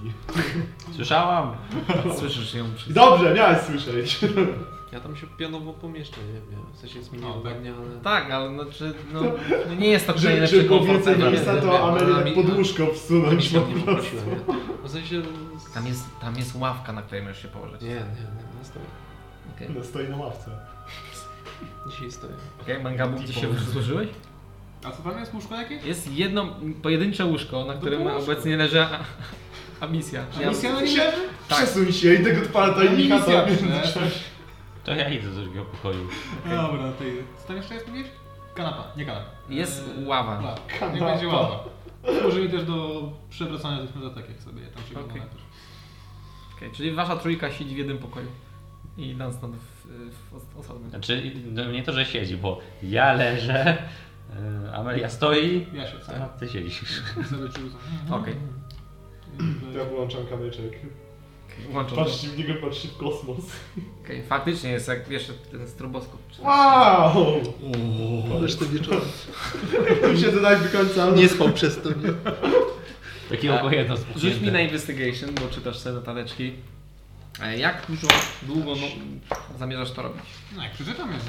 Speaker 5: Słyszałam!
Speaker 1: Słyszysz ją przy...
Speaker 2: Dobrze, miałeś słyszeć.
Speaker 4: Ja tam się pionowo pomieszczę, nie wiem. W sensie jest mi
Speaker 3: No, tak.
Speaker 4: niewygodnie, ale...
Speaker 1: Tak, ale znaczy, no, no nie jest to
Speaker 2: Że-
Speaker 1: najlepszy
Speaker 2: że było
Speaker 1: komfort.
Speaker 2: więcej
Speaker 4: nie
Speaker 2: miejsca,
Speaker 4: wiem,
Speaker 2: to Amelię
Speaker 4: mi-
Speaker 2: tak pod łóżko wsunąć po
Speaker 4: Nikt mnie nie
Speaker 2: prostu.
Speaker 4: poprosiła, nie? W sensie...
Speaker 1: Tam jest, tam jest ławka, na której możesz się położyć.
Speaker 4: Nie, nie, nie, nie stoję.
Speaker 1: Okej,
Speaker 2: No, Stoi na ławce.
Speaker 4: Dzisiaj stoję.
Speaker 1: okay, mangabu, gdzie się złożyłeś?
Speaker 3: A co tam jest? Łóżko jakieś?
Speaker 1: Jest jedno pojedyncze łóżko, na którym
Speaker 3: łóżko.
Speaker 1: obecnie leży a, a misja.
Speaker 3: A misja na nim leży?
Speaker 1: Tak.
Speaker 2: Przesuń się i tego odpala tajnika
Speaker 3: No, Misja
Speaker 2: tam.
Speaker 3: przecież.
Speaker 5: To ja idę do drugiego pokoju.
Speaker 3: Dobra, ty. Co tam jeszcze jest mówisz? Kanapa, nie kanapa.
Speaker 1: Jest
Speaker 3: Eee,
Speaker 1: ława.
Speaker 3: ława. Niech
Speaker 2: Kanapa.
Speaker 3: będzie ława. Służy mi też do przewracania tych notatek, jak sobie tam się
Speaker 1: Okej.
Speaker 3: okay.
Speaker 1: Okej, czyli wasza trójka siedzi w jednym pokoju. I Dunstan w, w os- osobnym.
Speaker 5: Znaczy, no nie to, że siedzi, bo ja leżę, y, Amelia stoi,
Speaker 3: Ja się
Speaker 5: a
Speaker 3: cenię.
Speaker 2: Tak.
Speaker 5: ty siedzisz.
Speaker 3: Sobie przerzucam.
Speaker 1: Okej,
Speaker 2: Ja wyłączam kamyczek.
Speaker 1: okay. łączą to.
Speaker 2: Patrzcie w niego, patrzcie w kosmos.
Speaker 1: Okej, faktycznie jest jak wiesz ten stroboskop.
Speaker 2: Wow!
Speaker 4: Ależ te wieczory.
Speaker 2: Tu się dodać do końca.
Speaker 4: Nie spał przez to. nie?
Speaker 5: Takie
Speaker 2: Tak.
Speaker 5: oko jedno
Speaker 1: Rzuć mi
Speaker 5: spuchnięte.
Speaker 1: na investigation, bo czytasz sobie notateczki. E, Jak dużo, długo no, zamierzasz to robić?
Speaker 3: No jak przeczytam je, no.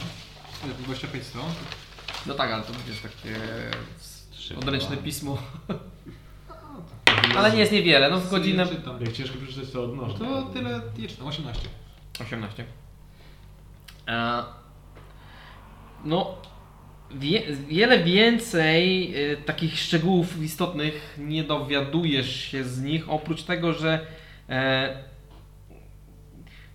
Speaker 3: To jest 25 stron.
Speaker 1: No tak, ale to będzie takie
Speaker 5: Szybko.
Speaker 1: odręczne pismo. Ale nie jest niewiele, no w godzinę...
Speaker 3: Sobie czytam.
Speaker 2: Jak ciężko przeczytać to
Speaker 3: No
Speaker 2: odnośnie.
Speaker 3: to tyle, nie czytam, 18.
Speaker 1: 18. E, no, wie, wiele więcej e, takich szczegółów istotnych nie dowiadujesz się z nich, oprócz tego, że e,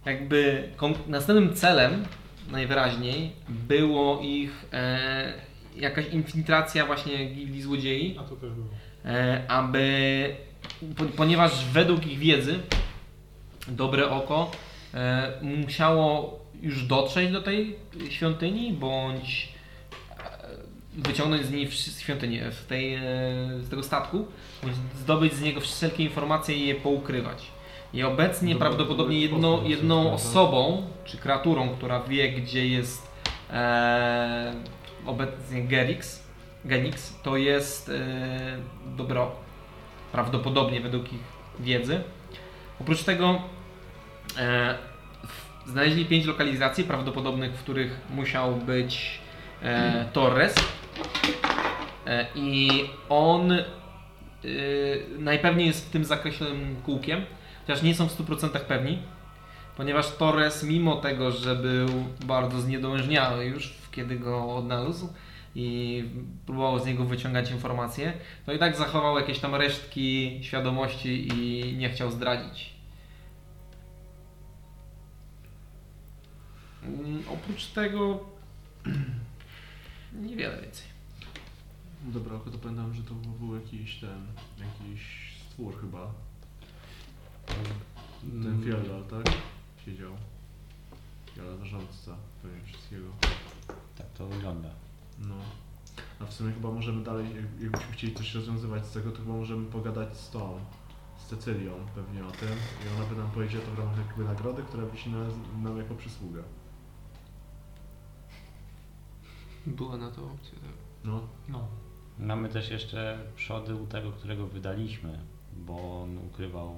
Speaker 1: jakby kon- następnym celem najwyraźniej było ich e, jakaś infiltracja właśnie gildii złodziei.
Speaker 2: A to też było.
Speaker 1: E, aby, po, ponieważ według ich wiedzy, dobre oko e, musiało już dotrzeć do tej świątyni, bądź e, wyciągnąć z niej wszy- z świątyni, e, z, tej, e, z tego statku, bądź zdobyć z niego wszelkie informacje i je poukrywać. I obecnie
Speaker 2: Dobra,
Speaker 1: prawdopodobnie
Speaker 2: to jest
Speaker 1: jedno,
Speaker 2: postać,
Speaker 1: jedną
Speaker 2: prawda?
Speaker 1: osobą, czy kreaturą, która wie, gdzie jest e, obecnie Gerix, Genix, to jest e, dobro, prawdopodobnie według ich wiedzy. Oprócz tego e, w- znaleźli pięć lokalizacji prawdopodobnych, w których musiał być e, Torres. E, I on
Speaker 14: yy, najpewniej jest w tym zakreślonym kółkiem, chociaż nie są w 100% pewni, ponieważ Torres, mimo tego, że był bardzo zniedołężniały już, kiedy go odnalazł i próbował z niego wyciągać informacje, to i tak zachował jakieś tam resztki świadomości i nie chciał zdradzić. Mm, Oprócz tego niewiele więcej.
Speaker 2: Dobra, tylko to pamiętam, że to był jakiś ten, jakiś stwór chyba.
Speaker 3: Mm.
Speaker 2: Ten Fjeldal, tak? Siedział. Fjeldal zarządca pewnie wszystkiego.
Speaker 5: Tak to wygląda.
Speaker 2: No. A w sumie chyba możemy dalej, jak- jakbyśmy chcieli coś rozwiązywać z tego, to chyba możemy pogadać z tą, z Cecylią pewnie o tym i ona by nam powiedziała to w ramach jakby nagrody, która wisi nam, nam jako przysługa.
Speaker 4: Była na to opcja, tak.
Speaker 2: No,
Speaker 3: No.
Speaker 5: Mamy też jeszcze przody u tego, którego wydaliśmy, bo on ukrywał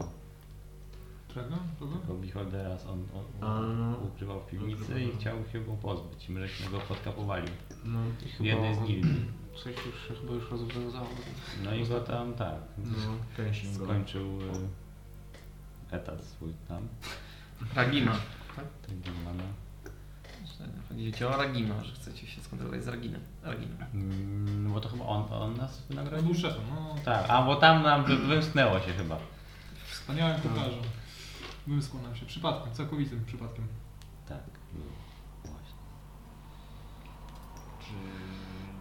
Speaker 5: e,
Speaker 3: Czego? Kogo?
Speaker 5: tego Beholdera, on, on,
Speaker 2: A, no.
Speaker 5: ukrywał w piwnicy
Speaker 2: Ukrywał.
Speaker 5: i chciał się go pozbyć. My żeśmy go podkapowali
Speaker 2: no.
Speaker 4: I
Speaker 5: w jednej z gildii.
Speaker 4: Coś już się chyba już rozwiązało.
Speaker 5: No i go tam, tak,
Speaker 2: No, kęsin go.
Speaker 5: skończył e, etat swój tam.
Speaker 1: Ragima.
Speaker 5: Tak wygląda.
Speaker 1: Chodzicie o Ragima, że chcecie się skontaktować z Raginem. Raginem.
Speaker 5: Mm, bo to chyba on, on nas
Speaker 3: On
Speaker 5: wynagrodził?
Speaker 3: był szefem, no.
Speaker 5: Tak, a bo tam nam wy- wymknęło się chyba.
Speaker 3: Wspaniałym
Speaker 2: Tak.
Speaker 3: kucharzem. Wymysł nam się. Przypadkiem, całkowitym przypadkiem.
Speaker 5: Tak, było. Właśnie.
Speaker 2: Czy...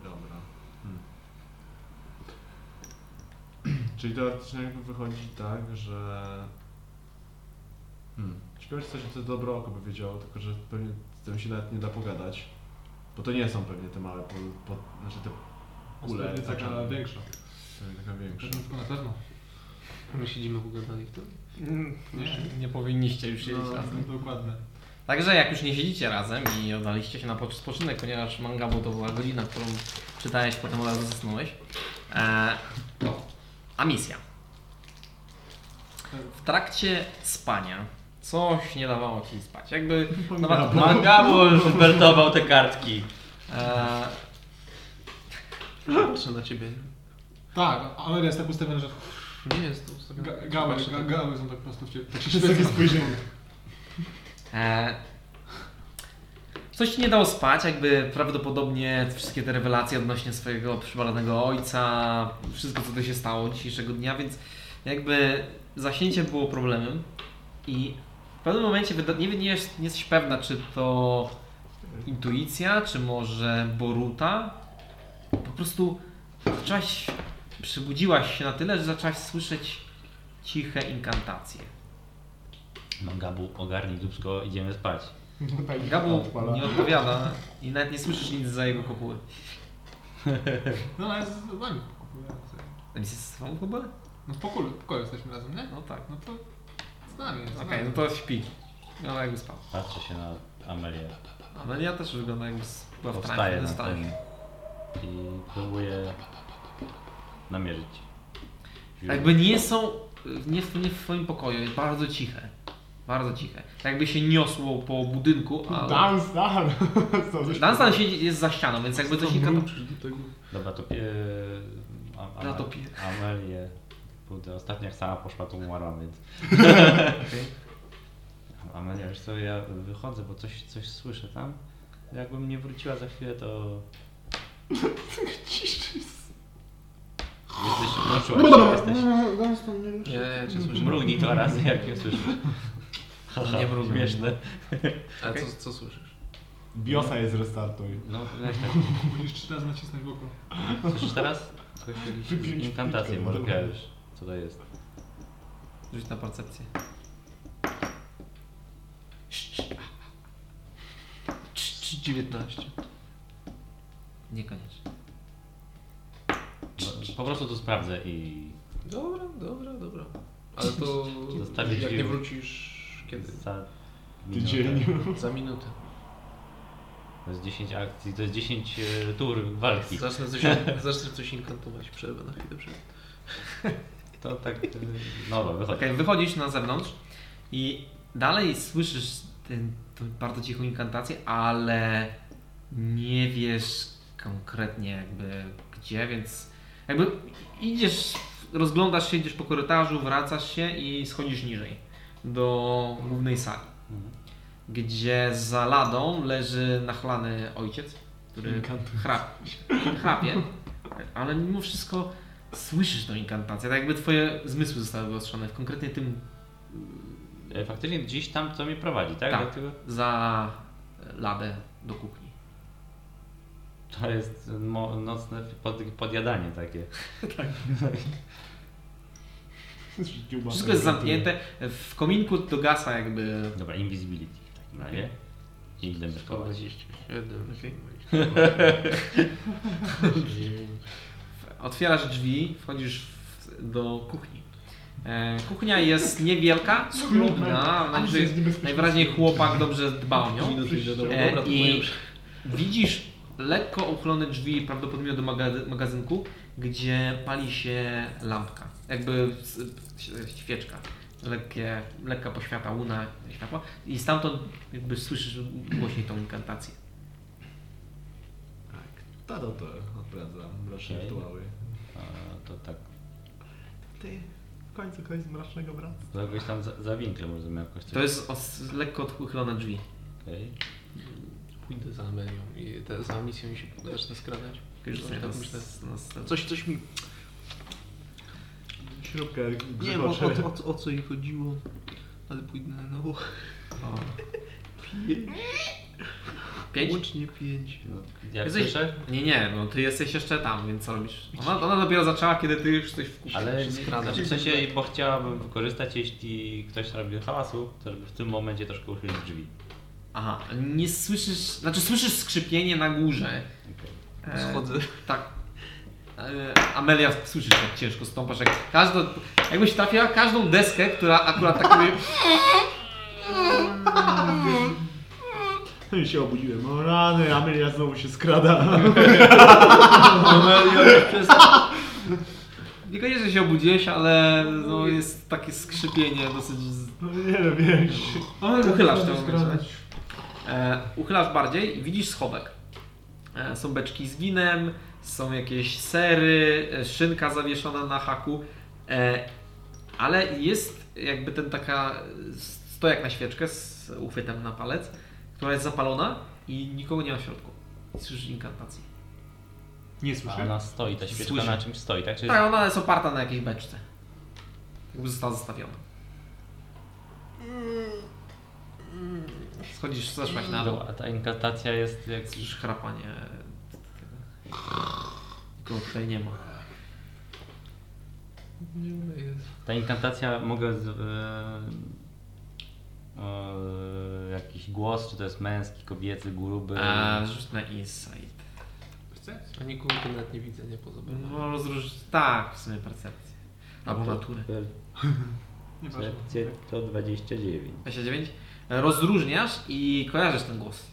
Speaker 2: Dobra. Hmm. Czyli teoretycznie jakby wychodzi tak, że... Hmm. Ciekawe, czy coś o to dobre oko by wiedziało, tylko że pewnie z tym się nawet nie da pogadać. Bo to nie są pewnie te małe, po, po, znaczy te
Speaker 3: Kule,
Speaker 2: kule.
Speaker 3: jest taka
Speaker 2: znaczy,
Speaker 3: większa.
Speaker 2: pewnie taka większa.
Speaker 3: Pewnie, na pewno.
Speaker 4: My siedzimy pogadani w tym.
Speaker 3: Nie,
Speaker 1: Mm, Nie powinniście już siedzieć
Speaker 3: no,
Speaker 1: razem.
Speaker 3: dokładnie.
Speaker 1: Także jak już nie siedzicie razem i oddaliście się na po- spoczynek, ponieważ manga, bo to była godzina, którą czytałeś, potem od razu zasnąłeś. E, a misja. W trakcie spania coś nie dawało ci spać. Jakby nawet
Speaker 5: Mangabo już wertował te kartki.
Speaker 1: e,
Speaker 4: Patrzę na ciebie.
Speaker 3: Tak, Amelia jest tak ustawiona, że
Speaker 4: Nie jest to ustawione.
Speaker 3: ga- gały,
Speaker 4: Patrzę
Speaker 3: ga-
Speaker 4: tak.
Speaker 3: gały są tak prosto w ciebie. Tak się świecą.
Speaker 1: E, Coś ci nie dało spać, jakby prawdopodobnie wszystkie te rewelacje odnośnie swojego przybadanego ojca, wszystko co to się stało dzisiejszego dnia, więc jakby zaśnięcie było problemem i w pewnym momencie wyda- nie, nie, jest, nie jesteś pewna, czy to intuicja, czy może Boruta. Po prostu zaczęłaś, przybudziłaś się na tyle, że zaczęłaś słyszeć ciche inkantacje.
Speaker 5: Mangabu, No, ogarnij dubsko, idziemy spać.
Speaker 1: Gabu nie odpowiada i nawet nie słyszysz nic za jego kopuły.
Speaker 3: No, ona jest z nami.
Speaker 1: Tam jest z wami w ogóle?
Speaker 3: No w pokoju, w pokoju jesteśmy razem, nie?
Speaker 1: No tak.
Speaker 3: No to z nami. jest, z
Speaker 1: Okej,
Speaker 3: nami.
Speaker 1: no to śpi. Ona jakby spała.
Speaker 5: Patrzę się na Amelię.
Speaker 1: Amelia też wygląda jakby s- była w
Speaker 5: Powstaję
Speaker 1: transie.
Speaker 5: na
Speaker 1: dostała
Speaker 5: ten
Speaker 1: się.
Speaker 5: i próbuję namierzyć.
Speaker 1: Jakby nie są, nie, w- nie w swoim pokoju, jest bardzo ciche. Bardzo ciche. Tak jakby się niosło po budynku, ale...
Speaker 15: Dance, dance.
Speaker 1: Dunstan siedzi, jest za ścianą, więc jakby coś nie
Speaker 5: Dobra, to pie... A,
Speaker 1: No
Speaker 5: Amel-
Speaker 1: to pie-
Speaker 5: Amelię. Kurde, ostatnio jak sama poszła, to umarłam, więc... Amelia, wiesz co, ja wychodzę, bo coś, coś słyszę tam. Jakbym nie wróciła za chwilę, to... Jesteś, włączyłaś się, jesteś.
Speaker 16: Gunston, nie
Speaker 4: Nie, ja cię słyszę.
Speaker 5: Mrugnij to raz, jak mnie słyszysz. Haha,
Speaker 1: Nie mrugnę.
Speaker 5: Śmieszne.
Speaker 4: A co, co słyszysz?
Speaker 15: Biosa jest restartuj.
Speaker 5: No, weź tak.
Speaker 3: Musisz trzy razy nacisnąć w oko.
Speaker 5: Słyszysz teraz? Coś jakieś
Speaker 15: Wypięć
Speaker 5: inkantacje,
Speaker 15: piłkę,
Speaker 5: może
Speaker 15: dobra.
Speaker 5: kojarzysz. Co to jest?
Speaker 1: Rzuć na percepcję.
Speaker 4: Cz- cz- 19.
Speaker 1: Niekoniecznie.
Speaker 5: No, po prostu to sprawdzę i
Speaker 4: Dobra, dobra, dobra. Ale to
Speaker 5: Zostawię
Speaker 4: jak
Speaker 5: drzwi.
Speaker 4: nie wrócisz kiedy?
Speaker 5: za minutę.
Speaker 15: Tydzień.
Speaker 4: Za minutę.
Speaker 5: To jest 10 akcji, to jest 10 e, tur walki.
Speaker 4: Zacznę coś, zacznę coś inkantować, przerwę na chwilę przed.
Speaker 5: To tak, e, no dobra, wychodź.
Speaker 1: Okej, tak, wychodzisz na zewnątrz i dalej słyszysz ten, tą bardzo cichą inkantację, ale nie wiesz konkretnie jakby gdzie, więc Jakby idziesz, rozglądasz się, idziesz po korytarzu, wracasz się i schodzisz niżej do głównej sali, gdzie za ladą leży nachlany ojciec, który chrap, chrapie, ale mimo wszystko słyszysz tą inkantację, tak jakby twoje zmysły zostały wyostrzone, w konkretnie tym
Speaker 5: E, Faktycznie gdzieś tam co mnie prowadzi, tak?
Speaker 1: Tak.
Speaker 5: Dlatego
Speaker 1: za ladę do kuchni.
Speaker 5: to jest mo- nocne pod- podjadanie takie.
Speaker 1: Wszystko jest zamknięte, w kominku dogasa jakby
Speaker 5: Dobra, invisibility w takim razie. Dzięki będę szkować.
Speaker 4: 27.
Speaker 1: Otwierasz drzwi, wchodzisz w, do kuchni. E, kuchnia jest niewielka, schludna, najwyżej- najwyraźniej chłopak dobrze dba o nią. E, I widzisz lekko uchylone drzwi, prawdopodobnie do magazy- magazynku, gdzie pali się lampka, jakby s- s- świeczka. Lekkie, lekka poświata, łuna światła i stamtąd jakby słyszysz głośniej tą inkantację.
Speaker 2: Tak, tato to odprowadzam mroczne
Speaker 5: Okej.
Speaker 2: rytuały.
Speaker 5: A, To tak.
Speaker 2: Ty, w końcu ktoś z mrocznego brata.
Speaker 5: To jakoś tam za, za winklem możemy jakoś coś.
Speaker 1: To jest os- lekko odchylone drzwi.
Speaker 5: Okej.
Speaker 4: Pójdę za Amelią i te, za misją się zacznę skradać.
Speaker 1: Już sobie
Speaker 4: Tak
Speaker 1: nas-
Speaker 4: myślę.
Speaker 1: nas-
Speaker 17: Coś, coś mi...
Speaker 2: Śrubkę
Speaker 17: Nie wiem o, o, o, o co jej chodziło, ale pójdę na nowo. Pięć.
Speaker 1: Pięć?
Speaker 17: Łącznie pięć.
Speaker 5: No, jak
Speaker 1: Jesteś-
Speaker 5: słyszę,
Speaker 1: Nie, nie, no ty jesteś jeszcze tam, więc co robisz? Ona, ona dopiero zaczęła, kiedy ty już coś wkusiłeś.
Speaker 5: ale nie- znaczy, w sensie, bo chciałabym wykorzystać, jeśli ktoś robi hałasu, to żeby w tym momencie troszkę uchylić drzwi.
Speaker 1: Aha, nie słyszysz, znaczy słyszysz skrzypienie na górze.
Speaker 5: Okej.
Speaker 1: E,
Speaker 17: Schodzę.
Speaker 1: tak. E, Amelia, słyszysz jak ciężko stąpasz, jak każdą, jakbyś trafiła każdą deskę, która akurat tak robi.
Speaker 2: I się obudziłem. O rany, Amelia znowu się skrada.
Speaker 1: Niekoniecznie się obudziłeś, ale no, jest takie skrzypienie dosyć... z-
Speaker 2: No nie wiem, wiesz.
Speaker 1: Uchylasz tę E, uchylasz bardziej i widzisz schowek. E, są beczki z winem, są jakieś sery, e, szynka zawieszona na haku, e, ale jest jakby ten taka e, stojak na świeczkę z uchwytem na palec, która jest zapalona i nikogo nie ma w środku. Słyszysz inkantację.
Speaker 3: Nie
Speaker 5: A
Speaker 3: słyszę.
Speaker 5: ona stoi, ta świeczka
Speaker 1: Słyszę.
Speaker 5: na czymś stoi, tak? Czy
Speaker 1: Tak, ona jest oparta na jakiejś beczce. Jakby została zostawiona. Schodzisz, zeszłaś na dół.
Speaker 5: No, a ta inkantacja jest jak...
Speaker 1: Słyszysz chrapanie. Go tutaj nie ma.
Speaker 4: Nie jest.
Speaker 5: Ta inkantacja mogę... Z, e, e, jakiś głos, czy to jest męski, kobiecy, gruby...
Speaker 1: A, rzuć na insight.
Speaker 3: Chcę?
Speaker 4: A nikogo tu nawet nie widzę, nie poza mną.
Speaker 1: No, rozróż... Tak, w sumie percepcję. Albo naturę.
Speaker 3: Nieważne.
Speaker 5: Percepcję to 29.
Speaker 1: 29. Rozróżniasz i kojarzysz ten głos.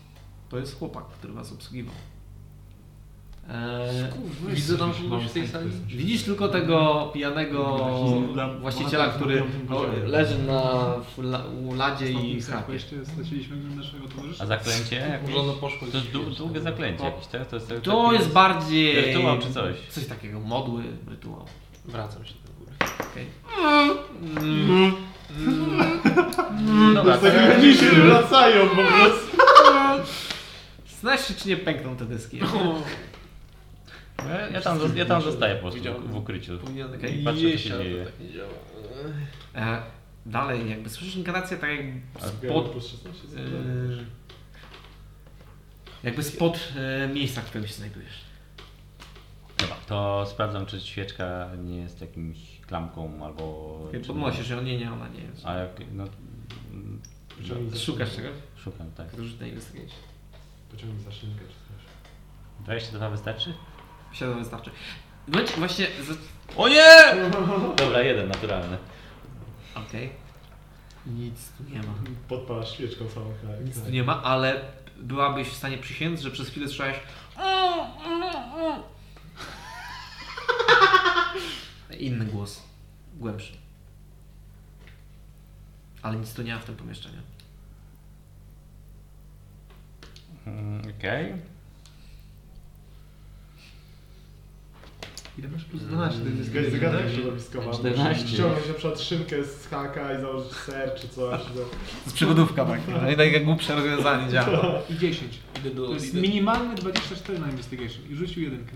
Speaker 1: To jest chłopak, który was obsługiwał. Eee,
Speaker 4: Widzę tam kogoś w tej sali?
Speaker 1: widzisz tylko tego pijanego właściciela, który no, leży na w la- u ladzie i
Speaker 3: Ostatnim serku
Speaker 1: chrapie.
Speaker 3: jeszcze straciliśmy naszego towarzysza.
Speaker 5: A zaklęcie? jakieś?
Speaker 4: Może ono poszło
Speaker 5: To jest
Speaker 4: gdzieś no.
Speaker 5: dłu-
Speaker 4: jeszcze.
Speaker 5: długie zaklęcie jakieś, tak? To jest,
Speaker 1: To
Speaker 5: taki-
Speaker 1: jest bardziej...
Speaker 5: Rytuał czy coś?
Speaker 1: Coś takiego, modły, rytuał.
Speaker 4: Wracam się do góry.
Speaker 1: Okej.
Speaker 5: Dobra, to
Speaker 18: Dziś wracają po prostu.
Speaker 1: Znasz się, czy nie pękną te dyski.
Speaker 5: ja, ja, tam, zos- ja tam zostaję po prostu w ukryciu.
Speaker 4: Powinien
Speaker 1: Okej,
Speaker 5: I patrzę, co się
Speaker 4: jeść, ale
Speaker 5: dzieje.
Speaker 4: tak to tak nie działa.
Speaker 1: E, dalej, jakby słyszysz inkantację, tak jak spod... E, jakby spod e, miejsca, w którym się znajdujesz.
Speaker 5: Dobra, to sprawdzam, czy świeczka nie jest jakimś klamką albo...
Speaker 1: Kiedy
Speaker 5: czy-
Speaker 1: podnosisz ją, nie, nie, ona nie jest.
Speaker 5: A jak... No, mm,
Speaker 1: Szukasz czegoś?
Speaker 5: szukam, tak.
Speaker 1: Rzuć na investigation.
Speaker 18: Pociągnij za szynkę czy coś.
Speaker 5: 22 wystarczy?
Speaker 1: Siedem wystarczy. Bądź właśnie... Z...
Speaker 5: O nie! Dobra, jeden naturalny.
Speaker 1: Okej. Nic tu nie ma.
Speaker 18: Podpalasz świeczką samą tak.
Speaker 1: Nic tu nie ma, ale byłabyś w stanie przysięc, że przez chwilę słyszałeś... Inny głos. Głębszy. Ale nic tu nie ma w tym pomieszczeniu.
Speaker 5: Mm, Okej.
Speaker 3: Ile masz plus 12? To jest
Speaker 2: Jakaś zagadka środowiskowa.
Speaker 5: 14.
Speaker 2: Ściągnąć na przykład szynkę z haka i założyć ser czy coś. No.
Speaker 1: To jest przygodówka, tak. No i tak jak głupsze rozwiązanie działa.
Speaker 3: I 10.
Speaker 11: Idę do
Speaker 3: To jest
Speaker 11: idę-
Speaker 3: minimalny 24 na investigation. I rzucił jedynkę.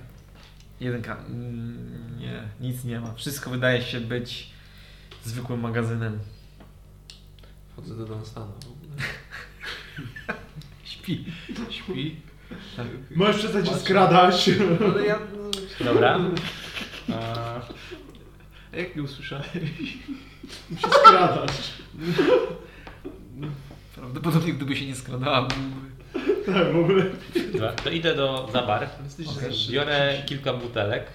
Speaker 1: Jedynka. Mm, Nie, nic nie ma. Wszystko wydaje się być zwykłym magazynem.
Speaker 11: Wchodzę do Dunstana w ogóle.
Speaker 1: Śpi.
Speaker 11: Śpi.
Speaker 2: Możesz przestać się skradać.
Speaker 17: No,
Speaker 11: Ale ja...
Speaker 5: Dobra. A,
Speaker 11: A Jak nie usłyszałem?
Speaker 2: się skradać.
Speaker 1: Prawdopodobnie gdyby się nie skradała, byłby
Speaker 2: Tak, w ogóle.
Speaker 5: dobra, to idę do za bar.
Speaker 11: Jesteś
Speaker 5: Biorę kilka butelek.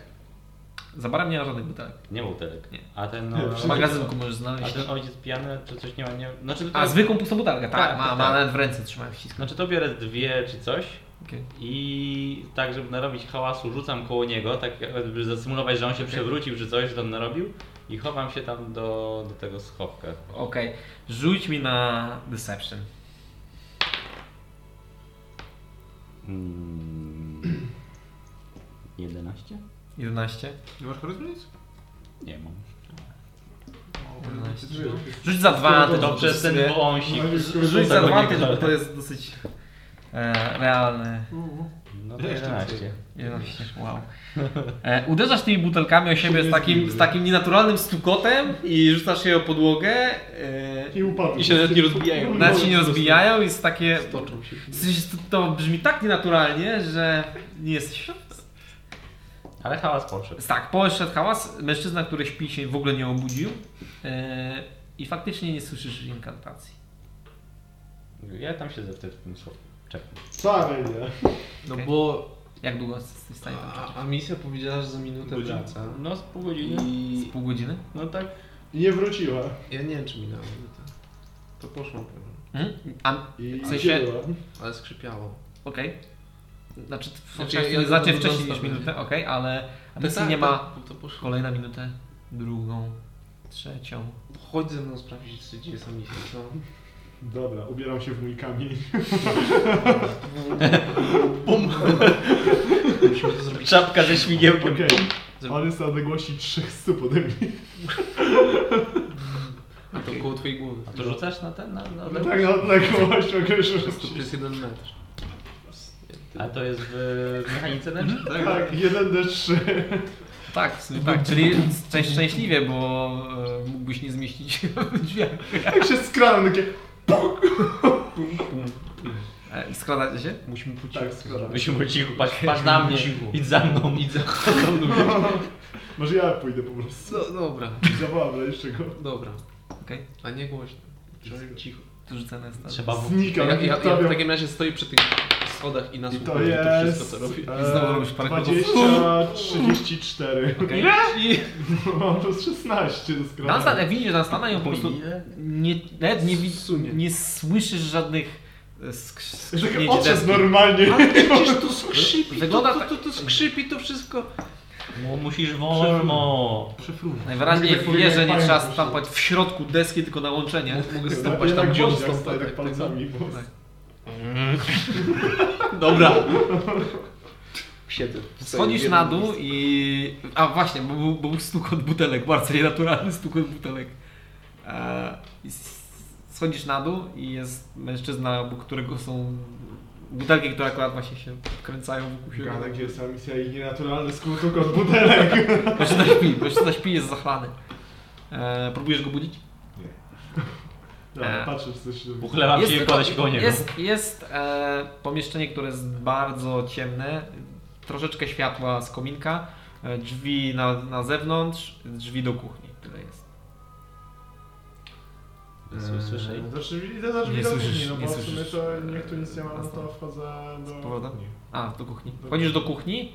Speaker 1: Za barem nie ma żadnych butelek.
Speaker 5: Nie butelek.
Speaker 1: Nie.
Speaker 5: A ten.
Speaker 1: W
Speaker 5: No,
Speaker 1: magazynku możesz
Speaker 5: a
Speaker 1: znaleźć.
Speaker 5: ten ojciec pijany, czy coś nie ma, nie. Znaczy, to,
Speaker 1: A, zwykłą pustą butelkę, tak.
Speaker 5: Tak,
Speaker 1: ma,
Speaker 5: tak,
Speaker 1: ma
Speaker 5: tak.
Speaker 1: nawet w ręce trzymałem ścisk.
Speaker 5: znaczy to biorę dwie czy coś.
Speaker 1: Okej.
Speaker 5: I tak, żeby narobić hałasu, rzucam koło niego, tak żeby zasymulować, że on się przewrócił czy coś, że on narobił. I chowam się tam do, do tego schowka.
Speaker 1: Okej, rzuć mi na Deception.
Speaker 5: Mm. 11?
Speaker 1: 11.
Speaker 3: Nie masz charyzmnic?
Speaker 5: Nie mam.
Speaker 1: Rzuć za dwa, to
Speaker 5: To przez ten wąsik.
Speaker 1: Rzuć za dwa,
Speaker 5: Tego nie
Speaker 1: bo to jest dosyć e, realne.
Speaker 5: No to 11.
Speaker 1: 11, wow. E, uderzasz tymi butelkami o siebie z takim, z takim nienaturalnym stukotem i rzucasz je o podłogę. E,
Speaker 2: I upadł.
Speaker 11: I się nawet nie rozbijają.
Speaker 1: nawet się nie rozbijają i jest takie...
Speaker 11: Stoczą się.
Speaker 1: W sensie To, to brzmi tak nienaturalnie, że nie jesteś...
Speaker 5: Ale hałas poszedł.
Speaker 1: Tak, poszedł hałas, mężczyzna, który śpi się w ogóle nie obudził e, i faktycznie nie słyszysz inkantacji.
Speaker 5: Ja tam siedzę w tym, w tym schowku. Czekam.
Speaker 2: Wcale nie.
Speaker 11: No
Speaker 1: Okej.
Speaker 11: bo...
Speaker 1: Jak długo jesteś w stanie tam
Speaker 11: A,
Speaker 1: czekać?
Speaker 11: a misja powiedziała, że za minutę
Speaker 5: Godzina.
Speaker 11: wraca.
Speaker 5: No z pół godziny.
Speaker 11: I...
Speaker 1: Z pół godziny?
Speaker 5: No tak.
Speaker 2: I nie wróciła.
Speaker 11: Ja nie wiem, czy minęła minuta. To poszło pewnie.
Speaker 1: Mhm. A,
Speaker 2: I
Speaker 1: W sensie-
Speaker 2: gdzie była?
Speaker 11: Ale skrzypiało.
Speaker 1: okej. Znaczy, w-
Speaker 11: Znaczy,
Speaker 1: znaczy
Speaker 11: ja- ja
Speaker 1: znaczy
Speaker 11: do- do-
Speaker 1: wcześniej niż
Speaker 11: zostawię.
Speaker 1: minutę, okej, ale a misji
Speaker 11: Tak,
Speaker 1: nie ma.
Speaker 11: To, to poszło.
Speaker 1: Kolejna minutę, drugą, trzecią.
Speaker 11: Chodź ze mną sprawdzić, czy gdzie jest ta misja, co?
Speaker 2: Dobra, ubieram się w mój kamień.
Speaker 11: Musimy to zrobić.
Speaker 5: Czapka ze śmigiełkiem.
Speaker 2: Okej. On jest na odległości 3 stóp ode mnie.
Speaker 11: A to koło twojej głowy.
Speaker 5: A to rzucasz na ten? Na, na
Speaker 2: No tak na odległość mogę
Speaker 11: Przez to
Speaker 2: rzucić.
Speaker 11: przez jeden metr.
Speaker 1: No tak.
Speaker 5: A to jest w w mechanice
Speaker 1: Mhm,
Speaker 5: lecz?
Speaker 2: Tak, 1d3.
Speaker 1: Tak, w sumie tak, czyli szczę- szczęśliwie, bo e, mógłbyś nie zmieścić się w drzwiach.
Speaker 2: Jak się skradam, takie...
Speaker 1: E, Skradacie się?
Speaker 11: Musimy po cichu.
Speaker 2: Tak, skradam.
Speaker 5: Musimy po cichu, patrz, patrz na mnie. Idź za mną. Idź za mną.
Speaker 2: Może ja pójdę po prostu.
Speaker 11: No dobra,
Speaker 2: Zabawa, jeszcze go.
Speaker 11: dobra.
Speaker 1: Okej.
Speaker 11: A nie głośno. Cicho.
Speaker 1: To rzucę na stan.
Speaker 5: Trzeba w...
Speaker 11: Ja,
Speaker 2: Znika,
Speaker 11: ja, ja w
Speaker 2: wtapiam.
Speaker 11: takim razie stoję przy tych schodach i
Speaker 2: I
Speaker 11: nasłuchuję
Speaker 2: to
Speaker 11: to
Speaker 2: jest...
Speaker 11: wszystko, co robię.
Speaker 2: e,
Speaker 1: Znowu robisz parę
Speaker 2: 20, 34.
Speaker 1: Okej.
Speaker 2: No, Mam plus 16 do
Speaker 1: Dunstan,
Speaker 2: skradania.
Speaker 1: jak widzisz Dunstana, ją po prostu nie, nawet nie, wi-
Speaker 11: Zsunie.
Speaker 1: nie słyszysz żadnych e, skrz-
Speaker 2: Takie
Speaker 1: skrzypnięć
Speaker 2: oczy
Speaker 1: deski.
Speaker 2: normalnie.
Speaker 11: Ale przecież to skrzypi,
Speaker 1: Wygląda
Speaker 11: to,
Speaker 1: tak-
Speaker 11: to, to, to skrzypi to wszystko.
Speaker 5: No, musisz wolno.
Speaker 3: Przefrunę.
Speaker 1: Najwyraźniej
Speaker 2: Mogę tak
Speaker 1: wie, że
Speaker 2: powiedzieć,
Speaker 1: nie
Speaker 2: jak
Speaker 1: trzeba
Speaker 2: pająk
Speaker 1: stampać w środku deski, tylko na łączenie.
Speaker 11: Mogę
Speaker 2: Ja
Speaker 11: stąpać tam,
Speaker 2: tak
Speaker 11: gdzie on
Speaker 2: wąsiak
Speaker 11: stąpa.
Speaker 2: staję, tak
Speaker 11: tak,
Speaker 2: palcami, bo-
Speaker 11: tak. Dobra. Siedzę.
Speaker 1: Schodzisz na dół i... A właśnie, bo był, bo był stuk od butelek, bardzo nienaturalny stuk od butelek. E, i s- Schodzisz na dół i jest mężczyzna, obok którego są butelki, które akurat właśnie się kręcają wokół siebie.
Speaker 2: Ganek jest ta misja i nienaturalny skutek od butelek.
Speaker 1: Mężczyzna śpi, mężczyzna śpi, jest zachlany. E, próbujesz go budzić?
Speaker 2: Dobra,
Speaker 1: E.
Speaker 2: patrzę, czy coś się robi.
Speaker 5: Uchlewam się i
Speaker 1: tylko-
Speaker 5: kładę się koło niego.
Speaker 1: Jest, jest e, pomieszczenie, które jest bardzo ciemne, troszeczkę światła z kominka, e, drzwi na, na zewnątrz, drzwi do kuchni, tyle jest.
Speaker 5: Sły- Słyszę.
Speaker 2: Znaczy, idę za drzwi
Speaker 1: E, Nie
Speaker 2: do
Speaker 1: słyszysz,
Speaker 2: kuchni, no
Speaker 1: nie
Speaker 2: bo w sumie
Speaker 1: słyszysz.
Speaker 2: to niech tu nic nie ma, no to
Speaker 1: Jasne.
Speaker 2: wchodzę do
Speaker 1: powodem?
Speaker 2: kuchni.
Speaker 1: A, do kuchni. Wchodzisz do kuchni,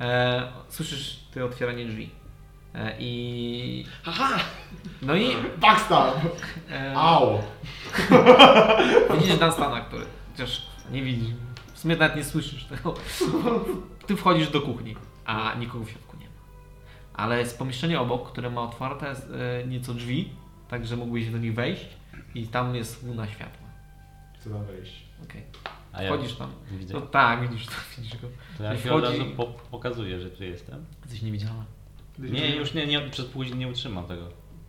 Speaker 1: e, słyszysz ty otwieranie drzwi. E, I... No i
Speaker 2: Backstab!
Speaker 1: e,
Speaker 2: Au!
Speaker 1: widzisz Dunstana, który chociaż nie widzisz, w sumie nawet nie słyszysz tego. Ty wchodzisz do kuchni, a nikogo w środku nie ma. Ale jest pomieszczenie obok, które ma otwarte e, nieco drzwi, także mógłbyś do nich wejść i tam jest łuna światła.
Speaker 2: Chcę tam wejść.
Speaker 1: Okej.
Speaker 5: A ja
Speaker 1: Wchodzisz tam. No
Speaker 5: widzę.
Speaker 1: tak, widzisz, to, widzisz go.
Speaker 5: To ja
Speaker 1: jak
Speaker 5: się od
Speaker 1: wchodzi-
Speaker 5: razu po, pokazuję, że tu jestem.
Speaker 1: Coś nie widziałem.
Speaker 5: Nie, już nie, nie, przez pół godziny nie utrzymam tego.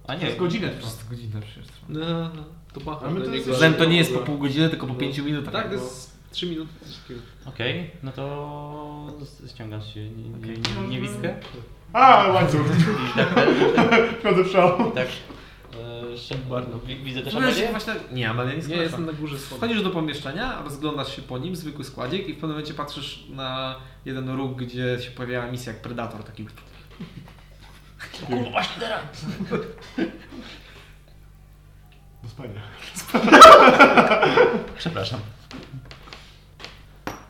Speaker 5: A nie,
Speaker 3: Przez godzinę trwa.
Speaker 1: Przez godzinę przecież trwa.
Speaker 4: No, no, to bacham do niego.
Speaker 1: Zatem to nie jest po pół godziny, tylko po pięciu minutach.
Speaker 4: Tak, to jest 3 minuty. coś takiego.
Speaker 5: Okej, no to z- ściągam się nie- nie- nie- niewistkę.
Speaker 2: A, łańcuch! Wchodzę w szał.
Speaker 5: I tak. e, Szem- wi- Widzę też
Speaker 1: No, ja się
Speaker 5: Amelię.
Speaker 1: właśnie... Nie, Amelia nie
Speaker 4: Nie,
Speaker 1: skończyła.
Speaker 4: jestem na górze schodów.
Speaker 1: Wchodzisz do pomieszczenia, rozglądasz się po nim, zwykły składzik i w pewnym momencie patrzysz na jeden róg, gdzie się pojawiała misja jak Predator, taki...
Speaker 5: Znaczy, Kurwa, właśnie teraz!
Speaker 2: Do spania.
Speaker 5: Przepraszam.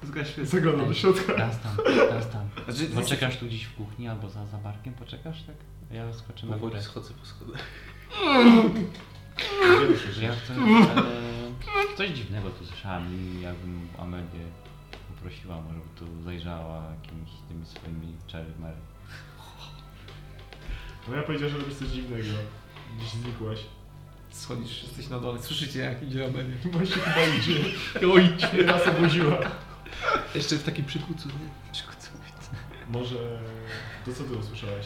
Speaker 3: Zgadza się.
Speaker 2: Zaglądam do środka.
Speaker 5: Teraz tam, teraz tam.
Speaker 1: Znaczy,
Speaker 5: Poczekasz tu gdzieś w kuchni albo za, za barkiem, poczekasz, tak? Ja skoczę na górę.
Speaker 4: Powoli schodzę po schodach.
Speaker 5: Że ja chcę, e, coś dziwnego tu słyszałem i jakbym Amelię poprosiła, może by tu zajrzała jakimiś tymi swoimi czary
Speaker 2: No ja powiedziałem, że robisz coś dziwnego. Gdzieś znikłaś.
Speaker 1: Schodzisz, jesteś na dole, słyszycie jak idzie Amelia.
Speaker 2: Właśnie chyba idzie. Oj, raz obudziła.
Speaker 4: Jeszcze w takim przykucu, nie?
Speaker 2: Może... To co ty usłyszałeś?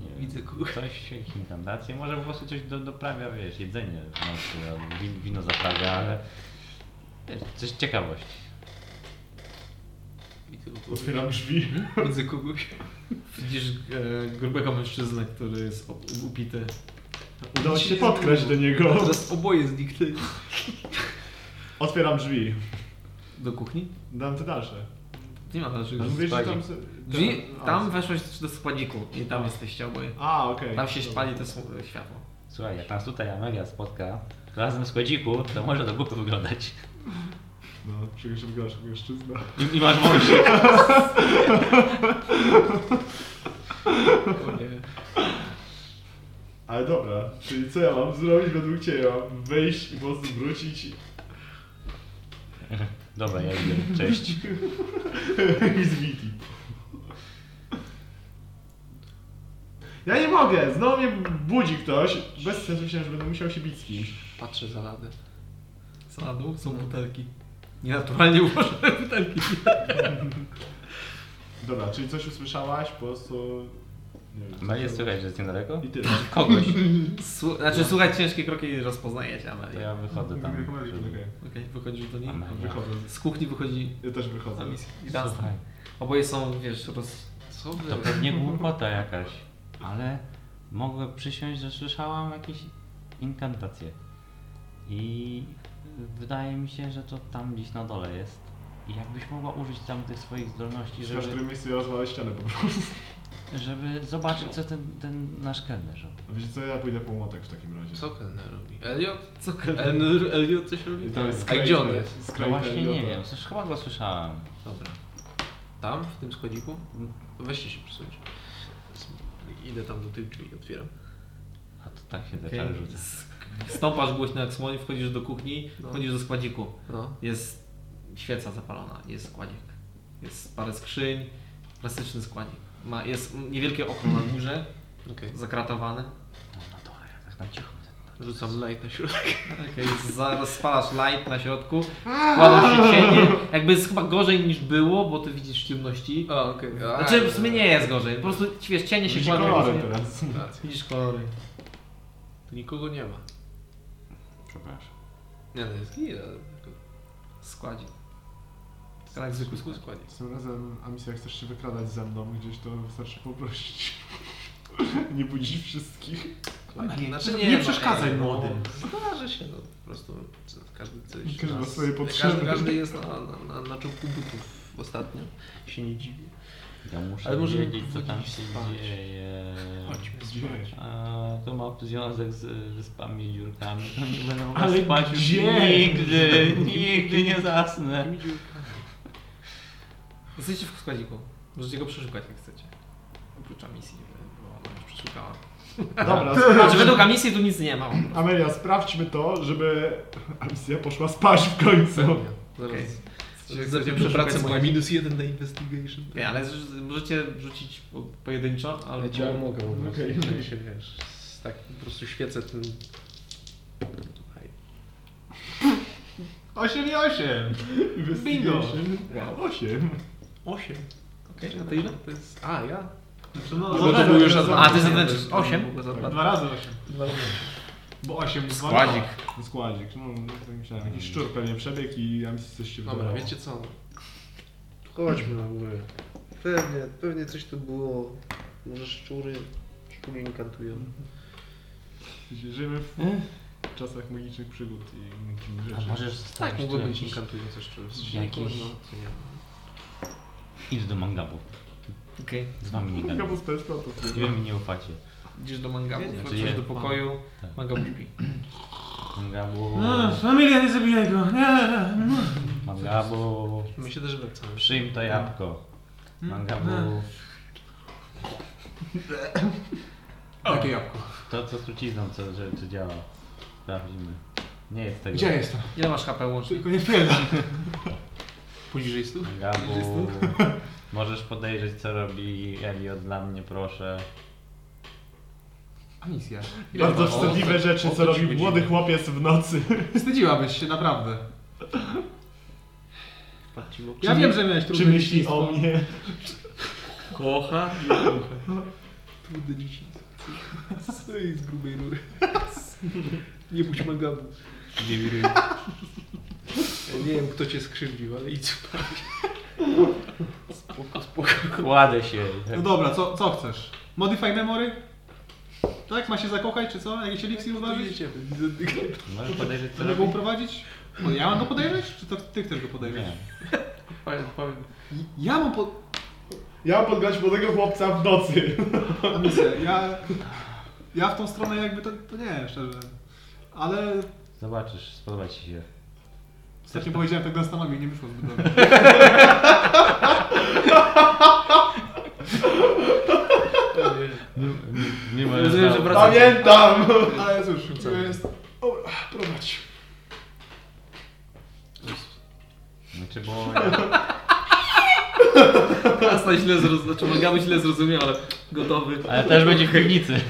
Speaker 5: Nie
Speaker 4: Widzę kogoś.
Speaker 5: Coś, jakieś intendacje, może po prostu coś do, doprawia, wiesz, jedzenie w nocy, albo win, wino zaprawia, ale wiesz, coś ciekawość.
Speaker 4: Widzę kogoś.
Speaker 2: Otwieram drzwi.
Speaker 4: Widzę kogoś.
Speaker 1: Widzisz e, grubego mężczyznę, który jest ob- upity.
Speaker 2: Udało ci się podkraść do niego.
Speaker 4: Teraz oboje zniknęli.
Speaker 2: Otwieram drzwi.
Speaker 1: Do kuchni?
Speaker 2: Dam te dalsze.
Speaker 1: Nie ma dalszych
Speaker 2: Ale mówisz, że tam... se-
Speaker 1: Drzwi,
Speaker 2: a,
Speaker 5: no.
Speaker 1: tam weszłeś do składziku i tam
Speaker 5: Tak.
Speaker 1: jesteście oboje.
Speaker 2: A, okej.
Speaker 1: Tam się
Speaker 2: Dobra.
Speaker 1: spali te sło- światło.
Speaker 5: Słuchaj, jak nas tutaj Amelia spotka, razem z kładziku, to może do głupy wyglądać.
Speaker 2: No, czegoś wyglądasz jak mężczyzna.
Speaker 5: I, i masz wąsik.
Speaker 2: Ale dobra, czyli co ja mam zrobić według ciebie? Ja Mam wejść i mocno wrócić
Speaker 5: Dobra, ja idę, cześć.
Speaker 2: i zwiti. Ja nie mogę! Znowu mnie budzi ktoś. Bez sensu myślałem, że będę musiał się bić z kimś.
Speaker 4: Patrzę za ladę.
Speaker 1: Co na dół są butelki. Nienaturalnie ułożone butelki.
Speaker 2: Dobra, czyli coś usłyszałaś, po prostu... Nie wiem.
Speaker 5: Amelia, słuchaj, że No, jest niedaleko?
Speaker 2: I tyle.
Speaker 5: Kogoś.
Speaker 1: Słu- znaczy, słuchaj ciężkie kroki i rozpoznajecie
Speaker 5: To
Speaker 1: Amelię.
Speaker 5: ja wychodzę tam.
Speaker 2: Okej,
Speaker 1: Okej, wychodzisz do niej.
Speaker 5: Amelia.
Speaker 2: Wychodzę.
Speaker 1: Z kuchni wychodzi
Speaker 2: Ja też wychodzę.
Speaker 1: Amis i Dunstan.
Speaker 5: Słuchaj,
Speaker 1: Oboje są, wiesz, roz...
Speaker 4: Co wy?
Speaker 5: to pewnie głupota jakaś, ale mogę przysiąść, że słyszałam jakieś inkantacje. I wydaje mi się, że to tam gdzieś na dole jest. I jakbyś mogła użyć tam tych swoich zdolności,
Speaker 2: Myślałem, że w
Speaker 5: żeby,
Speaker 2: którym miejscu ja rozwalę ścianę po prostu.
Speaker 5: żeby zobaczyć, co ten, ten nasz kelner robi.
Speaker 2: A wiecie co, ja pójdę po młotek w takim razie.
Speaker 4: Co kelner robi? Eliot?
Speaker 1: Co
Speaker 4: Elner- Eliot coś robi?
Speaker 2: I tam jest
Speaker 4: A
Speaker 2: skraj-
Speaker 4: gdzie on jest?
Speaker 5: No
Speaker 2: skraj
Speaker 5: właśnie nie
Speaker 2: Eliota.
Speaker 5: wiem, Coś- chyba go słyszałem.
Speaker 4: Dobra. Tam, w tym schodziku? Weźcie się przesuńcie. Idę tam do tych drzwi i otwieram.
Speaker 5: A to tak się okay.
Speaker 1: Okej.
Speaker 5: rzuca.
Speaker 1: Stąpasz głośno jak słoń, wchodzisz do kuchni,
Speaker 4: No.
Speaker 1: wchodzisz do składziku.
Speaker 4: No.
Speaker 1: Jest świeca zapalona, jest składzik. Jest parę skrzyń, klasyczny składzik. Ma, jest niewielkie okno na górze,
Speaker 4: Okej.
Speaker 1: zakratowane.
Speaker 5: No, na dole, ja tak na cicho.
Speaker 4: Rzucam light na środek.
Speaker 1: Okay, zaraz spalasz Tak, light na środku, kładą się cienie. Jakby jest chyba gorzej niż było, bo ty widzisz ciemności.
Speaker 4: A, okej.
Speaker 1: Znaczy w sumie nie jest gorzej, po prostu wiesz, cienie się
Speaker 2: Widzi
Speaker 1: kładą.
Speaker 2: kolorem teraz.
Speaker 1: Widzisz kolory.
Speaker 4: Tu nikogo nie ma.
Speaker 5: Przepraszam.
Speaker 4: Nie, no jest git, ale...
Speaker 1: Składzik. Tak jak zwykły składzik.
Speaker 4: składnie.
Speaker 2: Tym razem, Amisja, jak chcesz się wykradać ze mną gdzieś, to wystarczy poprosić. nie budzisz wszystkich.
Speaker 4: Znaczy
Speaker 3: Nie
Speaker 4: ma,
Speaker 3: przeszkadzaj
Speaker 4: ej, no.
Speaker 3: młodym.
Speaker 4: Zdarzy się, no po prostu co- każdy coś.
Speaker 2: Każdy ma
Speaker 4: nas-
Speaker 2: swoje potrzeby.
Speaker 4: Każdy, każdy jest na, na, na, na czubku butów ostatnio. Się nie dziwię.
Speaker 5: Ja muszę
Speaker 4: Ale możemy
Speaker 5: wiedzieć, co tam
Speaker 4: powrócić
Speaker 5: się
Speaker 4: spać.
Speaker 5: dzieje.
Speaker 2: Gdzie?
Speaker 5: A to ma związek z y, wyspami i dziurkami. To nie będę mogła
Speaker 2: Ale
Speaker 5: spać już
Speaker 2: gdzie?
Speaker 5: nigdy, nigdy nie zasnę.
Speaker 1: Jesteście w składziku. Możecie go przeszukać jak chcecie.
Speaker 4: Znaczy,
Speaker 1: Oprócz misji, bo ona już przeszukała.
Speaker 2: Dobra,
Speaker 1: Znaczy
Speaker 2: sprawdź,
Speaker 1: według misji tu nic nie ma.
Speaker 2: Amelia, sprawdźmy to, żeby Amisja poszła spać w końcu.
Speaker 4: Zaraz.
Speaker 1: Okej.
Speaker 4: Zaraz
Speaker 1: Chcecie
Speaker 4: okay. pracę
Speaker 1: przeszukać
Speaker 4: moja
Speaker 1: składzik?
Speaker 4: minus jeden na investigation.
Speaker 1: Nie, ale z- możecie rzucić po- pojedynczo, ale
Speaker 4: Ja mogę po prostu.
Speaker 2: Okej.
Speaker 4: W sensie, wiesz, z tak po prostu świecę tym... Tutaj.
Speaker 3: 8 i 8! Bingo!
Speaker 2: Investigation. Wow, 8.
Speaker 19: 8.
Speaker 4: Okej, a to ile? To jest... A, ja?
Speaker 3: Znaczy, no,
Speaker 4: Bo
Speaker 3: za-
Speaker 4: to był już za
Speaker 20: A, ty
Speaker 4: nie,
Speaker 20: zadęczysz.
Speaker 4: to jest- to
Speaker 20: Osiem?
Speaker 4: było za dwa.
Speaker 3: Dwa razy 8.
Speaker 4: Dwa razy
Speaker 3: Bo 8 dwa.
Speaker 20: Składzik.
Speaker 2: Składzik, no tak myślałem. Jakiś szczur pewnie przebiegł i Amis coś się
Speaker 4: Dobra,
Speaker 2: wydawało.
Speaker 4: wiecie co? Chodźmy na górę. Pewnie, pewnie coś tu było. Może szczury, szczury inkantują.
Speaker 2: Żyjemy w czasach magicznych przygód i dziwnych
Speaker 5: A
Speaker 2: rzeczy.
Speaker 5: możesz
Speaker 4: Tak,
Speaker 5: zostawić
Speaker 4: mogły
Speaker 5: tu
Speaker 4: być
Speaker 5: jakiś-
Speaker 4: inkantujące szczury. no,
Speaker 5: jakiś- Idź do mangabu.
Speaker 1: Okej.
Speaker 5: Z wami nie gadam.
Speaker 2: Chyba z PSP-u.
Speaker 5: Wy mi nie ufacie.
Speaker 1: Idziesz do mangabu,
Speaker 5: Znaczy
Speaker 1: wracasz
Speaker 5: nie.
Speaker 1: do pokoju,
Speaker 5: Tak.
Speaker 1: mangabu śpi.
Speaker 5: Mangabu...
Speaker 3: Familia nie zabijaj go!
Speaker 5: Mangabu...
Speaker 4: My tak się też wracamy.
Speaker 5: Przyjm to jabłko. Mangabu...
Speaker 3: Takie jabłko.
Speaker 5: To co z trucizną, co, że, czy działa. Sprawdzimy. Nie jest tego.
Speaker 3: Gdzie jestem?
Speaker 1: Ile masz HP łącznie?
Speaker 3: Tylko nie tyle.
Speaker 4: Poniżej stóp?
Speaker 5: Mangabu... Możesz podejrzeć co robi Elliot dla mnie, proszę.
Speaker 3: A misja.
Speaker 2: Bardzo wstydliwe rzeczy, co robi młody chłopiec w nocy.
Speaker 3: Wstydziłabyś się, naprawdę.
Speaker 4: Patrzcie, bo...
Speaker 3: Ja wiem, że miałeś trudne
Speaker 2: Czy myśli
Speaker 3: dzieciństwo.
Speaker 2: o mnie?
Speaker 4: Kocha i Trudne dzieciństwo. Stoi z grubej rury. Nie bądź magabu.
Speaker 5: Nie wiruj.
Speaker 4: Ja nie wiem, kto cię skrzywdził, ale idź spać. Spoko, spoko.
Speaker 5: Kładę się.
Speaker 3: No dobra, co, co chcesz? Modify memory? Tak, ma się zakochać, czy co? Jakiś eliksir uważać?
Speaker 5: Możesz podejrzeć co
Speaker 3: Żeby go
Speaker 5: robi?
Speaker 3: uprowadzić? No, ja mam go podejrzeć? Czy to ty chcesz go podejrzeć?
Speaker 5: Nie.
Speaker 4: Powiem, powiem.
Speaker 3: Ja mam pod...
Speaker 2: Ja mam podgrać młodego chłopca w nocy.
Speaker 3: A misję, ja... Ja w tą stronę jakby to... to nie, szczerze. Ale...
Speaker 5: Zobaczysz, spodoba ci się.
Speaker 3: Ostatnio powiedziałem tego z tamami, nie wyszło zbyt dobrze.
Speaker 5: Nie, nie, nie ma
Speaker 1: Rozumiem, że wracasz.
Speaker 2: Pamiętam!
Speaker 3: Ale cóż, to jest... Dobra, prowadź.
Speaker 5: Znaczy, bo...
Speaker 1: Asta źle zrozumiał, znaczy mangabu źle zrozumiał, ale gotowy.
Speaker 5: Ale też będzie w piwnicy.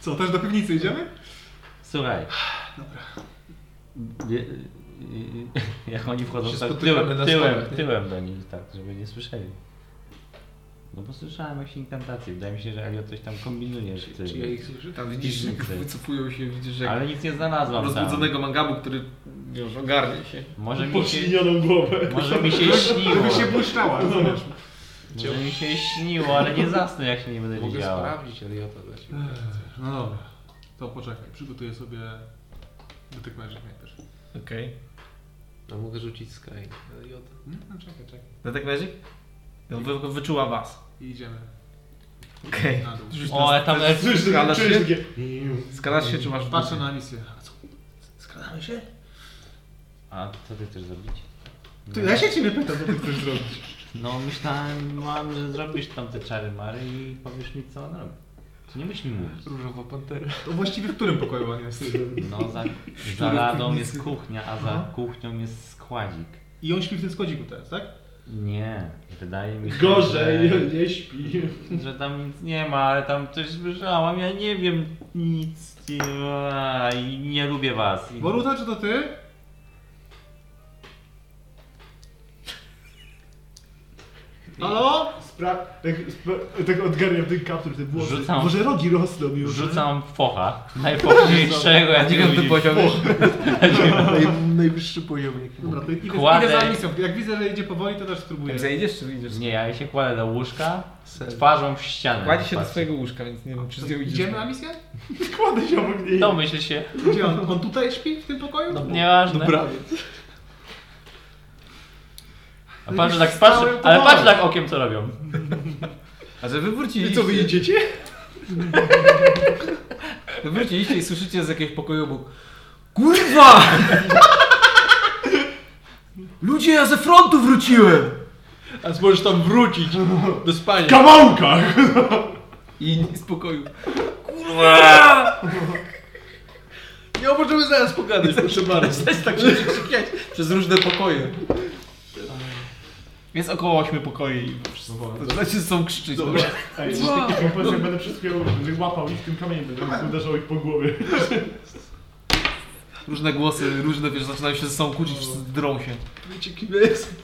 Speaker 3: Co, też do piwnicy idziemy?
Speaker 5: Słuchaj. Dobra. Jak oni wchodzą
Speaker 4: Się
Speaker 5: tak
Speaker 4: spotykamy
Speaker 5: tyłem,
Speaker 4: na
Speaker 5: tyłem,
Speaker 4: schodach, nie?
Speaker 5: tyłem do nich, tak, żeby nie słyszeli. No bo słyszałem jakieś inkantacje. Wydaje mi się, że Elio coś tam kombinuje. że ty-
Speaker 4: Czy ja ich słyszę?
Speaker 1: Tam widzisz, że wycofują się, widzisz, że
Speaker 5: Ale nic nie znalazłam
Speaker 1: rozbudzonego mangabu, który wiesz, ogarnie się.
Speaker 5: tam. Może mi się,
Speaker 2: Poczcinioną głowę.
Speaker 5: może mi się śniło.
Speaker 3: Żeby się błyszczała, rozumiesz?
Speaker 5: Może mi się śniło, ale nie zasnę jak się nie będę
Speaker 4: Mogę
Speaker 5: widziała.
Speaker 4: sprawdzić Eliota dla ciebie.
Speaker 3: No dobra. To poczekaj, przygotuję sobie... Dotyk Magic najpierw.
Speaker 1: Okej.
Speaker 4: A mogę rzucić Sky. Eliota.
Speaker 3: Hmm? No czekaj, czekaj.
Speaker 1: Detek Magic? No, wy, wyczuła was.
Speaker 3: I idziemy
Speaker 1: Okej.
Speaker 3: na dół.
Speaker 5: O, ale tam elfy
Speaker 1: Skalasz
Speaker 2: Czujesz
Speaker 1: się?
Speaker 2: takie...
Speaker 1: Skalasz się, czy masz
Speaker 3: Patrzę na misję. A co?
Speaker 1: Skalamy się?
Speaker 5: A co ty chcesz zrobić?
Speaker 3: To ja się ciebie pytam, co ty chcesz zrobić.
Speaker 5: No myślałem, mam, że zrobisz tam te czary Mary i powiesz mi co on robi. Czy nie myśli mówić?
Speaker 4: Różowa pantera.
Speaker 3: To właściwie w którym pokoju on jest?
Speaker 5: No za, za ladą jest kuchnia, a za kuchnią jest składzik.
Speaker 3: I on śpi w tym składziku teraz, tak?
Speaker 5: Nie, wydaje mi się,
Speaker 21: Gorzej, nie śpi.
Speaker 5: że, że tam nic nie ma, ale tam coś słyszałam, ja nie wiem nic nie ma i nie lubię was. I...
Speaker 3: Boruta, czy to ty? Halo?
Speaker 2: Spra... Tak, spra... tak odgarniam ten kaptur, te włosy.
Speaker 5: Rzucam.
Speaker 2: Może rogi rosną już.
Speaker 5: Rzucam focha, najpochniejszego, jakiego
Speaker 1: Dziewiąty
Speaker 5: widzisz.
Speaker 1: poziom.
Speaker 4: Najwyższy poziom jaki
Speaker 3: Dobra, to idę,
Speaker 5: Kładę-
Speaker 3: idę za misją. Jak widzę, że idzie powoli, to też spróbuję.
Speaker 1: Jak zajdziesz, czy idziesz?
Speaker 5: Nie, ja się kładę do łóżka,
Speaker 4: Sen.
Speaker 5: twarzą w ścianę.
Speaker 1: Kładzie się do
Speaker 5: patrzę.
Speaker 1: swojego łóżka, więc nie wiem, czy z nią idziesz.
Speaker 3: Idziemy na misję?
Speaker 2: Kładę się obok niej.
Speaker 5: Domyśl się,
Speaker 3: Gdzie on? On tutaj śpi? W tym pokoju?
Speaker 5: No, nieważne.
Speaker 4: Dobrawiec.
Speaker 5: A patrzę
Speaker 3: Jakbyś
Speaker 5: tak, patrzę,
Speaker 3: wstałem, to
Speaker 5: ale
Speaker 3: mało.
Speaker 5: patrzę tak okiem, co robią.
Speaker 1: A że wy wróciliście,
Speaker 4: Co wy jedziecie?
Speaker 1: wy wróciliście i słyszycie z jakiegoś pokoju obok KURWA! Ludzie, ja ze frontu wróciłem!
Speaker 4: A możesz tam wrócić do spania.
Speaker 2: Kamałkach!
Speaker 1: I nie z pokoju. KURWA!
Speaker 4: Nie, możemy zaraz pogadać, proszę bardzo.
Speaker 1: Zaś tak się krzykiać przez różne pokoje. Jest około 8 pokoi. Wszyscy są krzyczeć.
Speaker 2: Dobra. Ej, coś takiego powiedz, jak będę wszystkiego łapał i w tym kamieniem będę uderzał ich po głowie.
Speaker 1: różne głosy, różne, wiesz, zaczynają się ze sobą kłócić, wszyscy drą się.
Speaker 3: Wiecie kim jest?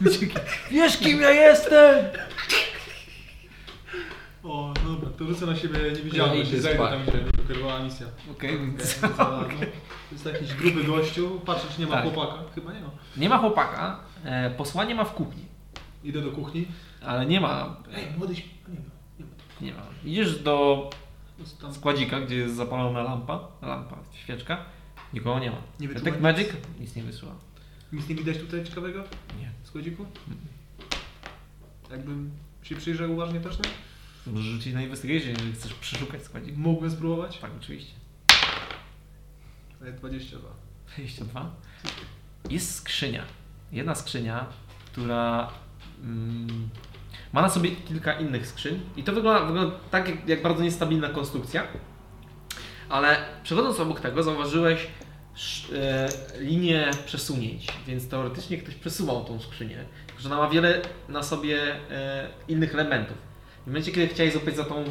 Speaker 1: Wiesz kim ja jestem!
Speaker 3: O, dobra, to rzucę na siebie niewidzialność
Speaker 4: Ja
Speaker 3: ja
Speaker 4: idę
Speaker 3: i zajdę
Speaker 4: spać.
Speaker 3: tam, gdzie wyrwała misja. E,
Speaker 1: Okej, więc
Speaker 3: Za- no, To jest jakiś gruby gościu, patrzę czy nie ma
Speaker 1: Tak.
Speaker 3: chłopaka, chyba nie ma.
Speaker 1: nie ma chłopaka, e, posłanie ma w kuchni,
Speaker 3: Idę do kuchni.
Speaker 1: ale nie ma,
Speaker 3: Ej, młody śpi- nie ma, nie ma.
Speaker 1: nie ma. Idziesz do
Speaker 3: To jest tam-
Speaker 1: składzika, gdzie jest zapalona lampa, lampa, świeczka, nikogo nie ma.
Speaker 3: Nie wyczuwa
Speaker 1: Detect
Speaker 3: nic.
Speaker 1: Magic nic nie wysyła.
Speaker 3: Nic nie widać tutaj ciekawego?
Speaker 1: Nie.
Speaker 3: Z kładziku? Jakbym się przyjrzał uważnie też, tak?
Speaker 1: Możesz rzucić na investigation, jeżeli chcesz przeszukać składzik.
Speaker 3: Mógłbym spróbować?
Speaker 1: Tak, oczywiście.
Speaker 3: Daję 22.
Speaker 1: 22. Jest skrzynia. Jedna skrzynia, która mm, ma na sobie kilka innych skrzyń. I to wygląda, wygląda tak, jak, jak bardzo niestabilna konstrukcja. Ale przechodząc obok tego, zauważyłeś sz- e, linię przesunięć, więc teoretycznie ktoś przesuwał tą skrzynię. Tylko, że ona ma wiele na sobie e, innych elementów. W momencie, kiedy chciałeś złapać za tą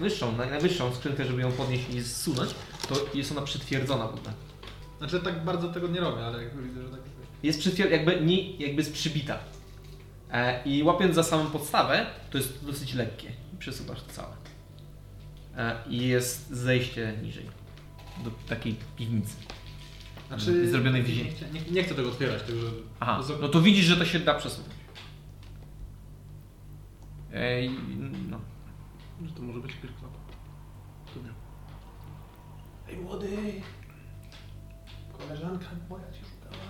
Speaker 1: wyższą, naj- najwyższą skrzynkę, żeby ją podnieść i zsunąć, to jest ona przytwierdzona w ogóle.
Speaker 3: Znaczy tak bardzo tego nie robię, ale jakby widzę, że tak...
Speaker 1: jest przytwier- jakby, nie, jakby jest przybita. E, I łapiąc za samą podstawę, to jest dosyć lekkie. Przesuwasz to całe. E, I jest zejście niżej. Do takiej piwnicy.
Speaker 3: Znaczy...
Speaker 1: Zrobionej w
Speaker 3: nie,
Speaker 1: ziemi.
Speaker 3: chcę- nie, nie chcę tego otwierać, tylko że...
Speaker 1: Aha,
Speaker 3: to
Speaker 1: no
Speaker 3: zap-
Speaker 1: to widzisz, że to się da przesunąć. Ej, no.
Speaker 3: Że to może być tylko Tu miał. Ej młody! Koleżanka moja cię szukała,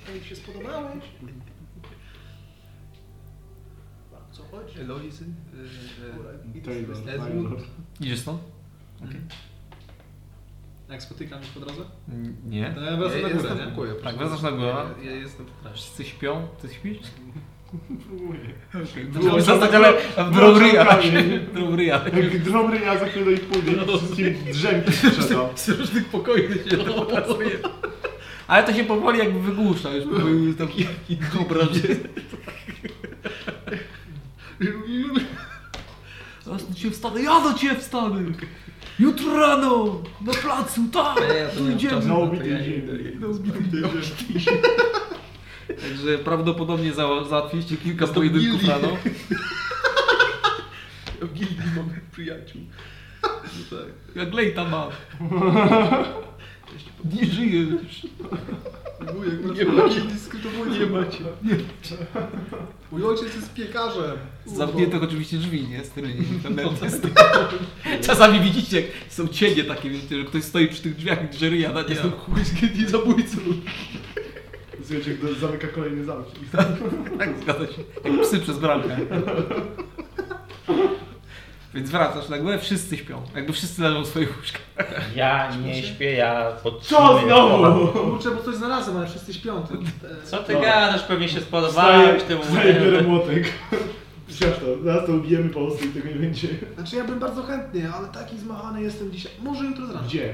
Speaker 3: tutaj się spodobałeś. Co chodzi?
Speaker 4: Eloizy?
Speaker 3: y,
Speaker 2: Taylor,
Speaker 4: Edmund?
Speaker 2: Taylor.
Speaker 1: Idziesz stąd?
Speaker 3: Jak spotykam ich po drodze?
Speaker 1: N- Nie.
Speaker 3: To ja E, wracam na górę, nie?
Speaker 4: pokoju.
Speaker 1: Tak, wracasz na górę.
Speaker 4: Ja jestem w trasie.
Speaker 1: Wszyscy śpią, ty śpisz?
Speaker 2: Wyłączam-
Speaker 1: Zostać, ale w drą ryja. W drą ryja.
Speaker 2: Jak drobny ja za chwilę i pójdę i wszystkim drzemki sprzedam.
Speaker 1: Z różnych pokoi się to pokazuje. No. No. Ale to się powoli jakby wygłusza, już był taki dobra, że... Teraz do ciebie wstanę, ja do ciebie wstanę! Jutro rano! Na placu, tak!
Speaker 4: Nie, ja to nie mam
Speaker 1: Idziemy.
Speaker 4: czasu.
Speaker 2: Na
Speaker 4: to
Speaker 2: ubitej
Speaker 4: ja nie
Speaker 2: ziemi.
Speaker 4: idę.
Speaker 2: Na ubitej ziemi.
Speaker 1: Także prawdopodobnie za, załatwiliście kilka pojedynków rano.
Speaker 4: Ja w gildii mamy przyjaciół. No tak.
Speaker 1: Jak Lejta ma. Nie żyjesz.
Speaker 4: Nie ma gildii, skutowo nie macie.
Speaker 3: Mój ojciec jest piekarzem.
Speaker 1: Zamkniętych oczywiście drzwi, nie? Sterylnie. internety. Czasami widzicie, jak są cienie takie, wiecie, że ktoś stoi przy tych drzwiach, drzery jada, nie? Są chuj, zabójcą.
Speaker 2: Słuchajcie, jak do- zamyka kolejny zamki.
Speaker 1: Tak, zgadza się. Jak psy przez bramkę. Więc wracasz na górę, wszyscy śpią. Jakby wszyscy leżą w swoich łóżkach.
Speaker 5: Ja nie śpię, ja
Speaker 2: Co
Speaker 5: podtrzymuję.
Speaker 2: znowu?
Speaker 3: Kurczę, bo coś znalazłem, ale wszyscy śpią. E, Ty.
Speaker 5: Co ty
Speaker 2: No.
Speaker 5: gadasz? Pewnie się spodobałeś
Speaker 2: Wstaję,
Speaker 5: temu
Speaker 2: wstaję, biorę
Speaker 5: młodemu.
Speaker 2: młotek. Zresztą, zaraz to ubijemy po prostu i tego nie będzie.
Speaker 3: Znaczy ja bym bardzo chętny, ale taki zmachany jestem dzisiaj. Może jutro z rana.
Speaker 2: Gdzie?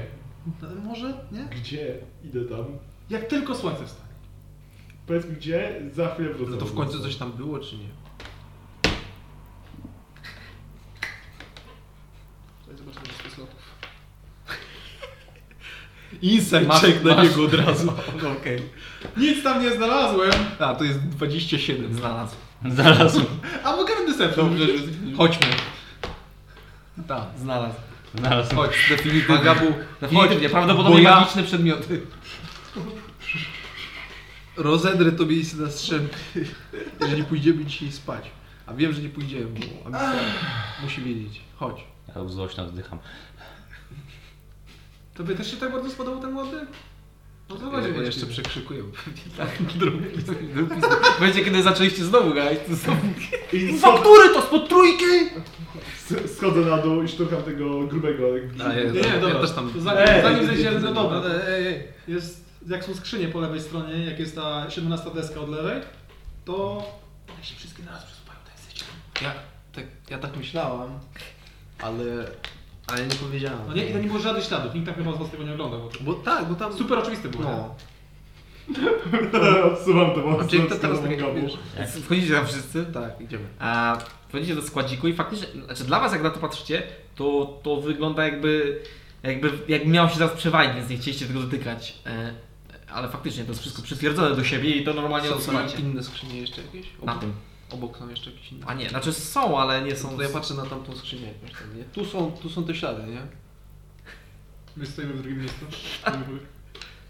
Speaker 3: E, Może, nie?
Speaker 2: Gdzie? Idę tam.
Speaker 3: Jak tylko słońce wstanie.
Speaker 2: Powiedz mi gdzie, za chwilę wrócę.
Speaker 4: No to w końcu coś tam było, czy nie?
Speaker 3: Tutaj Zobaczymy wszystkie sloty.
Speaker 4: Insight check na niego od razu. Okej.
Speaker 3: Nic tam nie znalazłem!
Speaker 4: A, to jest 27. Znalazł.
Speaker 5: Znalazł.
Speaker 3: A mogę na deception.
Speaker 4: Dobrze, że...
Speaker 3: No,
Speaker 4: Chodźmy. Tak.
Speaker 1: Znalazł.
Speaker 5: Znalazł.
Speaker 4: Chodź, definitywnie. Magabu,
Speaker 1: Definitywnie, prawdopodobnie magiczne przedmioty.
Speaker 4: rozedrę tobie i na strzępy, jeżeli pójdziemy dzisiaj spać. A wiem, że nie pójdziemy, bo Amistar musi wiedzieć. Chodź.
Speaker 5: Ja złośno oddycham.
Speaker 3: Tobie też się tak bardzo spodobał ten młody? No to
Speaker 4: Ja,
Speaker 3: chodź
Speaker 4: ja
Speaker 3: ja
Speaker 4: jeszcze przekrzykuję.
Speaker 1: W momencie, kiedy zaczęliście znowu gadać, to znowu...
Speaker 2: I schod,
Speaker 1: Faktury to spod trójki!
Speaker 2: s- schodzę na dół i sztukam tego grubego. jak-
Speaker 5: Tak.
Speaker 4: A, ja,
Speaker 3: Nie, nie, dobra.
Speaker 4: Ja też tam...
Speaker 3: To zanim,
Speaker 2: Ej,
Speaker 3: zanim
Speaker 2: ty,
Speaker 3: zejdzie,
Speaker 2: ty,
Speaker 3: no
Speaker 2: ty,
Speaker 3: dobra.
Speaker 4: Ej, ej, ej.
Speaker 3: Jest, jak są skrzynie po lewej stronie, jak jest ta 17 deska od lewej, to... Jak się wszystkie naraz przesuwają, to jesteś.
Speaker 4: Ja, tak, ja tak myślałam, ale... Ale nie powiedziałam.
Speaker 3: No nie, i to nie było żadnych śladów, nikt tak chyba z was tego nie oglądał. Bo to...
Speaker 4: Bo tak, bo tam...
Speaker 3: Super oczywiste było, nie?
Speaker 4: No.
Speaker 2: Odsuwam to mocno.
Speaker 4: Czyli to teraz tak
Speaker 2: odsuwam
Speaker 4: jak
Speaker 2: gabu.
Speaker 4: wiesz.
Speaker 1: Wchodzicie tam wszyscy.
Speaker 4: Tak, idziemy.
Speaker 1: A wchodzicie do składziku i faktycznie, znaczy dla was jak na to patrzycie, to, to wygląda jakby, jakby, jakby miało się zaraz przewalić, więc nie chcieliście tego dotykać. E, Ale faktycznie to jest wszystko przytwierdzone do siebie i to normalnie
Speaker 11: Są- Są
Speaker 1: odsuwacie.
Speaker 11: inne skrzynie jeszcze jakieś?
Speaker 1: Na
Speaker 11: Obok,
Speaker 1: tym.
Speaker 11: obok są jeszcze jakieś inne.
Speaker 1: A nie, znaczy są, ale nie
Speaker 11: No
Speaker 1: są.
Speaker 11: to ja patrzę na tamtą skrzynię jakoś tam, nie? Tu są, tu są te ślady, nie?
Speaker 3: My stoimy w drugim miejscu.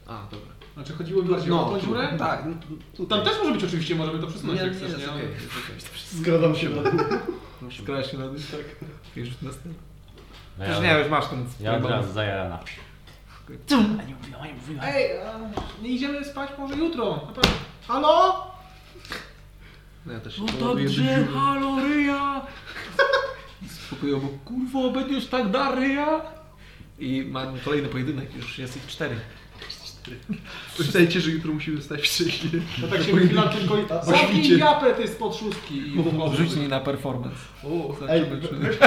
Speaker 11: A, dobra.
Speaker 3: Znaczy chodziło bardziej
Speaker 4: No,
Speaker 3: o tą
Speaker 11: tu-
Speaker 3: dziurę?
Speaker 11: Tak, no, tu- tutaj.
Speaker 3: Tam też może być oczywiście, możemy to
Speaker 11: No
Speaker 3: przesunąć
Speaker 11: nie, nie,
Speaker 3: jak
Speaker 11: jest
Speaker 3: chcesz, nie?
Speaker 11: okej,
Speaker 3: Ale-
Speaker 11: jest okej.
Speaker 2: Zgadzam się na
Speaker 11: Musimy.
Speaker 1: Skraść na dół, tak. Wiesz, następny.
Speaker 5: No
Speaker 1: Już nie, już masz ten.
Speaker 5: Ja od razu zajarana.
Speaker 3: Ej, a nie idziemy spać może jutro. Na pewno. Halo?
Speaker 11: No ja też no to gdzie, halo, ryja! Spokojowo, kurwo, będziesz tak da ryja! I mam kolejny pojedynek, już jest ich cztery.
Speaker 4: Pamiętajcie, że jutro musimy wstać wcześniej.
Speaker 3: No tak się wychylam tylko i... Zamknij japę, ty spod szóstki. I...
Speaker 1: Rzuć mi na performance.
Speaker 11: O,
Speaker 2: Ej, we- weź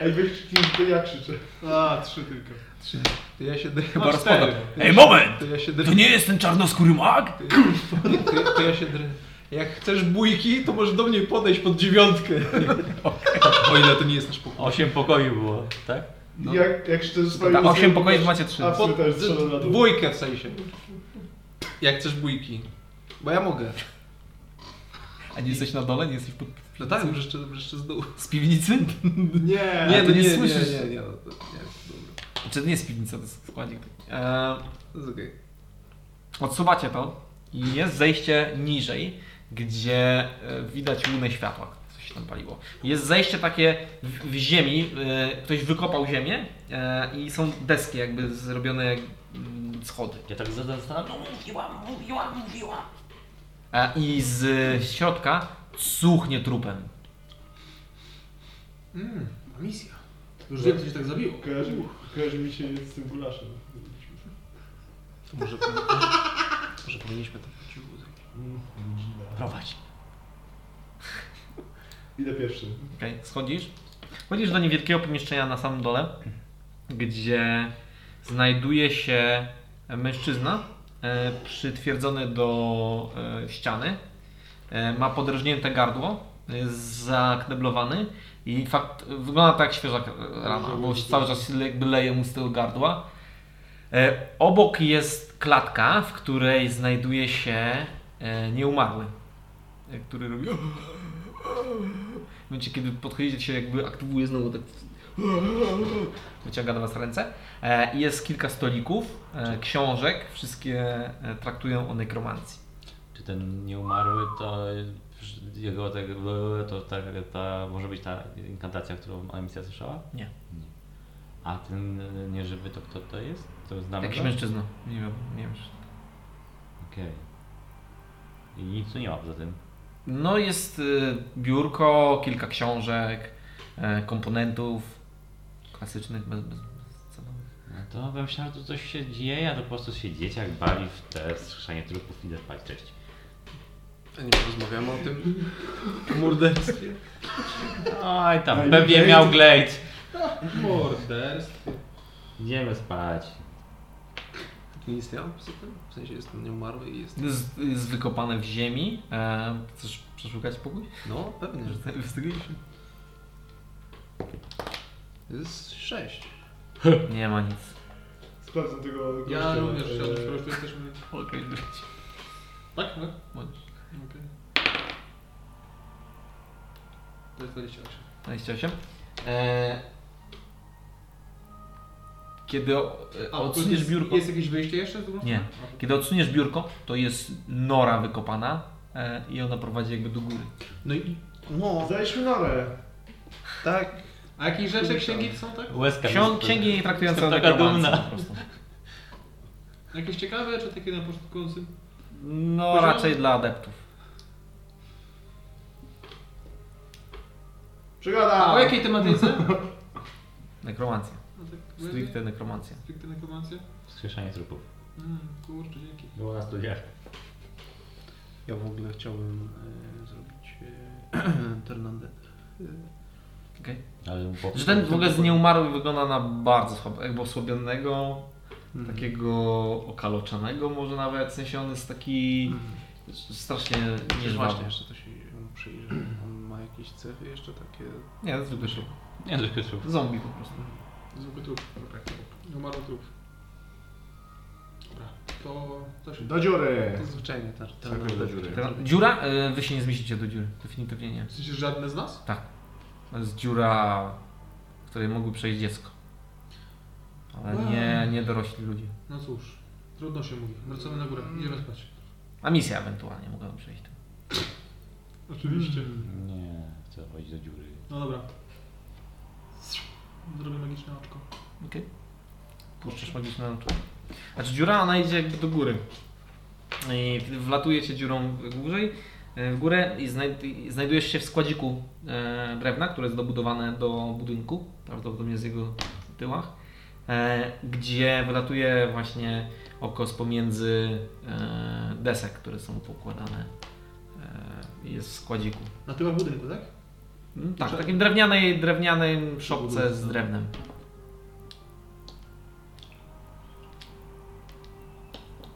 Speaker 2: Ej, weź to ja krzyczę.
Speaker 3: A, trzy tylko.
Speaker 4: To ja się drę...
Speaker 3: No, cztery.
Speaker 1: Ej, moment!
Speaker 4: To ja się drę...
Speaker 1: To nie jest ten czarnoskóry mag?
Speaker 4: To, ja- to ja się drę... Jak chcesz bójki, to możesz do mnie podejść pod dziewiątkę. O ile to nie jest nasz pokój.
Speaker 5: Osiem pokoi było, tak?
Speaker 4: No.
Speaker 2: Jak, jak krzyczę z
Speaker 1: Na 8 pokoi to macie 3.
Speaker 2: A po... też strzelam na dół.
Speaker 4: Bójkę w sensie.
Speaker 11: Jak chcesz bójki? Bo ja mogę.
Speaker 1: A nie jesteś na dole, nie jesteś pod...
Speaker 11: No tak, już jeszcze, już jeszcze z dołu.
Speaker 1: z piwnicy?
Speaker 2: Nie.
Speaker 1: Nie,
Speaker 11: Nie,
Speaker 1: to
Speaker 11: no
Speaker 1: nie
Speaker 11: nie, nie,
Speaker 1: słyszysz.
Speaker 11: nie, nie, no to nie, dobra.
Speaker 1: Czy to nie jest piwnica, to jest składnik. Eee,
Speaker 11: To jest okej.
Speaker 1: odsuwacie to i jest zejście niżej, gdzie e, widać łunę światła. Coś się tam paliło. Jest zejście takie w, w ziemi, e, ktoś wykopał ziemię e, i są deski jakby zrobione jak mm, schody.
Speaker 5: Ja tak zastanawiam, no mówiłam, mówiłam, mówiłam.
Speaker 1: E, I z środka cuchnie trupem.
Speaker 3: Mmm, misja. Już wiem, co cię tak zabiło.
Speaker 2: Kojarzy, kojarzy mi się z tym gulaszem.
Speaker 4: To może, może powinniśmy to...
Speaker 2: Mm, dziwne.
Speaker 5: Prowadź.
Speaker 2: Idę pierwszy.
Speaker 1: Okay. Schodzisz. Chodzisz do niewielkiego pomieszczenia na samym dole, gdzie znajduje się mężczyzna e, przytwierdzony do e, ściany. E, ma podrżnięte gardło, jest zakneblowany i fakt, wygląda tak jak świeża rana, bo cały czas jakby leje mu z tego gardła. E, obok jest klatka, w której znajduje się e, nieumarły, e, który robi... W momencie, kiedy podchodzicie, się jakby aktywuje znowu tak... Wyciąga do Was ręce. E, i Jest kilka stolików, e, książek, wszystkie e, traktują o nekromancji.
Speaker 5: Czy ten nieumarły to jego tego, to ta, ta, może być ta inkantacja, którą Amicia słyszała?
Speaker 1: Nie.
Speaker 5: A ten y, nieżywy to kto to jest? To znamy
Speaker 1: Jakiś
Speaker 5: go?
Speaker 1: mężczyzna. Nie wiem, nie wiem.
Speaker 5: Okej. I nic tu nie ma poza tym.
Speaker 1: No jest y, biurko, kilka książek, e, komponentów klasycznych, bez, bez, bez cenowych.
Speaker 5: No to ja myślałem, że tu coś się dzieje, a to po prostu się dzieciak bawi w te skrzanie trupów i idę spać. Cześć.
Speaker 11: A nie porozmawiamy o tym?
Speaker 4: Morderstwie.
Speaker 5: Oj
Speaker 2: No i
Speaker 5: tam, pewnie
Speaker 2: Glade.
Speaker 5: miał glade.
Speaker 3: Morderstwo.
Speaker 5: Idziemy spać.
Speaker 11: Nie istniał poza tym? W sensie jestem nieumarły i jest.
Speaker 1: Jest, jest wykopane w ziemi. E, chcesz przeszukać pokój?
Speaker 11: No, pewnie, że tak.
Speaker 1: Wystygliśmy.
Speaker 11: Jest sześć.
Speaker 1: Nie ma nic.
Speaker 2: Sprawdzam tego gościa.
Speaker 3: Ja również
Speaker 2: e,
Speaker 3: chciałbym, skoro już tu jesteśmy...
Speaker 1: Okej,
Speaker 3: Tak? No.
Speaker 1: bądź.
Speaker 3: Okej. To jest 28.
Speaker 1: 28. E, kiedy o, e,
Speaker 3: A,
Speaker 1: odsuniesz
Speaker 3: jest,
Speaker 1: biurko.
Speaker 3: Jest jakieś wyjście jeszcze? z drugiej
Speaker 1: Nie.
Speaker 3: strony? A,
Speaker 1: Kiedy odsuniesz biurko, to jest nora wykopana e, i ona prowadzi jakby do góry.
Speaker 4: No i... No,
Speaker 2: Zajrzmy na re.
Speaker 4: tak.
Speaker 3: A jakieś rzeczy, księgi są, tak?
Speaker 5: Łezka
Speaker 1: Ksiąg,
Speaker 5: mi spadła.
Speaker 1: księgi traktujące o
Speaker 5: Jestem taka
Speaker 1: nekromancji
Speaker 5: dumna.
Speaker 1: po prostu.
Speaker 3: Jakieś ciekawe, czy takie na początkującym?
Speaker 1: No
Speaker 3: Poziom?
Speaker 1: raczej dla adeptów.
Speaker 3: A
Speaker 2: Przygoda!
Speaker 3: o jakiej tematyce?
Speaker 1: Nekromancja.
Speaker 3: No tak, bo jakie-
Speaker 1: Stricte nekromancja.
Speaker 3: Stricte nekromancja?
Speaker 5: Skrzeszanie trupów.
Speaker 3: Mm, kurczę, dzięki.
Speaker 5: Było na studiach.
Speaker 4: Ja w ogóle chciałbym e, zrobić e, Ternandę.
Speaker 1: Okay.
Speaker 5: Ale po
Speaker 1: Że ten w ogóle z nieumarły wygląda na bardzo słab, jakby osłabionego, Hmm.
Speaker 4: Mhm.
Speaker 1: takiego okaloczonego może nawet, w sensie on jest taki strasznie nieżwawy.
Speaker 4: Mhm. Właśnie, jeszcze to się mu przyjrzę. On ma jakieś cechy jeszcze takie...
Speaker 1: Nie, zwykły trup.
Speaker 5: Nie, że trupów.
Speaker 1: Zombie po prostu.
Speaker 3: Zwykły trup. Dobra. Umarł trup. Dobra. to, to się
Speaker 2: Do dziury!
Speaker 4: To zwyczajnie tak.
Speaker 2: Skakujesz do dziury.
Speaker 1: Teraz- Dziura? E, Wy się nie zmieścicie do dziury, definitywnie nie.
Speaker 3: W sensie żadne z nas?
Speaker 1: To jest dziura, w której mogły przejść dziecko. Ale nie, nie dorośli ludzie.
Speaker 3: No cóż, trudno się mówi. Wracamy na górę, idziemy spać.
Speaker 1: A misja ewentualnie mogłaby przejść. tak. tu.
Speaker 3: Oczywiście.
Speaker 4: Hmm.
Speaker 5: Nie, chcę wchodzić do dziury.
Speaker 3: No dobra. Zrobię magiczne oczko.
Speaker 1: Puszczasz magiczne oczy. Znaczy dziura, ona idzie jakby do góry. I kiedy wlatujecie dziurą dłużej, e, w górę i znajd i znajdujesz się w składziku e, drewna, które jest dobudowane do budynku, prawdopodobnie z jego tyłach, e, gdzie wylatuje właśnie oko z pomiędzy e, desek, które są poukładane e, i jest w składziku.
Speaker 3: Na tyłach budynku, tak?
Speaker 1: Mm, Tak, w takim drewnianej, drewnianej szopce z drewnem.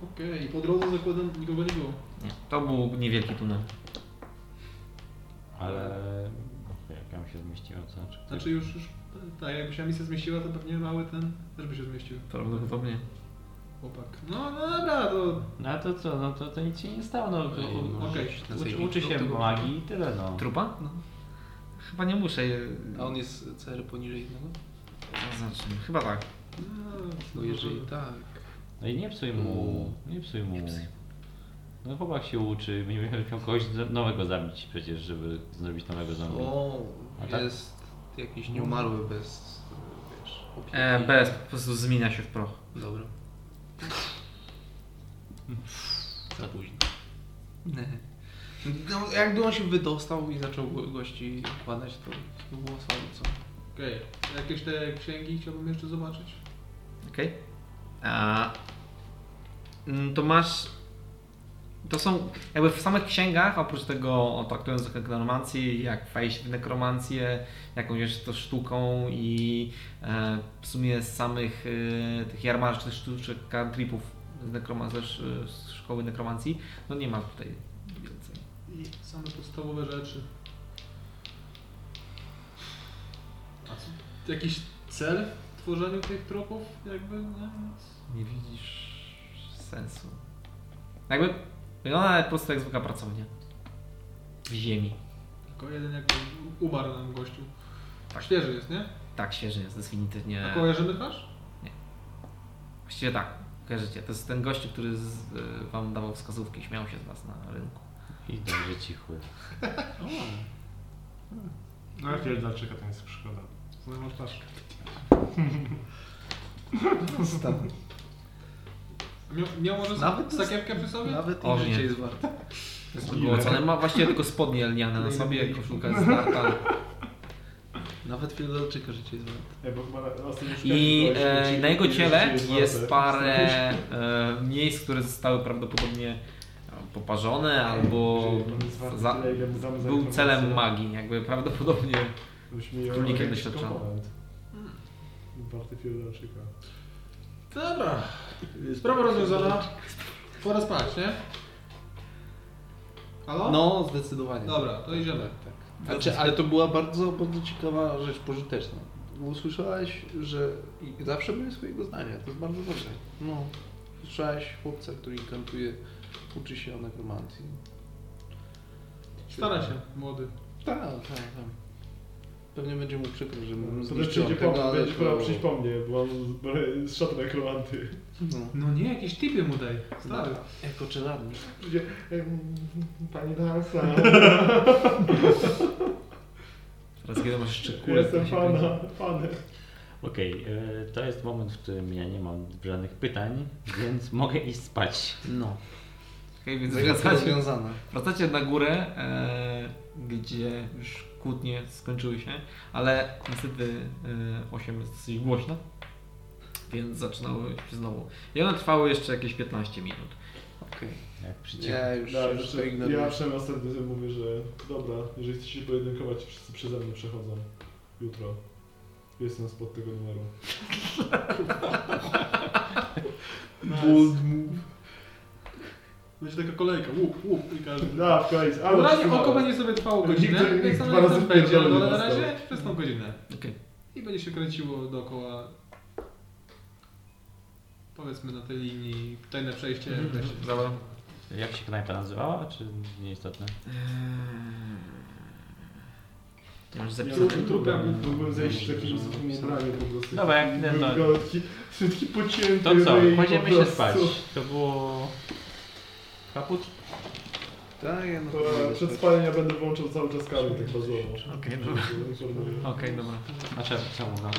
Speaker 3: Okej, po drodze zakładam, nikogo nie było.
Speaker 1: Nie, To był niewielki tunel.
Speaker 5: Ale jak ja się zmieściłem, to znaczy...
Speaker 3: Znaczy już, już tak, jakby się misja zmieściła, to pewnie mały ten też by się zmieścił.
Speaker 1: Prawdopodobnie.
Speaker 3: Chłopak. No, no dobra, to
Speaker 5: No ale to co, no to, to nic się nie stało, no
Speaker 4: Ej,
Speaker 5: u-
Speaker 4: no.
Speaker 3: okej.
Speaker 5: u- uczy, uczy się magii i tyle no.
Speaker 1: Trupa? Chyba nie muszę. je-
Speaker 4: A on jest CR poniżej jednego?
Speaker 1: Zaznaczmy. Chyba tak.
Speaker 4: No jeżeli tak.
Speaker 5: No i nie psuj mu, Mm. nie psuj mu. No chłopak się uczy, będziemy musiał kogoś z- nowego zabić przecież, żeby zrobić nowego zombie.
Speaker 4: O,
Speaker 5: A tak?
Speaker 4: jest jakiś nieumarły bez, e, wiesz, opieki.
Speaker 1: E, bez, po prostu zmienia się w proch.
Speaker 4: Dobra. Za późno. Nie. No, jakby on się wydostał i zaczął go- gości badać, to, to było słabo, co?
Speaker 3: Okej, jakieś te księgi chciałbym jeszcze zobaczyć.
Speaker 1: Okej. A, mm, To masz. To są jakby w samych księgach, oprócz tego tak, traktując jak nekromancję, jak wejść w nekromancję, jakąś jeszcze to sztuką i e, w sumie z samych e, tych jarmarcznych sztuczek, cantripów z, nekroma, ze, sz- z szkoły nekromancji, no nie ma tutaj więcej.
Speaker 3: I same podstawowe rzeczy. A co? Jakiś cel w tworzeniu tych tropów? Jakby, nie?
Speaker 1: Nie widzisz sensu. Jakby wygląda po prostu jak zwykła pracownia. W ziemi.
Speaker 3: Tylko jeden jakby umarł nam gościu. Świeży jest, nie?
Speaker 1: Tak świeży jest, definitywnie.
Speaker 4: E.
Speaker 3: A kojarzymy twarz?
Speaker 1: Właściwie tak, kojarzycie. To jest ten gościu, który z, y, wam dawał wskazówki, śmiał się z was na rynku.
Speaker 5: I dobrze cichły.
Speaker 2: No ja wiem dlaczego to jest przygoda. Znasz twarz.
Speaker 3: Miał, miał może Nawet
Speaker 4: Nawet
Speaker 3: sakiewkę przy sobie?
Speaker 4: Nawet
Speaker 1: O
Speaker 4: i życie
Speaker 1: nie.
Speaker 4: jest warte.
Speaker 1: Ogłocone ma właściwie tylko spodnie lniane na sobie, koszulka jest zdarta.
Speaker 4: Nawet Filadelczyka życie jest warte.
Speaker 2: Ej, bo chyba na- ostatnio
Speaker 1: I
Speaker 2: szukałem
Speaker 1: e,
Speaker 2: kogoś,
Speaker 1: na jego
Speaker 2: gdzie-
Speaker 1: ciele
Speaker 2: gdzie
Speaker 1: jest
Speaker 2: warte.
Speaker 1: parę e, miejsc, które zostały prawdopodobnie e, poparzone albo
Speaker 2: Czyli to jest warte
Speaker 1: za,
Speaker 2: tyle, ile mu damy za
Speaker 1: był
Speaker 2: informację.
Speaker 1: celem magii. Jakby prawdopodobnie
Speaker 2: Byśmy mieli
Speaker 1: Królnikiem
Speaker 2: jakiś
Speaker 1: doświadczonym.
Speaker 2: komponent. Warty Fiordaczyka.
Speaker 3: Dobra. Sprawa rozwiązana. Pora spać, nie? Halo?
Speaker 4: No, zdecydowanie. Tak,
Speaker 3: Dobra, to idziemy.
Speaker 4: Znaczy, ale to była bardzo, bardzo ciekawa rzecz, pożyteczna. Usłyszałeś, że i zawsze były swojego zdania, to jest bardzo dobre. No, słyszałeś chłopca, który kantuje, uczy się o nekromancji.
Speaker 3: Stara się, młody.
Speaker 4: Tak, tak, tak. Pewnie będzie mu przykro, że mu
Speaker 2: To też
Speaker 4: zniszczyłem
Speaker 2: przyjdzie po,
Speaker 4: tego, ale
Speaker 2: będzie
Speaker 4: to...
Speaker 2: próbował przyjść po mnie, bo mam z- z szatą nekromanty.
Speaker 4: No,
Speaker 3: No nie, jakieś tipy mu daj. Stary.
Speaker 4: jako czeladnik.
Speaker 2: Przyjdzie, ej, Pani Dansa,
Speaker 1: teraz kiedy masz jeszcze kulę.
Speaker 2: jestem fana, fanem.
Speaker 5: Okej, e, to jest moment, w którym ja nie mam żadnych pytań, więc mogę iść spać.
Speaker 4: No,
Speaker 1: Okay, więc
Speaker 4: zagadka
Speaker 1: wracacie,
Speaker 4: rozwiązana.
Speaker 1: wracacie na górę, e, gdzie już kłótnie skończyły się, ale niestety e, 8 jest dosyć głośna, więc zaczynały się znowu. I one trwały jeszcze jakieś 15 minut.
Speaker 4: Okej.
Speaker 5: Jak przycichł.
Speaker 4: Ja już,
Speaker 2: Ja,
Speaker 4: już to
Speaker 2: Tak, znaczy, ja
Speaker 4: ignoruję.
Speaker 2: przynajmniej ostatnio mówię, że dobra, jeżeli chcecie się pojedynkować, wszyscy przeze mnie przechodzą. Jutro. Jestem spod tego numeru.
Speaker 3: No.
Speaker 4: Bold move.
Speaker 3: Będzie taka kolejka, łup, łup i każdy.
Speaker 2: Da, w końcu.
Speaker 3: Ale na
Speaker 2: No, Ale
Speaker 3: razie oko będzie sobie trwało
Speaker 2: Nikt-
Speaker 3: godzinę, No
Speaker 2: nikt
Speaker 3: więc
Speaker 2: dwa
Speaker 3: nawet
Speaker 2: razy
Speaker 3: razy będzie,
Speaker 2: pierdolony
Speaker 3: ale na
Speaker 2: dostał.
Speaker 3: razie przez tą godzinę.
Speaker 1: Okej.
Speaker 3: I będzie się kręciło dookoła Powiedzmy na tej linii, tajne przejście
Speaker 1: Mhm,
Speaker 3: w lesie.
Speaker 1: dobra. E,
Speaker 5: Jak się knajpa nazywała, czy nieistotne?
Speaker 1: Nie masz
Speaker 2: Ja
Speaker 1: zapisane.
Speaker 2: tym trupem mógłbym zejść w takim wysokim ubraniu po prostu.
Speaker 5: Dobra, jak nie, no.
Speaker 2: Był taki- Taki pocięty
Speaker 5: To co,
Speaker 2: ryj po
Speaker 5: kładziemy się
Speaker 2: prostu.
Speaker 5: spać. To było... Kaput?
Speaker 4: Tak, ja no
Speaker 2: E, Przed spaniem ja będę włączał cały czas kamień tak bazowo.
Speaker 1: Okej, no. dobra. Okej, dobra.
Speaker 5: A czemu, czemu na to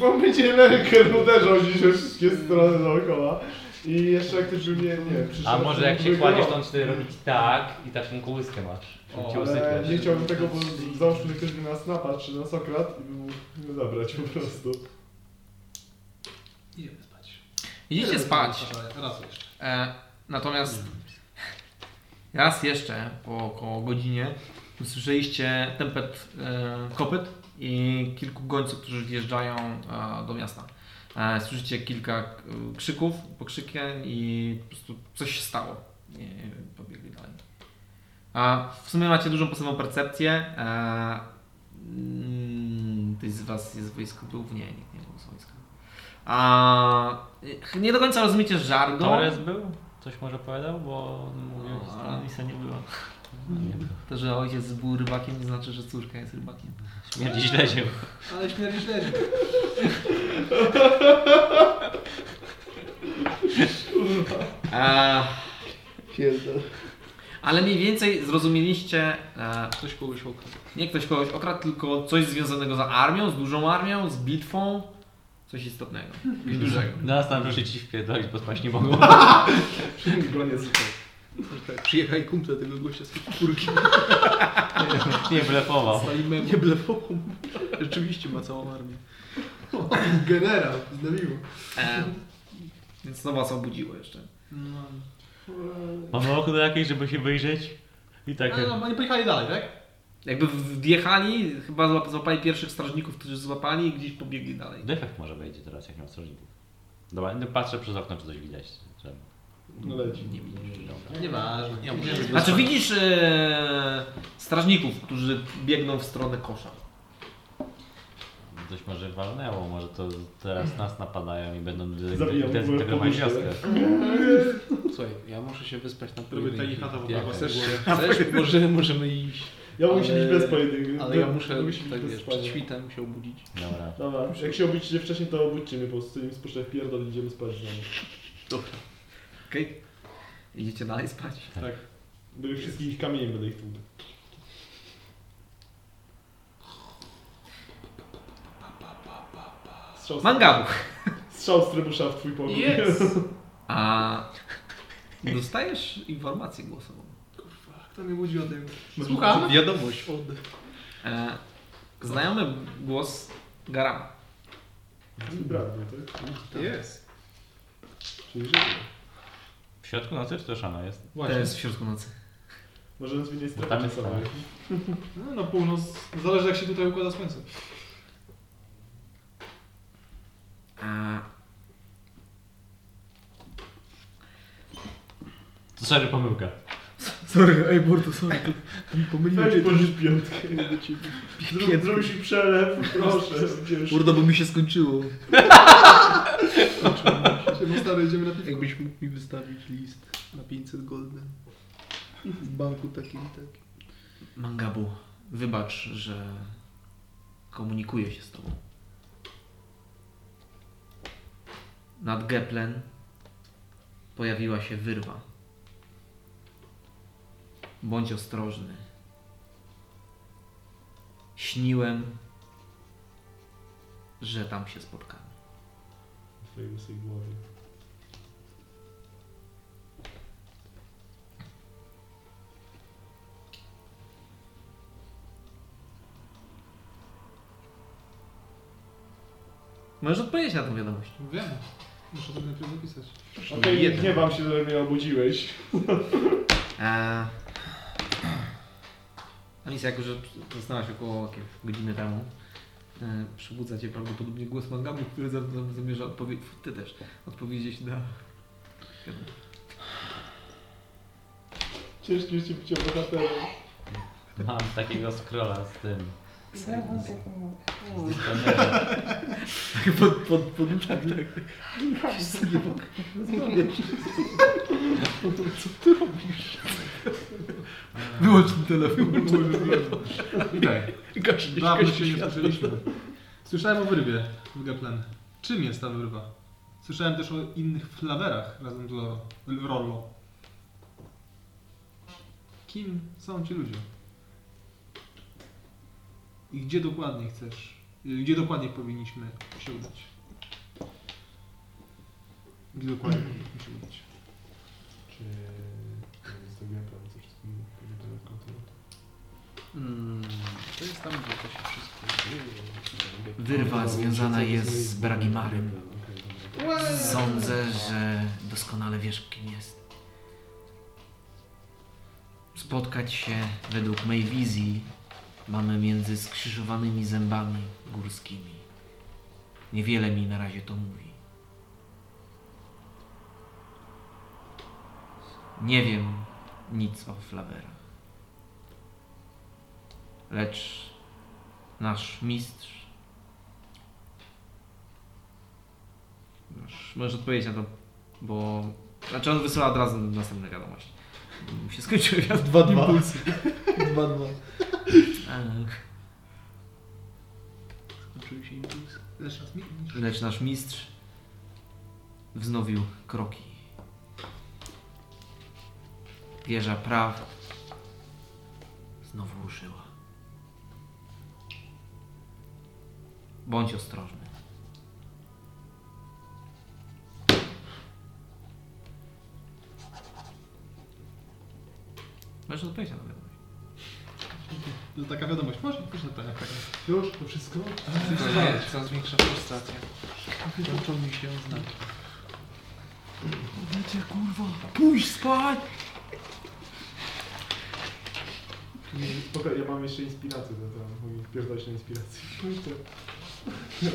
Speaker 2: Bo będzie lękiem uderzał dziś we wszystkie strony dookoła. I jeszcze jak ktoś by mnie, nie przyszedł...
Speaker 5: A może jak
Speaker 2: to
Speaker 5: się
Speaker 2: by
Speaker 5: kładziesz,
Speaker 2: grał.
Speaker 5: to on wtedy robić tak i taką kołyskę masz. Żeby cię
Speaker 2: Ale nie
Speaker 5: usypiesz.
Speaker 2: chciałbym tego, bo załóżmy, że ktoś by nas napadł, czy nas okradł i by mógł zabrać po prostu.
Speaker 3: Idziemy spać. no,
Speaker 1: Idziecie spać.
Speaker 3: Raz jeszcze.
Speaker 1: E, natomiast raz jeszcze po około godzinie usłyszeliście tempet e, kopyt i kilku gońców, którzy wjeżdżają e, do miasta. E, słyszycie kilka e, krzyków, pokrzykiem i po prostu coś się stało. I pobiegli dalej. A w sumie macie dużą pasywną percepcję. E, mm, ktoś z Was jest w wojsku? Był w nie, nikt nie był z wojska. A y, nie do końca rozumiecie żargon.
Speaker 5: Torres był? Coś może opowiadał? Bo on mówił...
Speaker 2: No.
Speaker 1: A Lisa nie była.
Speaker 5: Nie wiem.
Speaker 1: To, że ojciec był rybakiem, nie znaczy, że córka jest rybakiem.
Speaker 5: Śmierdzi źle się.
Speaker 3: Ale śmierdzisz leży.
Speaker 1: E,
Speaker 6: Pierdol.
Speaker 1: ale mniej więcej zrozumieliście, e,
Speaker 11: Ktoś kogoś okradł.
Speaker 1: nie ktoś kogoś okradł, tylko coś związanego z armią, z dużą armią, z bitwą. Coś istotnego. Coś dużego.
Speaker 5: Nas tam proszę ci wpierdolić, bo spać nie mogą.
Speaker 11: Przyjechaj kumple tego gościa z podpórki.
Speaker 5: Nie blefował.
Speaker 11: Nie blefował. Rzeczywiście ma całą armię.
Speaker 3: Generał, zdobiło.
Speaker 1: E, więc to was obudziło jeszcze.
Speaker 3: No.
Speaker 5: Mamy okno jakieś, żeby się wyjrzeć? I tak...
Speaker 3: A, no, oni pojechali dalej, tak?
Speaker 1: Jakby wjechali, chyba złap- złapali pierwszych strażników, którzy złapali i gdzieś pobiegli dalej.
Speaker 5: Defekt może wejdzie teraz, jak miał strażników. Dobra, no patrzę przez okno, czy coś widać. Że...
Speaker 2: No leci.
Speaker 1: Nie widzisz.
Speaker 3: Nieważne. Nie,
Speaker 1: Znaczy widzisz e, strażników, którzy biegną w stronę kosza.
Speaker 5: Coś może walnęło, może to teraz nas napadają i będą de-
Speaker 2: Zabiją
Speaker 5: de- dezintegrować
Speaker 2: moją
Speaker 5: wioskę.
Speaker 11: Słuchaj, ja muszę się wyspać na
Speaker 3: Robię tani chata w
Speaker 11: Jak
Speaker 3: ogóle.
Speaker 11: chcesz, chcesz może, możemy iść.
Speaker 2: Ja bym się
Speaker 11: Ale-
Speaker 2: bić bez pojedynku.
Speaker 11: Ale ja muszę
Speaker 2: Musi być
Speaker 11: tak
Speaker 2: bez
Speaker 11: wiesz,
Speaker 2: spania.
Speaker 11: przed świtem się obudzić.
Speaker 5: Dobra.
Speaker 2: Dobra, jak się obudzicie wcześniej, to obudźcie mnie po prostu, nim spuszczę w pierdol i idziemy spać z nami.
Speaker 1: Okej? Idziecie dalej spać.
Speaker 2: Tak. Do ich wszystkich kamieniem będę ich tłukł. Strzał z-
Speaker 1: Mangabu.
Speaker 2: Strzał z trybusza w twój pokój.
Speaker 3: Jest.
Speaker 1: A dostajesz informację głosową.
Speaker 3: Kto mnie budzi o tym?
Speaker 2: Może-
Speaker 3: Słucham?
Speaker 1: Wiadomość. E, znajomy głos Garama.
Speaker 2: Brat, nie, tak?
Speaker 3: Jest.
Speaker 2: Czyli żyje.
Speaker 5: W środku nocy czy to szana jest?
Speaker 1: To
Speaker 3: Właśnie.
Speaker 1: jest w środku nocy.
Speaker 2: Możemy zmienić
Speaker 5: Bo
Speaker 2: strefę
Speaker 5: tam jest
Speaker 2: czasową.
Speaker 5: sama.
Speaker 3: No, na północ. Zależy jak się tutaj układa słońce.
Speaker 1: E,
Speaker 5: To sorry, pomyłka.
Speaker 6: Sorry, ej Borto, sorry. Pomyliłem
Speaker 2: Weź pożycz piątkę. Zrób, zrób się przelew, proszę. Gdzież-
Speaker 6: Kurde, bo mi się skończyło.
Speaker 3: Siema stary, idziemy na piwko.
Speaker 6: Jakbyś mógł mi wystawić list na 500 golden. W banku takim tak. i takim.
Speaker 1: Mangabu, wybacz, że komunikuję się z tobą. Nad Geplen pojawiła się wyrwa. Bądź ostrożny. Śniłem, że tam się spotkamy.
Speaker 2: W twojej łysej głowie.
Speaker 1: Możesz odpowiedzieć na tę wiadomość.
Speaker 3: Wiem. Muszę sobie najpierw zapisać.
Speaker 2: Okej, nie gniewam się, że mnie obudziłeś.
Speaker 1: A E, Alicja, jako że zostałaś około jakieś godziny temu, e, przybudza Cię prawdopodobnie głos mangabu, który za- za- zamierza odpowiedzieć, Ty też, odpowiedzieć na...
Speaker 2: Ciężki już cię chciał bohaterem.
Speaker 5: Mam takiego scrolla z tym.
Speaker 4: Pod, pod, pod, tak, tak. Nie mogę. Rozmawiam. Co ty robisz? Wyłącz ten telefon.
Speaker 3: Witaj.
Speaker 4: Gaśnij,
Speaker 3: Dawno
Speaker 4: gaśnij
Speaker 3: się nie
Speaker 4: światło.
Speaker 3: słyszeliśmy. Słyszałem o wyrybie w Geplen. Czym jest ta wyryba? Słyszałem też o innych flawerach razem z Loro, Rollo. Kim są ci ludzie? I gdzie dokładnie chcesz? y, Gdzie dokładnie powinniśmy się udać? Gdzie dokładnie powinniśmy się udać?
Speaker 4: Czy zrobiłem prawie coś takiego? Powiedziałem kontynent. To jest tam, gdzie to się wszystko dzieje.
Speaker 1: Wyrwa związana jest z Bragimarem.
Speaker 4: Okej, dobra.
Speaker 1: Sądzę, że doskonale wiesz, kim jest. Spotkać się według mej wizji mamy między skrzyżowanymi zębami górskimi. Niewiele mi na razie to mówi. Nie wiem nic o flawerach. Lecz nasz mistrz Masz- Możesz odpowiedzieć na to, bo... Znaczy on wysyła od razu następne wiadomości. Mi się skończyły wiadomości.
Speaker 6: Dwa impulsy. Dwa, dwa.
Speaker 3: Skończyły się impuls. Lecz nas mi...
Speaker 1: Lecz nasz mistrz wznowił kroki. Wieża praw znowu ruszyła. Bądź ostrożny. Możesz odpowiedzieć na to wiadomość.
Speaker 3: To taka wiadomość. Masz jakieś pytania?
Speaker 2: Już? To wszystko?
Speaker 11: To jest coraz większa frustracja.
Speaker 4: Kończą mi się oznaki.
Speaker 2: Spoko, ja mam jeszcze inspirację do tego. Mogę wpierdolić na inspirację.
Speaker 9: Zrobił No,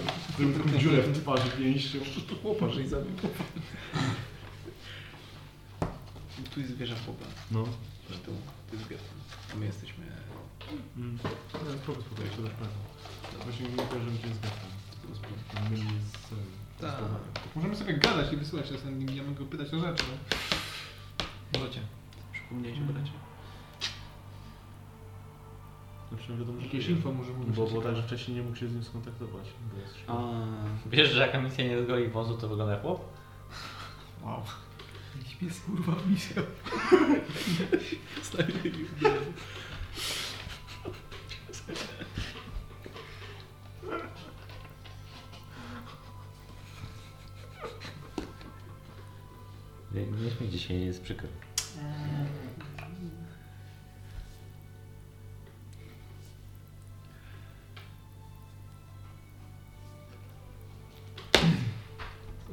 Speaker 9: taką dziurę w twarzy pięścią.
Speaker 4: Chłoparz i zabił. Tu jest wieża chłopa.
Speaker 9: No.
Speaker 4: Że tu, tu jest gwiazda. A my jesteśmy...
Speaker 9: Mm. No, spoko, spoko, jeszcze dasz pewno. Właśnie nie kojarzymy cię z Gatem. Myli z... e,
Speaker 4: Tak.
Speaker 9: z Bogdanem.
Speaker 3: Możemy sobie gadać i wysyłać czasem, nie będziemy go pytać o rzeczy. no.
Speaker 4: Bracia. Przypomniałeś o bracie.
Speaker 9: Znaczy wiadomo, że
Speaker 3: Jakieś
Speaker 9: żyje.
Speaker 3: info możemy
Speaker 9: Bo było tak, że wcześniej nie mógł się z nim skontaktować. Bo jest szybko.
Speaker 5: Wiesz, że jaka misja nie zgoi wozu, to wygląda jak chłop?
Speaker 4: Wow. Śpies kurwa misja. Stary.
Speaker 5: Nie, nie śmiej dzisiaj, jest przykro.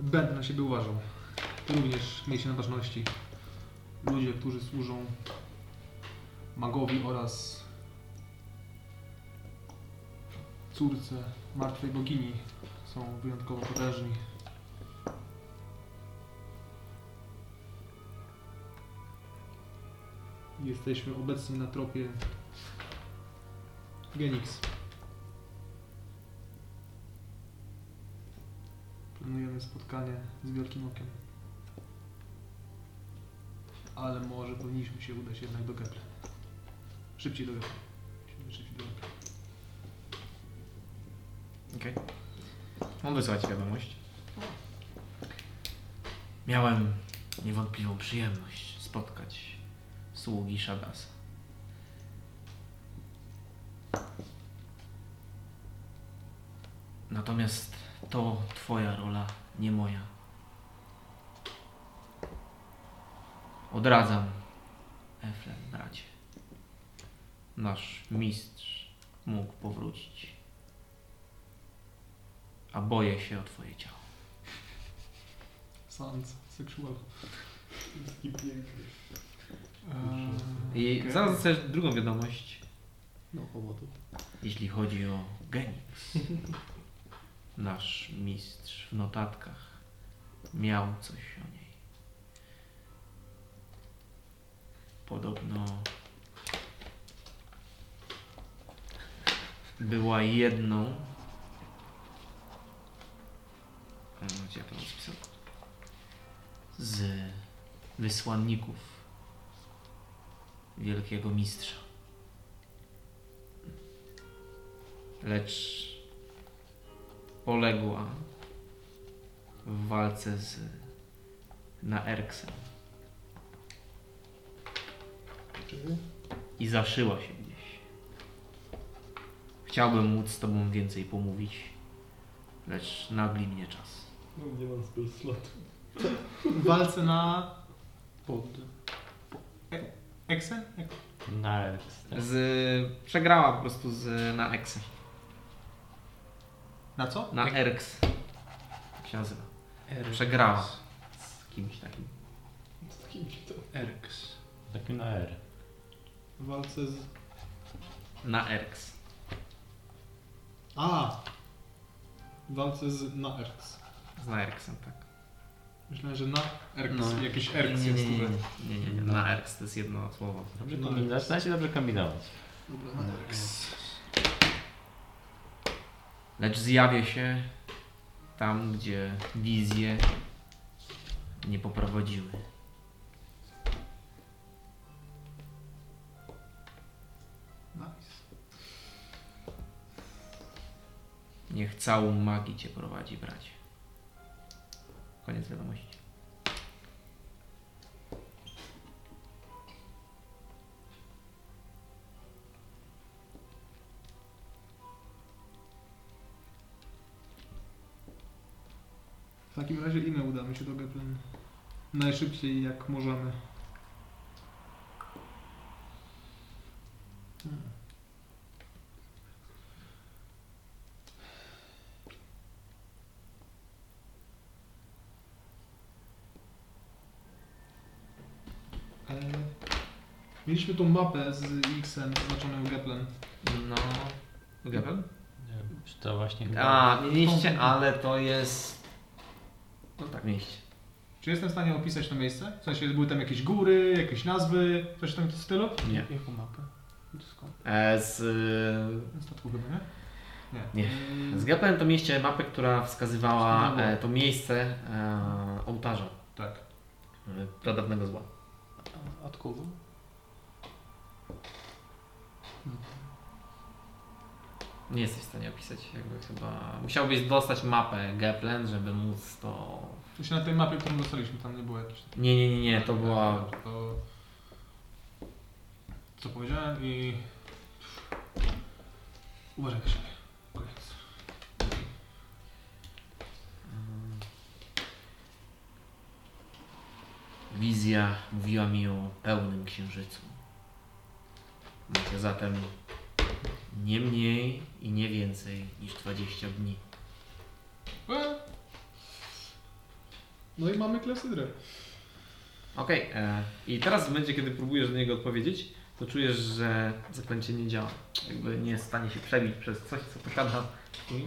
Speaker 3: Będę na siebie uważał. Ty również miej się na ważności. Ludzie, którzy służą magowi oraz córce martwej bogini są wyjątkowo potężni. Jesteśmy obecni na tropie Genix. Planujemy spotkanie z Wielkim Okiem. Ale może powinniśmy się udać jednak do Gepla. Szybciej do Gepla. Musimy Szybciej do Gepla.
Speaker 1: Mam wysłać wiadomość. Miałem niewątpliwą przyjemność spotkać sługi Shadasa. Natomiast to twoja rola, nie moja. Odradzam Eflem, bracie. Nasz mistrz mógł powrócić a boję się o twoje ciało.
Speaker 3: Sans, sexual.
Speaker 2: I pięknie.
Speaker 3: Eee,
Speaker 1: I
Speaker 3: okej.
Speaker 1: zaraz dostajesz drugą wiadomość,
Speaker 4: No powodu.
Speaker 1: jeśli chodzi o Genix. Nasz mistrz w notatkach miał coś o niej. Podobno była jedną No, gdzie ja to rozpisałem? Z wysłanników wielkiego mistrza. Lecz poległa w walce z Naerksem i zaszyła się gdzieś. Chciałbym móc z tobą więcej pomówić, lecz nagli mnie czas.
Speaker 2: No nie mam space slotu.
Speaker 3: W walce na... Pod... E Eksen? Jak-
Speaker 5: Na
Speaker 1: Z... Przegrała po prostu z... na Eks.
Speaker 3: Na co?
Speaker 1: Na Erks. Jak się nazywa? Przegrała. Z kimś takim.
Speaker 11: Erks.
Speaker 5: takim na R.
Speaker 3: W walce z...
Speaker 1: Na Erks.
Speaker 3: A! W walce z... na Erks.
Speaker 1: Z na Erksem, tak.
Speaker 3: Myślałem, że na Erks.
Speaker 1: No.
Speaker 3: Jakiś Erks
Speaker 1: nie, nie,
Speaker 3: jest
Speaker 1: nie, nie,
Speaker 3: tutaj.
Speaker 1: nie, nie, nie. Na Erks to jest jedno słowo.
Speaker 5: Dobrze kombinować. No, Zaczyna się dobrze kombinować.
Speaker 3: Dobra, na Erks.
Speaker 1: Lecz zjawię się tam, gdzie wizje nie poprowadziły.
Speaker 3: Nice.
Speaker 1: Niech całą magię cię prowadzi, bracie. Koniec wiadomości.
Speaker 3: W takim razie i my udamy się do Geplen. Najszybciej jak możemy. Hmm. E, Mieliśmy tą mapę z X-em zaznaczonym Geplen.
Speaker 1: No. Gepel?
Speaker 5: Nie wiem, Czy to właśnie chyba...
Speaker 1: A, mieliście, ale to jest. No tak, mieliście.
Speaker 3: Czy jestem w stanie opisać to miejsce? W sensie były tam jakieś góry, jakieś nazwy, coś w tym stylu?
Speaker 1: Nie.
Speaker 11: Jaką mapę?
Speaker 3: Skąd?
Speaker 1: E, z, y,
Speaker 3: Na statku chyba, nie?
Speaker 1: Nie.
Speaker 3: Mm,
Speaker 1: e, z Gepelem to mieliście mapę, która wskazywała
Speaker 3: Wskazywała.
Speaker 1: e, to miejsce e, ołtarza
Speaker 3: Tak.
Speaker 1: e, pradawnego zła.
Speaker 11: A Od kogo?
Speaker 1: Nie jesteś w stanie opisać, jakby chyba. Musiałbyś dostać mapę Geplen, żeby móc to.
Speaker 3: To się na tej mapie, którą dostaliśmy, tam nie było jakichś...
Speaker 1: Nie, nie, nie, nie, to była.
Speaker 3: To... Co powiedziałem i... Uważaj na siebie. Koniec.
Speaker 1: Wizja mówiła mi o pełnym księżycu. Macie zatem nie mniej i nie więcej niż 20 dni.
Speaker 3: E! No i mamy klesydrę.
Speaker 1: Okej, e, i teraz w momencie, kiedy próbujesz do niego odpowiedzieć, to czujesz, że zaklęcie nie działa. Jakby nie jest w stanie się przebić przez coś, co posiada twój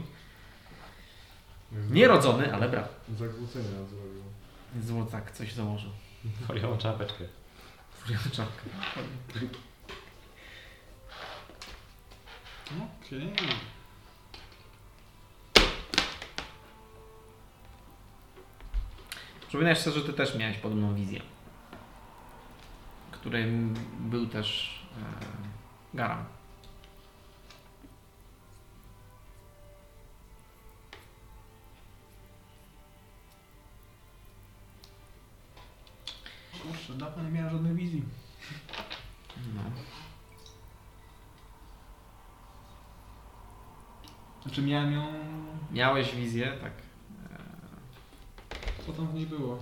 Speaker 1: nierodzony, ale brat.
Speaker 9: Zagłócenia zrobił.
Speaker 1: Złocak coś założył.
Speaker 5: Foliową czapeczkę.
Speaker 1: Furią czapkę.
Speaker 3: No, Okej.
Speaker 1: Przypominasz sobie, że ty też miałeś podobną wizję, której m- był też e, Garam.
Speaker 3: Kurczę, dawno nie miałem żadnej wizji.
Speaker 1: No.
Speaker 3: Znaczy miałem ją...
Speaker 1: Miałeś wizję, tak. E,
Speaker 3: Co tam w niej było?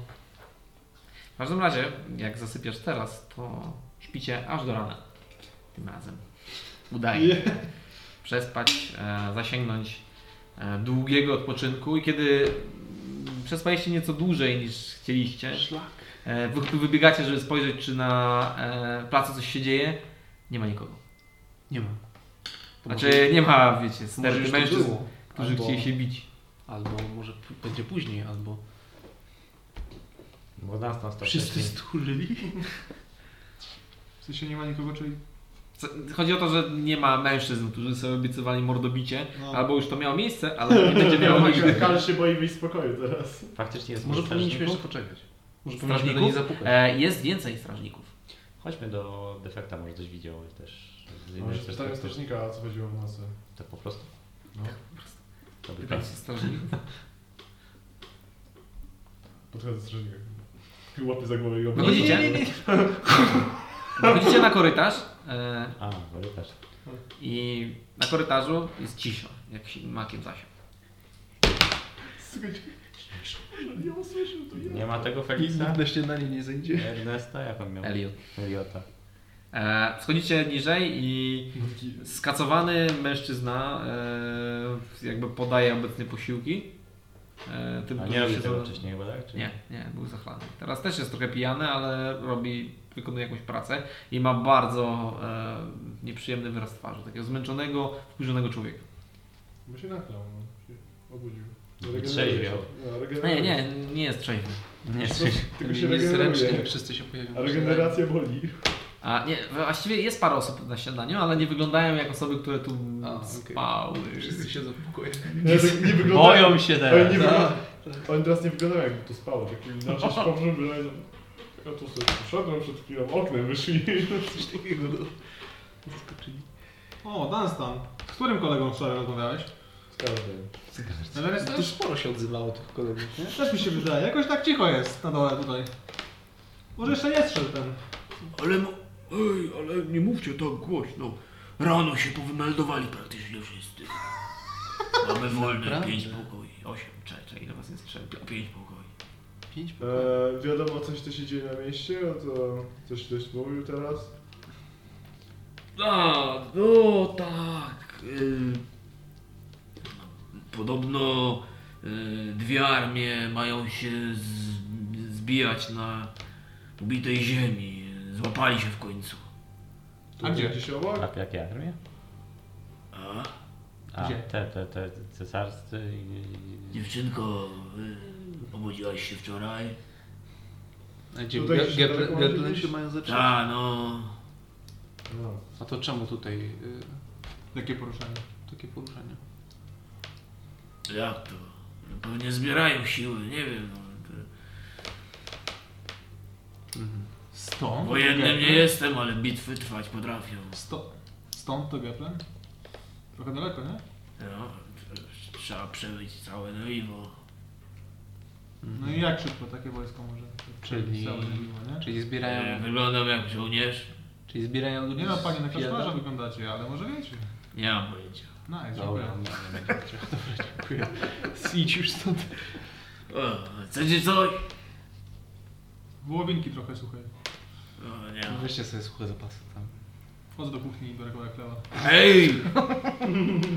Speaker 1: w każdym razie, jak zasypiasz teraz, to śpicie aż do rana. Tym razem. Udaje się przespać, e, zasięgnąć e, długiego odpoczynku i kiedy mm, przespaliście nieco dłużej niż chcieliście,
Speaker 3: Szlak.
Speaker 1: E, Wy tu wybiegacie, żeby spojrzeć, czy na e, placu coś się dzieje. Nie ma nikogo.
Speaker 11: Nie ma.
Speaker 1: Znaczy nie ma, wiecie,
Speaker 4: Znaczy,
Speaker 11: może już
Speaker 1: sterty
Speaker 11: to
Speaker 1: mężczyzn,
Speaker 11: było.
Speaker 1: którzy
Speaker 11: Albo-
Speaker 1: chcieli się bić.
Speaker 11: Albo może p- będzie później, albo...
Speaker 5: Bo nas tam
Speaker 11: Wszyscy
Speaker 5: wcześniej.
Speaker 11: sturzyli.
Speaker 3: W sensie nie ma nikogo, czyli
Speaker 1: Co- Chodzi o to, że nie ma mężczyzn, którzy sobie obiecywali mordobicie,
Speaker 2: No.
Speaker 1: albo już to miało miejsce, ale nie będzie miało
Speaker 11: Tak,
Speaker 1: nigdy.
Speaker 2: Karl się boi wyjść z pokoju teraz.
Speaker 5: Faktycznie jest
Speaker 4: Może
Speaker 5: dwóch
Speaker 4: powinniśmy
Speaker 5: strażników.
Speaker 4: jeszcze poczekać. Może powinniśmy do niej
Speaker 1: Strażników?
Speaker 4: zapukać.
Speaker 1: E, jest więcej strażników.
Speaker 5: Chodźmy do defekta, może coś widział też. tak z innej
Speaker 22: Może
Speaker 5: perspektywy.
Speaker 22: pytałem strażnika, a co chodziło w nocy.
Speaker 5: To po prostu. Tak,
Speaker 22: No.
Speaker 5: Dobry
Speaker 1: Pytać
Speaker 5: plan.
Speaker 1: się strażników.
Speaker 22: Podchodzę do strażnika. Łapy za głowę i obie.
Speaker 1: Wychodzicie? Wychodzicie na korytarz e,
Speaker 5: A, korytarz.
Speaker 1: i na korytarzu jest cisza, jak się makiem zasięg.
Speaker 2: Słuchajcie, ja usłyszę to.
Speaker 5: Nie ma tego Feliksa?
Speaker 4: Wreszcie na niej nie zejdzie.
Speaker 5: Ernesta? Jak on miał?
Speaker 1: Elliot.
Speaker 5: Eliota.
Speaker 1: E, schodzicie niżej i skacowany mężczyzna e, jakby podaje obecnie posiłki. E, tym,
Speaker 5: A
Speaker 1: którzy
Speaker 5: nie robił
Speaker 1: się
Speaker 5: tego
Speaker 1: za-
Speaker 5: wcześniej chyba, tak? Czy
Speaker 1: Nie, nie, był zachlany. Teraz też jest trochę pijany, ale robi, wykonuje jakąś pracę i ma bardzo e, nieprzyjemny wyraz twarzy, takiego zmęczonego, wkurzonego człowieka.
Speaker 22: Bo się naklał, no. Się obudził.
Speaker 5: Trzeźwiał.
Speaker 2: Ja regeneruję.
Speaker 1: Nie, nie, nie jest trzeźwy.
Speaker 5: Nie,
Speaker 2: Tylko No, się
Speaker 4: Jest
Speaker 2: regeneruje.
Speaker 4: ręcznik, wszyscy się pojawią.
Speaker 2: A regeneracja boli.
Speaker 1: A nie, właściwie jest parę osób na śniadaniu, ale nie wyglądają jak osoby, które tu
Speaker 4: A, okej.
Speaker 1: spały.
Speaker 4: Wszyscy siedzą w pokoju.
Speaker 2: Nie, tak nie wyglądają.
Speaker 5: Boją się
Speaker 2: Oni, nie
Speaker 5: teraz.
Speaker 2: wyglądają- oni teraz nie wyglądają jakby tu spało. Tak inaczej się powrócił, wyglądają. Ja tu sobie przyszedłem przed chwilą, oknem wyszli.
Speaker 4: Coś takiego, no. Zaskoczyli.
Speaker 3: O, Dunstan. Z którym kolegą wczoraj rozmawiałeś?
Speaker 2: Z każdym.
Speaker 3: Everest
Speaker 4: To
Speaker 3: też?
Speaker 4: sporo się odzywało tych kolegów, nie?
Speaker 3: Też mi się wydaje. Jakoś tak cicho jest na dole tutaj. Może jeszcze nie strzelił ten.
Speaker 23: Ale, mo- ej, ale nie mówcie tak głośno. Rano się powymeldowali praktycznie wszyscy. Mamy wolne
Speaker 4: Naprawdę?
Speaker 23: pięć pokoi. Osiem, czekaj, ile was jest? Trzeba, pięć pokoi.
Speaker 4: Pięć pokoi.
Speaker 2: E, wiadomo, coś tu się dzieje na mieście, no to coś ktoś mówił teraz.
Speaker 23: A, no tak. y, Podobno y, dwie armie mają się z, zbijać na ubitej ziemi. Złapali się w końcu.
Speaker 2: Tu
Speaker 3: A gdzie?
Speaker 2: Gdzieś obok.
Speaker 5: A jakie armie?
Speaker 23: A?
Speaker 5: A,
Speaker 3: Gdzie?
Speaker 5: te, te, te cesarscy i... i-
Speaker 23: Dziewczynko, y, obudziłaś się wczoraj?
Speaker 4: A gdzie?
Speaker 2: Tutaj
Speaker 4: Ga-
Speaker 2: się
Speaker 4: Ga-
Speaker 2: daleko
Speaker 4: Ga-
Speaker 2: może
Speaker 4: się mają
Speaker 3: Tak.
Speaker 4: zaczynać.
Speaker 23: Ta, no.
Speaker 2: No.
Speaker 4: A to czemu tutaj y,
Speaker 3: Jakie poruszenie?
Speaker 4: takie poruszenie?
Speaker 23: Jak to? No pewnie zbierają siły, nie wiem. No.
Speaker 3: Stąd?
Speaker 23: Wojennym No, nie
Speaker 3: Geplen?
Speaker 23: jestem, ale bitwy trwać potrafią.
Speaker 3: Sto... Stąd to Geplen? Trochę daleko, nie?
Speaker 23: No, trzeba przebyć całe Noiwo.
Speaker 3: No i jak szybko takie wojsko może
Speaker 4: Czyli-
Speaker 3: całe Neliwo, nie?
Speaker 4: Czyli
Speaker 23: Ja
Speaker 4: zbierają,
Speaker 23: e, wyglądam jak żołnierz?
Speaker 4: czyli zbierają ludzi
Speaker 3: Nie no, panie, na
Speaker 4: z Fiada?
Speaker 3: klasztorze wyglądacie, ale może wiecie.
Speaker 23: Nie mam pojęcia.
Speaker 3: Nice, dziękuję.
Speaker 5: Dobra, nie, nie, nie.
Speaker 4: Dziękuję. Idź już stąd.
Speaker 23: O, chcecie coś?
Speaker 3: Wołowinki trochę suchej.
Speaker 23: O, No, nie.
Speaker 4: Weźcie sobie suche zapasy tam.
Speaker 3: Wchodzę do kuchni i biorę kawałek chleba.
Speaker 23: Hej!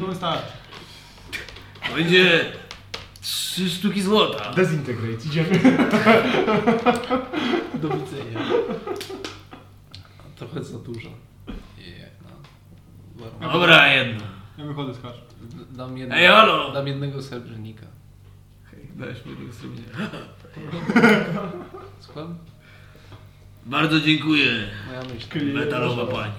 Speaker 3: To wystarczy.
Speaker 23: Będzie trzy sztuki złota.
Speaker 2: Dezintegrate, idziemy.
Speaker 4: Do widzenia. Trochę za dużo. Nie, no. Warunki.
Speaker 23: Dobra, jedna.
Speaker 3: Ja wychodzę z kaszą.
Speaker 4: D- Dam
Speaker 23: Ej,
Speaker 4: jednego,
Speaker 23: halo!
Speaker 4: dam jednego srebrnika.
Speaker 1: Dajesz mi tego sobie.
Speaker 4: Słucham?
Speaker 23: Bardzo dziękuję,
Speaker 4: Moja myśl.
Speaker 23: metalowa pani.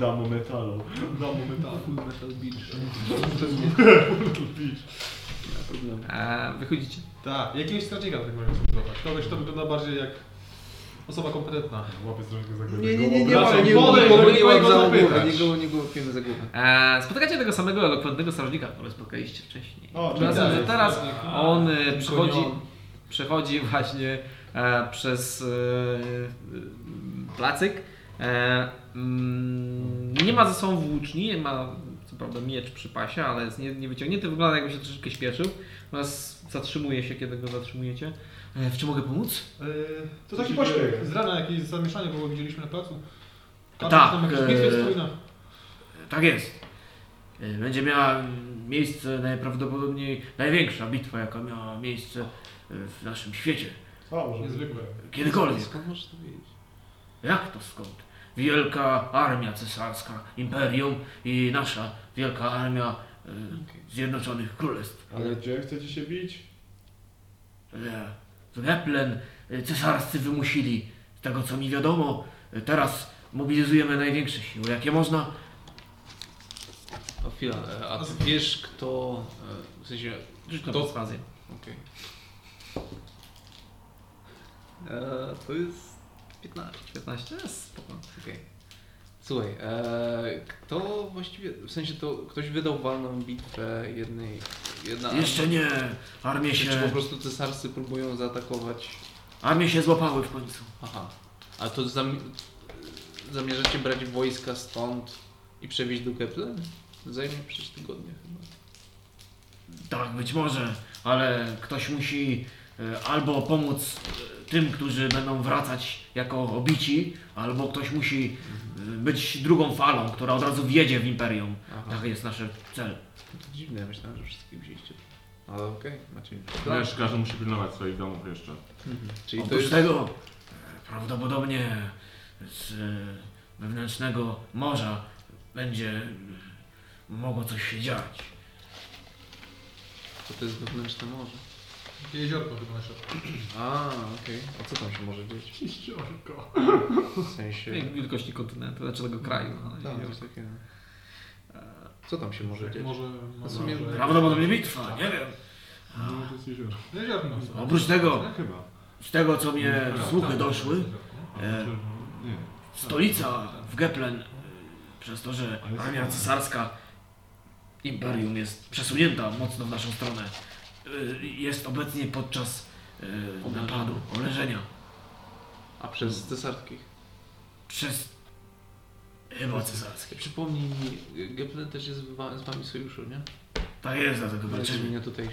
Speaker 2: Damo metalu.
Speaker 3: Domu metalu.
Speaker 4: Full metal beach.
Speaker 1: E, wychodzicie.
Speaker 3: Tak, jakiegoś strażnika do tego powinien zbudować. Kogoś, kto wygląda bardziej jak osoba kompetentna.
Speaker 22: Łapy strażnika za głowę.
Speaker 4: Nie, nie, nie, nie,
Speaker 3: Wracam
Speaker 4: nie, nie,
Speaker 3: wodę,
Speaker 4: nie,
Speaker 3: żeby
Speaker 4: nie,
Speaker 3: nikogo
Speaker 4: łap za głowę,
Speaker 3: zapytać.
Speaker 4: nie, go- nie go łapiemy za głowę.
Speaker 1: E, spotykacie tego samego elokwentnego strażnika, którego spotkaliście wcześniej.
Speaker 2: O,
Speaker 1: Teraz,
Speaker 2: witaj.
Speaker 1: że teraz
Speaker 3: A,
Speaker 1: on e, przychodzi,
Speaker 4: on.
Speaker 1: przechodzi właśnie e, przez e, e, placyk. E, mm, nie ma ze sobą włóczni, ma co prawda miecz przy pasie, ale jest nie, nie wyciągnięty. Wygląda jakby się troszeczkę śpieszył. Natomiast zatrzymuje się, kiedy go zatrzymujecie. E, w czym mogę pomóc?
Speaker 3: Yy,
Speaker 2: Co
Speaker 3: to taki
Speaker 2: się
Speaker 3: pośpiech.
Speaker 2: dzieje?
Speaker 3: Z rana jakieś zamieszanie było, widzieliśmy na placu. Kaczka
Speaker 23: Tak,
Speaker 3: tam
Speaker 23: e,
Speaker 3: jakaś bitwa jest trójna.
Speaker 23: Tak jest. E, Będzie miała miejsce najprawdopodobniej największa bitwa, jaka miała miejsce e, w naszym świecie.
Speaker 2: A, może.
Speaker 3: Niezwykłe.
Speaker 23: Kiedykolwiek.
Speaker 4: Skąd możesz to wiedzieć?
Speaker 23: Jak to skąd? Wielka armia cesarska, imperium i nasza wielka armia e, Zjednoczonych Królestw.
Speaker 2: Ale gdzie chcecie się bić?
Speaker 23: E, W Geplen e, cesarscy wymusili Z tego co mi wiadomo, e, teraz mobilizujemy największe siły, jakie można.
Speaker 4: A chwila, e, a ty wiesz kto... e, W sensie...
Speaker 1: Rzuć na
Speaker 4: Kto?
Speaker 1: perswazję.
Speaker 4: Okej. E, To jest 15.
Speaker 1: 15? Jest spoko.
Speaker 4: Okej. Słuchaj, e, kto właściwie, w sensie to ktoś wydał walną bitwę jednej, jedna
Speaker 23: Jeszcze nie. Armie
Speaker 4: Czy po
Speaker 23: się,
Speaker 4: prostu cesarscy próbują zaatakować?
Speaker 23: armie się złapały w końcu.
Speaker 4: Aha. A to zam, zamierzacie brać wojska stąd i przewieźć do Kepler? Zajmie przecież tygodnie chyba.
Speaker 23: Tak, być może, ale ktoś musi e, albo pomóc e, tym, którzy będą wracać jako obici, albo ktoś musi e, być drugą falą, która od razu wjedzie w imperium.
Speaker 4: Aha.
Speaker 23: Taki jest nasz cel.
Speaker 4: To dziwne, myślałem, że wszystkich wzięliście. Ale okej, macie
Speaker 24: Tak. Wiesz, każdy musi pilnować swoich domów jeszcze.
Speaker 4: No. Mhm. Czyli to
Speaker 23: Oprócz
Speaker 4: jest...
Speaker 23: tego e, prawdopodobnie z e, wewnętrznego morza będzie m, mogło coś się dziać.
Speaker 4: To, to jest wewnętrzne morze.
Speaker 3: Jeziorko chyba na środku.
Speaker 4: A, okej. A co tam się może dziać?
Speaker 3: Jeziorko.
Speaker 4: W sensie...
Speaker 1: Jak wielkości kontynentu, znaczy tego kraju. No,
Speaker 4: Tak, coś takiego. Co tam się Tak, może dziać?
Speaker 3: Może...
Speaker 4: W sumie-
Speaker 23: Prawdopodobnie bitwa, nie wiem.
Speaker 24: No to jest jezioro.
Speaker 3: Jeziorko.
Speaker 23: Oprócz tego,
Speaker 24: Tak chyba.
Speaker 23: z tego co mnie
Speaker 4: No,
Speaker 24: Tak,
Speaker 23: słuchy
Speaker 24: tak,
Speaker 23: doszły,
Speaker 3: tak.
Speaker 24: A,
Speaker 23: E.
Speaker 3: Znaczy,
Speaker 24: czy-
Speaker 3: no,
Speaker 24: Nie.
Speaker 23: Stolica w Geplen, y, przez to, że
Speaker 24: Ale
Speaker 23: armia
Speaker 24: są-
Speaker 23: cesarska, imperium jest przesunięta mocno w naszą stronę. Y, Jest obecnie podczas y, napadu, oleżenia.
Speaker 4: A przez cesarskich.
Speaker 23: Przez chyba cesarskie.
Speaker 4: Przypomnij mi, Geplen też jest w wa- z wami w sojuszu, nie?
Speaker 23: Tak jest, dlatego walczymy.
Speaker 4: nie tutaj.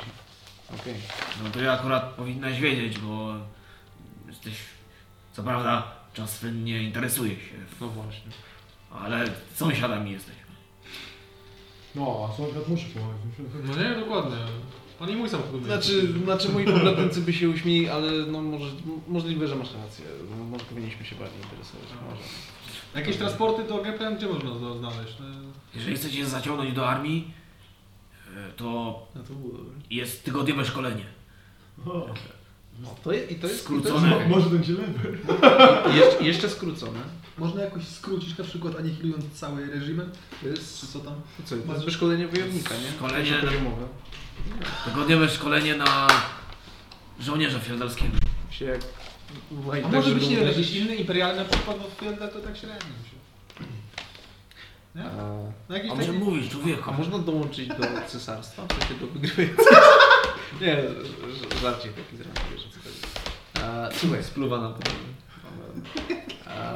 Speaker 4: Okej.
Speaker 23: No to ja akurat powinnaś wiedzieć, bo jesteś, co prawda, czasem nie interesuje się,
Speaker 4: No właśnie.
Speaker 23: ale sąsiadami jesteś.
Speaker 2: No, a sąsiad musi pomagać.
Speaker 3: No nie, dokładnie. Pan i mój samochód.
Speaker 4: Znaczy, znaczy moi pobratymcy by się uśmieli, ale no może, m- możliwe, że masz rację. No, Może powinniśmy się bardziej interesować. Może.
Speaker 3: Jakieś transporty do GPM gdzie można to znaleźć? No,
Speaker 23: Jeżeli chcecie zaciągnąć do armii, y, to
Speaker 4: No to było dobre.
Speaker 23: jest tygodniowe szkolenie.
Speaker 2: O,
Speaker 4: To je, I to jest
Speaker 24: No,
Speaker 23: Skrócone.
Speaker 4: I to jest,
Speaker 2: może będzie lewy.
Speaker 4: okej. jeszcze, jeszcze skrócone.
Speaker 24: Można jakoś skrócić na przykład anihilując cały reżim?
Speaker 4: To jest,
Speaker 24: co tam?
Speaker 4: co, to jest wyszkolenie wojownika, nie?
Speaker 23: Szkolenie-
Speaker 4: Poziomowe.
Speaker 23: Tygodniowe szkolenie na żołnierza fielderskiego.
Speaker 4: Się jak...
Speaker 24: Tak,
Speaker 3: A może być nie jakiś inny imperialny, na przykład bo Fielda to tak średnio się.
Speaker 4: A,
Speaker 3: No jakiś
Speaker 23: O
Speaker 3: taki...
Speaker 23: czym mówisz, człowieku?
Speaker 4: a można dołączyć do cesarstwa? Czy się do wygrywania? nie, ż- żarcik taki zresztą, wiesz o co chodzi. A, Słuchaj, E,
Speaker 1: Spluwa nam potem.
Speaker 4: a,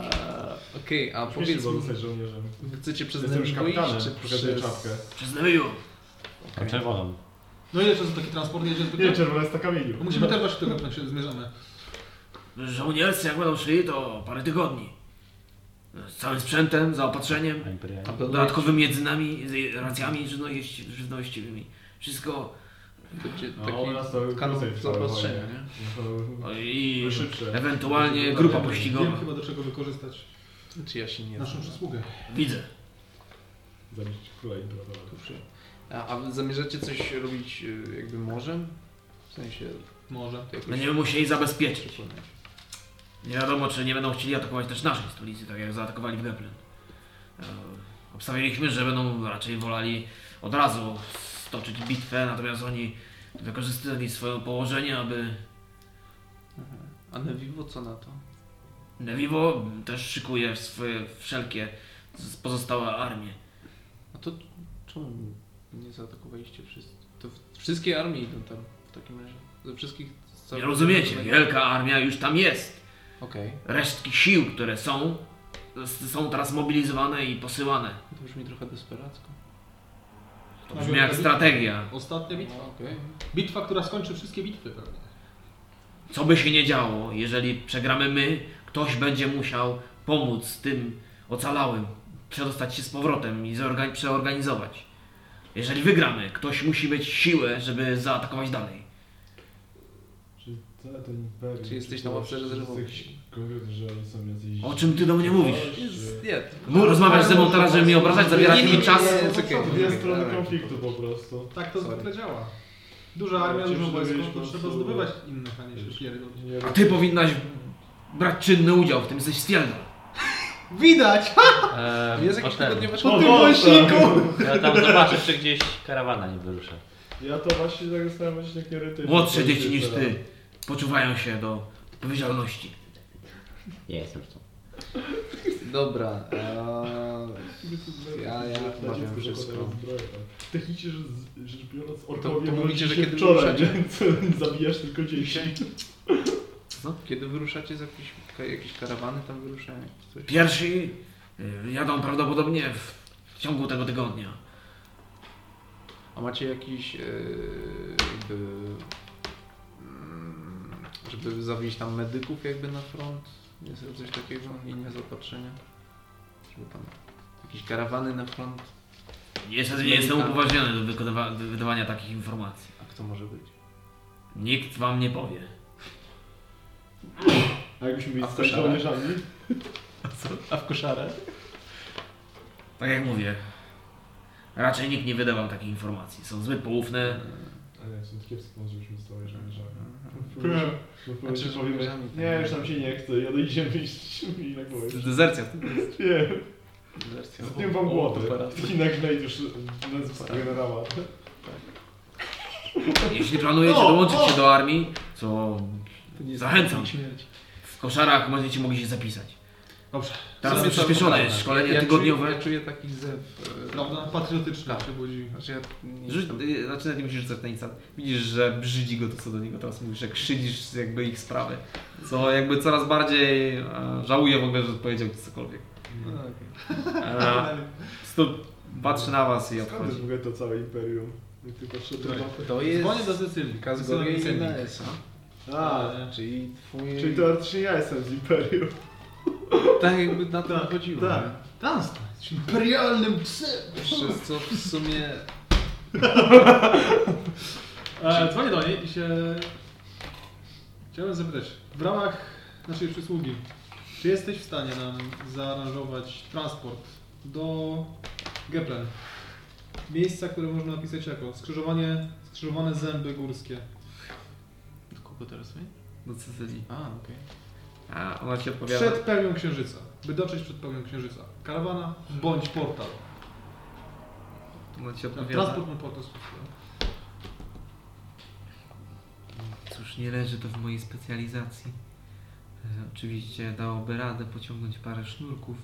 Speaker 4: okej, a
Speaker 2: Powiedz
Speaker 4: powiedz
Speaker 2: mi.
Speaker 4: mi,
Speaker 2: zostać żołnierzem.
Speaker 4: wy chcecie przez
Speaker 2: tak- Jestem już
Speaker 4: Nemigo iść,
Speaker 2: kapitanem,
Speaker 4: czy
Speaker 2: pokazuję
Speaker 4: przez...
Speaker 2: czapkę.
Speaker 23: Przez Nebiu.
Speaker 5: A czerwoną.
Speaker 3: No ile czasu taki transport jedzie do
Speaker 2: Nie,
Speaker 3: GPM?
Speaker 2: czerwona jest taka milion.
Speaker 3: No musimy też właśnie do GPM się zmierzamy.
Speaker 23: Żołnierscy jak będą szli, to parę tygodni. Z całym sprzętem, zaopatrzeniem,
Speaker 5: A imperialnie.
Speaker 2: no
Speaker 23: dodatkowymi jedzynami, z- racjami żywności, żywnościowymi. Wszystko
Speaker 4: Będzie
Speaker 2: No, u nas
Speaker 4: taki
Speaker 2: to
Speaker 4: kanon
Speaker 2: krócej trwały
Speaker 4: zaobostrzenia,
Speaker 2: wojny.
Speaker 4: nie?
Speaker 23: o, i
Speaker 2: No, Szybsze.
Speaker 23: ewentualnie grupa
Speaker 3: Wiem
Speaker 23: pościgowa.
Speaker 3: chyba do czego wykorzystać
Speaker 4: Czy Znaczy, ja się nie
Speaker 3: naszą
Speaker 4: znam.
Speaker 3: przysługę.
Speaker 23: Widzę.
Speaker 2: Zabić króla imperatora.
Speaker 4: A, a wy zamierzacie coś robić y, jakby morzem? W sensie...
Speaker 3: Może.
Speaker 4: to jakoś
Speaker 23: Będziemy musieli zabezpieczyć.
Speaker 4: przepłynąć.
Speaker 23: Nie wiadomo, czy nie będą chcieli atakować też naszej stolicy, tak jak zaatakowali w Geplen. E, Obstawiliśmy, że będą raczej wolali od razu stoczyć bitwę, natomiast oni wykorzystali swoje położenie, aby
Speaker 4: Aha. A Nevivo co na to?
Speaker 23: Nevivo też szykuje swoje wszelkie z- pozostałe armie.
Speaker 4: A to czemu nie zaatakowaliście wszyscy? To w- wszystkie armie idą tam w takim razie. Ze wszystkich... z
Speaker 23: Nie
Speaker 4: całego- znaczy?
Speaker 23: rozumiecie, wielka armia już tam jest.
Speaker 4: Okej,
Speaker 23: Resztki sił, które są, s- są teraz mobilizowane i posyłane.
Speaker 4: to brzmi trochę desperacko.
Speaker 23: To brzmi jak strategia.
Speaker 3: Ostatnia bitwa.
Speaker 4: No, okej.
Speaker 3: Bitwa, która skończy wszystkie bitwy tak. pewnie.
Speaker 23: Co by się nie działo, jeżeli przegramy my, ktoś będzie musiał pomóc tym ocalałym przedostać się z powrotem i zorgan- przeorganizować. Jeżeli wygramy, ktoś musi mieć siłę, żeby zaatakować dalej.
Speaker 2: Czy całe to imperium...
Speaker 4: Czy jesteś
Speaker 2: czy
Speaker 4: na
Speaker 2: to
Speaker 4: ławce rezerwowej?
Speaker 2: jakiś Kogoś, że oni są jacyś...
Speaker 23: O czym ty do mnie mówisz?
Speaker 2: Czy-
Speaker 4: Nie,
Speaker 23: Mów- Rozmawiasz ze mną teraz, żeby mnie obrażać, zabierać
Speaker 4: Nie, nie,
Speaker 23: mi
Speaker 4: nie,
Speaker 23: czas?
Speaker 4: nie, nie.
Speaker 2: To
Speaker 4: Czekaj,
Speaker 2: są dwie
Speaker 4: czekaj,
Speaker 2: strony
Speaker 4: dawaj.
Speaker 2: konfliktu po prostu.
Speaker 3: Tak to
Speaker 4: Sorry.
Speaker 3: zwykle działa. Duża armia,
Speaker 2: Ci
Speaker 3: dużo wojsko,
Speaker 2: przydobyliśmy
Speaker 3: to trzeba
Speaker 2: sobie-
Speaker 3: zdobywać innych, a nie się pierdolić.
Speaker 2: Nie
Speaker 23: A ty powinnaś brać czynny udział w tym ze Stjeldal.
Speaker 3: Widać!
Speaker 5: Eee,
Speaker 4: Jest
Speaker 5: o
Speaker 4: jakiś
Speaker 5: ten.
Speaker 4: tygodniowy
Speaker 3: Po
Speaker 4: szkoły.
Speaker 3: tym głośniku!
Speaker 5: Ja tam zobaczę, czy gdzieś karawana nie wyrusza.
Speaker 2: Ja to właśnie tak zostałem się tak irytyczny.
Speaker 23: Młodsze dzieci niż ty poczuwają się do odpowiedzialności.
Speaker 5: Nie jestem tu.
Speaker 4: Dobra. eee, Ja, ja chyba wiem wszystko.
Speaker 2: tak. Technicznie rzecz- rzecz biorąc,
Speaker 4: to
Speaker 2: orkowie
Speaker 4: mówicie, że
Speaker 2: że
Speaker 4: kiedy
Speaker 2: wczoraj,
Speaker 4: ruszacie?
Speaker 2: więc zabijasz tylko dzieci.
Speaker 4: No, Kiedy wyruszacie z jakiejś, jakieś karawany, tam wyruszają jakieś coś.
Speaker 23: Pierwsi y, jadą prawdopodobnie w w ciągu tego tygodnia.
Speaker 4: A macie jakiś, e, jakby, mm, żeby zawieźć tam medyków jakby na front? Jest coś takiego? Linia zaopatrzenia? Żeby tam jakieś karawany na front?
Speaker 23: Niestety nie jestem upoważniony do wykonywa- do wydawania tak. takich informacji.
Speaker 4: A kto może być?
Speaker 23: Nikt wam nie powie.
Speaker 2: A jakbyśmy byli
Speaker 4: A w
Speaker 2: stać
Speaker 4: koszarach?
Speaker 2: żołnierzami?
Speaker 4: A w koszarę?
Speaker 23: Tak jak mówię, raczej nikt nie wyda wam takich informacji. Są zbyt
Speaker 4: E,
Speaker 23: poufne.
Speaker 25: Ale jak są kiepskie, żebyśmy zostały żołnierzami.
Speaker 2: No powiem,
Speaker 4: Znaczy,
Speaker 2: ci, powiemy,
Speaker 4: żołnierzami tam-
Speaker 2: nie, już nam się nie chce, ja dojdziemy i- i na głowę.
Speaker 4: Dezercja w tym
Speaker 2: Nie,
Speaker 4: Dezercja.
Speaker 2: zetnię wam
Speaker 4: O,
Speaker 2: głowy.
Speaker 4: to para.
Speaker 2: I nagle już nazwisko generała.
Speaker 23: Jeśli planujecie dołączyć się do armii, co
Speaker 4: To nie jest
Speaker 23: Zachęcam.
Speaker 4: śmierć.
Speaker 23: w koszarach będziecie mogli się zapisać.
Speaker 3: Dobrze.
Speaker 23: Teraz
Speaker 3: Sobie
Speaker 23: przyspieszone jest szkolenie
Speaker 4: Ja czuję,
Speaker 23: tygodniowe.
Speaker 4: ja czuję taki zew. e,
Speaker 3: Prawda? Patriotyczna.
Speaker 4: Tak, przebudzi. Znaczy ja nie
Speaker 1: Rzuć,
Speaker 4: jestem-
Speaker 1: y, znaczy nawet nie musisz rzucać na nic. Widzisz, że brzydzi go to, co do niego teraz mówisz, jak szydzisz jakby ich sprawy. Co jakby coraz bardziej e, żałuję w ogóle, że odpowiedział ci cokolwiek.
Speaker 4: No, okej.
Speaker 1: E, Stóp patrzy na was i
Speaker 2: Skąd
Speaker 1: odchodzi.
Speaker 2: jest w ogóle to całe imperium? Jak ty patrzę do mapy.
Speaker 4: To
Speaker 3: Dzwonię
Speaker 4: jest
Speaker 3: do Sycylii.
Speaker 4: Kazgoria i
Speaker 3: Sycylii.
Speaker 4: Naesa.
Speaker 2: A,
Speaker 4: Tak. Czyli twój...
Speaker 2: czyli teoretycznie ja jestem z imperium.
Speaker 4: Tak jakby na to
Speaker 2: Tak,
Speaker 4: wychodziło.
Speaker 2: tak.
Speaker 4: nie?
Speaker 3: Dunstan, jesteś imperialnym psem!
Speaker 4: Przez co w sumie...
Speaker 3: E, dzwonię do niej i się... Chciałem zapytać, w ramach naszej przysługi, czy jesteś w stanie nam zaaranżować transport do Geplen? Miejsca, które można opisać jako skrzyżowanie, skrzyżowane zęby górskie.
Speaker 4: Do kogo teraz my?
Speaker 1: Do Sycylii.
Speaker 4: A, okej.
Speaker 1: A ona ci odpowiada.
Speaker 3: Przed pełnią księżyca, by dotrzeć przed pełnią księżyca. Karawana bądź portal.
Speaker 1: Ona ci odpowiada.
Speaker 3: Transport na portal. słuchaj.
Speaker 1: Cóż, nie leży to w mojej specjalizacji. E, Oczywiście dałoby radę pociągnąć parę sznurków,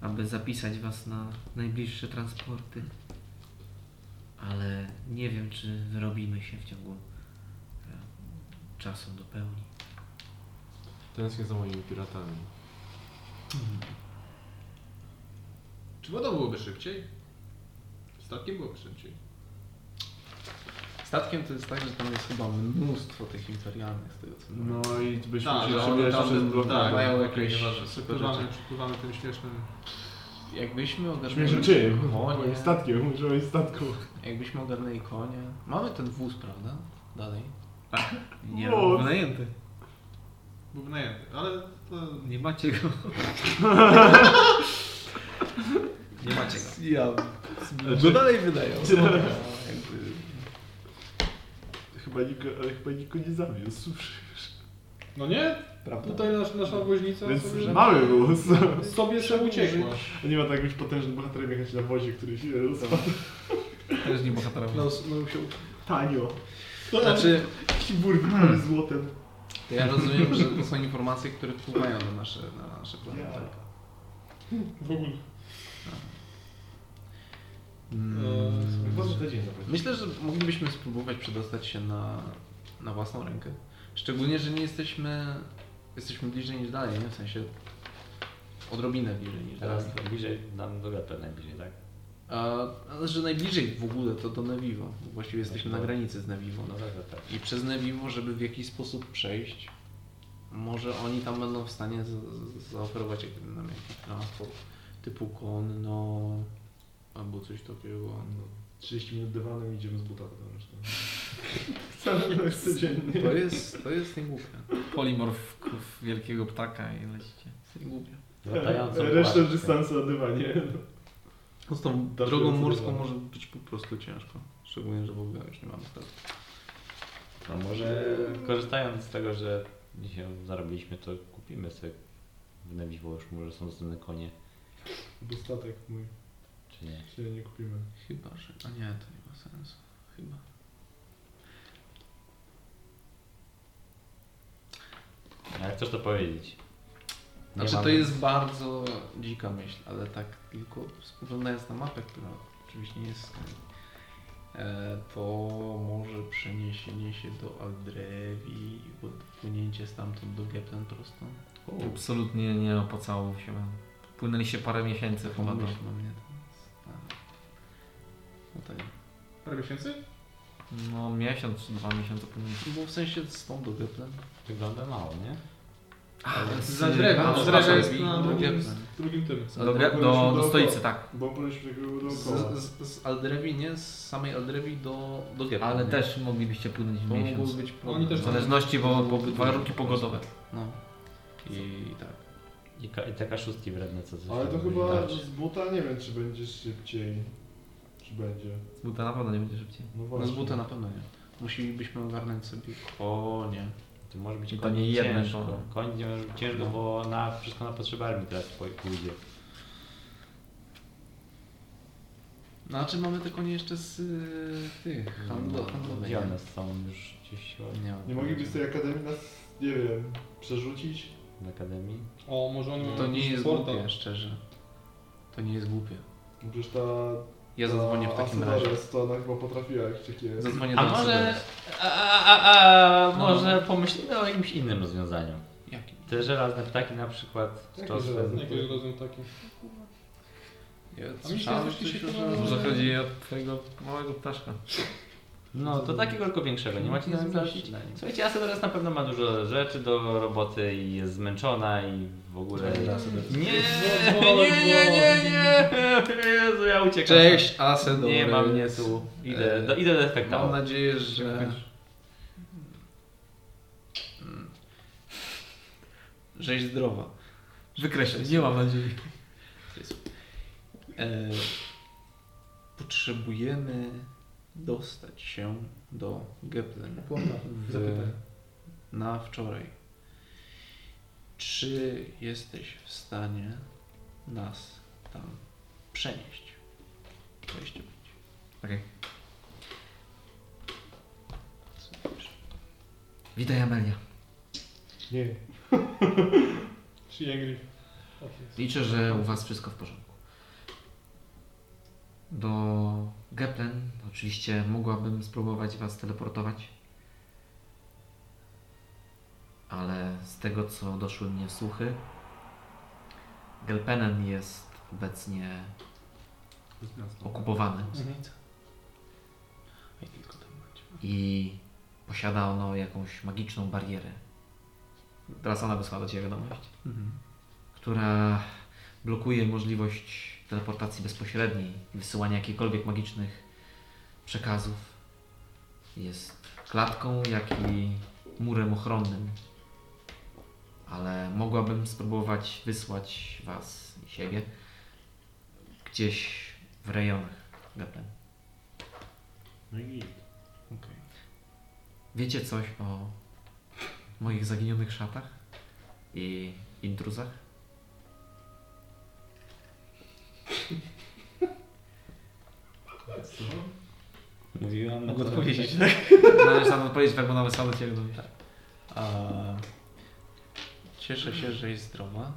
Speaker 1: aby zapisać Was na najbliższe transporty. Ale nie wiem, czy wyrobimy się w ciągu e, czasu do pełni.
Speaker 25: Tęsknię za moimi piratami.
Speaker 3: Czy wodą byłoby szybciej? Statkiem byłoby szybciej.
Speaker 4: Statkiem to jest tak, że tam jest chyba mnóstwo tych imperialnych z tego co mówię.
Speaker 25: No i byśmy
Speaker 3: Tak,
Speaker 25: się
Speaker 3: że
Speaker 25: jeszcze
Speaker 3: one tam
Speaker 25: przez
Speaker 3: tak,
Speaker 25: blokadę.
Speaker 4: mają jakieś super
Speaker 3: Przepływamy,
Speaker 4: rzeczy.
Speaker 3: przepływamy tym śmiesznym...
Speaker 4: Jakbyśmy
Speaker 25: Śmieszę
Speaker 4: ogarnęli
Speaker 25: czym?
Speaker 4: konie,
Speaker 25: Statkiem, używaj statku.
Speaker 4: jakbyśmy ogarnęli konie. Mamy ten wóz, prawda? Dalej.
Speaker 1: Nie,
Speaker 2: O!
Speaker 3: no.
Speaker 1: był najęty.
Speaker 3: Byłby najęty, ale to...
Speaker 1: Nie macie go. nie macie go.
Speaker 4: Ja. Go dalej wydają.
Speaker 2: Chyba nikt, ale chyba nikt go nie zawiózł.
Speaker 3: No nie?
Speaker 4: Prawda.
Speaker 3: Tutaj nasz, nasza woźnica
Speaker 2: Więc
Speaker 3: sobie,
Speaker 2: mały wóz.
Speaker 3: sobie się uciekła.
Speaker 2: Nie ma tak być potężnym bohaterem jechać na wozie, który się rozpada.
Speaker 1: Też nie bohaterowie.
Speaker 4: No, no się
Speaker 2: Tanio.
Speaker 4: Znaczy,
Speaker 2: Taki burby prawie złotem.
Speaker 4: to ja rozumiem, że to są informacje, które wpływają na nasze, na nasze plany.
Speaker 2: Ja.
Speaker 4: tak?
Speaker 2: W ogóle.
Speaker 4: Mm.
Speaker 2: Chyba, że to dzień zapłacić.
Speaker 4: Myślę, że moglibyśmy spróbować przedostać się na, na własną rękę. Szczególnie, że nie jesteśmy. Jesteśmy bliżej niż dalej, nie? W sensie. Odrobinę bliżej niż dalej.
Speaker 5: Teraz to bliżej nam do Geplen najbliżej, tak?
Speaker 4: A, ale że najbliżej w ogóle to do Nevivo. Właściwie jesteśmy na
Speaker 5: No.
Speaker 4: granicy z Nevivo.
Speaker 5: No tak, tak.
Speaker 4: I przez Nevivo, żeby w jakiś sposób przejść, może oni tam będą w stanie z, z, zaoferować jak- nam jakiś transport typu konno albo coś takiego.
Speaker 2: 30 minut dywanem i idziemy z buta potem resztę. Cały to jest codziennie.
Speaker 4: To jest, to jest niegłupie.
Speaker 1: Polimorf w wielkiego ptaka i lecicie.
Speaker 4: To jest niegłupie.
Speaker 5: Latającą
Speaker 2: Resztę
Speaker 5: płaszczkę.
Speaker 2: dystansu na dywanie.
Speaker 4: No z tą
Speaker 2: Dobrze
Speaker 4: drogą
Speaker 2: ocenione.
Speaker 4: morską może być po prostu ciężko. Szczególnie, że w ogóle już nie mamy statku.
Speaker 5: No może korzystając z tego, że dzisiaj zarobiliśmy, to kupimy sobie w Newiwo już może są zdane konie,
Speaker 3: Dostatek mój,
Speaker 5: czy nie.
Speaker 3: czyli nie kupimy.
Speaker 4: Chyba, że... A nie, to nie ma sensu. Chyba.
Speaker 5: Ale chcesz to powiedzieć? Nie
Speaker 4: Znaczy to
Speaker 5: mamy-
Speaker 4: jest bardzo dzika myśl, ale tak tylko spoglądając na mapę, która oczywiście nie jest w stanie, e, to może przeniesienie się do Aldrewi i odpłynięcie stamtąd do Geplen prosto.
Speaker 1: Absolutnie nie opłacało się. Płynęliście parę miesięcy
Speaker 4: To
Speaker 1: chyba tak. do...
Speaker 4: myśl na mnie teraz. Tak. No tak.
Speaker 2: Parę miesięcy?
Speaker 1: No miesiąc czy dwa miesiące później.
Speaker 4: Bo w sensie stąd do Geplen.
Speaker 5: Wygląda mało, nie?
Speaker 2: Za drewno,
Speaker 1: no,
Speaker 2: za drewno jest
Speaker 4: Aldrewi
Speaker 2: na
Speaker 4: do
Speaker 2: drugim,
Speaker 4: Geplen.
Speaker 2: drugim tym.
Speaker 1: Do, do, do, do stolicy, tak.
Speaker 3: Bo polecił takiego dookoła.
Speaker 4: Z, z, z Aldrewi, nie? Z samej Aldrewi do, do Geplen.
Speaker 1: Ale
Speaker 4: nie?
Speaker 1: też moglibyście płynąć
Speaker 4: To
Speaker 1: miesiąc.
Speaker 4: mógł być
Speaker 2: Oni
Speaker 4: problem.
Speaker 2: też
Speaker 1: W zależności, bo, bo warunki pogodowe.
Speaker 4: No. I tak.
Speaker 5: I, ka- i taka szóstki wredne, co coś
Speaker 3: Ale to
Speaker 5: tam
Speaker 3: chyba
Speaker 5: wydarzy.
Speaker 3: z buta nie wiem, czy będzie szybciej. Czy będzie.
Speaker 1: Z buta na pewno nie będzie szybciej.
Speaker 3: No
Speaker 4: No
Speaker 3: właśnie.
Speaker 4: z buta na pewno nie. Musielibyśmy ogarnąć sobie konie.
Speaker 5: To może być
Speaker 1: I to
Speaker 5: koń
Speaker 1: nie jedne
Speaker 5: ciężko.
Speaker 1: koło.
Speaker 5: Koń nie może być
Speaker 3: No.
Speaker 5: ciężko, bo na wszystko na potrzeby armii teraz poj- pójdzie.
Speaker 4: Znaczy mamy te konie jeszcze z y, tych handlo, handlowych.
Speaker 5: Gdzie one są już gdzieś
Speaker 4: Nie, mam
Speaker 3: Nie
Speaker 4: pojęcia.
Speaker 3: mogliby z tej akademii nas, nie wiem, przerzucić?
Speaker 5: w akademii?
Speaker 2: O, może oni mają
Speaker 4: To nie
Speaker 2: jakiś
Speaker 4: jest
Speaker 2: portal.
Speaker 4: głupie, szczerze. To nie jest głupie.
Speaker 3: No Przecież ta...
Speaker 4: Ja zadzwonię w
Speaker 3: ta
Speaker 4: takim
Speaker 3: Asydares,
Speaker 4: razie.
Speaker 3: to ona chyba potrafiła jakieś takie...
Speaker 4: Zadzwonię
Speaker 5: A
Speaker 4: do
Speaker 5: może,
Speaker 4: Asydares.
Speaker 5: a, a, a,
Speaker 4: No.
Speaker 5: może pomyślimy o jakimś innym rozwiązaniu.
Speaker 4: Jakim?
Speaker 5: Te żelazne ptaki na przykład z
Speaker 3: Jakie
Speaker 5: czosnkiem.
Speaker 3: żelazne?
Speaker 2: Jakiego rodzaju taki.
Speaker 4: Ja
Speaker 2: A mi się
Speaker 4: słyszałem
Speaker 2: coś
Speaker 4: coś
Speaker 2: się
Speaker 4: o
Speaker 2: podoba.
Speaker 4: żelaznym-
Speaker 1: Może chodzi o twojego małego ptaszka.
Speaker 5: No to takiego tylko większego, nie macie nic prosić. Słuchajcie, Asa teraz na pewno ma dużo rzeczy do roboty i jest zmęczona i w ogóle... Nie, nie, nie, nie, nie! Jezu, ja uciekam.
Speaker 4: Cześć, Asedores.
Speaker 5: Nie mam mnie tu. Idę, do, idę do efekta.
Speaker 4: Mam nadzieję, że... Mm. Żeś zdrowa.
Speaker 1: Wykreślę, nie mam nadziei.
Speaker 4: E, potrzebujemy dostać się do Geplen w, na wczoraj. Czy jesteś w stanie nas tam przenieść? 25.
Speaker 1: Okej. Witaj Amelia.
Speaker 3: Nie. Czy Jengri? Tak
Speaker 1: Liczę, że u Was wszystko w porządku. Do Geplen oczywiście mogłabym spróbować Was teleportować. Ale z tego, co doszły mnie słuchy, Gelpenem jest obecnie okupowany
Speaker 4: I tylko tam macie.
Speaker 1: i posiada ono jakąś magiczną barierę. Teraz ona wysłała do Ciebie wiadomość.
Speaker 4: Mhm.
Speaker 1: która blokuje możliwość teleportacji bezpośredniej i wysyłania jakichkolwiek magicznych przekazów. Jest klatką, jak i murem ochronnym. Ale mogłabym spróbować wysłać Was i siebie gdzieś w rejonach Geplen.
Speaker 26: No i git.
Speaker 4: Okej.
Speaker 1: Wiecie coś o moich zaginionych szatach i intruzach?
Speaker 5: Mówiłam na
Speaker 4: Mogę
Speaker 5: to-
Speaker 4: odpowiedzieć.
Speaker 1: Należy tam odpowiedzieć, tak, bo nawet sam do Ciebie dowieść.
Speaker 4: A, cieszę się, że jest zdrowa.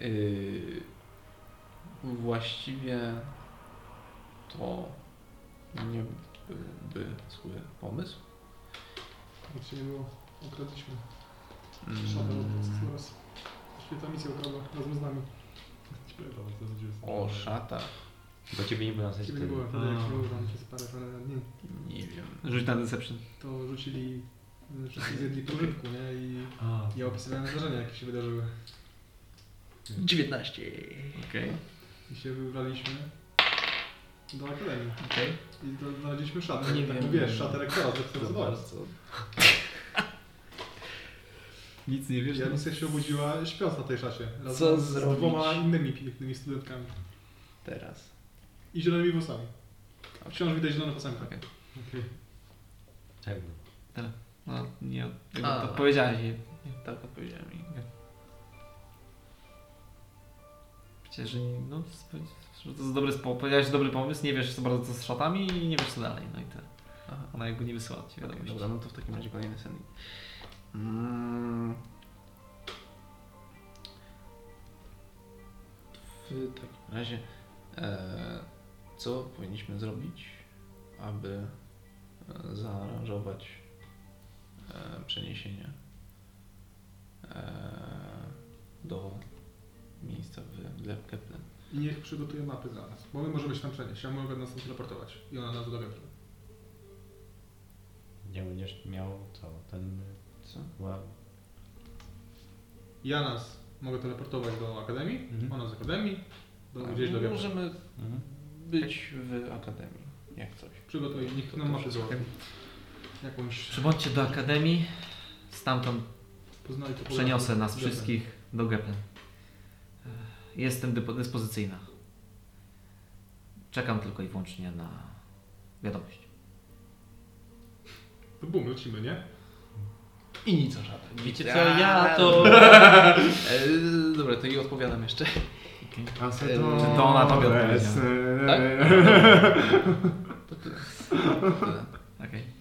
Speaker 4: Yy, właściwie to nie byłby zły pomysł.
Speaker 3: Znaczy nie było. Ukradliśmy. Szabel
Speaker 4: Mm,
Speaker 3: teraz. Świetna misja ukradła razem z nami.
Speaker 4: o szatach
Speaker 5: Bo ciebie nie było na sensie
Speaker 3: Ciebie nie
Speaker 5: wtedy.
Speaker 3: było wtedy, jak się ubrałem przez parę, parę dni.
Speaker 4: nie wiem.
Speaker 1: Rzuć na deception.
Speaker 3: To rzucili... y, Wszyscy zjedli po rybku, nie? I ja opisywałem zdarzenia, jakie się wydarzyły.
Speaker 4: 19.
Speaker 1: Okej.
Speaker 3: I się wybraliśmy do akademii.
Speaker 1: Okej.
Speaker 3: I do- znaleźliśmy szatę.
Speaker 4: Nie
Speaker 3: Nie tak,
Speaker 4: wiem.
Speaker 3: wiem. Wiesz, szatę rektora, to
Speaker 4: To
Speaker 3: wtedy
Speaker 4: bardzo.
Speaker 1: Nic nie wiesz.
Speaker 3: Ja misja się obudziła śpiąc na tej szacie.
Speaker 4: Co
Speaker 3: Razem z
Speaker 4: zrobić?
Speaker 3: dwoma innymi pięknymi studentkami.
Speaker 4: Teraz.
Speaker 3: I zielonymi włosami. A wciąż widać zielone posępy.
Speaker 4: Okej.
Speaker 5: Tak było.
Speaker 27: No, nie, jakby
Speaker 1: A.
Speaker 27: podpowiedziałeś jej.
Speaker 1: Tak odpowiedziałem i
Speaker 27: Przecież no, że to jest dobry, spo- powiedziałeś że dobry pomysł, nie wiesz co bardzo co z szatami i nie wiesz co dalej, no i tyle.
Speaker 1: Aha.
Speaker 27: Ona jakby nie wysyła ci wiadomości.
Speaker 1: Dobra, no to w takim razie kolejny Mm. sending. W takim razie, e, co powinniśmy zrobić, aby e, zaaranżować e, przeniesienie e, do miejsca w Gleb Kepler?
Speaker 3: Niech przygotuje mapy dla nas, bo my możemy się tam przenieść, a my mogę nas tam teleportować i ona nas dowiadrzy.
Speaker 5: Nie będziesz miał co? Ten...
Speaker 1: Co?
Speaker 5: Wow.
Speaker 3: Ja nas mogę teleportować do Akademii,
Speaker 5: Mhm.
Speaker 3: ona z Akademii, do,
Speaker 1: A,
Speaker 3: No,
Speaker 1: no,
Speaker 3: gdzieś do Białego.
Speaker 1: Możemy
Speaker 5: Mhm.
Speaker 1: być w Akademii, jak coś.
Speaker 3: Przygotuj, niech
Speaker 1: To
Speaker 3: nam
Speaker 1: to
Speaker 3: mapy
Speaker 1: wszystko.
Speaker 3: złoży. Jakąś...
Speaker 4: Przybądźcie do Akademii, stamtąd
Speaker 3: Poznali to
Speaker 4: przeniosę nas
Speaker 3: Dobra.
Speaker 4: wszystkich do Gepen. Jestem dypo- dyspozycyjna. Czekam tylko i wyłącznie na wiadomość.
Speaker 3: To bum, lecimy, nie?
Speaker 1: I nic o żadnym.
Speaker 5: Wiecie co, ja to...
Speaker 1: E, Dobra, to i odpowiadam jeszcze.
Speaker 2: A se
Speaker 1: Czy
Speaker 2: to...
Speaker 4: to ona tobie odpowiedziała?
Speaker 2: Jest, e,
Speaker 1: Tak? To tyle. To tyle.
Speaker 4: Okej.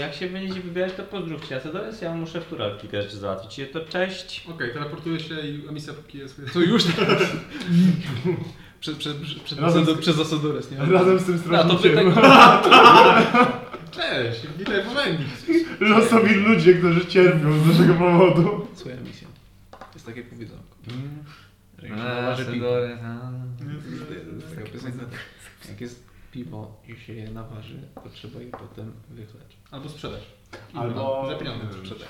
Speaker 5: Jak się będziecie wybierać, to pozdrówcie. A co to jest? Ja muszę w turach kilka rzeczy załatwić. To cześć.
Speaker 3: Okej, teleportuję się i emisja póki jest...
Speaker 1: To już teraz. Przed, przed, przed, przed,
Speaker 2: Razem
Speaker 1: przed, przed Zasodores,
Speaker 5: Tak?
Speaker 1: nie?
Speaker 2: Razem z tym
Speaker 1: A to
Speaker 2: strażnikiem.
Speaker 1: pytań.
Speaker 3: Cześć, witaj w urzędnik.
Speaker 2: Że sobie ludzie, którzy cierpią z naszego powodu.
Speaker 1: Swoja misja. Jest takie powiedzonko. Że jak się
Speaker 4: Eee,
Speaker 1: naważy piwo.
Speaker 4: Sedore, a.
Speaker 1: Jest taka piosenka. Jak jest piwo i się je naważy, to trzeba je potem wychleć.
Speaker 3: Albo sprzedać.
Speaker 2: Albo-
Speaker 3: Za pieniądze
Speaker 1: Sprzedać.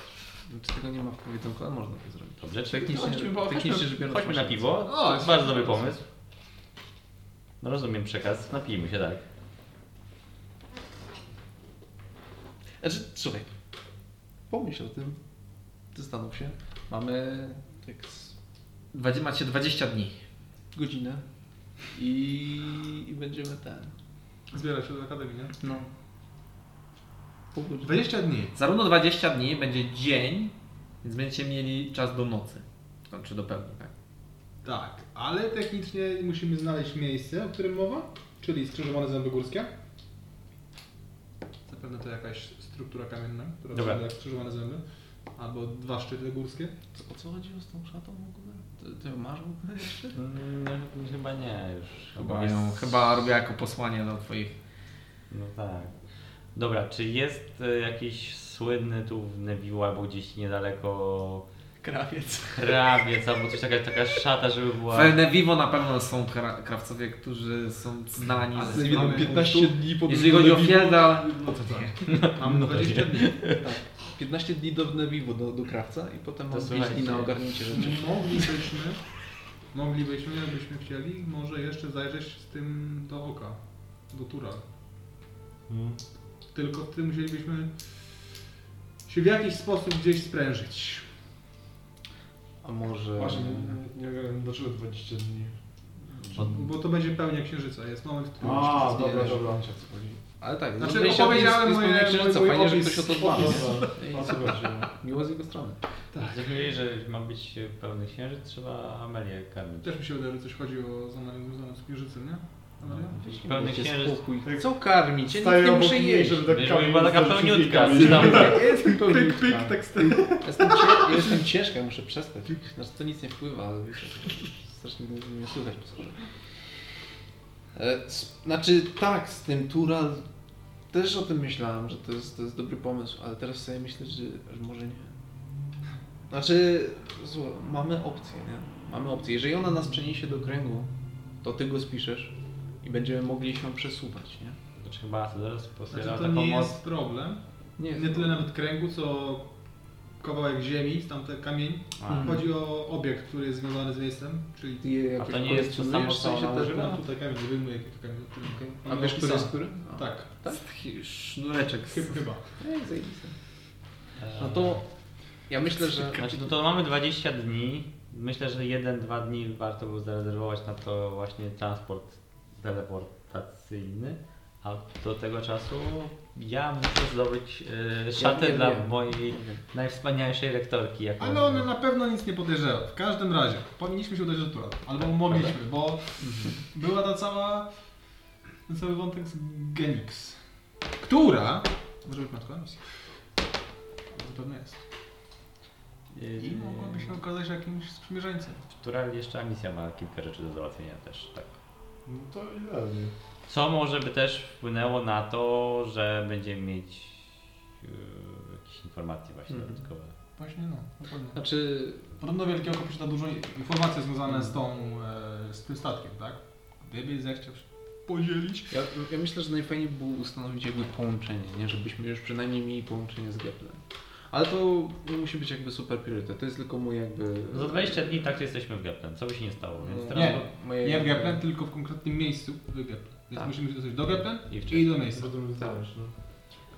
Speaker 1: Znaczy tego nie ma w powiedzonku, ale można to zrobić.
Speaker 5: Dobrze, czyli
Speaker 1: Technicznie, technicznie rzecz biorąc.
Speaker 5: Chodźmy na
Speaker 1: można.
Speaker 5: piwo.
Speaker 3: O,
Speaker 5: to jest bardzo dobry pomysł. No rozumiem przekaz, napijmy się, tak.
Speaker 1: Znaczy, słuchaj, pomyśl o tym, zastanów się. Mamy tak z
Speaker 4: Dwadzie- Macie 20 dni.
Speaker 1: godzinę i, i będziemy ten.
Speaker 3: Zbierać się do Akademii, nie?
Speaker 1: No. Pół godziny.
Speaker 3: 20 dni.
Speaker 4: Zarówno 20 dni będzie dzień, więc będziecie mieli czas do nocy. Czy do pełni, tak?
Speaker 3: Tak, ale technicznie musimy znaleźć miejsce, o którym mowa, czyli skrzyżowane zęby górskie. Zapewne to jakaś struktura kamienna, która
Speaker 5: Dobra.
Speaker 3: wygląda jak skrzyżowane zęby. Albo dwa szczyty górskie.
Speaker 1: Co- O co chodziło z tą szatą w ogóle? Ty, ty masz w ogóle jeszcze?
Speaker 5: No, chyba nie już.
Speaker 4: Chyba,
Speaker 5: jest-
Speaker 4: ją, chyba robię jako posłanie do twoich.
Speaker 5: No tak. Dobra, czy jest e, jakiś słynny tu w Neville albo gdzieś niedaleko
Speaker 1: Krawiec.
Speaker 5: krawiec albo coś taka, taka szata, żeby była...
Speaker 4: Fene Vivo na pewno są kra- krawcowie, którzy są znani
Speaker 3: Ale
Speaker 4: z
Speaker 3: nie wiem,
Speaker 4: mamy-
Speaker 3: 15 dni po
Speaker 4: Jeżeli chodzi o Fielda,
Speaker 3: No to tak. Mamy 20 dni.
Speaker 1: 15 dni do Neviwo, do, do krawca i potem
Speaker 5: To
Speaker 1: mam 5
Speaker 5: słuchajcie.
Speaker 1: dni na ogarnięcie rzeczy.
Speaker 3: Moglibyśmy, moglibyśmy, jakbyśmy chcieli, może jeszcze zajrzeć z tym do oka, do tura. Tylko w tym musielibyśmy się w jakiś sposób gdzieś sprężyć.
Speaker 1: A może...
Speaker 2: Właśnie, nie- nie wiem dlaczego 20 dni.
Speaker 3: Bo to będzie pełnia księżyca, jest moment, w którym...
Speaker 2: A,
Speaker 1: się
Speaker 2: dobra,
Speaker 1: zmieniasz.
Speaker 2: dobra.
Speaker 1: Ale tak,
Speaker 3: Znaczy,
Speaker 1: zrobienie siaty
Speaker 3: opowiedziałem
Speaker 1: jest- jest
Speaker 3: moje-
Speaker 1: pełnia księżyca,
Speaker 3: mój- mój
Speaker 1: Fajnie, że
Speaker 3: opis
Speaker 1: ktoś o to dba. nie?
Speaker 2: O co chodzi?
Speaker 1: Miło z jego strony.
Speaker 3: Tak.
Speaker 5: Zrozumieli, Tak. że ma być e, pełny księżyc, trzeba Amelię karmić.
Speaker 3: Też mi się wydaje, że coś chodzi o zamawianie związane z księżycem,
Speaker 1: No.
Speaker 3: nie? Amalia?
Speaker 5: No, Pełny
Speaker 1: Dajcie
Speaker 5: księżyc.
Speaker 1: spokój. Co karmić? Ja nic
Speaker 2: Staję
Speaker 1: nie
Speaker 2: obok
Speaker 1: muszę
Speaker 2: niej,
Speaker 1: jeść.
Speaker 2: żeby tak
Speaker 5: Wiesz,
Speaker 2: kamień
Speaker 5: była taka
Speaker 2: został
Speaker 5: pełniutka,
Speaker 2: przeciwnika.
Speaker 5: cynamon.
Speaker 1: Jestem pełniutka.
Speaker 3: Pyk, pyk, tak stoi.
Speaker 1: Jestem, cie, ja jestem ciężka, muszę przestać. Znaczy to nic nie wpływa, ale wiesz, strasznie nie, nie słychać po sobie. E, s- Znaczy tak, z tym Tural też o tym myślałem, że to jest, to jest dobry pomysł, ale teraz sobie myślę, że, że może nie. Znaczy, słuchaj, mamy opcję, nie? Mamy opcję. Jeżeli ona nas przeniesie do kręgu, to ty go spiszesz i będziemy mogli się przesuwać, nie?
Speaker 5: Znaczy chyba Asadores
Speaker 3: Znaczy,
Speaker 5: posiada
Speaker 3: to
Speaker 5: taką
Speaker 3: nie
Speaker 5: moc.
Speaker 3: jest problem.
Speaker 1: jest
Speaker 3: Nie tyle nawet kręgu, co kawałek ziemi, tamte kamień.
Speaker 5: A.
Speaker 1: Mhm.
Speaker 3: Chodzi o obiekt, który jest związany z miejscem, czyli
Speaker 1: Ty je
Speaker 5: A
Speaker 1: jakoś
Speaker 5: to nie jest to samo,
Speaker 1: kolekcjonujesz,
Speaker 5: co ona
Speaker 1: te-
Speaker 5: używa?
Speaker 3: No tutaj kamień wyjmuję jakie to kamień. który-
Speaker 1: A
Speaker 3: on
Speaker 1: wiesz,
Speaker 3: był
Speaker 1: który jest
Speaker 3: wpisany.
Speaker 1: który? A.
Speaker 3: Tak,
Speaker 4: sznureczek z
Speaker 3: chyba. chyba.
Speaker 1: Ej, zajebiste.
Speaker 5: E,
Speaker 1: No to ja myślę, że
Speaker 5: Znaczy, no to mamy 20 dni. Myślę, że 1-2 dni warto było zarezerwować na to właśnie transport teleportacyjny. A do tego czasu Ja muszę zdobyć y, szatę
Speaker 1: wiem,
Speaker 5: dla
Speaker 1: wiem.
Speaker 5: mojej najwspanialszej lektorki. Jaką
Speaker 3: Ale one na pewno nic nie podejrzewa. W każdym razie, powinniśmy się udać do Tura. Albo mogliśmy, bo była ta cała... ten cały wątek z Genix. Która... Może być matką misji. Zapewne jest. I mogłaby się okazać jakimś sprzymierzeńcem.
Speaker 5: e, Która jeszcze misja ma kilka rzeczy do załatwienia też, tak.
Speaker 2: No to idealnie.
Speaker 5: Co może by też wpłynęło na to, że będziemy mieć yy, jakieś informacje właśnie
Speaker 3: Mhm.
Speaker 5: dodatkowe.
Speaker 3: Właśnie no, dokładnie.
Speaker 4: Znaczy,
Speaker 3: Podobno Wielkie Oko posiada dużo informacji związanych z tą... E, z tym statkiem, tak? Gdyby zechciał się podzielić.
Speaker 4: ja, ja myślę, że najfajniej by było ustanowić jakby połączenie, nie? Żebyśmy już przynajmniej mieli połączenie z Geplem. Ale to nie musi być jakby super priorytet, to jest tylko mój jakby...
Speaker 5: Za 20 dni tak jesteśmy w Geplen, co by się nie stało, więc
Speaker 4: No,
Speaker 5: teraz...
Speaker 3: Nie.
Speaker 4: moje-
Speaker 3: Nie w Geplen, tylko w konkretnym miejscu w Geplen. Więc
Speaker 4: Tak.
Speaker 3: musimy się dostać do Geplen
Speaker 5: I w
Speaker 3: i do miejsca.
Speaker 5: Tak.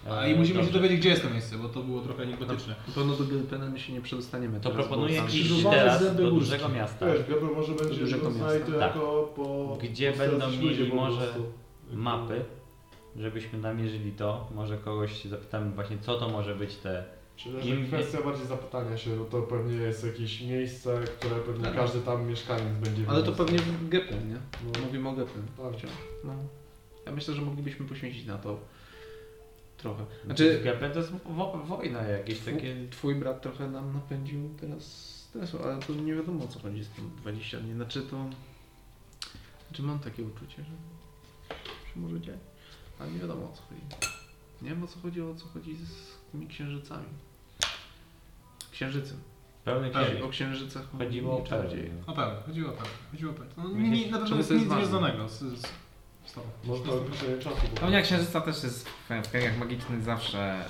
Speaker 2: no.
Speaker 3: A i
Speaker 5: E,
Speaker 3: musimy się
Speaker 5: dobrze.
Speaker 3: dowiedzieć, gdzie jest to miejsce, bo to było trochę anegdotyczne.
Speaker 4: Na pewno do Geplena my się nie przedostaniemy
Speaker 5: To
Speaker 4: teraz,
Speaker 5: proponuję
Speaker 4: bo tam-
Speaker 5: iść
Speaker 2: Krzyżowane
Speaker 5: teraz
Speaker 2: zęby
Speaker 5: do
Speaker 2: górski.
Speaker 5: dużego miasta,
Speaker 2: Wiesz, Gabriel może będzie
Speaker 4: Duże to
Speaker 2: znali to
Speaker 4: miasto.
Speaker 2: jako po...
Speaker 5: Gdzie
Speaker 2: po
Speaker 5: będą
Speaker 2: stracić
Speaker 5: mieli
Speaker 2: ludzie po
Speaker 5: może
Speaker 2: prostu.
Speaker 5: mapy, żebyśmy namierzyli to, może kogoś zapytamy właśnie co to może być te...
Speaker 2: Czy też
Speaker 5: Im-
Speaker 2: kwestia bardziej zapytania się, no to pewnie jest jakieś miejsce, które pewnie
Speaker 3: Tak.
Speaker 2: każdy tam mieszkaniec będzie
Speaker 4: Ale to
Speaker 2: wiedział.
Speaker 4: pewnie w Geplen, nie?
Speaker 2: No.
Speaker 4: Mówimy o Geplen.
Speaker 2: Tak.
Speaker 4: wciąż. No. Ja myślę, że moglibyśmy poświęcić na to trochę.
Speaker 5: Znaczy...
Speaker 4: Znaczy,
Speaker 5: Geplen to jest wo wojna jakieś
Speaker 4: Twu-
Speaker 5: takie...
Speaker 4: Twój brat trochę nam napędził teraz stresu, ale to nie wiadomo o co chodzi z tym 20 dni. Znaczy to... Znaczy mam takie uczucie, że się może dziać, ale nie wiadomo o co chodzi. Nie wiem o co chodzi, o co chodzi z tymi księżycami. Księżycem.
Speaker 5: Pełny
Speaker 3: Pełny.
Speaker 5: księżyc.
Speaker 4: O księżycach
Speaker 5: Chodziło o
Speaker 4: mówili
Speaker 5: bardziej.
Speaker 3: O pewno, No tak, chodziło o pewno, chodziło o pewno. No,
Speaker 5: Myślisz,
Speaker 3: nie, na pewno
Speaker 4: czemu
Speaker 3: jest
Speaker 4: to jest
Speaker 3: nic
Speaker 4: ważne?
Speaker 3: związanego z, z, z tobą.
Speaker 2: Może to określenie czasu. bo-
Speaker 1: Pełnia księżyca też jest w w kręgach magicznych zawsze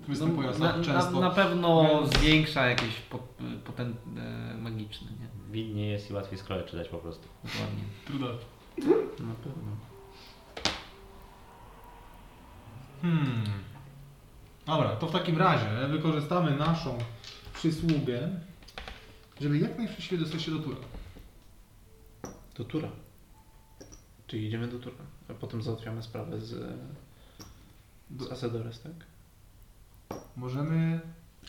Speaker 1: no,
Speaker 3: Występuje
Speaker 1: na,
Speaker 3: ostatnio
Speaker 1: na,
Speaker 3: tak często.
Speaker 1: na pewno
Speaker 3: Więc-
Speaker 1: zwiększa jakiś pot, potent e, magiczny, nie?
Speaker 5: Widnie jest i łatwiej scrolle czytać po prostu.
Speaker 1: Dokładnie.
Speaker 3: Trudno.
Speaker 4: Na pewno.
Speaker 3: Hmm. Dobra, to w takim razie wykorzystamy naszą przysługę, żeby jak najszybciej dostać się do tura.
Speaker 4: Do Tura. Czyli idziemy do Tura, a potem załatwiamy sprawę z, z Asedores, tak?
Speaker 3: Możemy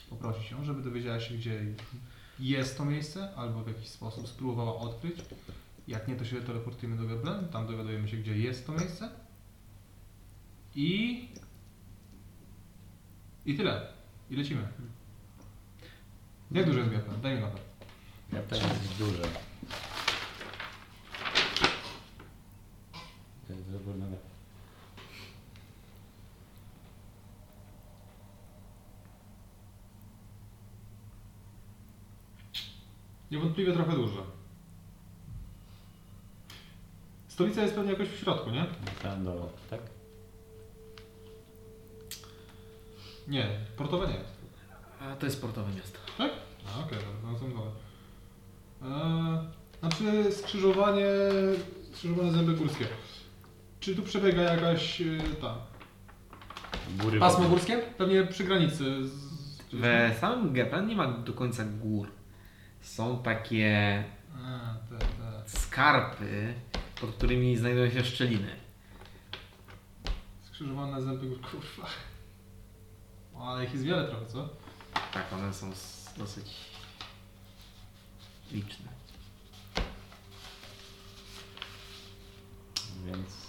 Speaker 3: poprosić ją, żeby dowiedziała się, gdzie jest to miejsce, albo w jakiś sposób spróbowała odkryć. Jak nie, to się teleportujemy do Gablen, tam dowiadujemy się, gdzie jest to miejsce. I... I tyle. I lecimy. Jak duży jest Gablen? Daj mi mapę.
Speaker 5: Geplen jest duże. To jest do górnego.
Speaker 3: Niewątpliwie trochę duże. Stolica jest pewnie jakoś w środku, nie?
Speaker 5: Na samym dole, tak?
Speaker 3: Nie, portowe nie.
Speaker 1: A to jest portowe miasto.
Speaker 3: A, okej, dobra, no to dobra. Eee, znaczy skrzyżowanie, skrzyżowane zęby górskie. Czy tu przebiega jakaś e, ta...
Speaker 5: Góry
Speaker 3: Pasmo
Speaker 5: wody.
Speaker 3: górskie? Pewnie przy granicy z...
Speaker 1: W samym Geplen nie ma do końca gór. Są takie
Speaker 3: A, te, te.
Speaker 1: skarpy, pod którymi znajdują się szczeliny.
Speaker 3: Skrzyżowane zęby górskie, kurwa. Ale ich jest wiele trochę, co?
Speaker 1: Tak, one są s- dosyć liczne.
Speaker 5: Więc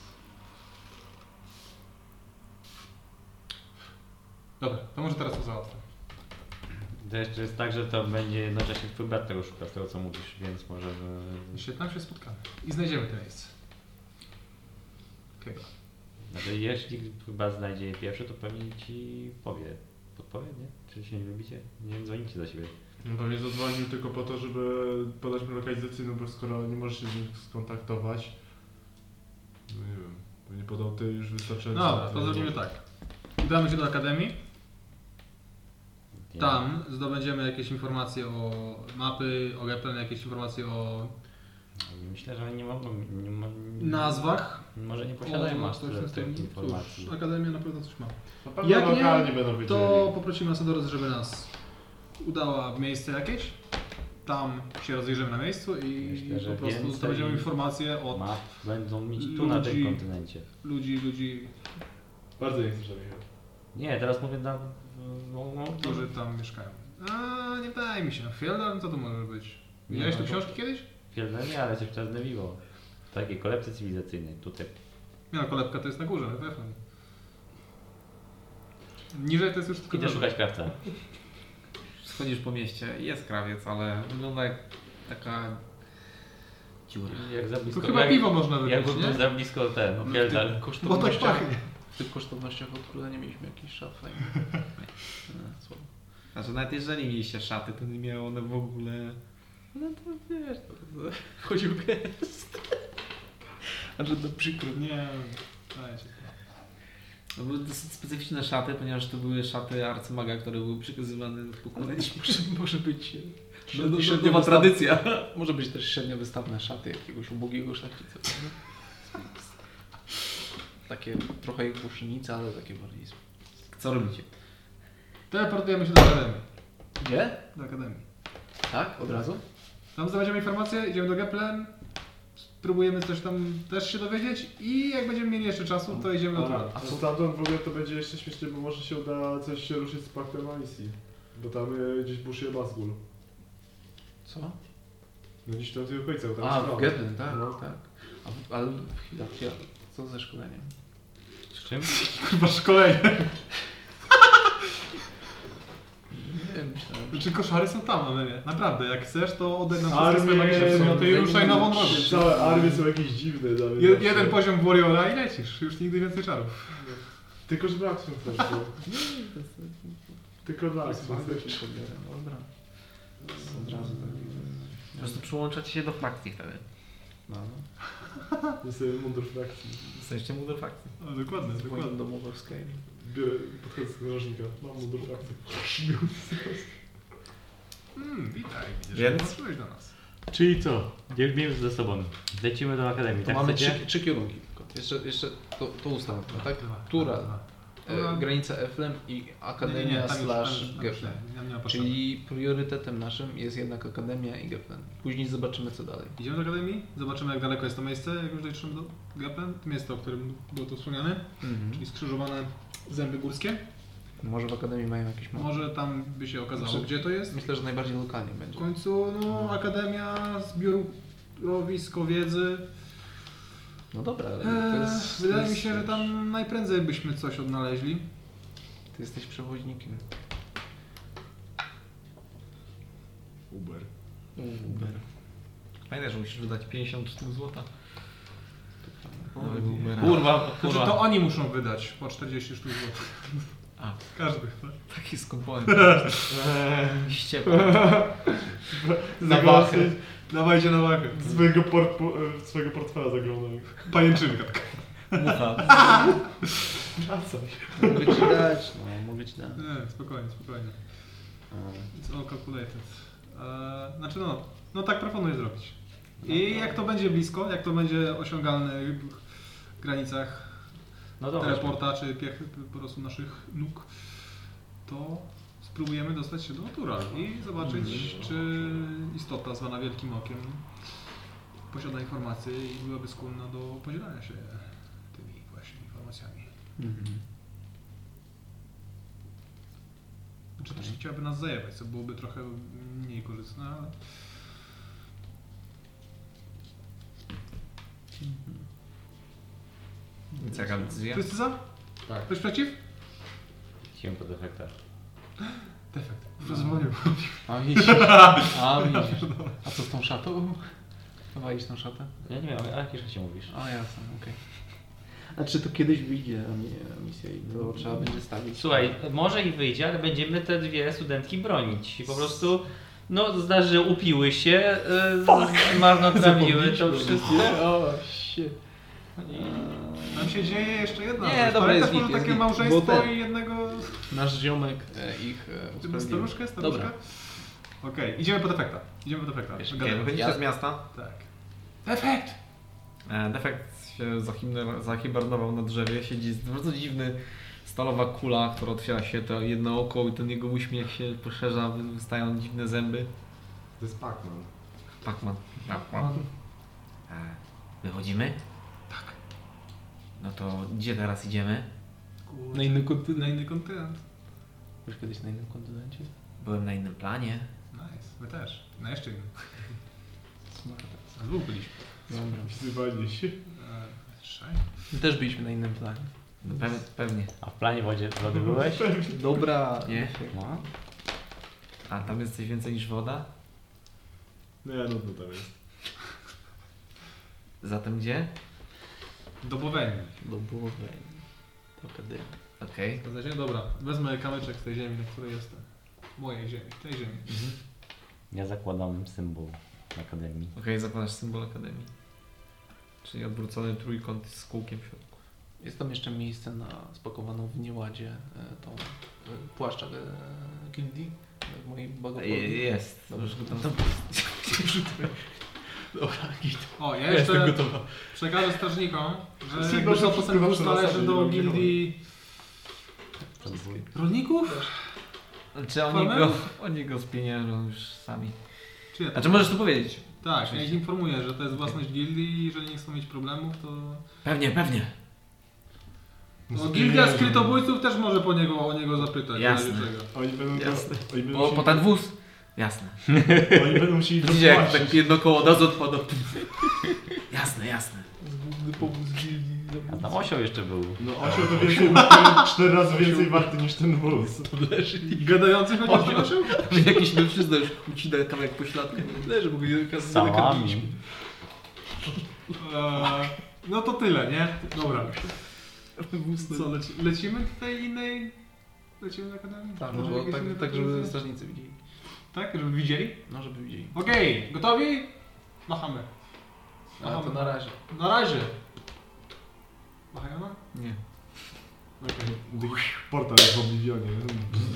Speaker 3: Dobra, to może teraz to załatwię.
Speaker 5: to jeszcze jest tak, że to będzie jednocześnie twój brat tego szuka, z tego co mówisz, więc może... e,
Speaker 3: Jeszcze tam się spotkamy i znajdziemy to miejsce. Chyba.
Speaker 5: Znaczy, jeśli chyba znajdzie je pierwszy, to pewnie ci powie. Podpowie, nie? Czy się nie lubicie? Nie dzwonicie do siebie.
Speaker 2: No pewnie zadzwonił tylko po to, żeby podać mi lokalizację, no bo skoro nie możesz się z nim skontaktować. No nie wiem, pewnie podał ty już wystarczająco.
Speaker 3: Dobra, to zrobimy tak. Udamy się do akademii.
Speaker 5: Nie.
Speaker 3: Tam zdobędziemy jakieś informacje o mapy, o Geplen, jakieś informacje o
Speaker 5: Myślę, że oni nie mogą. Nie, mo- nie,
Speaker 3: nazwach.
Speaker 5: Może nie
Speaker 3: O,
Speaker 5: posiadają aż
Speaker 3: coś w
Speaker 5: tyle
Speaker 3: tym stylu.
Speaker 5: tych informacji.
Speaker 3: Cóż, Akademia na pewno coś ma.
Speaker 2: Na pewno
Speaker 3: Jak nie,
Speaker 2: lokalnie będą wiedzieli.
Speaker 3: To poprosimy Asadores, żeby nas udała w miejsce jakieś. tam się rozejrzymy na miejscu i
Speaker 5: Myślę, że
Speaker 3: po prostu
Speaker 5: więcej
Speaker 3: zdobędziemy informacje od
Speaker 5: Map będą mieć tu na
Speaker 3: Ludzi.
Speaker 5: tym kontynencie.
Speaker 3: ludzi, ludzi,
Speaker 2: Bardzo nie słyszę, Michał.
Speaker 5: Nie, teraz mówię na... No, no,
Speaker 3: którzy tam mieszkają. A nie wydaje mi się, no Fjeldar, co to może być? Widziałeś
Speaker 5: Nie,
Speaker 3: tu
Speaker 5: no to-
Speaker 3: książki kiedyś?
Speaker 5: Pierdolenie, ale coś teraz znewiło. W takiej kolebce cywilizacyjnej, tutaj.
Speaker 3: Nie no, kolebka to jest na górze, na pewno. Niżej to jest już tylko
Speaker 5: Idę
Speaker 3: droga.
Speaker 5: szukać krawca.
Speaker 1: Schodzisz po mieście, jest krawiec, ale wygląda jak taka dziura.
Speaker 5: Jak za
Speaker 3: Tu
Speaker 5: blisko...
Speaker 3: chyba
Speaker 5: jak,
Speaker 3: piwo można
Speaker 5: jak
Speaker 3: wypić,
Speaker 5: był
Speaker 3: nie?
Speaker 5: za blisko ten, Pierdol.
Speaker 2: Bo tak pachnie.
Speaker 4: W tych kosztownościach od króla nie mieliśmy jakiejś szafy. No, słabo.
Speaker 1: Znaczy nawet jeżeli mieliście szaty, to nie miały one w ogóle...
Speaker 4: No to wiesz, to- to- wchodził gest. Znaczy to przykro.
Speaker 3: Nie, wydaje się.
Speaker 1: To były dosyć specyficzne szaty, ponieważ to były szaty arcymaga, które były przekazywane do
Speaker 4: Ale
Speaker 1: pokoju.
Speaker 4: może, może być...
Speaker 1: No, no,
Speaker 4: średniowa
Speaker 1: no, no,
Speaker 4: tradycja. Może być też średnio wystawne szaty jakiegoś ubogiego szlachcica. prawda? Takie trochę jak gusienica, ale takie bardziej...
Speaker 1: Co robicie?
Speaker 3: Teleportujemy się do Akademii.
Speaker 4: Gdzie?
Speaker 3: Do Akademii.
Speaker 4: Tak? Od razu?
Speaker 3: Tam zdobędziemy informacje, idziemy do Geplen, spróbujemy coś tam też się dowiedzieć i jak będziemy mieli jeszcze czasu, to idziemy do Tradu.
Speaker 2: A co stamtąd w ogóle to będzie jeszcze śmieszniej, bo może się uda coś się ruszyć z paktem Alicji. Bo tam y, gdzieś buszuje Basgul.
Speaker 4: Co?
Speaker 2: No gdzieś tam w tej okolicy, bo tam
Speaker 4: A,
Speaker 2: jest
Speaker 4: w
Speaker 2: prawda.
Speaker 4: Geplen, tak,
Speaker 2: No.
Speaker 4: tak. A, w- ale chwila, chwila. Co ze szkoleniem?
Speaker 5: Z czym?
Speaker 3: Chyba szkolenie.
Speaker 4: Nie wiem, myślałem.
Speaker 3: Znaczy koszary są tam, ale nie. Naprawdę, jak chcesz, to oddaj
Speaker 2: No,
Speaker 3: nam wszystkie swoje magiczne
Speaker 2: Armie,
Speaker 3: przedmioty i ruszaj nową drogę.
Speaker 2: Całe armie są jakieś dziwne dla mnie.
Speaker 3: tak Je-
Speaker 2: zawsze.
Speaker 3: Jeden poziom Warriora i lecisz, już nigdy więcej czarów.
Speaker 2: Tylko, żeby akcją też było. Tylko dla akcji.
Speaker 4: Dobra. Od razu tak.
Speaker 28: Po prostu przyłączacie się do frakcji wtedy.
Speaker 4: No, no.
Speaker 2: Jestem mundur frakcji.
Speaker 28: Jesteście mu do frakcji.
Speaker 3: O, dokładnie,
Speaker 4: Dokładnie.
Speaker 3: dokładnie.
Speaker 4: Domowe w Skyrim.
Speaker 2: Biorę, podchodzę z narożnika. Mam mundur frakcji.
Speaker 3: Mm, witaj, widzisz,
Speaker 28: Więc?
Speaker 3: że przybyłeś do nas.
Speaker 5: Czyli co? Biegniemy już ze sobą. Lecimy do Akademii,
Speaker 4: To
Speaker 5: tak
Speaker 4: mamy
Speaker 5: chcecie?
Speaker 4: trzy, trzy kierunki tylko. Jeszcze, jeszcze to, to ustawa, tak?
Speaker 3: Dwa,
Speaker 4: Która?
Speaker 3: dwa, dwa.
Speaker 4: E, granica Eflem i
Speaker 3: Nie, nie, nie, tam
Speaker 4: Akademia
Speaker 3: już, tam już,
Speaker 4: slash
Speaker 3: tam już nie,
Speaker 4: Geflen.
Speaker 3: nie, nie ma potrzeby.
Speaker 4: Czyli priorytetem naszym jest jednak Akademia i Geflen. Później zobaczymy co dalej.
Speaker 3: Idziemy do Akademii, zobaczymy jak daleko jest to miejsce, jak już dojedziemy do Geplen, to miejsce, o którym było tu wspomniane, czyli skrzyżowane zęby górskie.
Speaker 4: Może w Akademii mają jakieś mapy.
Speaker 3: Może tam by się okazało,
Speaker 4: Znaczy-
Speaker 3: gdzie to jest.
Speaker 4: Myślę, że najbardziej lokalnie
Speaker 3: W
Speaker 4: będzie.
Speaker 3: końcu
Speaker 4: Hmm.
Speaker 3: no, Akademia, zbiorowisko wiedzy.
Speaker 4: No dobra, ale to
Speaker 3: Eee,
Speaker 4: jest... to
Speaker 3: wydaje
Speaker 4: jest-
Speaker 3: mi się, że tam najprędzej byśmy coś odnaleźli.
Speaker 4: Ty jesteś przewodnikiem.
Speaker 2: Uber.
Speaker 4: Uber.
Speaker 1: Pamiętaj, że musisz wydać 50 sztuk złota.
Speaker 5: Kurwa,
Speaker 3: Znaczy, to
Speaker 5: kurwa.
Speaker 3: oni muszą wydać po 40 sztuk złotych.
Speaker 1: A.
Speaker 3: Każdy. tak?
Speaker 1: Taki skąpany. Ściepa.
Speaker 2: Zaglądam
Speaker 3: Dawajcie na wachę.
Speaker 2: swojego, port, po, e, swojego portfela zaglądam.
Speaker 3: Pajęczynka taka.
Speaker 2: A coś.
Speaker 4: Mogę ci dać, no, mogę ci dać.
Speaker 3: Nie, spokojnie, spokojnie. It's all calculated. Eee, znaczy no, no tak proponuję zrobić.
Speaker 4: No
Speaker 3: I jak to będzie blisko, jak to będzie osiągalne w granicach
Speaker 5: No dobra.
Speaker 3: teleporta czy piech po prostu naszych nóg, to spróbujemy dostać się do natura i zobaczyć,
Speaker 4: Mhm.
Speaker 3: czy istota zwana Wielkim Okiem posiada informacje i byłaby skłonna do podzielania się tymi właśnie informacjami.
Speaker 4: Mhm.
Speaker 3: Czy też nie chciałaby nas zajebać, co byłoby trochę mniej korzystne, ale...
Speaker 1: Więc jaka decyzja?
Speaker 3: Wszyscy za?
Speaker 2: Tak.
Speaker 3: Ktoś przeciw?
Speaker 5: Idziemy po defekta.
Speaker 3: Defekt. Rozwalił.
Speaker 4: No. A widzisz, a widzisz. A co z tą szatą? Walisz tą szatę?
Speaker 5: Ja nie wiem, a jakie rzeczy mówisz?
Speaker 4: A jasne, okej. A czy to kiedyś wyjdzie, a nie misja i to trzeba będzie stawić.
Speaker 5: Słuchaj, może i wyjdzie, ale będziemy te dwie studentki bronić. I po prostu, no zdarzy, że upiły się, y, marnotrawiły to wszystko.
Speaker 4: O, shit.
Speaker 3: Tam się dzieje jeszcze jedna
Speaker 4: Nie,
Speaker 3: rzecz.
Speaker 4: dobra,
Speaker 3: Pamiętasz
Speaker 4: jest
Speaker 3: może
Speaker 4: git, jest
Speaker 3: takie
Speaker 4: git.
Speaker 3: małżeństwo
Speaker 4: Bo ten-
Speaker 3: i jednego...
Speaker 4: Nasz ziomek e, ich e,
Speaker 3: Czy
Speaker 4: usprawiedliwił.
Speaker 3: staruszkę? Staruszkę?
Speaker 4: Dobra.
Speaker 3: Okej, idziemy po defekta. Idziemy po defekta.
Speaker 4: Wiesz,
Speaker 3: Gadamy.
Speaker 1: Wychodzicie z miasta.
Speaker 3: Tak. Defekt!
Speaker 1: E, Defekt się zahimner- zahibernował na drzewie. Siedzi z- bardzo dziwny stalowa kula, która otwiera się to jedno oko i ten jego uśmiech się poszerza, wy- wystają dziwne zęby.
Speaker 2: To jest Pac-Man.
Speaker 1: Pacman. Pacman. E, Wychodzimy? Tak. No to gdzie teraz idziemy?
Speaker 3: Na inny, konty- na inny kontynent.
Speaker 4: Już kiedyś na innym kontynencie?
Speaker 1: Byłem na innym planie.
Speaker 3: Nice, my też. Na jeszcze innym. Na dwóch byliśmy.
Speaker 4: Dobra.
Speaker 2: Wzywali się.
Speaker 3: E, trzej?
Speaker 4: My też byliśmy na innym planie.
Speaker 1: No pe pewnie.
Speaker 5: A w planie wodzie wody byłeś?
Speaker 4: Dobra.
Speaker 1: Nie?
Speaker 5: No.
Speaker 1: A tam jest coś więcej niż woda?
Speaker 2: Nie, nudno no tam jest.
Speaker 1: Zatem gdzie?
Speaker 3: Do Bowenii.
Speaker 4: Do Bowej. Do Akademii.
Speaker 1: Okej.
Speaker 3: Zgadza się? Dobra, wezmę kamyczek z tej ziemi, na której jestem. Mojej ziemi, tej ziemi.
Speaker 5: Ja zakładam symbol Akademii.
Speaker 1: Okej, zakładasz symbol Akademii. Czyli odwrócony trójkąt z kółkiem w środku.
Speaker 4: Jest tam jeszcze miejsce na spakowaną w nieładzie e, tą e, płaszczak e, gildii e, w mojej bagapoli.
Speaker 1: Jest.
Speaker 4: Dobrze,
Speaker 1: Dobrze,
Speaker 4: że
Speaker 1: go
Speaker 4: go
Speaker 1: tam
Speaker 4: tam- Dobra, git.
Speaker 3: O, ja jeszcze przekażę strażnikom, że jakby
Speaker 2: Symbol
Speaker 3: to
Speaker 2: się
Speaker 3: potem już
Speaker 2: przybywa przy
Speaker 3: należy
Speaker 2: lasadzie,
Speaker 3: do
Speaker 2: nie
Speaker 3: gildii rolników?
Speaker 1: Czy Znaczy, oni
Speaker 3: Kłamałem?
Speaker 1: go, oni go spieniężą już sami.
Speaker 3: Czy ja
Speaker 1: A czy możesz to powiedzieć?
Speaker 3: Tak, ja ich informuję, że to jest własność gildii i jeżeli nie chcą mieć problemów, to...
Speaker 1: Pewnie, pewnie.
Speaker 3: No, gildia skrytobójców też może po niego, o niego zapytać.
Speaker 1: Jasne.
Speaker 3: w razie czego.
Speaker 2: Oni będą,
Speaker 1: Jasne.
Speaker 2: Oni będą,
Speaker 1: Po, po
Speaker 2: musieli,
Speaker 1: ten wóz? Jasne.
Speaker 2: oni będą musieli to
Speaker 1: Widzicie jak
Speaker 2: płacić.
Speaker 1: tak jedno koło nas odpada. Jasne, jasne.
Speaker 4: Zgubny powóz gildii.
Speaker 5: A tam osioł jeszcze był.
Speaker 2: No osioł to więcej, cztery razy więcej warty niż ten wóz.
Speaker 3: Gadający chociaż nie osiem?
Speaker 4: Jakiś mężczyzna już ucina kawałek pośladka. Leży, bo go nie
Speaker 5: Z
Speaker 4: kasuje
Speaker 5: sałami.
Speaker 3: Eee, No to tyle, nie? Dobra. Co, leci, lecimy do tej innej... Lecimy do akademii?
Speaker 1: No,
Speaker 4: Tak,
Speaker 3: Może
Speaker 4: bo
Speaker 3: jakieś
Speaker 4: tak,
Speaker 3: inne
Speaker 4: tak, żeby
Speaker 3: propozycje?
Speaker 4: strażnicy widzieli.
Speaker 3: Tak, żeby widzieli?
Speaker 4: No, żeby widzieli.
Speaker 3: Okej, gotowi? Machamy.
Speaker 4: A to
Speaker 3: Machamy.
Speaker 4: na razie.
Speaker 3: Na razie. Machajona?
Speaker 1: Nie.
Speaker 3: Okej.
Speaker 2: Portal jest w Oblivionie.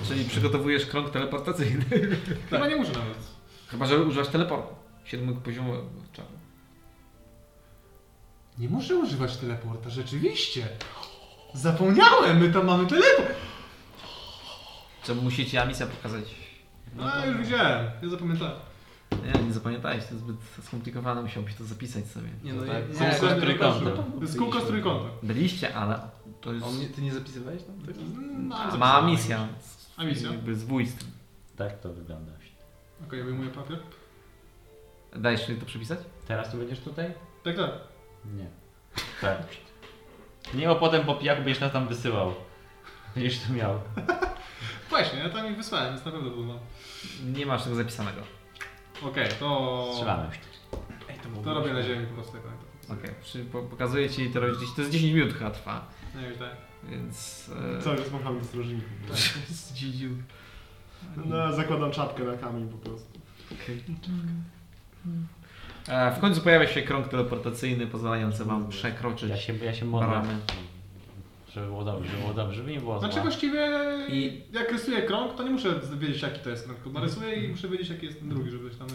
Speaker 1: Czyli przygotowujesz krąg teleportacyjny.
Speaker 4: Tak.
Speaker 3: Chyba nie muszę nawet.
Speaker 1: Chyba, że używasz teleportu. Siedmego poziomu czarno.
Speaker 3: Nie muszę używać teleporta, rzeczywiście. Zapomniałem, my tam mamy teleport.
Speaker 1: Co musicie ja misja pokazać?
Speaker 3: No już widziałem, ja zapamiętałem.
Speaker 1: Nie, nie zapamiętałeś, to zbyt skomplikowane, musiałbyś to zapisać sobie.
Speaker 4: Nie, no,
Speaker 5: Tak,
Speaker 4: nie,
Speaker 5: kółko z
Speaker 4: nie, nie,
Speaker 5: trójkątem.
Speaker 4: nie,
Speaker 3: To jest kółko z trójkątem.
Speaker 1: Byliście, ale to
Speaker 4: On nie,
Speaker 1: jest...
Speaker 4: ty nie zapisywałeś tam tego?
Speaker 3: No, ale
Speaker 1: Ma
Speaker 3: zapisałem.
Speaker 1: misja.
Speaker 3: A misja? Okej,
Speaker 1: Jakby z bójstwem.
Speaker 5: Tak to wygląda.
Speaker 3: wyjmuję papier.
Speaker 1: Dajesz mi to przepisać?
Speaker 5: Teraz tu będziesz tutaj?
Speaker 3: Tak, tak.
Speaker 5: Nie. Tak. Nie, bo potem po pijaku będziesz nas tam wysyłał. Będziesz to miał.
Speaker 3: Właśnie, ja tam ich wysłałem, więc na pewno było.
Speaker 1: Nie masz tego zapisanego.
Speaker 3: Okej, to...
Speaker 5: Strzelamy.
Speaker 4: Ej, to
Speaker 3: To
Speaker 4: mogło
Speaker 3: robię
Speaker 4: być.
Speaker 3: na ziemi po prostu. tak, tak.
Speaker 1: Okej, przy- po- pokazuję ci to robić. To jest 10 minut chyba trwa,
Speaker 3: Nie wiem, tak.
Speaker 1: więc. e,
Speaker 2: Cały czas machamy do strażników.
Speaker 1: Zdziwił.
Speaker 2: No, zakładam czapkę na kamień po prostu.
Speaker 1: E, w końcu pojawia się krąg teleportacyjny pozwalający wam przekroczyć
Speaker 5: Ja się, ja się modlę.
Speaker 1: bramy.
Speaker 5: Żeby było dobrze, żeby było dobrze, żeby nie było zła.
Speaker 3: Znaczy właściwie
Speaker 1: I-
Speaker 3: jak rysuję krąg, to nie muszę wiedzieć jaki to jest krąg. tylko Narysuję i muszę wiedzieć jaki jest ten drugi, żeby się tam...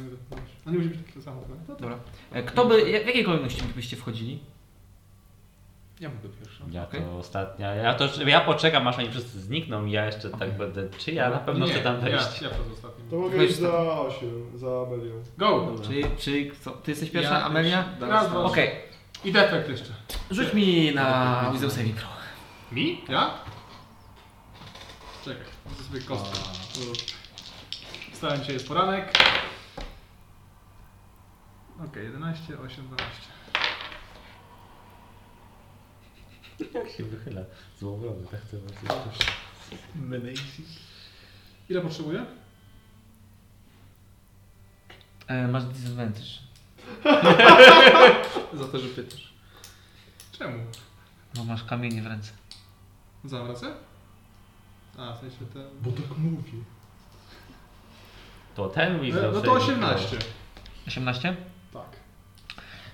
Speaker 3: No nie musi być to samo, tak? prawda?
Speaker 1: Dobra. E, kto by. ja- W jakiej kolejności byście wchodzili?
Speaker 4: Ja mogę pierwszy.
Speaker 5: Ja
Speaker 1: Okej.
Speaker 5: to ostatnia. Ja, to, ja poczekam aż oni wszyscy znikną i ja jeszcze tak będę. Czy ja na pewno chcę tam wejść?
Speaker 3: Ja, ja przed ostatnim.
Speaker 2: To mogę
Speaker 1: Weź
Speaker 2: iść za osiem, za Amelią.
Speaker 3: Go!
Speaker 1: Czy, czy co? Ty jesteś pierwsza,
Speaker 3: Ja
Speaker 1: Amelia?
Speaker 3: też. Raz, dwa,
Speaker 1: Okej,
Speaker 3: I defekt jeszcze.
Speaker 1: rzuć mi na Wisdom Saving Pro.
Speaker 3: Mi? Ja? Czekaj, muszę sobie kostkę. Wstałem dzisiaj jest poranek. Okej, 11, 8, 12.
Speaker 5: Jak się wychyla? Złowiony, tak to
Speaker 3: Ile potrzebuję?
Speaker 1: E, masz disadvantage.
Speaker 4: Za to, że pytasz.
Speaker 3: Czemu?
Speaker 1: Bo No, masz kamienie w ręce.
Speaker 3: Zawracę? A, w sensie ten...
Speaker 2: Bo tak mówię.
Speaker 5: To ten Wiz
Speaker 3: No to 18.
Speaker 1: 18?
Speaker 3: Tak.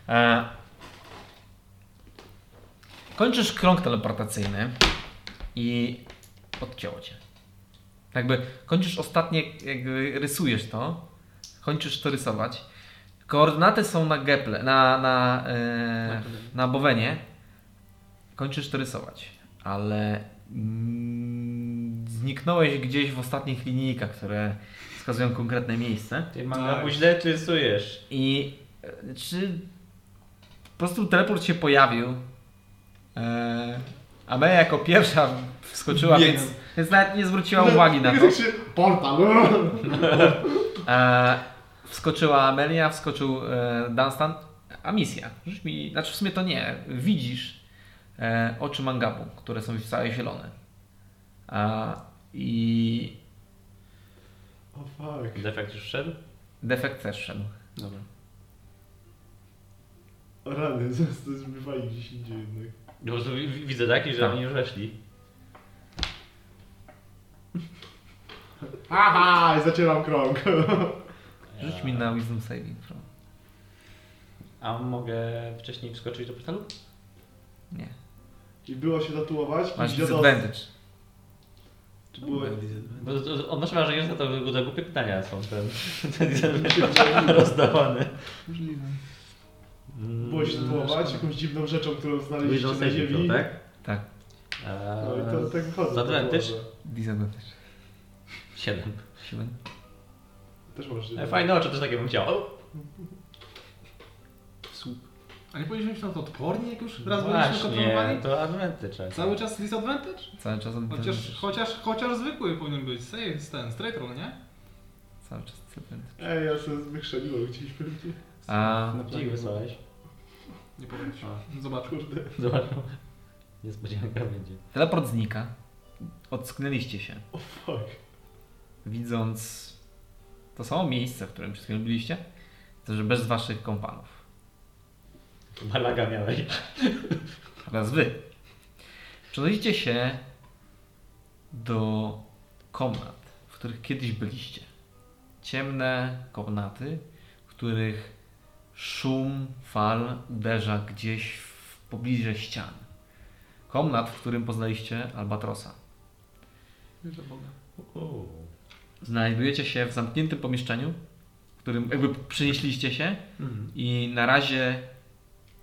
Speaker 1: E, kończysz krąg teleportacyjny i odcięło cię. Jakby kończysz ostatnie, jakby rysujesz to, kończysz to rysować. Koordynaty są na Geple, na, na, e, na Bowenie. Kończysz to rysować, ale mm, Zniknąłeś gdzieś w ostatnich linijkach, które wskazują konkretne miejsce.
Speaker 5: Ty mangabu No, źle ty rysujesz.
Speaker 1: I e, czy po prostu teleport się pojawił? E, a Meja jako pierwsza wskoczyła,
Speaker 3: Biec.
Speaker 1: więc, więc nawet nie zwróciła uwagi na to.
Speaker 2: Jak się- Portal!
Speaker 1: E, wskoczyła Amelia, wskoczył e, Dunstan. A misja. Rzuć mi, znaczy w sumie to nie. Widzisz e, oczy mangabu, które są całe zielone. A, I
Speaker 2: O oh, fuck.
Speaker 5: Defekt już wszedł?
Speaker 1: defekt też szedł.
Speaker 5: Dobra.
Speaker 2: O Rany, zaraz to zbywali gdzieś indziej jednak.
Speaker 5: No, to wi- wi- widzę taki, że
Speaker 1: Tak.
Speaker 5: oni już weszli.
Speaker 2: Aha! I zacieram krąg.
Speaker 1: Rzuć mi na Wisdom Saving Throw.
Speaker 5: A mogę wcześniej wskoczyć do portalu?
Speaker 1: Nie.
Speaker 2: I było się tatuować.
Speaker 1: Masz
Speaker 2: i dziados-
Speaker 1: disadvantage.
Speaker 2: Czy było...
Speaker 5: Bo to- to- odnoszę wrażenie, że to wygląda głupie pytania są ten, ten rozdawane. Mm,
Speaker 3: Możliwe.
Speaker 2: Było się tatuować jakąś dziwną rzeczą, którą znaleźliście
Speaker 5: Wisdom
Speaker 2: na
Speaker 5: saving
Speaker 2: ziemi.
Speaker 5: throw, tak?
Speaker 1: Tak.
Speaker 5: Eee,
Speaker 2: No i to tak wychodzą.
Speaker 5: Za advantage?
Speaker 2: tatuaże.
Speaker 1: Disadvantage.
Speaker 5: Eee, Siedem.
Speaker 1: Siłę.
Speaker 2: Też możesz.
Speaker 5: E, Fajne oczy, też takie bym chciał. O,
Speaker 3: A nie powinniśmy na to odporni, jak już raz byliśmy
Speaker 5: Właśnie,
Speaker 3: kontrolowani?
Speaker 5: to advantage.
Speaker 3: Cały czas disadvantage?
Speaker 1: Cały czas
Speaker 3: Chociaż,
Speaker 1: advantage.
Speaker 3: chociaż, chociaż zwykły powinien być. Save, ten, straight roll, nie?
Speaker 1: Cały czas disadvantage.
Speaker 2: Ej, ja sobie wychrzeliłem gdzieś pewnie.
Speaker 1: A,
Speaker 5: No, Dzik wysłałeś.
Speaker 3: Nie powiem ci. Zobaczmy.
Speaker 5: Zobacz. Niespodzianka będzie.
Speaker 1: teleport znika. Ocknęliście się.
Speaker 2: O fuck.
Speaker 1: widząc to samo miejsce, w którym przed chwilą byliście, to że bez waszych kompanów.
Speaker 5: Chyba laga miałeś.
Speaker 1: Oraz wy. Przenosicie się do komnat, w których kiedyś byliście. Ciemne komnaty, w których szum fal uderza gdzieś w pobliże ścian. Komnat, w którym poznaliście Albatrosa.
Speaker 3: Wierzę Boga.
Speaker 5: O,
Speaker 1: Znajdujecie się w zamkniętym pomieszczeniu, w którym jakby przenieśliście się i na razie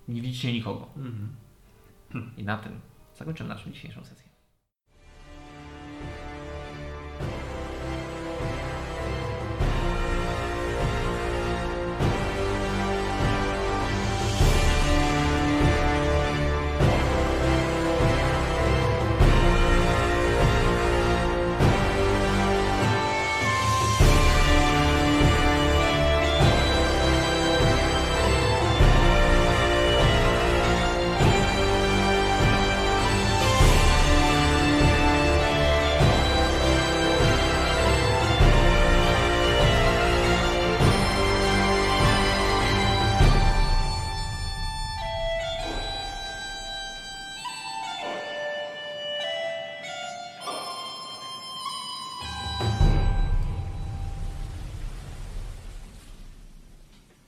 Speaker 1: nie widzicie nikogo. I na tym zakończymy naszą dzisiejszą sesję.